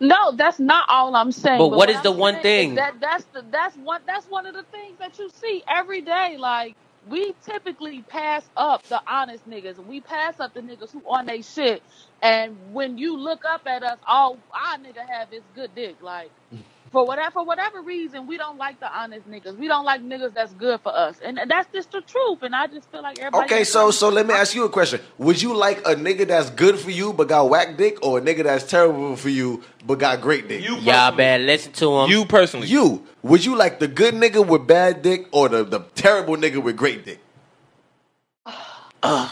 Speaker 14: No, that's not all I'm saying.
Speaker 7: But what is
Speaker 14: I'm
Speaker 7: the one
Speaker 14: saying
Speaker 7: thing?
Speaker 14: is That that's the that's one that's one of the things that you see every day. Like we typically pass up the honest niggas, and we pass up the niggas who on they shit. And when you look up at us, all our nigga have is good dick. Like for whatever for whatever reason, we don't like the honest niggas. We don't like niggas that's good for us, and that's just the truth. And I just feel like everybody.
Speaker 2: Okay,
Speaker 14: has to
Speaker 2: so so
Speaker 14: understand
Speaker 2: let me
Speaker 14: how
Speaker 2: ask you a question: Would you like a nigga that's good for you but got whack dick, or a nigga that's terrible for you but got great dick?
Speaker 3: You
Speaker 7: Y'all
Speaker 3: personally.
Speaker 7: better listen to him.
Speaker 3: You personally.
Speaker 2: You, would you like the good nigga with bad dick or the, the terrible nigga with great dick?
Speaker 3: I'm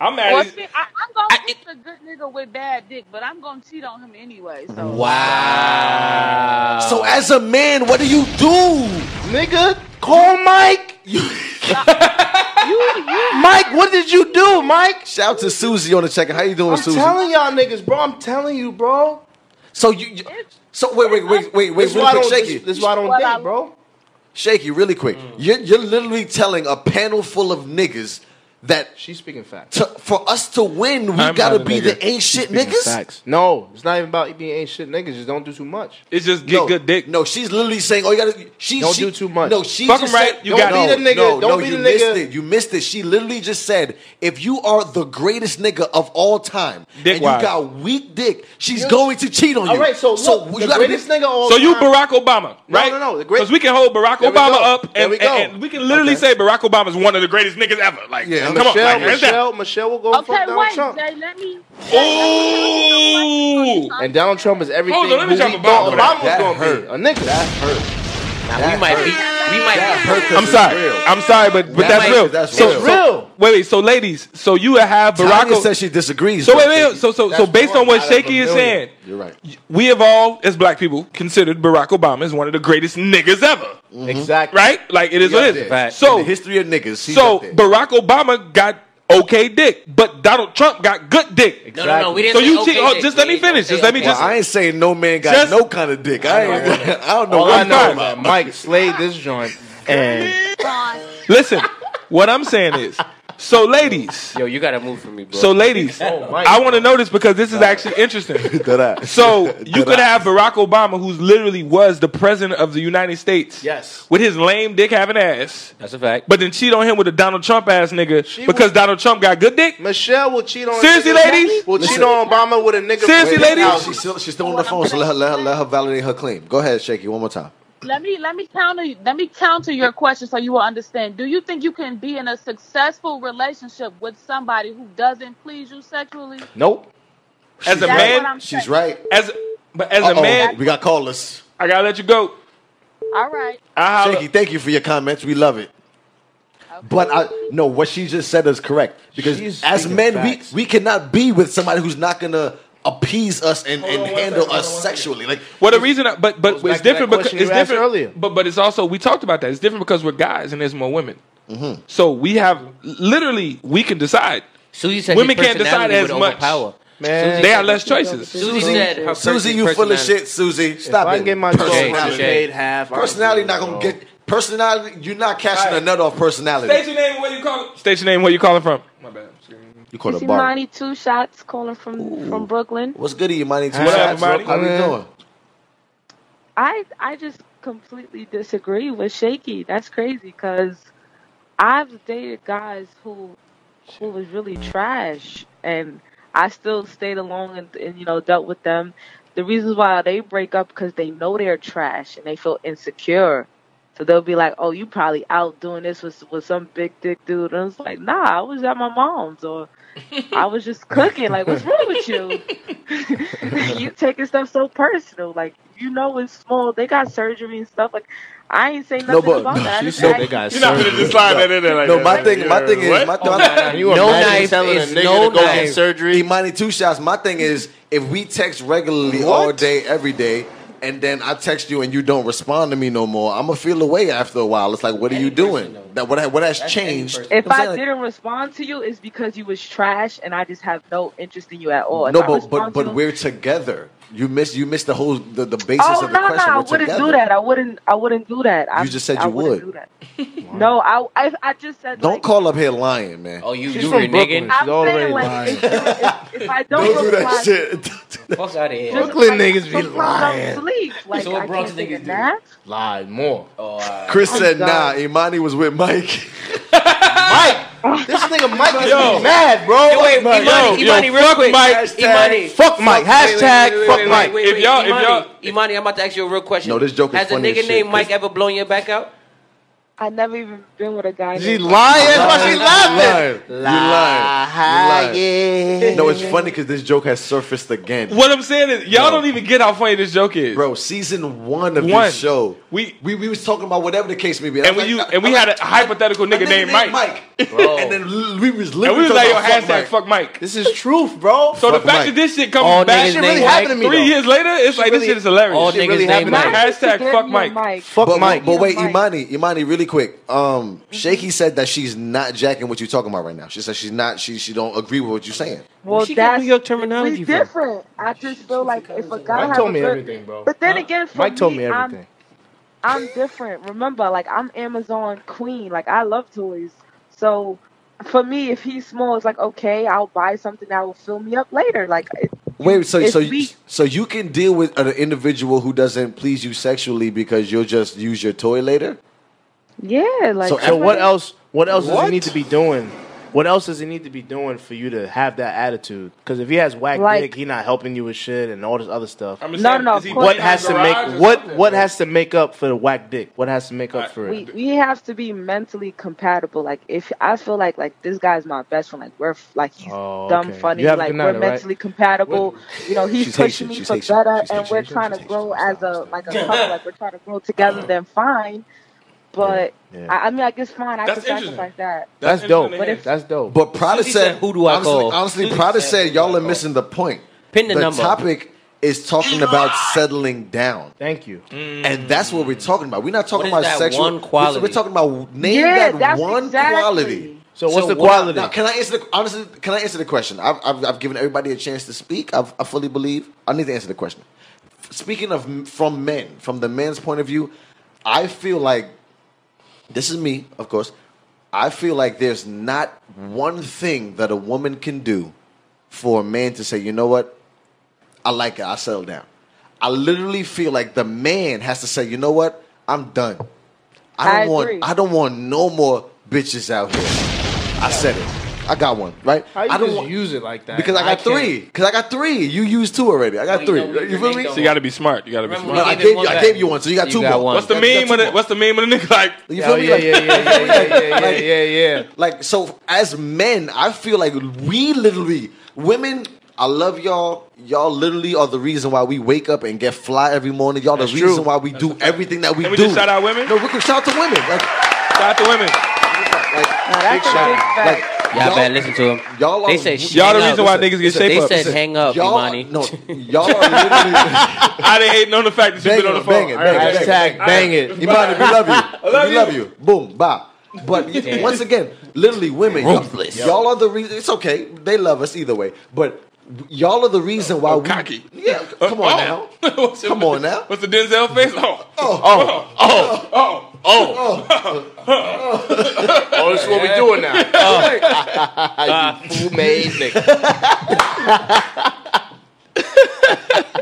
Speaker 14: Well,
Speaker 3: mad.
Speaker 14: see, I, I'm gonna
Speaker 7: I-
Speaker 14: pick the good nigga with bad dick, but I'm gonna cheat on him anyway. So
Speaker 7: wow.
Speaker 2: So
Speaker 5: Uh.
Speaker 2: as a man, what do you do?
Speaker 5: Nigga, call Mike.
Speaker 14: you, you,
Speaker 5: Mike, what did you do, Mike?
Speaker 2: Shout out to Susie on the check-in. How you doing,
Speaker 5: I'm
Speaker 2: Susie?
Speaker 5: telling y'all niggas, bro. I'm telling you, bro.
Speaker 2: so you, you- so wait, wait, wait, wait, wait,
Speaker 5: This is why I
Speaker 2: really quick,
Speaker 5: don't.
Speaker 2: shaky.
Speaker 5: This, this is why I don't
Speaker 14: Well, I-
Speaker 5: date, bro.
Speaker 2: Shaky, really quick.
Speaker 5: Mm.
Speaker 2: You're, you're literally telling a panel full of niggas that
Speaker 5: She's speaking facts.
Speaker 2: to, for us to win, we
Speaker 3: I'm
Speaker 2: gotta
Speaker 3: not a
Speaker 2: be
Speaker 3: nigga.
Speaker 2: the ain't shit
Speaker 5: Speaking
Speaker 2: niggas.
Speaker 5: Facts. No, it's not even about you being ain't shit niggas. Just don't do too much.
Speaker 3: It's just get
Speaker 2: No,
Speaker 3: good dick.
Speaker 2: No, she's literally saying, "Oh, you gotta." She
Speaker 5: Don't
Speaker 2: she-
Speaker 5: do too much.
Speaker 2: No, she
Speaker 3: Fuck 'em
Speaker 2: just
Speaker 3: right,
Speaker 2: said-
Speaker 3: you gotta-
Speaker 5: Don't be the
Speaker 2: No,
Speaker 5: nigga, don't
Speaker 2: no,
Speaker 5: be
Speaker 2: you
Speaker 5: the
Speaker 2: missed
Speaker 5: nigga.
Speaker 2: it. You missed it. She literally just said, "If you are the greatest nigga of all time, and
Speaker 3: Dick-wise.
Speaker 2: you got weak dick, she's going to cheat on you."
Speaker 5: All right, so
Speaker 2: you
Speaker 5: look, the
Speaker 2: gotta be-
Speaker 5: greatest nigga of all
Speaker 3: So you
Speaker 5: time-
Speaker 3: Barack Obama, right?
Speaker 5: Oh, no, no, the great-
Speaker 3: Because we can hold Barack
Speaker 5: There we
Speaker 3: Obama
Speaker 5: go.
Speaker 3: up,
Speaker 5: There
Speaker 3: and
Speaker 5: we
Speaker 3: we,
Speaker 5: go.
Speaker 3: and, and we can literally
Speaker 5: Okay.
Speaker 3: say Barack Obama is one of the greatest niggas ever. Like,
Speaker 2: Yeah.
Speaker 3: come
Speaker 5: Michelle,
Speaker 3: on, like,
Speaker 5: Michelle, Michelle will go and
Speaker 14: okay,
Speaker 5: fuck Donald
Speaker 14: wait,
Speaker 5: Trump.
Speaker 14: Jay, let me.
Speaker 3: Ooh.
Speaker 5: And Donald Trump is everything.
Speaker 3: Hold on, let me
Speaker 5: who
Speaker 3: drop
Speaker 5: we
Speaker 3: a bomb
Speaker 5: thought
Speaker 3: for that.
Speaker 5: Obama was
Speaker 2: That
Speaker 5: gonna
Speaker 2: hurt.
Speaker 5: be a nigga.
Speaker 2: That hurt.
Speaker 7: Now, we might be. We might
Speaker 3: I'm sorry. I'm sorry, but but
Speaker 2: That
Speaker 3: that's
Speaker 2: might-
Speaker 3: real.
Speaker 2: that's
Speaker 3: so,
Speaker 2: real.
Speaker 3: so- wait, wait. So ladies, so you have Barack.
Speaker 2: Tanya
Speaker 3: O-
Speaker 2: says she disagrees.
Speaker 3: so
Speaker 2: but-
Speaker 3: wait, wait. So so so
Speaker 5: That's
Speaker 3: based on
Speaker 5: one
Speaker 3: what
Speaker 5: out of a
Speaker 3: Shaky is
Speaker 5: million.
Speaker 3: saying,
Speaker 2: You're right.
Speaker 3: we have all as black people considered Barack Obama as one of the greatest niggas ever.
Speaker 5: Exactly.
Speaker 3: Right? Like it is what it
Speaker 2: Yeah,
Speaker 3: is.
Speaker 2: yeah.
Speaker 3: So
Speaker 2: In the history of niggas. He's
Speaker 3: so
Speaker 2: up there.
Speaker 3: Barack Obama got okay dick, but Donald Trump got good dick.
Speaker 7: be. No, no, no. We didn't.
Speaker 3: So
Speaker 7: say
Speaker 3: you
Speaker 7: okay,
Speaker 3: cheat- oh,
Speaker 7: Dick.
Speaker 3: just let
Speaker 7: We
Speaker 3: me
Speaker 7: didn't
Speaker 3: finish.
Speaker 7: say
Speaker 3: Just let me
Speaker 7: okay.
Speaker 2: well,
Speaker 3: just-
Speaker 2: I ain't saying no man got
Speaker 3: Just-
Speaker 2: no kind of dick. I ain't. I don't know.
Speaker 5: All
Speaker 2: what
Speaker 5: I
Speaker 2: I'm
Speaker 5: know
Speaker 2: talking
Speaker 5: is
Speaker 2: about.
Speaker 5: that Mike slayed this joint, and
Speaker 3: Listen, what I'm saying is, so ladies,
Speaker 7: Yo, you gotta move for me, bro.
Speaker 3: so ladies,
Speaker 5: my
Speaker 3: I want to know this because this is actually interesting.
Speaker 2: That I-
Speaker 3: So you
Speaker 2: that
Speaker 3: could
Speaker 2: I-
Speaker 3: have Barack Obama, who's literally was the president of the United States,
Speaker 5: Yes.
Speaker 3: with his lame dick having ass,
Speaker 7: that's a fact.
Speaker 3: but then cheat on him with a Donald Trump ass nigga
Speaker 5: She
Speaker 3: because
Speaker 5: was-
Speaker 3: Donald Trump got good dick.
Speaker 5: Michelle will cheat on.
Speaker 3: Seriously, ladies?
Speaker 5: will cheat on Obama with a nigga.
Speaker 3: Seriously,
Speaker 5: Wait,
Speaker 3: ladies?
Speaker 5: now,
Speaker 2: She's still, she's still on the phone, so let her, let her let her validate her claim. Go ahead, Shaky, one more time.
Speaker 14: Let me let me counter let me counter your question so you will understand. Do you think you can be in a successful relationship with somebody who doesn't please you sexually?
Speaker 5: Nope.
Speaker 3: As a
Speaker 14: That's what
Speaker 3: man,
Speaker 14: I'm
Speaker 2: She's
Speaker 14: saying.
Speaker 2: right.
Speaker 3: as but as
Speaker 2: Uh-oh,
Speaker 3: a man,
Speaker 2: we got callers.
Speaker 3: I gotta let you go.
Speaker 14: All right.
Speaker 3: I holla.
Speaker 2: Shaky, thank you for your comments. We love it. But I no, what she just said is correct because
Speaker 5: She's
Speaker 2: as
Speaker 5: speaking
Speaker 2: men,
Speaker 5: facts.
Speaker 2: we we cannot be with somebody who's not gonna appease us and, and handle us sexually. Like
Speaker 3: Well, the reason, I, but but it's
Speaker 5: back to that
Speaker 3: different because
Speaker 5: question you
Speaker 3: it's
Speaker 5: asked
Speaker 3: different.
Speaker 5: earlier.
Speaker 3: But but it's also we talked about that. It's different because we're guys and there's more women.
Speaker 5: Mm-hmm.
Speaker 3: So we have literally we can decide.
Speaker 7: Susie said
Speaker 3: Women
Speaker 7: his
Speaker 3: can't decide
Speaker 7: personality
Speaker 3: as
Speaker 7: would
Speaker 3: much.
Speaker 7: overpower.
Speaker 5: Man,
Speaker 3: They have less choices.
Speaker 7: Susie, said her
Speaker 2: Susie,
Speaker 7: person-
Speaker 2: you full of
Speaker 7: personality-
Speaker 2: shit. Susie,
Speaker 5: if
Speaker 2: stop
Speaker 5: I
Speaker 2: it.
Speaker 5: can get my
Speaker 7: Personality.
Speaker 5: personality
Speaker 7: Touche.
Speaker 5: paid half. I'm
Speaker 2: personality
Speaker 5: good,
Speaker 2: not gonna
Speaker 5: bro.
Speaker 2: get personality. You're not cashing
Speaker 3: Right.
Speaker 2: a nut off personality.
Speaker 3: State your name. and Where you calling? State your name. and Where you calling from? My bad.
Speaker 2: you caught
Speaker 14: This
Speaker 2: a
Speaker 14: is
Speaker 2: bar.
Speaker 14: 92 shots calling from from Brooklyn.
Speaker 2: What's good, Imani? Two
Speaker 3: What up,
Speaker 2: shots.
Speaker 3: Imani?
Speaker 2: How we doing?
Speaker 14: I I just completely disagree with Shaky. That's crazy because I've dated guys who who was really trash, and I still stayed along and, and you know dealt with them. The reasons why they break up because they know they're trash and they feel insecure. So they'll be like, "Oh, you probably out doing this with with some big dick dude," and it's like, "Nah, I was at my mom's or I was just cooking. Like, what's wrong with you? you taking stuff so personal. Like, you know it's small. They got surgery and stuff. Like, I ain't saying nothing about that. I just asked-
Speaker 5: guys.
Speaker 3: slide that in there like
Speaker 2: No, my thing. My thing is. My, th-
Speaker 3: Oh,
Speaker 2: my thing-
Speaker 5: You
Speaker 7: No
Speaker 5: imagine
Speaker 7: knife
Speaker 5: telling a
Speaker 7: is
Speaker 5: nigga
Speaker 7: no
Speaker 5: to go get
Speaker 7: knife.
Speaker 5: surgery.
Speaker 2: Imani two shots. My thing is, if we text regularly all day, every day, and then I text you and you don't respond to me no more, I'm gonna feel away after a while. It's like, what are
Speaker 7: Any
Speaker 2: you doing?
Speaker 7: person, though.
Speaker 2: That what? ha- What has
Speaker 7: That's any
Speaker 2: changed?
Speaker 7: person.
Speaker 14: If
Speaker 2: I'm
Speaker 14: I
Speaker 2: saying, like,
Speaker 14: didn't respond to you, it's because you was trash, and I just have no interest in you at all. If
Speaker 2: no, but
Speaker 14: I
Speaker 2: but
Speaker 14: respond to
Speaker 2: but
Speaker 14: you-
Speaker 2: we're together. You miss you missed the whole the, the basis
Speaker 14: Oh
Speaker 2: of the
Speaker 14: no, no,
Speaker 2: question.
Speaker 14: I
Speaker 2: We're
Speaker 14: wouldn't
Speaker 2: together.
Speaker 14: do that. I wouldn't. I wouldn't do that. I,
Speaker 2: You just said
Speaker 14: I
Speaker 2: you
Speaker 14: wouldn't
Speaker 2: would.
Speaker 14: do that. no, I, I, I just said
Speaker 2: Don't
Speaker 14: like,
Speaker 2: call up here lying, man.
Speaker 7: Oh, you
Speaker 5: She's
Speaker 7: you
Speaker 5: from
Speaker 7: reneging?
Speaker 5: Brooklyn.
Speaker 14: I'm
Speaker 5: She's all the way
Speaker 14: saying like, if, if, if I don't, reply,
Speaker 2: shit.
Speaker 7: Fuck out of here.
Speaker 14: just,
Speaker 5: Brooklyn
Speaker 14: like,
Speaker 5: niggas be
Speaker 14: sometimes
Speaker 5: lying.
Speaker 14: I'm asleep. Like
Speaker 7: So what
Speaker 14: I
Speaker 7: Bronx
Speaker 14: can't take
Speaker 7: niggas
Speaker 14: a
Speaker 7: do?
Speaker 14: nap.
Speaker 5: Lie more.
Speaker 7: Oh, uh,
Speaker 2: Chris
Speaker 14: Oh,
Speaker 2: said, "Nah."
Speaker 14: God.
Speaker 2: Imani was with Mike.
Speaker 14: Oh.
Speaker 5: Mike, this nigga Mike is
Speaker 3: Yo.
Speaker 5: mad, bro.
Speaker 7: Yo, wait,
Speaker 5: Mike.
Speaker 7: Imani,
Speaker 3: yo,
Speaker 7: Imani, real
Speaker 3: fuck
Speaker 7: quick.
Speaker 3: Mike.
Speaker 7: Imani.
Speaker 5: Fuck Mike. Hashtag
Speaker 3: wait, wait,
Speaker 5: fuck
Speaker 3: wait,
Speaker 5: Mike.
Speaker 3: wait, If y'all- if
Speaker 7: Imani,
Speaker 3: y'all-
Speaker 7: Imani, I'm about to ask you a real question.
Speaker 2: No, this joke is
Speaker 7: Has
Speaker 2: funny
Speaker 7: a nigga
Speaker 2: as shit.
Speaker 7: named Mike ever blown your back out?
Speaker 14: I never even been with a guy.
Speaker 5: She
Speaker 14: named Mike.
Speaker 5: lying. That's why she laughing.
Speaker 2: You lying. You lying.
Speaker 5: Yeah.
Speaker 2: No, it's funny because this joke has surfaced again.
Speaker 3: What I'm saying is, y'all don't even get how funny this joke is,
Speaker 2: Bro, season one of
Speaker 3: One.
Speaker 2: this show,
Speaker 3: We-
Speaker 2: we we was talking about whatever the case may be,
Speaker 3: And we you and we had a hypothetical nigga, named Mike,
Speaker 7: Bro.
Speaker 2: and then l- we was
Speaker 3: and we
Speaker 2: literally
Speaker 3: was like, "Yo,
Speaker 2: talking about
Speaker 3: hashtag
Speaker 2: fuck Mike.
Speaker 3: fuck Mike."
Speaker 5: This is truth, bro.
Speaker 3: So the
Speaker 2: Fuck
Speaker 3: fact
Speaker 2: Mike.
Speaker 3: that this shit comes
Speaker 7: All
Speaker 3: back
Speaker 7: niggas
Speaker 5: shit
Speaker 3: shit
Speaker 5: really
Speaker 7: named
Speaker 5: happened to me.
Speaker 3: three
Speaker 5: though.
Speaker 3: years later, it's like
Speaker 5: really-
Speaker 3: this shit is hilarious.
Speaker 7: All
Speaker 5: shit
Speaker 7: niggas
Speaker 5: really happened
Speaker 7: named
Speaker 14: Why
Speaker 5: to
Speaker 7: Mike.
Speaker 5: me.
Speaker 14: would you
Speaker 3: Hashtag
Speaker 14: give
Speaker 3: fuck
Speaker 14: me a
Speaker 3: Mike.
Speaker 14: mic?
Speaker 5: Fuck
Speaker 2: But,
Speaker 5: Mike.
Speaker 2: but, but wait,
Speaker 14: Mike.
Speaker 2: Imani, Imani, really quick. Um, Shaky said that she's not jacking what you're talking about right now. She said she's not. She she don't agree with what you're saying.
Speaker 14: Well,
Speaker 7: she get
Speaker 14: that's
Speaker 7: where your terminology
Speaker 14: we
Speaker 7: from?
Speaker 14: different. I just feel like if a guy
Speaker 5: Mike
Speaker 14: has
Speaker 5: told
Speaker 14: a
Speaker 5: me
Speaker 14: good-
Speaker 5: everything, bro.
Speaker 14: But then again, for
Speaker 5: Mike told me
Speaker 14: I'm-
Speaker 5: everything.
Speaker 14: I'm different. Remember, like I'm Amazon queen. Like I love toys. So for me, if he's small, it's like okay, I'll buy something that will fill me up later. Like it-
Speaker 2: Wait, so
Speaker 14: if
Speaker 2: so
Speaker 14: we-
Speaker 2: so you can deal with an individual who doesn't please you sexually because you'll just use your toy later.
Speaker 14: yeah, like
Speaker 5: So, and what
Speaker 14: somebody-
Speaker 5: else? What else does
Speaker 2: What?
Speaker 5: he need to be doing? What else does he need to be doing for you to have that attitude? Because if he has whack
Speaker 14: Like-
Speaker 5: dick, he not helping you with shit and all this other stuff.
Speaker 3: I'm
Speaker 14: No, no,
Speaker 3: is he
Speaker 14: of course
Speaker 5: What
Speaker 3: in
Speaker 5: has
Speaker 3: the
Speaker 5: to
Speaker 3: garage or
Speaker 5: make what
Speaker 3: something,
Speaker 5: what
Speaker 3: bro?
Speaker 5: has to make up for the whack dick? What has to make up for
Speaker 14: we
Speaker 5: it?
Speaker 14: we have to be mentally compatible. Like if I feel like like this guy's my best friend, like we're f- like he's
Speaker 5: Oh,
Speaker 14: dumb
Speaker 5: okay.
Speaker 14: funny,
Speaker 5: You have a
Speaker 14: like
Speaker 5: good
Speaker 14: we're
Speaker 5: night, right?
Speaker 14: mentally compatible. You know, he's
Speaker 2: She's Haitian,
Speaker 14: pushing me
Speaker 2: she's
Speaker 14: for
Speaker 2: Haitian,
Speaker 14: better,
Speaker 2: she's
Speaker 14: and
Speaker 2: Haitian,
Speaker 14: we're
Speaker 2: she's
Speaker 14: trying to
Speaker 2: Haitian,
Speaker 14: grow
Speaker 2: she's
Speaker 14: as a like a couple, like we're trying to grow together. then fine, but
Speaker 5: Yeah, yeah.
Speaker 14: I, I mean, like it's fine. I
Speaker 3: That's
Speaker 14: can
Speaker 3: interesting.
Speaker 14: sacrifice that.
Speaker 5: That's
Speaker 3: interesting to
Speaker 5: dope.
Speaker 3: hear.
Speaker 5: That's dope.
Speaker 2: But Prada
Speaker 7: Susie
Speaker 2: said,
Speaker 7: said, "Who do I
Speaker 2: honestly,
Speaker 7: call?"
Speaker 2: Honestly,
Speaker 7: Susie
Speaker 2: Prada
Speaker 7: said,
Speaker 2: said,
Speaker 7: "Who do I
Speaker 2: y'all are
Speaker 7: call?"
Speaker 2: missing the point.
Speaker 7: Pin the number.
Speaker 2: topic is talking about settling down.
Speaker 5: Thank you.
Speaker 2: Hmm? And that's what we're talking about. We're not talking
Speaker 7: What is
Speaker 2: about
Speaker 7: that
Speaker 2: sexual.
Speaker 7: one
Speaker 2: we're-
Speaker 7: quality?
Speaker 2: We're talking about name
Speaker 14: yeah,
Speaker 2: that
Speaker 14: that's
Speaker 2: one
Speaker 14: exactly.
Speaker 2: quality.
Speaker 5: So what's
Speaker 7: So
Speaker 5: the
Speaker 7: what-
Speaker 5: quality?
Speaker 2: Now, can I answer the honestly? Can I answer the question? I've, I've, I've given everybody a chance to speak. I've, I fully believe I need to answer the question. Speaking of m- from men, from the man's point of view, I feel like this is me, of course. I feel like there's not one thing that a woman can do for a man to say, you know what, I like it. I settle down. I literally feel like the man has to say, you know what? I'm done. I don't
Speaker 14: I
Speaker 2: want.
Speaker 14: agree.
Speaker 2: I don't want no more bitches out here. I said it. I got one right.
Speaker 5: How you
Speaker 2: I don't
Speaker 5: just
Speaker 2: want
Speaker 5: use it like that?
Speaker 2: because I got
Speaker 5: can't-
Speaker 2: three. Because I got three. You used two already. I got
Speaker 7: Well, you
Speaker 2: three.
Speaker 7: know, we
Speaker 2: you feel me?
Speaker 7: reneged
Speaker 3: So you got to be smart. You got to be
Speaker 7: Remember
Speaker 3: smart.
Speaker 2: No, I
Speaker 7: Gave it
Speaker 2: gave
Speaker 7: one
Speaker 2: you. I
Speaker 7: back.
Speaker 2: gave you one. So you got
Speaker 7: You
Speaker 2: two
Speaker 7: got
Speaker 2: more.
Speaker 7: one.
Speaker 3: What's the
Speaker 2: You got
Speaker 3: meme?
Speaker 2: two
Speaker 3: When it,
Speaker 2: more.
Speaker 3: what's the meme when a nigga like?
Speaker 2: You feel
Speaker 5: Oh,
Speaker 2: me?
Speaker 5: yeah,
Speaker 2: Like-
Speaker 5: yeah, yeah, yeah, yeah, yeah, yeah, yeah, yeah.
Speaker 2: Like so, as men, I feel like we literally women. I love y'all. Y'all literally are the reason why we wake up and get fly every morning. Y'all
Speaker 3: That's
Speaker 2: the reason
Speaker 3: true.
Speaker 2: why we do everything that we
Speaker 3: Can we
Speaker 2: do.
Speaker 3: just shout out women?
Speaker 2: No, we can shout to women. Like,
Speaker 3: Shout out to women.
Speaker 7: that's a big fact. Y'all better listen to him.
Speaker 2: Y'all
Speaker 7: They
Speaker 2: are-
Speaker 7: said
Speaker 3: Y'all the
Speaker 7: hang
Speaker 3: reason
Speaker 7: up.
Speaker 3: why niggas get shape
Speaker 7: They
Speaker 3: up.
Speaker 7: said hang up,
Speaker 2: y'all,
Speaker 7: Imani.
Speaker 2: No, y'all are literally
Speaker 3: I didn't hate on the fact that
Speaker 2: bang
Speaker 3: you've been
Speaker 2: it,
Speaker 3: on the phone.
Speaker 2: bang it, bang it, bang it.
Speaker 5: Hashtag bang it.
Speaker 2: Imani, we love you. we love you. Boom, bye. But once again, literally, women, y'all,
Speaker 7: Ruthless.
Speaker 2: y'all are the reason. It's okay. They love us either way. But y'all are the reason why we.
Speaker 3: cocky. Uh, oh.
Speaker 2: Yeah, come on now.
Speaker 3: What's the-
Speaker 2: Come on now.
Speaker 3: What's the Denzel face? Oh.
Speaker 5: Oh, oh, oh, oh, oh. Oh, this is what we doing now. you fool made nigga.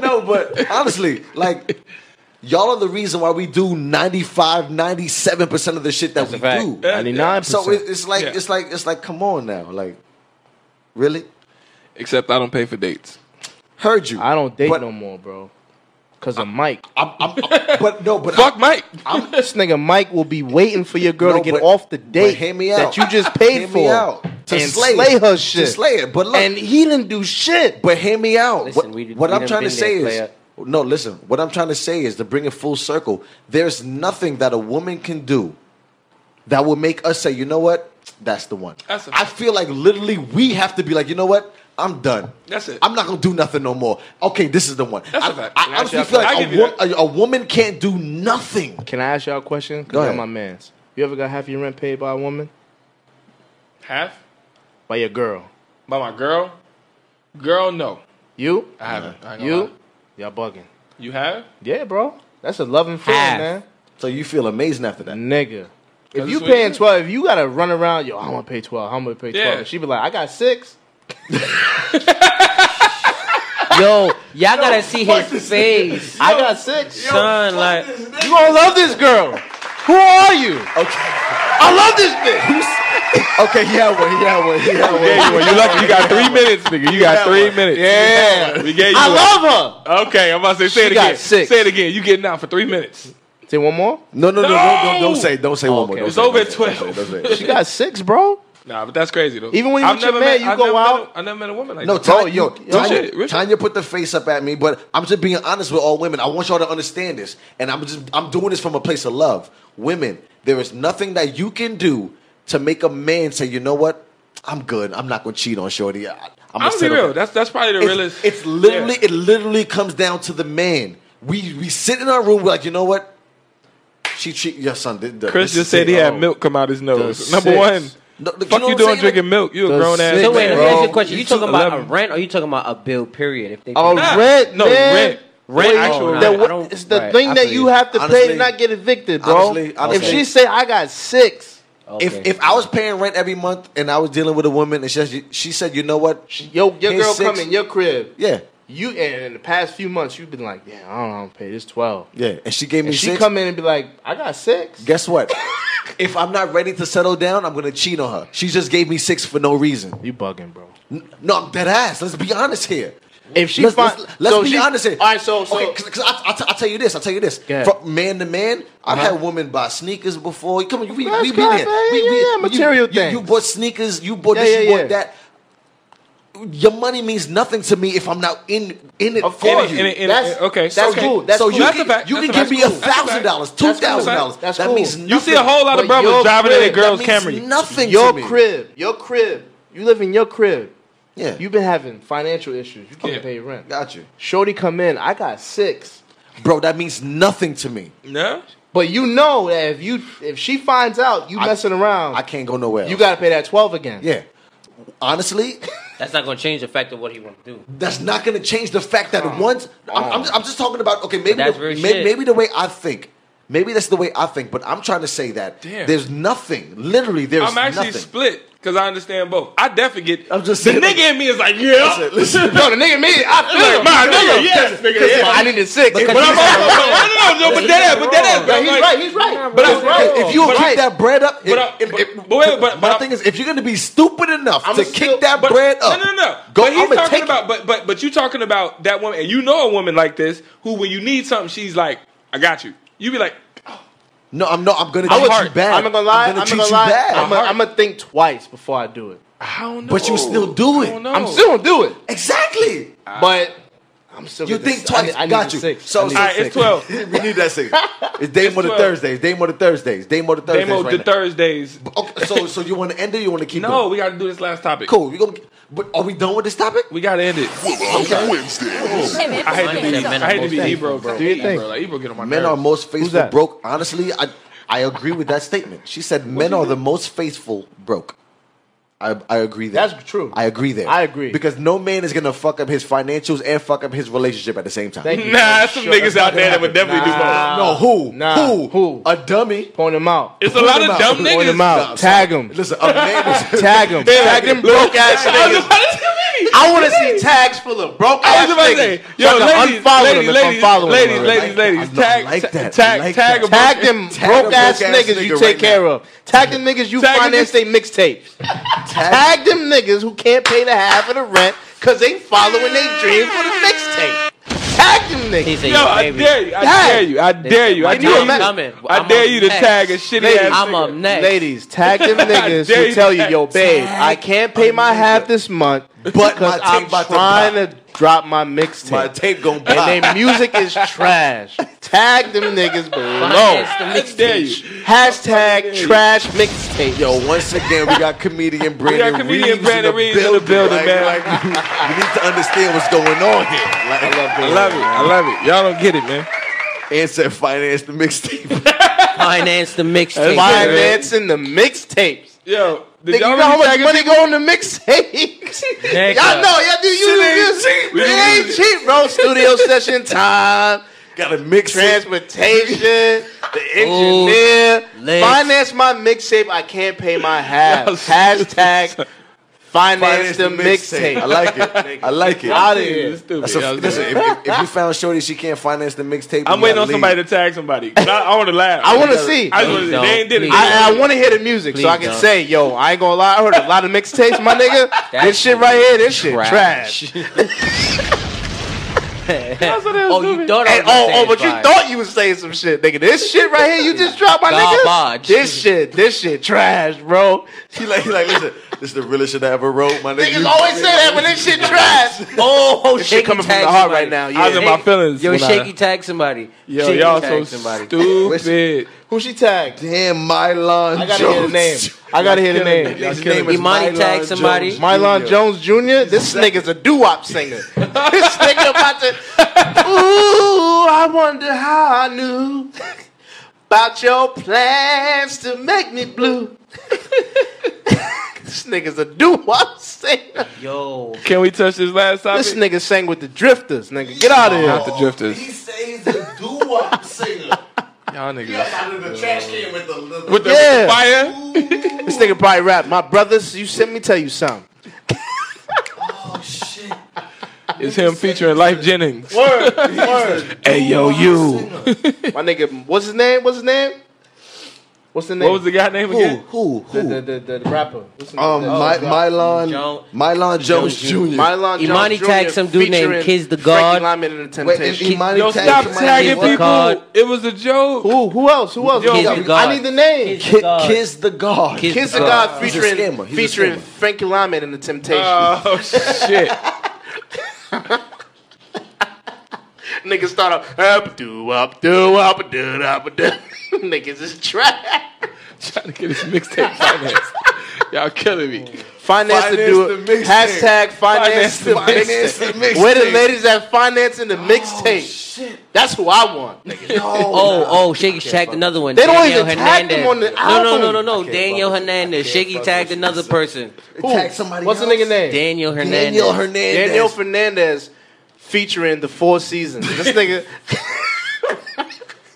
Speaker 2: No, but honestly, like y'all are the reason why we do 95, 97 percent of the shit that we
Speaker 7: fact.
Speaker 2: do.
Speaker 5: Ninety-nine
Speaker 2: So it, it's like
Speaker 3: Yeah.
Speaker 2: it's like it's like come on now, like really
Speaker 3: Except I don't pay for dates.
Speaker 2: heard you.
Speaker 5: I don't date
Speaker 2: but,
Speaker 5: no more, bro. Cause of Mike.
Speaker 2: I'm, I'm, but no, but
Speaker 3: Fuck Mike.
Speaker 5: this nigga Mike will be waiting for your girl
Speaker 2: No,
Speaker 5: to get
Speaker 2: but-
Speaker 5: off the date
Speaker 2: hear me out.
Speaker 5: that you just paid
Speaker 2: Hear me
Speaker 5: for
Speaker 2: out. To
Speaker 5: and
Speaker 2: slay
Speaker 5: slay,
Speaker 2: it.
Speaker 5: her
Speaker 2: To
Speaker 5: shit.
Speaker 2: slay it, but look-
Speaker 5: and he didn't do shit.
Speaker 2: But hear me out.
Speaker 7: Listen,
Speaker 2: what
Speaker 7: we-
Speaker 2: what
Speaker 7: we
Speaker 2: I'm
Speaker 7: done
Speaker 2: trying to
Speaker 7: been
Speaker 2: say
Speaker 7: there,
Speaker 2: is, no, listen. What I'm trying to say is to bring it full circle. There's nothing that a woman can do that will make us say, you know what, that's the one.
Speaker 3: That's a-
Speaker 2: I feel like literally we have to be like, you know what, I'm done.
Speaker 3: That's it.
Speaker 2: I'm not gonna do nothing no more. Okay, this is the one.
Speaker 3: That's
Speaker 2: I,
Speaker 3: a fact.
Speaker 2: I
Speaker 3: Can I
Speaker 2: honestly
Speaker 3: ask
Speaker 2: feel
Speaker 3: you- I
Speaker 2: like
Speaker 3: give
Speaker 2: a,
Speaker 3: you
Speaker 2: wo- a, a woman can't do nothing.
Speaker 5: Can I ask y'all a question?
Speaker 2: Go
Speaker 5: Cause y'all
Speaker 2: ahead.
Speaker 5: my man's. You ever got half your rent paid by a woman?
Speaker 3: Half?
Speaker 5: By your girl?
Speaker 3: By my girl? Girl, no.
Speaker 5: You?
Speaker 3: I haven't. I ain't gonna lie.
Speaker 5: You? Y'all bugging.
Speaker 3: You have?
Speaker 5: Yeah, bro. That's a loving feeling,
Speaker 7: Half.
Speaker 5: man.
Speaker 2: So you feel amazing after that.
Speaker 5: Nigga. If
Speaker 3: it's
Speaker 5: you
Speaker 3: what you
Speaker 5: paying
Speaker 3: do.
Speaker 5: twelve, if you gotta run around, yo, I'm gonna pay twelve. I'm gonna pay twelve.
Speaker 3: Yeah.
Speaker 5: She be like, I got six.
Speaker 7: Yo, y'all gotta see his face.
Speaker 5: I got six.
Speaker 7: Son, like
Speaker 5: You gonna love this girl. Who are you?
Speaker 2: I love this bitch. okay, yeah, one, yeah, one, yeah, one.
Speaker 3: Yeah, you, you lucky. You got three minutes, nigga. You got three minutes.
Speaker 5: Yeah.
Speaker 3: We gave you
Speaker 5: I
Speaker 3: one.
Speaker 5: love her.
Speaker 3: Okay, I'm about to say, say
Speaker 5: She
Speaker 3: it
Speaker 5: got
Speaker 3: again.
Speaker 5: six.
Speaker 3: Say it again. You getting out for three minutes.
Speaker 5: Say one more.
Speaker 2: No, no, no,
Speaker 3: No! Oh,
Speaker 2: Don't, don't, don't say, don't say one more.
Speaker 5: okay.
Speaker 2: Don't
Speaker 5: It's
Speaker 2: say,
Speaker 3: over
Speaker 2: don't
Speaker 3: at
Speaker 2: say, don't say,
Speaker 3: 12.
Speaker 2: don't say.
Speaker 5: She got six, bro.
Speaker 3: Nah, but that's crazy though.
Speaker 5: Even when you
Speaker 3: I've
Speaker 5: with your
Speaker 3: never
Speaker 5: man,
Speaker 3: met-
Speaker 5: you
Speaker 3: I've
Speaker 5: go
Speaker 3: never met
Speaker 5: out-
Speaker 3: a- I never met a woman like
Speaker 2: No,
Speaker 3: that.
Speaker 2: Tanya,
Speaker 5: Bro,
Speaker 2: yo,
Speaker 5: you-
Speaker 3: yo,
Speaker 2: Tanya,
Speaker 3: shit, really?
Speaker 2: Tanya put the face up at me, but I'm just being honest with all women. I want y'all to understand this, and I'm just I'm doing this from a place of love. Women, there is nothing that you can do to make a man say, you know what, I'm good. I'm not gonna cheat on Shorty. I, I'm gonna
Speaker 3: I'm gonna be
Speaker 2: settle
Speaker 3: real.
Speaker 2: down."
Speaker 3: That's that's probably the
Speaker 2: It's,
Speaker 3: realest.
Speaker 2: it's literally
Speaker 3: Yeah.
Speaker 2: it literally comes down to the man. We we sit in our room. We're like, you know what? She cheat your son. Did, did-
Speaker 3: Chris
Speaker 2: this
Speaker 3: just
Speaker 2: is
Speaker 3: said
Speaker 2: it.
Speaker 3: he had
Speaker 2: Oh.
Speaker 3: milk come out his nose.
Speaker 5: six.
Speaker 3: Number one,
Speaker 2: No, look, you
Speaker 3: fuck
Speaker 2: know what
Speaker 3: you,
Speaker 2: I'm
Speaker 3: doing
Speaker 2: saying?
Speaker 3: drinking milk? You a
Speaker 5: The
Speaker 3: grown ass.
Speaker 5: six.
Speaker 7: So wait, let me
Speaker 5: Bro,
Speaker 7: ask you a question. You
Speaker 3: you
Speaker 7: talking about a
Speaker 3: 11.
Speaker 7: rent or you talking about a bill? Period. If they
Speaker 5: Oh,
Speaker 3: Nah.
Speaker 5: rent,
Speaker 3: No,
Speaker 5: man.
Speaker 3: rent. Rent,
Speaker 5: Wait,
Speaker 3: actual
Speaker 5: the
Speaker 3: rent.
Speaker 5: wa-
Speaker 7: I don't-
Speaker 5: it's the
Speaker 7: right, I
Speaker 5: thing that
Speaker 7: feel
Speaker 5: you
Speaker 7: you.
Speaker 5: have to pay
Speaker 2: Honestly-
Speaker 5: to not get evicted, bro.
Speaker 2: honestly- honestly-
Speaker 5: If she say I got six,
Speaker 7: Okay.
Speaker 2: If if I was paying rent every month and I was dealing with a woman and she said- she said, you know what?
Speaker 5: yo, your
Speaker 2: Here's
Speaker 5: girl
Speaker 2: six.
Speaker 5: come in your crib.
Speaker 2: Yeah,
Speaker 5: You and in the past few months you've been like, yeah, I don't know, I'm pay this twelve.
Speaker 2: yeah. And she gave me
Speaker 5: And she
Speaker 2: six.
Speaker 5: come in and be like, I got six.
Speaker 2: Guess what? if I'm not ready to settle down, I'm gonna cheat on her. She just gave me six for no reason.
Speaker 5: you bugging, bro.
Speaker 2: N- No, I'm dead ass. Let's be honest here.
Speaker 5: If she
Speaker 2: let's,
Speaker 5: find-
Speaker 2: let's- let's
Speaker 5: so
Speaker 2: be
Speaker 5: she-
Speaker 2: honest here.
Speaker 5: all right, so- so-
Speaker 2: okay, cause, 'cause I, I, t- I tell you this. I tell you this.
Speaker 5: Go ahead. Uh-huh.
Speaker 2: From man to man, I've had women buy sneakers before. Come on, we, we,
Speaker 5: That's
Speaker 2: we been
Speaker 5: good,
Speaker 2: there.
Speaker 5: man.
Speaker 2: We,
Speaker 5: Yeah,
Speaker 2: we,
Speaker 5: yeah,
Speaker 2: you-
Speaker 5: material
Speaker 2: you, you,
Speaker 5: things.
Speaker 2: bought sneakers. You bought
Speaker 5: Yeah,
Speaker 2: this. you
Speaker 5: yeah,
Speaker 2: bought
Speaker 5: yeah.
Speaker 2: that. Your money means nothing to me if I'm not in in it
Speaker 5: Of
Speaker 2: for
Speaker 5: course.
Speaker 2: you.
Speaker 3: In it, in
Speaker 5: That's-
Speaker 3: it, okay.
Speaker 5: that's
Speaker 3: okay.
Speaker 5: cool. That's
Speaker 2: so
Speaker 5: cool.
Speaker 2: you
Speaker 3: That's
Speaker 2: can,
Speaker 3: a fact.
Speaker 2: you
Speaker 3: That's
Speaker 2: can
Speaker 3: a
Speaker 2: give
Speaker 3: fact.
Speaker 2: me a
Speaker 3: That's cool.
Speaker 2: thousand dollars, two
Speaker 5: That's cool.
Speaker 2: thousand dollars.
Speaker 5: That's
Speaker 2: That
Speaker 5: cool.
Speaker 2: means nothing.
Speaker 5: You
Speaker 3: You see a whole lot of
Speaker 5: But
Speaker 3: brothers
Speaker 5: your
Speaker 3: driving in
Speaker 5: crib,
Speaker 3: their girl's
Speaker 2: that means
Speaker 3: Camry.
Speaker 2: Nothing.
Speaker 5: your
Speaker 2: to me.
Speaker 5: crib, your crib. You live in your crib.
Speaker 2: Yeah.
Speaker 5: You've been having financial issues. You can't
Speaker 3: Yeah.
Speaker 5: pay rent.
Speaker 2: Got you,
Speaker 5: Shorty come in, I got six.
Speaker 2: bro. That means nothing to me.
Speaker 3: No,
Speaker 5: But you know that if you if she finds out you
Speaker 2: I-
Speaker 5: messing around,
Speaker 2: I can't go nowhere. Else.
Speaker 5: you gotta pay that twelve again.
Speaker 2: yeah. Honestly,
Speaker 7: that's not gonna change the fact of what he want to do.
Speaker 2: that's not going to change the fact that once I'm, I'm, just, I'm just talking about okay, maybe
Speaker 7: that's
Speaker 2: the,
Speaker 7: real
Speaker 2: may-
Speaker 7: shit.
Speaker 2: maybe the way I think, maybe that's the way I think. But I'm trying to say that
Speaker 3: Damn.
Speaker 2: there's nothing. Literally, there's
Speaker 3: I'm actually
Speaker 2: nothing.
Speaker 3: split because I understand both. I definitely get.
Speaker 2: I'm just
Speaker 3: the
Speaker 2: saying, like-
Speaker 3: nigga in me is like, yeah,
Speaker 2: Listen, listen.
Speaker 5: No, the nigga me, I feel
Speaker 3: like,
Speaker 5: him.
Speaker 3: my nigga,
Speaker 5: Because-
Speaker 3: yes, nigga,
Speaker 5: because
Speaker 3: yeah.
Speaker 5: I need a six.
Speaker 2: Because
Speaker 5: But
Speaker 2: he's
Speaker 5: I'm right.
Speaker 3: no, no, no, no, but that ass, but that ass.
Speaker 5: Yeah,
Speaker 3: I'm
Speaker 5: he's
Speaker 3: like-
Speaker 5: right. He's right.
Speaker 3: But I'm
Speaker 5: He's right.
Speaker 3: wrong.
Speaker 2: If you
Speaker 3: But
Speaker 2: keep
Speaker 3: I-
Speaker 2: that bread up,
Speaker 3: but
Speaker 2: if-
Speaker 3: I-
Speaker 2: if-
Speaker 3: but-
Speaker 2: if-
Speaker 3: but wait, but-
Speaker 2: my
Speaker 3: but
Speaker 2: thing
Speaker 3: I-
Speaker 2: is, if you're going to be stupid enough
Speaker 5: I'm
Speaker 2: to
Speaker 5: still-
Speaker 2: kick that
Speaker 3: but-
Speaker 2: bread up,
Speaker 3: No, no, no.
Speaker 2: go.
Speaker 3: but he's
Speaker 2: I'ma
Speaker 3: talking
Speaker 2: take
Speaker 3: about, but but but you talking about that woman, and you know a woman like this who, when you need something, she's like, I got you. You be like,
Speaker 2: No, I'm not. I'm gonna
Speaker 3: I
Speaker 2: treat
Speaker 3: was-
Speaker 2: you bad.
Speaker 5: I'm not gonna lie. I'm
Speaker 2: treat
Speaker 5: not gonna
Speaker 2: you
Speaker 5: lie.
Speaker 2: bad.
Speaker 5: I'm gonna, I'm gonna think twice before I do it.
Speaker 3: I don't know.
Speaker 2: But
Speaker 5: Oh.
Speaker 2: you still do
Speaker 3: I don't
Speaker 2: it.
Speaker 3: know.
Speaker 5: I'm still gonna do it,
Speaker 2: Exactly.
Speaker 5: but I'm still.
Speaker 2: You
Speaker 5: gonna
Speaker 2: think
Speaker 5: do it. I
Speaker 2: twice.
Speaker 5: need- I need
Speaker 2: Got
Speaker 5: a
Speaker 2: you.
Speaker 5: Six.
Speaker 2: So
Speaker 5: I need
Speaker 3: All
Speaker 5: a
Speaker 3: right, it's
Speaker 5: six.
Speaker 3: 12.
Speaker 2: we need that six. It's Dame on the
Speaker 3: 12.
Speaker 2: Thursdays. Dame on the Thursdays. Dame on the Thursdays.
Speaker 3: Demo
Speaker 2: right
Speaker 3: the
Speaker 2: now.
Speaker 3: Thursdays.
Speaker 2: Okay, so, so you want to end it? Or you want to keep
Speaker 3: No,
Speaker 2: it?
Speaker 3: we got to do this last topic.
Speaker 2: Cool. We gonna. But are we done with this topic? Oh.
Speaker 3: We got to end it. I had to be, I had to be Ebro. Bro.
Speaker 5: Do your thing.
Speaker 3: Ebro. Like, Ebro get on my
Speaker 2: Men
Speaker 3: nerves.
Speaker 2: are most faithful
Speaker 5: that?
Speaker 2: broke. Honestly, I I agree with that statement. She said men are the most faithful broke. I, I agree there.
Speaker 5: That's true.
Speaker 2: I agree there.
Speaker 5: I agree.
Speaker 2: Because no man is gonna fuck up his financials and fuck up his relationship at the same time.
Speaker 5: Thank
Speaker 3: Nah, that's some niggas out there that would definitely do both.
Speaker 5: Nah.
Speaker 2: no, who?
Speaker 5: Nah.
Speaker 2: Who?
Speaker 5: Who?
Speaker 2: A dummy.
Speaker 5: Point them out.
Speaker 3: It's a lot of
Speaker 2: Point
Speaker 3: dumb
Speaker 2: them
Speaker 5: out. Point them
Speaker 3: niggas.
Speaker 5: out.
Speaker 2: Nah,
Speaker 5: Tag 'em.
Speaker 2: Listen, a man is
Speaker 5: Tag them. Tag them broke ass
Speaker 3: I was
Speaker 5: niggas.
Speaker 3: about to say-
Speaker 5: I want to see tags full of broke
Speaker 3: I
Speaker 5: ass
Speaker 3: was about to say,
Speaker 5: niggas.
Speaker 3: yo,
Speaker 5: So I can
Speaker 3: ladies,
Speaker 5: unfollow
Speaker 3: ladies,
Speaker 5: them if I'm
Speaker 3: ladies,
Speaker 5: following them
Speaker 3: ladies,
Speaker 5: already.
Speaker 3: ladies, ladies,
Speaker 2: I don't
Speaker 3: tag,
Speaker 2: like that.
Speaker 3: tag,
Speaker 2: I like
Speaker 3: tag,
Speaker 2: that.
Speaker 3: a-
Speaker 5: Tag them
Speaker 2: Tag
Speaker 5: broke ass
Speaker 2: them broke-ass
Speaker 5: niggas you
Speaker 2: nigga
Speaker 5: take
Speaker 2: right
Speaker 5: care of. Tag the niggas you
Speaker 3: Tag
Speaker 5: finance
Speaker 3: niggas-
Speaker 5: they mixtapes. Tag them niggas who can't pay the half of the rent because they following their dream for the mixtape. Tag them
Speaker 7: He
Speaker 5: niggas.
Speaker 7: said,
Speaker 3: Yo,
Speaker 7: "Yo,
Speaker 3: I
Speaker 7: baby,
Speaker 3: dare you. I
Speaker 5: Tag.
Speaker 3: dare you. I dare you. I
Speaker 7: I'm
Speaker 3: dare you.
Speaker 7: coming.
Speaker 3: I
Speaker 7: I'm
Speaker 3: dare
Speaker 7: up
Speaker 3: you to
Speaker 7: next.
Speaker 3: tag a shitty ass
Speaker 7: I'm
Speaker 3: nigga.
Speaker 7: up next.
Speaker 5: Ladies, tag them niggas
Speaker 3: Dare
Speaker 5: who
Speaker 3: you
Speaker 5: tell you,
Speaker 3: tag-
Speaker 5: yo, babe, I can't pay my half this month,
Speaker 2: But my
Speaker 5: because I'm
Speaker 2: tape about to
Speaker 5: trying
Speaker 2: pop.
Speaker 5: to drop my
Speaker 2: my
Speaker 5: mixtape.
Speaker 2: tape gonna pop.
Speaker 5: And their music is trash. Tag them niggas below.
Speaker 7: Finance the
Speaker 3: I dare you.
Speaker 5: Hashtag trash mixtape.
Speaker 2: Yo, once again, we got comedian Brandon
Speaker 3: comedian
Speaker 2: Reeves
Speaker 3: Brandon
Speaker 2: in the
Speaker 3: Reeves in
Speaker 2: building,
Speaker 3: the building,
Speaker 2: Like,
Speaker 3: man.
Speaker 2: like, you need to understand what's going on here. Like,
Speaker 3: I love it. I love it. Y'all don't get it, man.
Speaker 2: And said finance the mixtape.
Speaker 7: Finance the mixtape.
Speaker 5: Financing the mixtapes.
Speaker 3: Yo, did
Speaker 5: Nigga, you
Speaker 3: y'all
Speaker 5: know how
Speaker 3: really
Speaker 5: much
Speaker 3: tag
Speaker 5: money go on the mixtapes? y'all know, y'all do you
Speaker 2: ain't cheap,
Speaker 5: It
Speaker 2: man.
Speaker 5: ain't cheap, bro. Studio session time,
Speaker 2: got to mix it.
Speaker 5: transportation, the engineer.
Speaker 7: legs.
Speaker 5: Finance my mixtape. I can't pay my half.
Speaker 3: Y'all
Speaker 5: Hashtag finance the
Speaker 2: I
Speaker 5: mixtape.
Speaker 2: like it. I like it.
Speaker 5: Out of
Speaker 3: This
Speaker 5: here.
Speaker 3: is stupid.
Speaker 2: That's a-
Speaker 3: Y'all
Speaker 2: listen,
Speaker 3: stupid.
Speaker 2: if, if, if you found Shorty, she can't finance the mixtape.
Speaker 3: I'm waiting on somebody to tag somebody. 'Cause I, I want to laugh.
Speaker 5: I want to see.
Speaker 3: I
Speaker 5: I,
Speaker 3: just want to.
Speaker 7: Don't.
Speaker 3: They ain't did it.
Speaker 7: Please.
Speaker 5: I want to hear the music so I
Speaker 7: Please
Speaker 5: can
Speaker 7: don't.
Speaker 5: say, yo, I ain't gonna lie. I heard a lot of mixtapes, my nigga. this shit right here, this shit trash.
Speaker 7: oh, you thought I
Speaker 5: And,
Speaker 7: was
Speaker 5: oh, oh,
Speaker 7: saying
Speaker 5: but you
Speaker 7: fire.
Speaker 5: thought you was saying some shit, nigga. This shit right here, you just dropped my nigga.
Speaker 7: Garbage.
Speaker 5: This shit, this shit, trash, bro.
Speaker 2: She like, he like, listen, this is the realest shit I ever wrote. My nigga,
Speaker 5: Niggas
Speaker 2: you-
Speaker 5: always say that, but this shit trash.
Speaker 7: Oh,
Speaker 5: This shit
Speaker 7: shaky
Speaker 5: coming from
Speaker 7: tag
Speaker 5: the heart
Speaker 7: somebody.
Speaker 5: right now.
Speaker 3: I was in
Speaker 5: Yeah.
Speaker 3: my feelings.
Speaker 7: Yo,
Speaker 3: when I-
Speaker 7: shaky tag somebody.
Speaker 3: Yo,
Speaker 7: shaky
Speaker 3: y'all so
Speaker 7: tag somebody.
Speaker 3: stupid.
Speaker 5: Who she tagged?
Speaker 2: Damn, Mylon
Speaker 5: I gotta
Speaker 2: Jones.
Speaker 5: hear the name. I gotta hear the name.
Speaker 2: His name is
Speaker 7: Imani
Speaker 2: Mylon
Speaker 7: tagged
Speaker 2: Jones
Speaker 7: somebody.
Speaker 2: Jr.
Speaker 5: Mylon Jones Jr. This nigga's a doo wop singer. this nigga about to. Ooh, I wonder how I knew about your plans to make me blue. this nigga's a doo wop singer.
Speaker 7: Yo,
Speaker 3: Can we touch this last topic?
Speaker 5: This nigga sang with the Drifters, nigga. Get out of here.
Speaker 3: Not the drifters.
Speaker 2: He says a doo-wop singer.
Speaker 3: Y'all niggas.
Speaker 2: out of the trash can with the, the,
Speaker 3: With the
Speaker 5: Yeah.
Speaker 3: fire.
Speaker 5: This nigga probably rap. My brothers, you sent me tell you something.
Speaker 3: It's him featuring Life Jennings.
Speaker 5: Word, word.
Speaker 3: Hey, yo, you.
Speaker 5: My nigga, what's his name? What's his name? What's the name?
Speaker 3: What was the guy name again?
Speaker 2: Who? Who?
Speaker 5: the, the, the, the, rapper? What's his
Speaker 2: Um,
Speaker 5: name?
Speaker 2: My, Mylon,
Speaker 7: Jones-
Speaker 2: Mylon Jones Jr.
Speaker 5: Mylon Jones
Speaker 7: Imani
Speaker 5: Jr.
Speaker 7: tagged some dude named
Speaker 5: featuring
Speaker 7: Kiz the
Speaker 5: Frankie
Speaker 7: God.
Speaker 5: Lyman and the
Speaker 2: Wait, and
Speaker 5: Temptations.
Speaker 2: Imani
Speaker 3: Yo,
Speaker 2: tagged
Speaker 3: stop
Speaker 2: somebody
Speaker 3: tagging
Speaker 2: named-
Speaker 3: people.
Speaker 7: God.
Speaker 3: It was a joke.
Speaker 5: Who? Who else? Who else?
Speaker 7: Kiz
Speaker 5: Who
Speaker 7: the
Speaker 5: else?
Speaker 7: God.
Speaker 5: I need the name.
Speaker 7: Kiz
Speaker 2: Ki-
Speaker 7: the God.
Speaker 2: Kiss the God.
Speaker 7: Kiss
Speaker 5: Kiz the
Speaker 7: God.
Speaker 5: God
Speaker 2: He's a
Speaker 5: featuring
Speaker 2: scammer. He's a
Speaker 5: featuring
Speaker 2: scammer.
Speaker 5: Frankie Lyman and the Temptations.
Speaker 3: Oh shit.
Speaker 5: Niggas start up up do up do up do up do. Niggas is trash.
Speaker 3: Trying to get his mixtape financed. Y'all killing me.
Speaker 5: Finance,
Speaker 2: Finance
Speaker 5: the do it.
Speaker 2: the mixtape.
Speaker 5: Hashtag finance,
Speaker 3: Finance
Speaker 5: the
Speaker 3: the
Speaker 2: Finance
Speaker 5: mixtape.
Speaker 2: the mixtape.
Speaker 5: Where the ladies at financing the mixtape? That's who I want. nigga.
Speaker 7: Oh, oh, Shaky tagged another one.
Speaker 5: They don't
Speaker 7: Danielle
Speaker 5: even tag them
Speaker 7: Hernandez.
Speaker 5: on the
Speaker 7: No,
Speaker 5: album.
Speaker 7: no, no, no, no. Daniel Hernandez. Shaky tagged another person.
Speaker 5: Who?
Speaker 2: Tag somebody
Speaker 5: What's the
Speaker 2: else?
Speaker 5: nigga name?
Speaker 7: Daniel Hernandez.
Speaker 2: Daniel Hernandez.
Speaker 5: Daniel Fernandez featuring the Four Seasons. This nigga,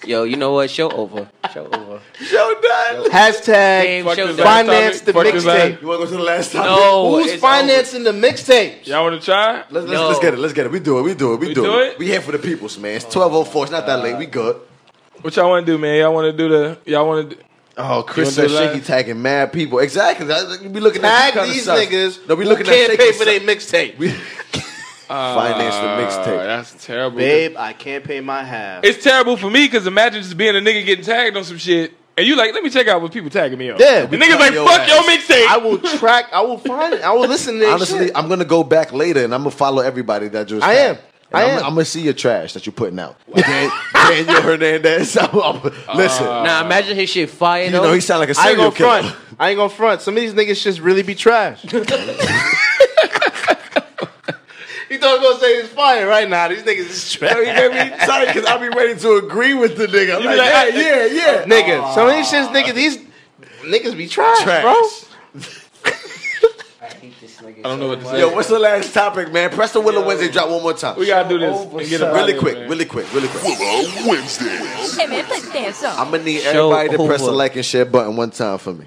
Speaker 7: Yo, you know what? Show over. Show over.
Speaker 5: hashtag
Speaker 7: Damn, show
Speaker 3: this
Speaker 7: done.
Speaker 3: last
Speaker 5: finance the
Speaker 3: Fuck this
Speaker 5: mixtape.
Speaker 2: you want to go to the last topic?
Speaker 7: No,
Speaker 5: Who's
Speaker 7: it's
Speaker 5: financing the mixtape?
Speaker 3: Y'all want to try?
Speaker 2: Let's, let's,
Speaker 7: No.
Speaker 2: let's get it. Let's get it. We do it. We do it. We,
Speaker 3: We
Speaker 2: do,
Speaker 3: do
Speaker 2: it.
Speaker 3: it?
Speaker 2: We here for the peoples, man. It's twelve oh four. It's not that late. We good.
Speaker 3: What y'all want to do, man? Y'all want to do the? Y'all want to? Do,
Speaker 2: Oh, Chris
Speaker 3: You
Speaker 2: said
Speaker 3: wanna do
Speaker 2: shaky
Speaker 3: that?
Speaker 2: tagging mad people. Exactly. That- You be looking
Speaker 5: Tag
Speaker 2: at you kinda
Speaker 5: these
Speaker 2: sus.
Speaker 5: niggas.
Speaker 2: No, we
Speaker 5: who
Speaker 2: looking
Speaker 5: can't
Speaker 2: at
Speaker 5: pay
Speaker 2: shaky
Speaker 5: for
Speaker 2: sus.
Speaker 5: their mixtape.
Speaker 2: We finance the
Speaker 3: Uh,
Speaker 2: mixtape.
Speaker 3: that's terrible.
Speaker 5: Babe, I can't pay my half.
Speaker 3: It's terrible for me because imagine just being a nigga getting tagged on some shit And you like, let me check out what people tagging me on.
Speaker 5: Yeah,
Speaker 3: the niggas like, fuck your mixtape.
Speaker 5: I will track. I will find it. I will listen to.
Speaker 2: Honestly, I'm gonna go back later and I'm gonna follow everybody that just.
Speaker 5: I am. I
Speaker 2: am
Speaker 5: am.
Speaker 2: I'm gonna see your trash that you're putting out. Dan, Daniel Hernandez. I'm- I'm- listen,
Speaker 7: now imagine his shit fire.
Speaker 2: you
Speaker 7: though.
Speaker 2: know he sound like a
Speaker 5: Uh, I ain't
Speaker 2: serial
Speaker 5: gonna
Speaker 2: killer.
Speaker 5: front. I ain't gonna front. Some of these niggas just really be trash. you thought I was gonna say it's fire right now. These niggas is
Speaker 2: You
Speaker 5: trash.
Speaker 2: get me? Sorry, because I'll be ready to agree with the nigga. I'm
Speaker 3: be
Speaker 2: like,
Speaker 3: like,
Speaker 2: yeah, yeah, yeah.
Speaker 5: niggas. Some of these shits niggas. These niggas be trash,
Speaker 2: Trash.
Speaker 5: bro.
Speaker 7: I hate this nigga.
Speaker 3: I don't know what to say.
Speaker 2: Yo, what's the last topic, man? Press the Willow Wednesday drop one more time.
Speaker 3: we gotta do this and get up out of
Speaker 2: really
Speaker 3: here,
Speaker 2: quick,
Speaker 3: man.
Speaker 2: really quick, really quick. I'm gonna need
Speaker 7: Show
Speaker 2: everybody to press the
Speaker 7: over.
Speaker 2: like and share button one time for me.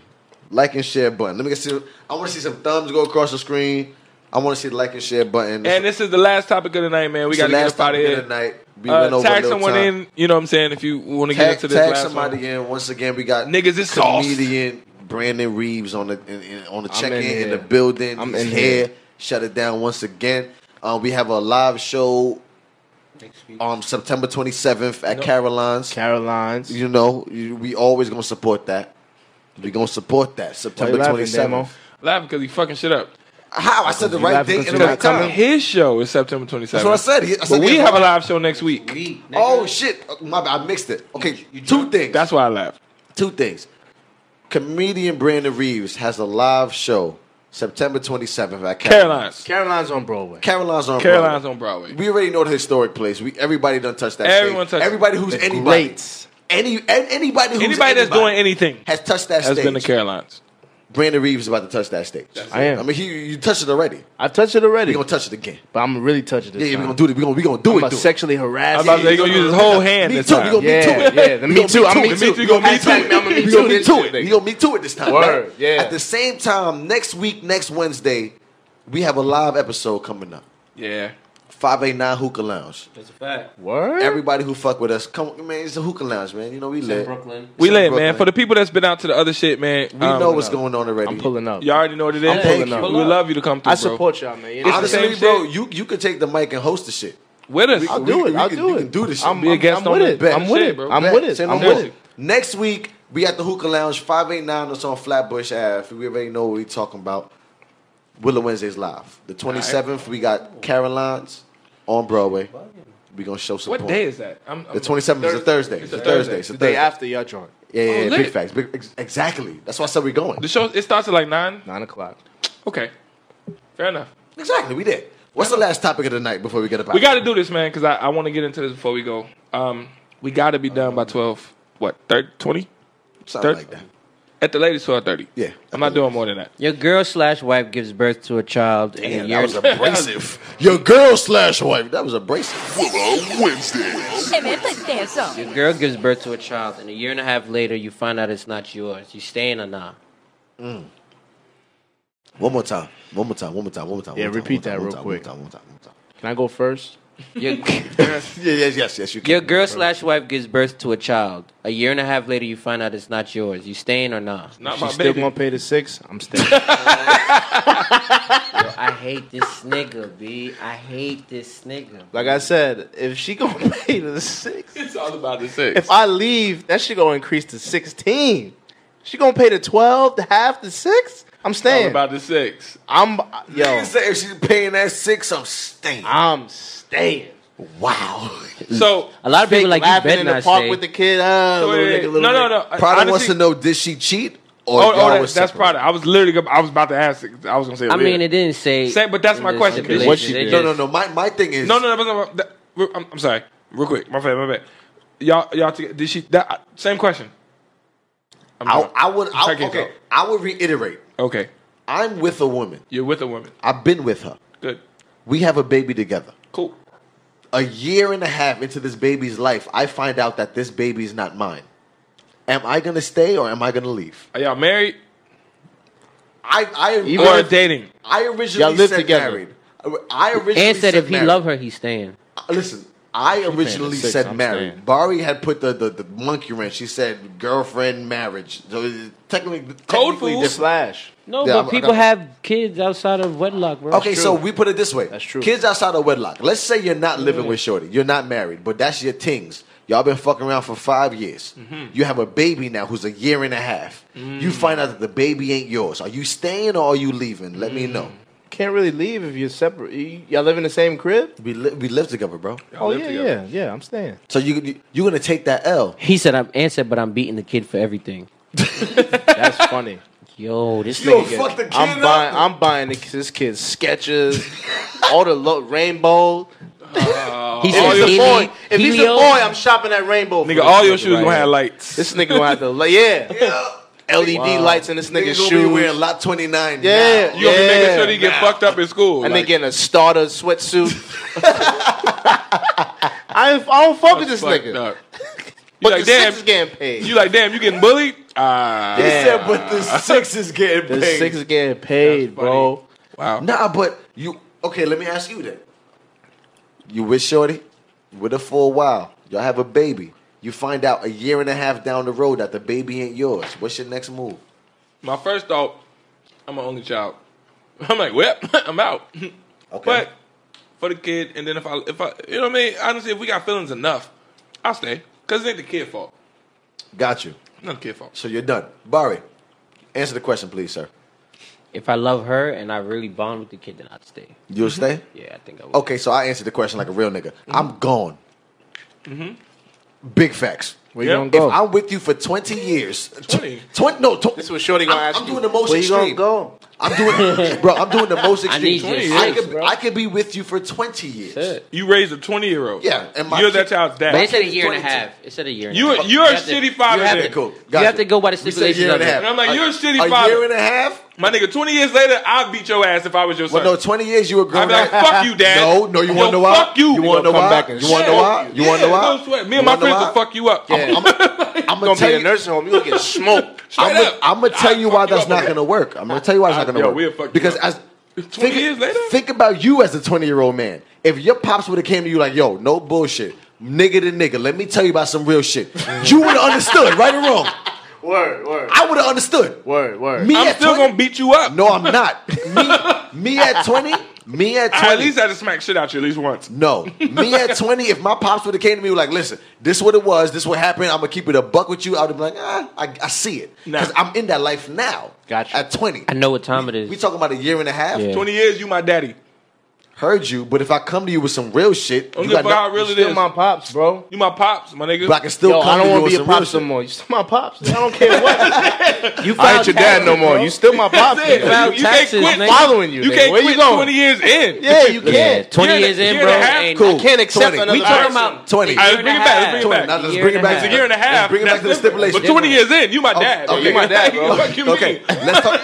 Speaker 2: Like and share button. Let me get see. I want to see some thumbs go across the screen. I want to see the like and share button.
Speaker 3: And this is the last topic of the night, man. We
Speaker 2: It's the
Speaker 3: gotta get
Speaker 2: last
Speaker 3: up out of
Speaker 2: topic
Speaker 3: here.
Speaker 2: the night. We went
Speaker 3: Uh,
Speaker 2: over a
Speaker 3: tag
Speaker 2: little
Speaker 3: someone
Speaker 2: time.
Speaker 3: in, you know what I'm saying, if you want to get
Speaker 2: Tag,
Speaker 3: into this
Speaker 2: tag
Speaker 3: last
Speaker 2: somebody
Speaker 3: one.
Speaker 2: in. Once again, we got
Speaker 3: Niggas is sauce.
Speaker 2: comedian Brandon Reeves on the in, in- on the
Speaker 5: I'm
Speaker 2: check in
Speaker 5: in
Speaker 2: in
Speaker 5: here.
Speaker 2: the building.
Speaker 5: I'm
Speaker 2: He's
Speaker 5: in
Speaker 2: here.
Speaker 5: here.
Speaker 2: Shut it down once again. Um, we have a live show on September 27th at Caroline's.
Speaker 5: Caroline's.
Speaker 2: You know, you, we always gonna support that. We gonna support that September
Speaker 5: Why you laughing,
Speaker 2: 27th.
Speaker 5: Damo?
Speaker 3: Laughing because he fucking shit up.
Speaker 2: How I said the
Speaker 5: You
Speaker 2: right date
Speaker 5: laughing
Speaker 2: and
Speaker 5: 'cause
Speaker 2: the
Speaker 5: you're
Speaker 2: right
Speaker 5: not coming?
Speaker 2: time.
Speaker 3: His show is September 27th.
Speaker 2: That's what I said. He- I said
Speaker 3: But we
Speaker 2: he-
Speaker 3: have a live show next week.
Speaker 2: Oh shit! My bad. I mixed it. Okay, two things.
Speaker 3: That's why I laughed.
Speaker 2: two things. Comedian Brandon Reeves has a live show September 27th at Caroline's.
Speaker 3: Caroline's.
Speaker 5: Caroline's on Broadway.
Speaker 2: Caroline's on
Speaker 3: Caroline's
Speaker 2: Broadway.
Speaker 3: on Broadway.
Speaker 2: We already know the historic place. We everybody done touched that.
Speaker 3: Everyone
Speaker 2: stage.
Speaker 3: touched it.
Speaker 2: Everybody who's
Speaker 5: The
Speaker 2: anybody,
Speaker 5: greats.
Speaker 2: any an- anybody who's
Speaker 3: Anybody that's doing anything
Speaker 2: has touched that
Speaker 3: has
Speaker 2: stage.
Speaker 3: been to Caroline's.
Speaker 2: Brandon Reeves is about to touch that stage.
Speaker 5: I am.
Speaker 2: I mean, he you touched it already.
Speaker 5: I've touched it already,
Speaker 2: We gonna touch it again.
Speaker 5: but I'm really touching it.
Speaker 2: Yeah,
Speaker 5: This
Speaker 2: yeah, we
Speaker 5: time.
Speaker 2: gonna do it. We gonna we gonna do
Speaker 5: I'm
Speaker 2: it.
Speaker 5: gonna
Speaker 2: do it.
Speaker 5: sexually harass.
Speaker 3: I'm about to
Speaker 5: you.
Speaker 3: say, he gonna use his whole hand
Speaker 2: Me
Speaker 3: this
Speaker 2: too.
Speaker 3: time.
Speaker 2: We gonna
Speaker 5: Yeah,
Speaker 2: me too.
Speaker 5: yeah, the
Speaker 2: We
Speaker 5: Me
Speaker 2: gonna
Speaker 5: Too, I'm
Speaker 2: Me
Speaker 5: Me
Speaker 2: too.
Speaker 5: Too.
Speaker 2: We gonna
Speaker 3: You gonna
Speaker 2: me
Speaker 3: Me
Speaker 2: too.
Speaker 3: Too.
Speaker 5: I'm gonna Me
Speaker 2: We gonna
Speaker 5: Too
Speaker 2: me
Speaker 5: this
Speaker 2: too it.
Speaker 5: nigga.
Speaker 2: We gonna me too it this time.
Speaker 5: Word,
Speaker 2: right?
Speaker 5: yeah.
Speaker 2: At the same time next week, next Wednesday, we have a live episode coming up.
Speaker 3: Yeah.
Speaker 2: 589 Hookah Lounge.
Speaker 7: That's a fact.
Speaker 5: Word.
Speaker 2: Everybody who fuck with us, come man, it's a hookah lounge, man. You know we
Speaker 7: It's in
Speaker 2: lit.
Speaker 7: Brooklyn.
Speaker 3: We
Speaker 2: in
Speaker 3: lit, man.
Speaker 2: Brooklyn.
Speaker 3: For the Um, people that's been out to the other shit, man.
Speaker 2: We know what's going on already.
Speaker 5: I'm pulling up.
Speaker 3: Y'all already know what it is.
Speaker 7: I'm
Speaker 2: pulling
Speaker 3: We
Speaker 2: up.
Speaker 3: would love you to come through,
Speaker 5: I
Speaker 3: bro.
Speaker 5: support y'all, man. You know?
Speaker 3: the same
Speaker 2: Honestly, bro,
Speaker 3: shit.
Speaker 2: you you could take the mic and host the shit.
Speaker 3: with us.
Speaker 5: I'll
Speaker 2: We-
Speaker 5: do
Speaker 2: we-
Speaker 5: it.
Speaker 2: we
Speaker 5: I'll
Speaker 2: can-
Speaker 5: do
Speaker 2: we
Speaker 5: it.
Speaker 2: can do this shit.
Speaker 5: I'm,
Speaker 3: Be a
Speaker 5: I'm-
Speaker 3: guest
Speaker 5: I'm
Speaker 3: on
Speaker 5: with
Speaker 3: the
Speaker 5: it.
Speaker 3: bet.
Speaker 5: I'm with
Speaker 3: Shit,
Speaker 5: it.
Speaker 3: bro.
Speaker 5: I'm
Speaker 2: Bet.
Speaker 5: with it.
Speaker 2: Say no
Speaker 5: I'm
Speaker 2: more.
Speaker 5: with it.
Speaker 2: Next week we at the hookah lounge, 589. That's on Flatbush Ave. We already know what we talking about. Willow Wednesdays live. The 27th we got Caroline's on Broadway. We gonna show support.
Speaker 3: What day is that? I'm, I'm
Speaker 2: The 27th is a Thursday. It's a Thursday. It's a
Speaker 5: The
Speaker 2: Thursday.
Speaker 5: day after y'all joint.
Speaker 2: Yeah, yeah, yeah,
Speaker 3: Oh, lit.
Speaker 2: big facts. Big, ex- exactly. That's why I said we're going.
Speaker 3: The show it starts at like nine.
Speaker 5: Nine o'clock.
Speaker 3: Okay, fair enough.
Speaker 2: Exactly, we did. What's the last topic of the night before we get about?
Speaker 3: We got to do this, man, because I, I want to get into this before we go. Um, we got to be done by twelve. What? Third, twenty?
Speaker 2: something
Speaker 3: third-
Speaker 2: like that.
Speaker 3: At the latest, twelve thirty.
Speaker 2: Yeah.
Speaker 3: I'm not doing more than that.
Speaker 7: Your girl slash wife gives birth to a child in a
Speaker 2: Damn,
Speaker 7: year.
Speaker 2: that was abrasive. Your girl slash wife. That was abrasive.
Speaker 7: Your girl gives birth to a child, and a year and a half later, you find out it's not yours. You staying or not?
Speaker 2: One more time. One more time. One more time. One more time.
Speaker 5: Yeah,
Speaker 2: one more
Speaker 5: repeat
Speaker 2: time,
Speaker 5: that
Speaker 2: one more
Speaker 5: real
Speaker 2: time,
Speaker 5: quick.
Speaker 2: One more time. One more time.
Speaker 5: Can I go first?
Speaker 7: Your,
Speaker 2: Yeah, yes, yes, yes. You
Speaker 7: your
Speaker 2: can.
Speaker 7: girl slash wife gives birth to a child. A year and a half later, you find out it's not yours. You staying or not?
Speaker 3: Not
Speaker 5: She
Speaker 3: my
Speaker 5: still
Speaker 3: baby.
Speaker 5: gonna pay the six. I'm staying.
Speaker 7: Yo, I hate this nigga, B. I hate this nigga.
Speaker 5: like I said, if she gonna pay the six,
Speaker 3: It's all about the six.
Speaker 5: if I leave, that shit gonna increase to sixteen. She gonna pay the twelve, the half, the six. I'm
Speaker 3: all
Speaker 5: staying.
Speaker 3: about the six.
Speaker 5: I'm
Speaker 2: You
Speaker 5: yo.
Speaker 2: say if she's paying that six, I'm staying.
Speaker 5: I'm staying.
Speaker 2: Wow.
Speaker 3: So,
Speaker 7: A lot of people like you
Speaker 5: laughing
Speaker 7: better
Speaker 5: in the
Speaker 7: not
Speaker 5: park
Speaker 7: stay.
Speaker 5: with the kid. Uh,
Speaker 3: so
Speaker 5: little
Speaker 3: wait,
Speaker 5: nigga,
Speaker 3: no,
Speaker 5: little
Speaker 3: no,
Speaker 5: nigga.
Speaker 3: no.
Speaker 2: Prada
Speaker 3: Honestly-
Speaker 2: wants to know: Did she cheat or
Speaker 3: Oh,
Speaker 2: y'all
Speaker 3: oh that,
Speaker 2: was
Speaker 3: that's
Speaker 2: separate?
Speaker 3: Prada. I was literally, gonna, I was about to ask. it. I was gonna say.
Speaker 7: I
Speaker 3: later.
Speaker 7: mean, it didn't say.
Speaker 3: Say- but that's
Speaker 7: in
Speaker 3: my
Speaker 7: the
Speaker 3: question. Did she-
Speaker 5: What she
Speaker 7: stipulation.
Speaker 2: No,
Speaker 5: did?
Speaker 7: They
Speaker 2: no, no. My my thing is
Speaker 3: No, no, no. no, no that, re- I'm, I'm sorry. Real quick, my bad, my bad. Y'all, y'all. toge- Did she? That same question. I'm
Speaker 2: I,
Speaker 3: done.
Speaker 2: I would. I,
Speaker 3: Check it
Speaker 2: okay,
Speaker 3: out.
Speaker 2: I would reiterate.
Speaker 3: Okay,
Speaker 2: I'm with a woman.
Speaker 3: you're with a woman.
Speaker 2: I've been with her.
Speaker 3: Good.
Speaker 2: We have a baby together.
Speaker 3: Cool.
Speaker 2: a year and a half into this baby's life, I find out that this baby's not mine. Am I gonna stay or am I gonna leave?
Speaker 3: Are y'all married
Speaker 2: I I
Speaker 5: Even
Speaker 3: or
Speaker 2: I,
Speaker 5: if-
Speaker 3: dating?
Speaker 2: I
Speaker 5: Y'all
Speaker 2: originally
Speaker 5: live
Speaker 2: said
Speaker 5: together.
Speaker 2: married. I originally
Speaker 7: And said if he
Speaker 2: married. Uh,
Speaker 7: love her, he's staying.
Speaker 2: Listen, I originally
Speaker 5: six,
Speaker 2: said
Speaker 5: I'm
Speaker 2: married.
Speaker 5: staying.
Speaker 2: Bari had put the, the, the monkey wrench. She said girlfriend marriage. So it's technically,
Speaker 3: Code
Speaker 2: technically
Speaker 3: food.
Speaker 2: different.
Speaker 5: Slash.
Speaker 7: No,
Speaker 2: Yeah,
Speaker 7: but
Speaker 2: I'm- I
Speaker 7: people
Speaker 2: got-
Speaker 7: have kids outside of wedlock, bro.
Speaker 2: Okay, so we put it this way:
Speaker 5: That's true.
Speaker 2: Kids outside of wedlock. Let's say you're not living with Shorty, you're not married, but that's your things. Y'all been fucking around for five years.
Speaker 5: Mm-hmm.
Speaker 2: You have a baby now who's a year and a half. You
Speaker 5: Mm.
Speaker 2: find out that the baby ain't yours. Are you staying or are you leaving? Let
Speaker 5: Mm.
Speaker 2: me know.
Speaker 5: Can't really leave if you're separate. You- Y'all live in the same crib?
Speaker 2: We li- we live together, bro.
Speaker 5: Oh yeah, yeah, yeah. I'm staying.
Speaker 2: So you you you're gonna take that L.
Speaker 7: He said, "I'm answered, but I'm beating the kid for everything."
Speaker 5: That's funny.
Speaker 7: Yo, this
Speaker 2: Yo,
Speaker 7: nigga.
Speaker 2: fuck the kid
Speaker 5: I'm buying. I'm buying the- this kid's sketches, all the lo- rainbow.
Speaker 7: He
Speaker 5: If
Speaker 7: said,
Speaker 5: he's a
Speaker 7: "Heli-
Speaker 5: boy, if he's a
Speaker 7: Helio."
Speaker 5: boy, I'm shopping at Rainbow. for
Speaker 3: Nigga,
Speaker 5: this
Speaker 3: all your
Speaker 5: nigga
Speaker 3: shoes
Speaker 5: right
Speaker 3: gonna
Speaker 5: here.
Speaker 3: have lights.
Speaker 5: This nigga gonna have to, like, yeah, LED E lights in this
Speaker 2: Niggas
Speaker 5: nigga's
Speaker 2: gonna
Speaker 5: shoes.
Speaker 2: be wearing lot twenty nine.
Speaker 5: Yeah.
Speaker 3: You gonna be making
Speaker 5: Yeah.
Speaker 3: sure they get fucked up in school.
Speaker 5: and
Speaker 3: like,
Speaker 5: they getting a starter sweatsuit. I, I don't fuck with this
Speaker 3: fucked
Speaker 5: nigga.
Speaker 3: up. You
Speaker 5: But
Speaker 3: like
Speaker 5: the six
Speaker 3: damn.
Speaker 5: is getting paid.
Speaker 3: You like damn. You getting bullied? Ah.
Speaker 2: He
Speaker 5: Yeah.
Speaker 2: said, but the six is getting
Speaker 5: the
Speaker 2: paid.
Speaker 5: six is getting paid,
Speaker 3: That's funny.
Speaker 5: bro.
Speaker 3: Wow.
Speaker 2: Nah, but you okay? Let me ask you that. You with Shorty, You with her for a while. Y'all have a baby. You find out a year and a half down the road that the baby ain't yours. What's your next move?
Speaker 3: My first thought, I'm an only child. I'm like, well, I'm out.
Speaker 2: Okay.
Speaker 3: But for the kid, and then if I, if I, you know what I mean. Honestly, if we got feelings enough, I'll stay. Cause it ain't the kid fault.
Speaker 2: Got you.
Speaker 3: Not the kid fault.
Speaker 2: So you're done. Barry, answer the question, please, sir.
Speaker 7: If I love her and I really bond with the kid, then I'd stay.
Speaker 2: You'll
Speaker 5: Mm-hmm.
Speaker 2: stay?
Speaker 7: Yeah, I think I would.
Speaker 2: Okay, so I answered the question like a real nigga. I'm gone. Big facts.
Speaker 5: Mm-hmm. Where
Speaker 3: Yeah.
Speaker 5: you gonna go?
Speaker 2: If I'm with you for 20 years,
Speaker 3: 20?
Speaker 2: 20 no, tw-
Speaker 5: this is what Shorty gonna
Speaker 2: I'm-
Speaker 5: ask
Speaker 2: I'm
Speaker 5: you.
Speaker 2: doing the most
Speaker 5: Where you
Speaker 2: extreme.
Speaker 5: gonna go?
Speaker 2: I'm doing, bro. I'm doing the most
Speaker 7: I
Speaker 2: extreme.
Speaker 7: need your
Speaker 2: I,
Speaker 7: six,
Speaker 2: could,
Speaker 7: bro.
Speaker 2: I could be with you for 20 years.
Speaker 7: Shit.
Speaker 3: You raised a 20 year old.
Speaker 2: Yeah, and my
Speaker 3: you're
Speaker 2: kid-
Speaker 3: that child's
Speaker 7: But it
Speaker 3: dad.
Speaker 7: said a year and a
Speaker 2: 22.
Speaker 7: half. It said a year. And
Speaker 3: You
Speaker 7: a half.
Speaker 3: a- you're a
Speaker 7: have to-
Speaker 3: shitty father
Speaker 7: You have,
Speaker 3: then.
Speaker 7: to,
Speaker 2: Cool.
Speaker 7: you
Speaker 2: Gotcha.
Speaker 7: have to go by the
Speaker 2: We said
Speaker 7: stipulations
Speaker 2: year and
Speaker 7: of
Speaker 2: a half.
Speaker 3: And I'm like, you're a shitty
Speaker 2: A
Speaker 3: father.
Speaker 2: year and a half?
Speaker 3: My nigga, 20 years later, I'll beat your ass if I was your son.
Speaker 2: Well, no, 20 years you were grown
Speaker 3: I'd be like,
Speaker 2: up.
Speaker 3: fuck you, dad.
Speaker 2: No, no, you want to
Speaker 3: Yo,
Speaker 2: know why?
Speaker 3: fuck you.
Speaker 2: You want to know
Speaker 5: gonna come
Speaker 2: why?
Speaker 5: back and
Speaker 2: you want to know
Speaker 5: shit
Speaker 2: why? You want to know
Speaker 3: Yeah,
Speaker 2: why?
Speaker 3: no sweat. Me and my friends will fuck you up.
Speaker 5: Yeah. I'm,
Speaker 2: I'm
Speaker 5: gonna
Speaker 2: gonna
Speaker 5: be
Speaker 2: tell
Speaker 5: in a
Speaker 2: you.
Speaker 5: nursing home. You gonna get smoked.
Speaker 3: Straight up.
Speaker 2: I'm gonna tell you why
Speaker 3: fuck you
Speaker 2: that's
Speaker 3: up
Speaker 2: not
Speaker 3: with
Speaker 2: gonna work. I'm gonna tell you why it's not gonna
Speaker 3: Yo,
Speaker 2: work.
Speaker 3: we'll fuck you
Speaker 2: because
Speaker 3: up.
Speaker 2: as
Speaker 3: 20
Speaker 2: think,
Speaker 3: years later?
Speaker 2: think about you as a 20 year old man. If your pops would have came to you like, "Yo, no bullshit, nigga to nigga, let me tell you about some real shit," you would have understood, right or wrong.
Speaker 5: Word, word,
Speaker 2: I would have understood.
Speaker 5: word, word.
Speaker 2: Me
Speaker 3: I'm
Speaker 2: at
Speaker 3: still
Speaker 2: 20,
Speaker 3: gonna beat you up.
Speaker 2: No, I'm not. Me, me at 20. Me at 20.
Speaker 3: I at least had to smack shit out you at least once.
Speaker 2: No, me at twenty, if my pops would have came to me like, "Listen, this what it was, this what happened. I'm gonna keep it a buck with you," I would have been like, "Ah, I, I see it," because
Speaker 3: Nah.
Speaker 2: I'm in that life now.
Speaker 5: Gotcha.
Speaker 2: At twenty,
Speaker 7: I know what time it is.
Speaker 2: we talking about a year and a half.
Speaker 7: Yeah.
Speaker 3: 20 years, you my daddy.
Speaker 2: Heard you, but if I come to you with some real shit,
Speaker 3: I'm
Speaker 2: you
Speaker 3: good
Speaker 2: got
Speaker 3: for how
Speaker 2: no,
Speaker 3: real it
Speaker 5: Still
Speaker 3: is.
Speaker 5: my pops, bro.
Speaker 3: You my pops, my nigga.
Speaker 2: but I can still
Speaker 5: Yo,
Speaker 2: come
Speaker 5: I don't
Speaker 2: to you
Speaker 5: want to
Speaker 2: with
Speaker 5: be a
Speaker 2: some real
Speaker 5: pops no
Speaker 2: shit.
Speaker 5: more. You still my pops. I don't care what.
Speaker 7: you
Speaker 5: I ain't your dad no more. You still my pops.
Speaker 3: That's it.
Speaker 5: nigga.
Speaker 7: File
Speaker 3: You, you can't
Speaker 7: taxes,
Speaker 3: quit.
Speaker 7: nigga.
Speaker 5: Following you.
Speaker 3: You
Speaker 5: nigga.
Speaker 3: can't
Speaker 5: Where
Speaker 3: quit
Speaker 5: you going?
Speaker 3: 20 years in.
Speaker 5: Yeah, you
Speaker 7: Yeah,
Speaker 5: can't.
Speaker 7: 20
Speaker 3: Year and a-
Speaker 7: years in,
Speaker 3: year and
Speaker 7: bro.
Speaker 3: a half?
Speaker 7: ain't-
Speaker 2: Cool.
Speaker 5: can't accept
Speaker 2: 20.
Speaker 5: another
Speaker 7: We talking
Speaker 5: option.
Speaker 7: about
Speaker 2: Twenty.
Speaker 7: the
Speaker 3: All
Speaker 7: year
Speaker 3: right, bring it
Speaker 7: and a
Speaker 3: back.
Speaker 7: half.
Speaker 3: Let's bring it
Speaker 2: Now
Speaker 3: back.
Speaker 2: let's
Speaker 7: Year
Speaker 2: bring it
Speaker 7: and a
Speaker 2: back
Speaker 3: It's
Speaker 2: to
Speaker 3: a year and a half.
Speaker 2: bring it back to the
Speaker 3: That's different.
Speaker 2: stipulation.
Speaker 3: But 20 years in, you my
Speaker 2: Oh,
Speaker 3: dad.
Speaker 2: okay.
Speaker 5: You my dad, bro.
Speaker 3: Fuck you
Speaker 2: Okay,
Speaker 3: mean?
Speaker 2: let's talk.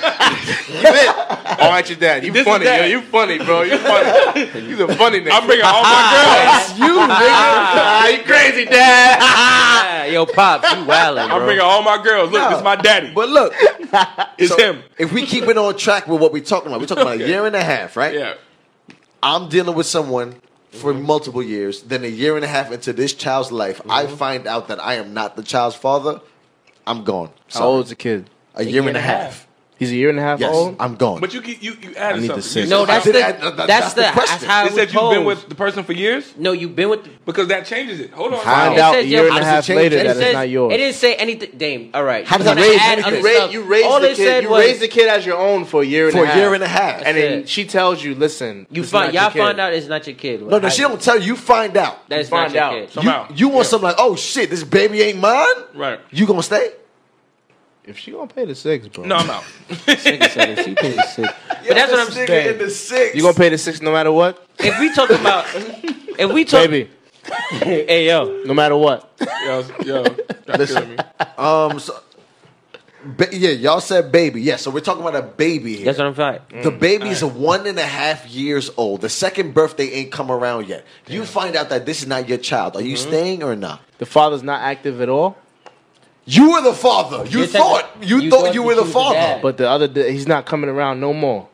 Speaker 5: All right, Oh, your dad. You
Speaker 3: This is
Speaker 5: funny, yo.
Speaker 3: that.
Speaker 5: You funny, bro. You funny. You the funny nigga.
Speaker 3: I'm bringing all my girls.
Speaker 5: you,
Speaker 2: Ah,
Speaker 5: nigga. you crazy, dad.
Speaker 7: Ah, yo, pop, you wildin',
Speaker 3: I'm
Speaker 7: bro.
Speaker 3: bringing all my girls. Look,
Speaker 2: No.
Speaker 3: it's my daddy.
Speaker 2: But look,
Speaker 3: It's
Speaker 2: so
Speaker 3: him.
Speaker 2: If we keep it on track with what we're talking about, we're talking about a year and a half, right?
Speaker 3: Yeah.
Speaker 2: I'm dealing with someone for multiple years, then a year and a half into this child's life, I find out that I am not the child's father, I'm gone.
Speaker 5: How
Speaker 2: So
Speaker 5: old's the kid?
Speaker 2: a year and a half.
Speaker 5: He's a year and a half
Speaker 2: Yes,
Speaker 5: old.
Speaker 2: I'm gone.
Speaker 3: But you keep- you you added
Speaker 5: need to
Speaker 3: something. You
Speaker 5: sit.
Speaker 7: No,
Speaker 3: said-
Speaker 7: that's
Speaker 2: I
Speaker 7: the
Speaker 2: did- I- that-
Speaker 7: that's the that's how
Speaker 3: It
Speaker 7: it
Speaker 3: said
Speaker 7: was
Speaker 3: you've been
Speaker 7: posed.
Speaker 3: with the person for years?
Speaker 7: No, you've been with.
Speaker 3: Because that changes it. Hold on.
Speaker 2: How?
Speaker 5: Find
Speaker 7: It
Speaker 5: out a
Speaker 7: says
Speaker 5: year
Speaker 7: your-
Speaker 5: and a
Speaker 2: How does
Speaker 5: half
Speaker 2: it change
Speaker 5: later
Speaker 2: anything?
Speaker 5: that
Speaker 7: says-
Speaker 5: it's not yours.
Speaker 7: It didn't say anything. Damn. All right.
Speaker 2: How does
Speaker 7: You
Speaker 2: that
Speaker 7: wanna
Speaker 2: raise
Speaker 7: add
Speaker 2: anything?
Speaker 7: other
Speaker 5: You raised,
Speaker 7: stuff.
Speaker 5: you raised
Speaker 7: All
Speaker 5: the
Speaker 7: it
Speaker 5: kid.
Speaker 7: said
Speaker 5: You
Speaker 7: was
Speaker 5: raised the kid as your own for a year and
Speaker 2: for
Speaker 5: a half.
Speaker 2: a year and a half.
Speaker 5: and
Speaker 7: That's
Speaker 5: then
Speaker 7: it.
Speaker 5: she tells you, "Listen,
Speaker 7: you
Speaker 5: this
Speaker 7: find
Speaker 5: is not
Speaker 7: y'all
Speaker 5: your kid.
Speaker 7: find out it's not your kid.
Speaker 2: no, no, she don't tell you. You find out.
Speaker 7: That is
Speaker 5: Find
Speaker 7: not your
Speaker 5: out.
Speaker 7: kid.
Speaker 2: You,
Speaker 3: Somehow.
Speaker 2: you want something like, oh shit, this baby ain't mine?
Speaker 3: Right.
Speaker 2: You gonna stay?
Speaker 5: If she gonna pay the six, bro,
Speaker 3: No, I'm out.
Speaker 7: But that's what I'm saying.
Speaker 2: saying. the six.
Speaker 5: you gonna pay the six no matter what,
Speaker 7: If we talk about, if we talk,
Speaker 5: baby,
Speaker 7: hey yo,
Speaker 5: no matter what.
Speaker 3: Yo, yo, that's killing me.
Speaker 2: Um, so, ba- yeah, y'all said baby. Yeah, so we're talking about a baby here.
Speaker 7: that's what I'm saying.
Speaker 2: The baby's one and a half years old. The second birthday ain't come around yet. You find out that this is not your child. Are you staying or not?
Speaker 5: The father's not active at all,
Speaker 2: You were the father. You
Speaker 7: Yes, I-
Speaker 2: thought you, thought, you were
Speaker 7: that
Speaker 2: the
Speaker 7: you was
Speaker 2: father,
Speaker 7: dad.
Speaker 5: but the other day, he's not coming around no more.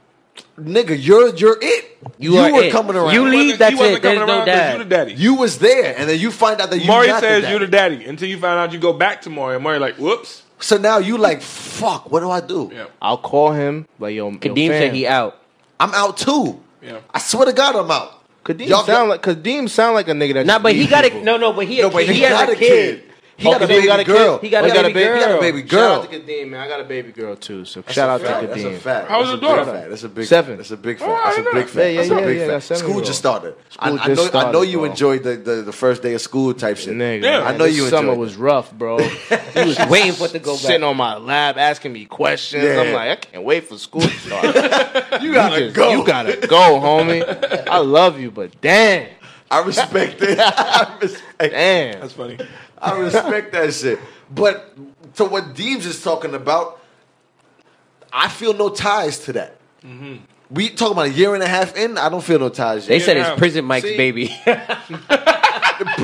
Speaker 2: nigga. You're you're it. You,
Speaker 7: are
Speaker 2: were
Speaker 7: it.
Speaker 2: coming around.
Speaker 7: You
Speaker 3: He
Speaker 7: leave,
Speaker 3: wasn't-
Speaker 7: that's
Speaker 3: he wasn't
Speaker 7: it. There's
Speaker 3: coming
Speaker 7: no
Speaker 3: around 'cause
Speaker 7: dad.
Speaker 3: You the daddy.
Speaker 2: You was there, and then you find out that you.
Speaker 3: Maury
Speaker 2: not
Speaker 3: says
Speaker 2: the
Speaker 3: you're the
Speaker 2: dad.
Speaker 3: daddy until you find out you go back to Maury. And Maury like, whoops.
Speaker 2: So now you like fuck. What do I do?
Speaker 3: Yeah.
Speaker 5: I'll call him, like yo, yo
Speaker 7: Kadeem
Speaker 5: fam,
Speaker 7: said he out.
Speaker 2: I'm out too.
Speaker 3: Yeah.
Speaker 2: I swear to God, I'm out.
Speaker 5: Kadeem
Speaker 7: Y'all-
Speaker 5: sound like Kadeem sound like a nigga that.
Speaker 7: Nah,
Speaker 5: just
Speaker 7: but he
Speaker 5: beat
Speaker 7: got
Speaker 5: people.
Speaker 7: a no, no, but he
Speaker 5: No,
Speaker 7: a
Speaker 5: but
Speaker 7: kid.
Speaker 5: he
Speaker 7: He has
Speaker 5: got
Speaker 7: a
Speaker 5: a kid.
Speaker 7: kid. He got a
Speaker 5: Kadeem
Speaker 7: baby
Speaker 5: got a kid.
Speaker 7: girl. He got
Speaker 5: Oh,
Speaker 7: a baby girl.
Speaker 5: He got a baby girl.
Speaker 7: Shout
Speaker 5: Shout
Speaker 7: out
Speaker 5: out to Kadeem, man. I got a baby girl too. So shout out to Kadeem.
Speaker 2: That's a fact.
Speaker 3: How was
Speaker 2: That's
Speaker 3: your
Speaker 2: a big
Speaker 3: daughter?
Speaker 2: fact. That's a big
Speaker 5: Seven.
Speaker 2: That's a big fact. That's a big fact.
Speaker 5: Yeah, yeah,
Speaker 2: That's a
Speaker 5: yeah,
Speaker 2: big
Speaker 5: yeah,
Speaker 2: fact.
Speaker 5: that's seven
Speaker 2: School
Speaker 5: years
Speaker 2: just
Speaker 5: old.
Speaker 2: started. I,
Speaker 5: School
Speaker 2: I
Speaker 5: just
Speaker 2: know. I know
Speaker 5: started,
Speaker 2: you
Speaker 5: bro.
Speaker 2: enjoyed the, the, the first day of school type shit.
Speaker 5: Nigga,
Speaker 3: Yeah.
Speaker 5: man,
Speaker 2: I know
Speaker 5: this
Speaker 2: you enjoyed
Speaker 5: summer
Speaker 2: it.
Speaker 5: was rough, bro. He was
Speaker 7: waiting for it to go back.
Speaker 5: Sitting on my lap, asking me questions. I'm
Speaker 2: Yeah.
Speaker 5: like, I can't wait for school to start.
Speaker 2: You gotta
Speaker 5: Just-
Speaker 2: go.
Speaker 5: You gotta go, homie. I love you, but damn,
Speaker 2: I respect it. I respect.
Speaker 5: damn.
Speaker 3: That's funny.
Speaker 2: I respect that shit. But to what Deems is talking about, I feel no ties to that. We talking about a year and a half in. I don't feel no ties.
Speaker 7: They
Speaker 2: Yet.
Speaker 7: said
Speaker 3: now.
Speaker 7: it's prison Mike's
Speaker 2: See?
Speaker 7: baby.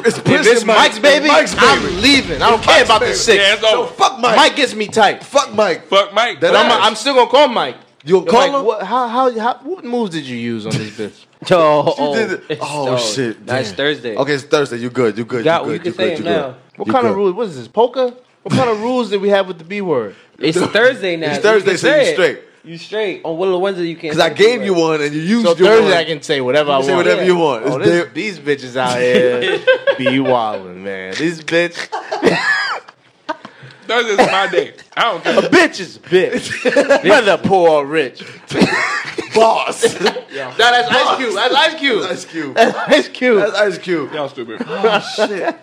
Speaker 2: it's
Speaker 5: If it's Mike's baby,
Speaker 2: Mike's baby.
Speaker 5: I'm leaving. I don't care about the
Speaker 2: baby.
Speaker 5: six.
Speaker 3: Yeah, it's
Speaker 2: So
Speaker 3: over.
Speaker 2: fuck Mike.
Speaker 5: Mike gets me tight.
Speaker 2: Fuck Mike.
Speaker 3: Fuck Mike.
Speaker 2: That
Speaker 5: But I'm,
Speaker 2: ass.
Speaker 5: I'm still gonna call Mike.
Speaker 2: You'll call
Speaker 5: Like,
Speaker 2: him.
Speaker 5: what, how, how, how, what moves did you use on this bitch?
Speaker 7: Oh, oh,
Speaker 2: You did it.
Speaker 7: it's-
Speaker 2: Oh, shit!
Speaker 7: That's
Speaker 2: damn.
Speaker 7: Thursday.
Speaker 2: Okay, it's Thursday. You good? You good?
Speaker 7: Got-
Speaker 2: you
Speaker 7: you
Speaker 2: good?
Speaker 7: can say
Speaker 2: good,
Speaker 7: it
Speaker 2: you good.
Speaker 7: now.
Speaker 5: What
Speaker 2: You
Speaker 5: kind of
Speaker 2: good.
Speaker 5: rules? What is this? Poker? What kind of rules did we have with the B word?
Speaker 7: It's Thursday now.
Speaker 2: It's
Speaker 7: so you
Speaker 2: Thursday,
Speaker 7: can
Speaker 2: so you
Speaker 7: say it.
Speaker 2: straight.
Speaker 7: You straight. On Willow Wednesday, you can't.
Speaker 2: Because I
Speaker 7: say
Speaker 2: gave
Speaker 7: it.
Speaker 2: you one and you used
Speaker 5: So
Speaker 2: your
Speaker 5: Thursday
Speaker 2: one.
Speaker 5: I can say whatever I
Speaker 2: You
Speaker 5: want.
Speaker 2: say whatever you want.
Speaker 5: Oh,
Speaker 2: It's
Speaker 5: this,
Speaker 2: their-
Speaker 5: these bitches out here be wildin', man. This bitch,
Speaker 3: Thursday's my day. I don't care.
Speaker 5: a bitch is a bitch, whether poor or rich.
Speaker 2: boss.
Speaker 5: No, that's Ice Cube. That's Ice Cube.
Speaker 2: Ice Cube.
Speaker 5: That's Ice Cube.
Speaker 2: That's Ice Cube.
Speaker 3: Y'all stupid.
Speaker 7: Oh,
Speaker 2: Shit.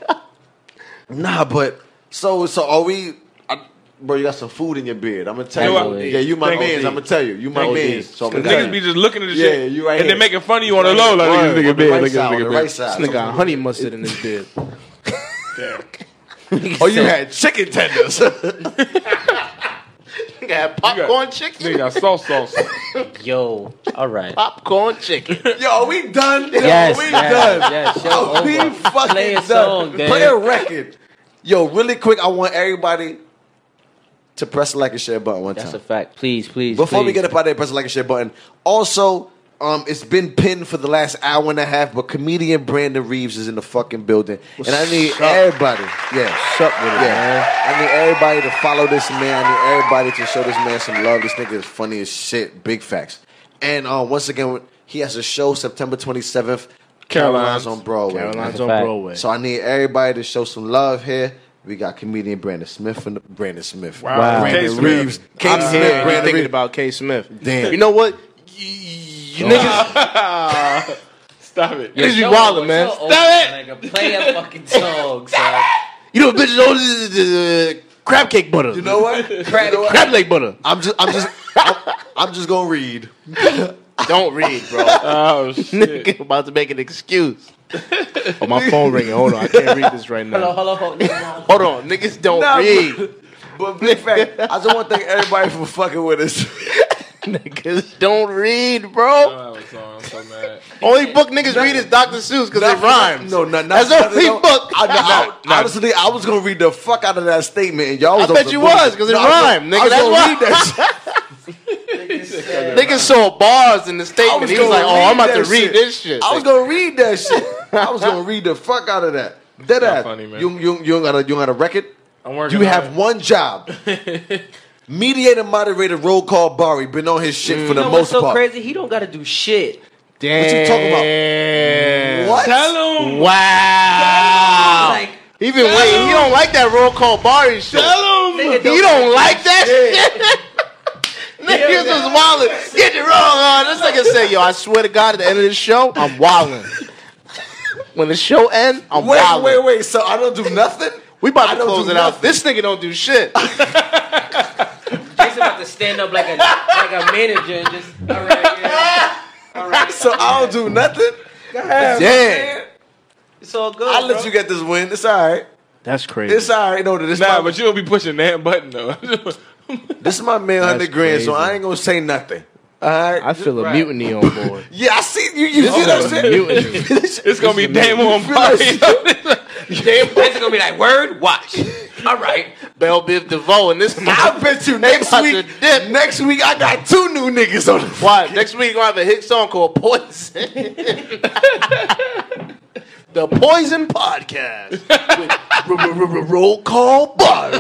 Speaker 2: Nah, but so so are we? I, bro, you got some food in your beard. I'm gonna tell
Speaker 3: You know
Speaker 2: you.
Speaker 3: what?
Speaker 2: Yeah, you my
Speaker 3: Thank
Speaker 2: man's.
Speaker 3: you.
Speaker 2: I'm gonna tell you. You my
Speaker 3: Thank you.
Speaker 2: man's. So I'm
Speaker 3: Cause
Speaker 2: gonna tell
Speaker 3: niggas
Speaker 2: you.
Speaker 3: be just looking at the
Speaker 2: Yeah,
Speaker 3: shit.
Speaker 2: you right
Speaker 3: And
Speaker 2: here.
Speaker 3: they making fun of you on the low. Like, look at this
Speaker 2: On the
Speaker 3: nigga big.
Speaker 2: right
Speaker 3: Look
Speaker 2: side,
Speaker 3: at
Speaker 2: on
Speaker 3: this
Speaker 2: the
Speaker 3: nigga
Speaker 2: right
Speaker 3: big.
Speaker 2: side.
Speaker 5: This nigga got honey mustard in his beard.
Speaker 2: Oh, you had chicken tenders.
Speaker 5: Nigga had popcorn
Speaker 3: Nigga
Speaker 5: chicken.
Speaker 3: got sauce sauce.
Speaker 7: Yo, all right.
Speaker 5: Popcorn chicken.
Speaker 2: Yo, are we done? Yo,
Speaker 7: Yes,
Speaker 2: we
Speaker 7: yes,
Speaker 2: done.
Speaker 7: yes, show
Speaker 2: Are we
Speaker 7: over.
Speaker 2: fucking
Speaker 7: Play a
Speaker 2: done?
Speaker 7: song, man.
Speaker 2: Play a record. Yo, really quick, I want everybody to press the like and share button one
Speaker 7: That's a
Speaker 2: time.
Speaker 7: fact. Please, please.
Speaker 2: Before we
Speaker 7: please.
Speaker 2: get up out of there, press the like and share button. Also, um, it's been pinned for the last hour and a half, but comedian Brandon Reeves is in the fucking building. and I need everybody. Yeah.
Speaker 5: Sup with it,
Speaker 2: Yeah. I need everybody to follow this man. I need everybody to show this man some love. This nigga is funny as shit. Big facts. And uh, once again, he has a show September 27th.
Speaker 3: Caroline's.
Speaker 2: Caroline's on Broadway.
Speaker 5: Caroline's
Speaker 7: a
Speaker 5: on
Speaker 7: fact.
Speaker 5: Broadway.
Speaker 2: So I need everybody to show some love here. We got comedian Brandon Smith and Brandon Smith.
Speaker 3: Wow.
Speaker 2: Brandon
Speaker 3: K. Smith.
Speaker 2: Reeves. K.
Speaker 5: I'm
Speaker 2: Smith.
Speaker 5: here and you're
Speaker 2: Brandon
Speaker 5: thinking
Speaker 2: Reeves.
Speaker 5: about K. Smith.
Speaker 2: Damn.
Speaker 5: You know what? Y- You niggas,
Speaker 3: Stop it.
Speaker 5: niggas be
Speaker 7: Yo,
Speaker 5: wildin', man.
Speaker 7: what's up, Nigga, play a fucking song, son.
Speaker 5: You know, bitches old as uh, crab cake butter.
Speaker 2: You know what? You know what?
Speaker 5: crab leg butter.
Speaker 2: I'm just, I'm just, I'm, I'm just gonna read.
Speaker 5: Don't read, bro.
Speaker 3: Oh shit.
Speaker 5: Nigga, about to make an excuse. oh, my phone ringing. Hold on, I can't read this right
Speaker 7: Hold on,
Speaker 5: now.
Speaker 7: hold on, hold on.
Speaker 5: Hold on, niggas don't
Speaker 2: Nah,
Speaker 5: read.
Speaker 2: But big fact, I just want to thank everybody for fucking with us.
Speaker 5: niggas don't read, bro.
Speaker 3: Oh, that was song. I'm so mad.
Speaker 5: Only book niggas read is Dr. Seuss because it rhymes.
Speaker 2: No, no, no.
Speaker 5: That's
Speaker 2: no,
Speaker 5: only
Speaker 2: no.
Speaker 5: book.
Speaker 2: I, no, I-
Speaker 3: No, no.
Speaker 2: Honestly, I was gonna read the fuck out of that statement, and y'all.
Speaker 5: I
Speaker 2: Was on
Speaker 5: bet
Speaker 2: some
Speaker 5: you
Speaker 2: bullshit.
Speaker 5: was, 'cause it
Speaker 2: I was gonna-
Speaker 5: rhymed, nigga,
Speaker 2: I was
Speaker 5: that's
Speaker 2: gonna
Speaker 5: why.
Speaker 2: read that shit.
Speaker 5: Niggas saw bars in the
Speaker 2: I
Speaker 5: statement. he was
Speaker 2: gonna
Speaker 5: like, "Oh, I'm about to
Speaker 2: that
Speaker 5: read this shit."
Speaker 2: I was gonna read that shit. I was gonna read the fuck out of that. Dead ass.
Speaker 3: funny, man.
Speaker 2: You, you, you don't got a, you don't got a record.
Speaker 3: I'm working.
Speaker 2: You
Speaker 3: on
Speaker 2: have
Speaker 3: it.
Speaker 2: one job. Mediator, moderator, roll call, Bari been on his shit for
Speaker 7: You
Speaker 2: the
Speaker 7: know what's
Speaker 2: most
Speaker 7: so
Speaker 2: part.
Speaker 7: crazy? He don't gotta do shit.
Speaker 5: Damn.
Speaker 2: What you talking about? What?
Speaker 3: Tell him.
Speaker 5: Wow.
Speaker 7: Like,
Speaker 5: he been waiting. He don't like that roll call Bari shit.
Speaker 3: Tell him.
Speaker 7: nigga,
Speaker 5: He don't like that shit. Niggas
Speaker 7: Yeah.
Speaker 5: was wildin'. Get it wrong on. This nigga said, yo, I swear to God, at the end of this show, I'm wildin'. when the show end, I'm
Speaker 2: Wait,
Speaker 5: wildin'.
Speaker 2: wait, wait. So I don't do nothing?
Speaker 5: We
Speaker 2: I
Speaker 5: about to
Speaker 2: don't
Speaker 5: close
Speaker 2: do
Speaker 5: it out.
Speaker 2: nothing.
Speaker 5: This nigga don't do shit.
Speaker 7: Jason about to stand up like a like a manager and just all right, yeah. All right.
Speaker 2: So I don't do nothing?
Speaker 5: Damn.
Speaker 7: It's all good.
Speaker 2: I let
Speaker 7: bro.
Speaker 2: you get this win. It's all right.
Speaker 5: That's crazy.
Speaker 2: It's all right. No, this,
Speaker 3: Nah,
Speaker 2: my,
Speaker 3: but you don't be pushing that button though.
Speaker 2: this is my man, 100
Speaker 5: That's
Speaker 2: grand, so
Speaker 5: crazy.
Speaker 2: I ain't going to say nothing. All right?
Speaker 5: I feel a
Speaker 7: Right.
Speaker 5: mutiny on board.
Speaker 2: yeah, I see you. You see that shit?
Speaker 5: mutiny.
Speaker 3: it's gonna be damn on party.
Speaker 7: Jason's gonna be like, word, watch. All right.
Speaker 5: Bell Biv DeVoe and this
Speaker 2: I bet you next
Speaker 5: about
Speaker 2: week,
Speaker 5: to dip.
Speaker 2: next week, I got two new niggas on the
Speaker 5: Why? Next week we're gonna have a hit song called Poison. the Poison Podcast. With
Speaker 2: roll call bar.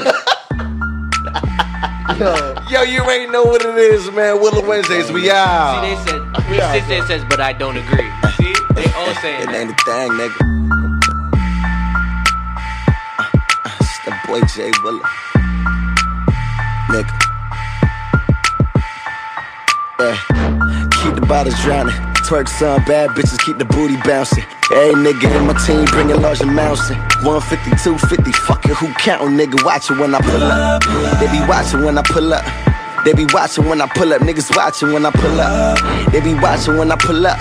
Speaker 2: Yo, you ain't know what it is, man. Willow Wednesdays, we out.
Speaker 7: See, they said, he sits there and says, but I don't agree. See? They all someone saying
Speaker 1: It ain't a thing, nigga. Uh, uh, It's the boy Jay Willa. Nigga. Yeah. Keep the bottles drowning. Twerk some bad bitches, keep the booty bouncing. Hey nigga in my team bringing large amounts in. 150, 250, fucking who countin', nigga. Watchin' when I pull up. They be watchin' when I pull up. They be watching when I pull up, niggas watching when I pull up. They be watching when I pull up,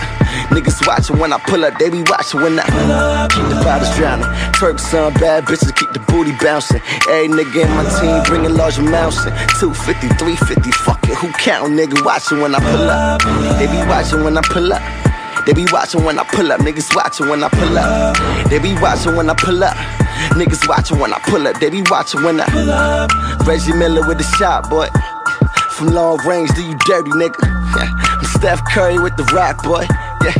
Speaker 1: niggas watching when I pull up. They be watching when I pull up. Keep the bottles drowning, Turks son, bad bitches keep the booty bouncing. Every nigga in my team bringing large amounts in. 250, 350, fuck it, who countin', nigga watching when I pull up. They be watching when I pull up. They be watching when I pull up, niggas watching when I pull up. They be watching when I pull up. Niggas watching when I pull up, they be watching when I pull up. Reggie Miller with the shot, boy. From long range, do you dirty, nigga? Yeah. I'm Steph Curry with the rock, boy. Yeah.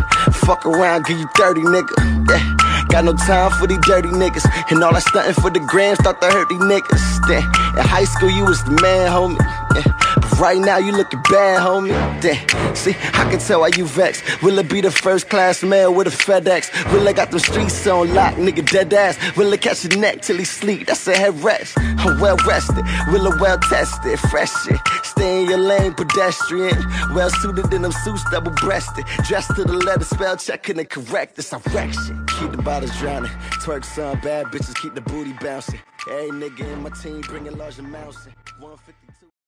Speaker 1: Fuck around, give you 30, nigga. Yeah. Got no time for these dirty niggas. And all that stunting for the grams start to hurt these niggas. Yeah. In high school, you was the man, homie. Yeah. But right now, you looking bad, homie. Yeah. See, I can tell why you vexed. Will it be the first class man with a FedEx? Will I got them streets on lock, nigga, dead ass? Will I catch your neck till he sleep? That's a head rest. I'm well rested. Will I well tested? Fresh shit. Stay in your lane, pedestrian. Well suited in them suits, double breasted. Dressed to the letter, spell checking and correct this. I wreck shit. Keep the bottles drowning. Twerk some bad bitches, keep the booty bouncing. Every nigga in my team bringing large amounts. in. 150.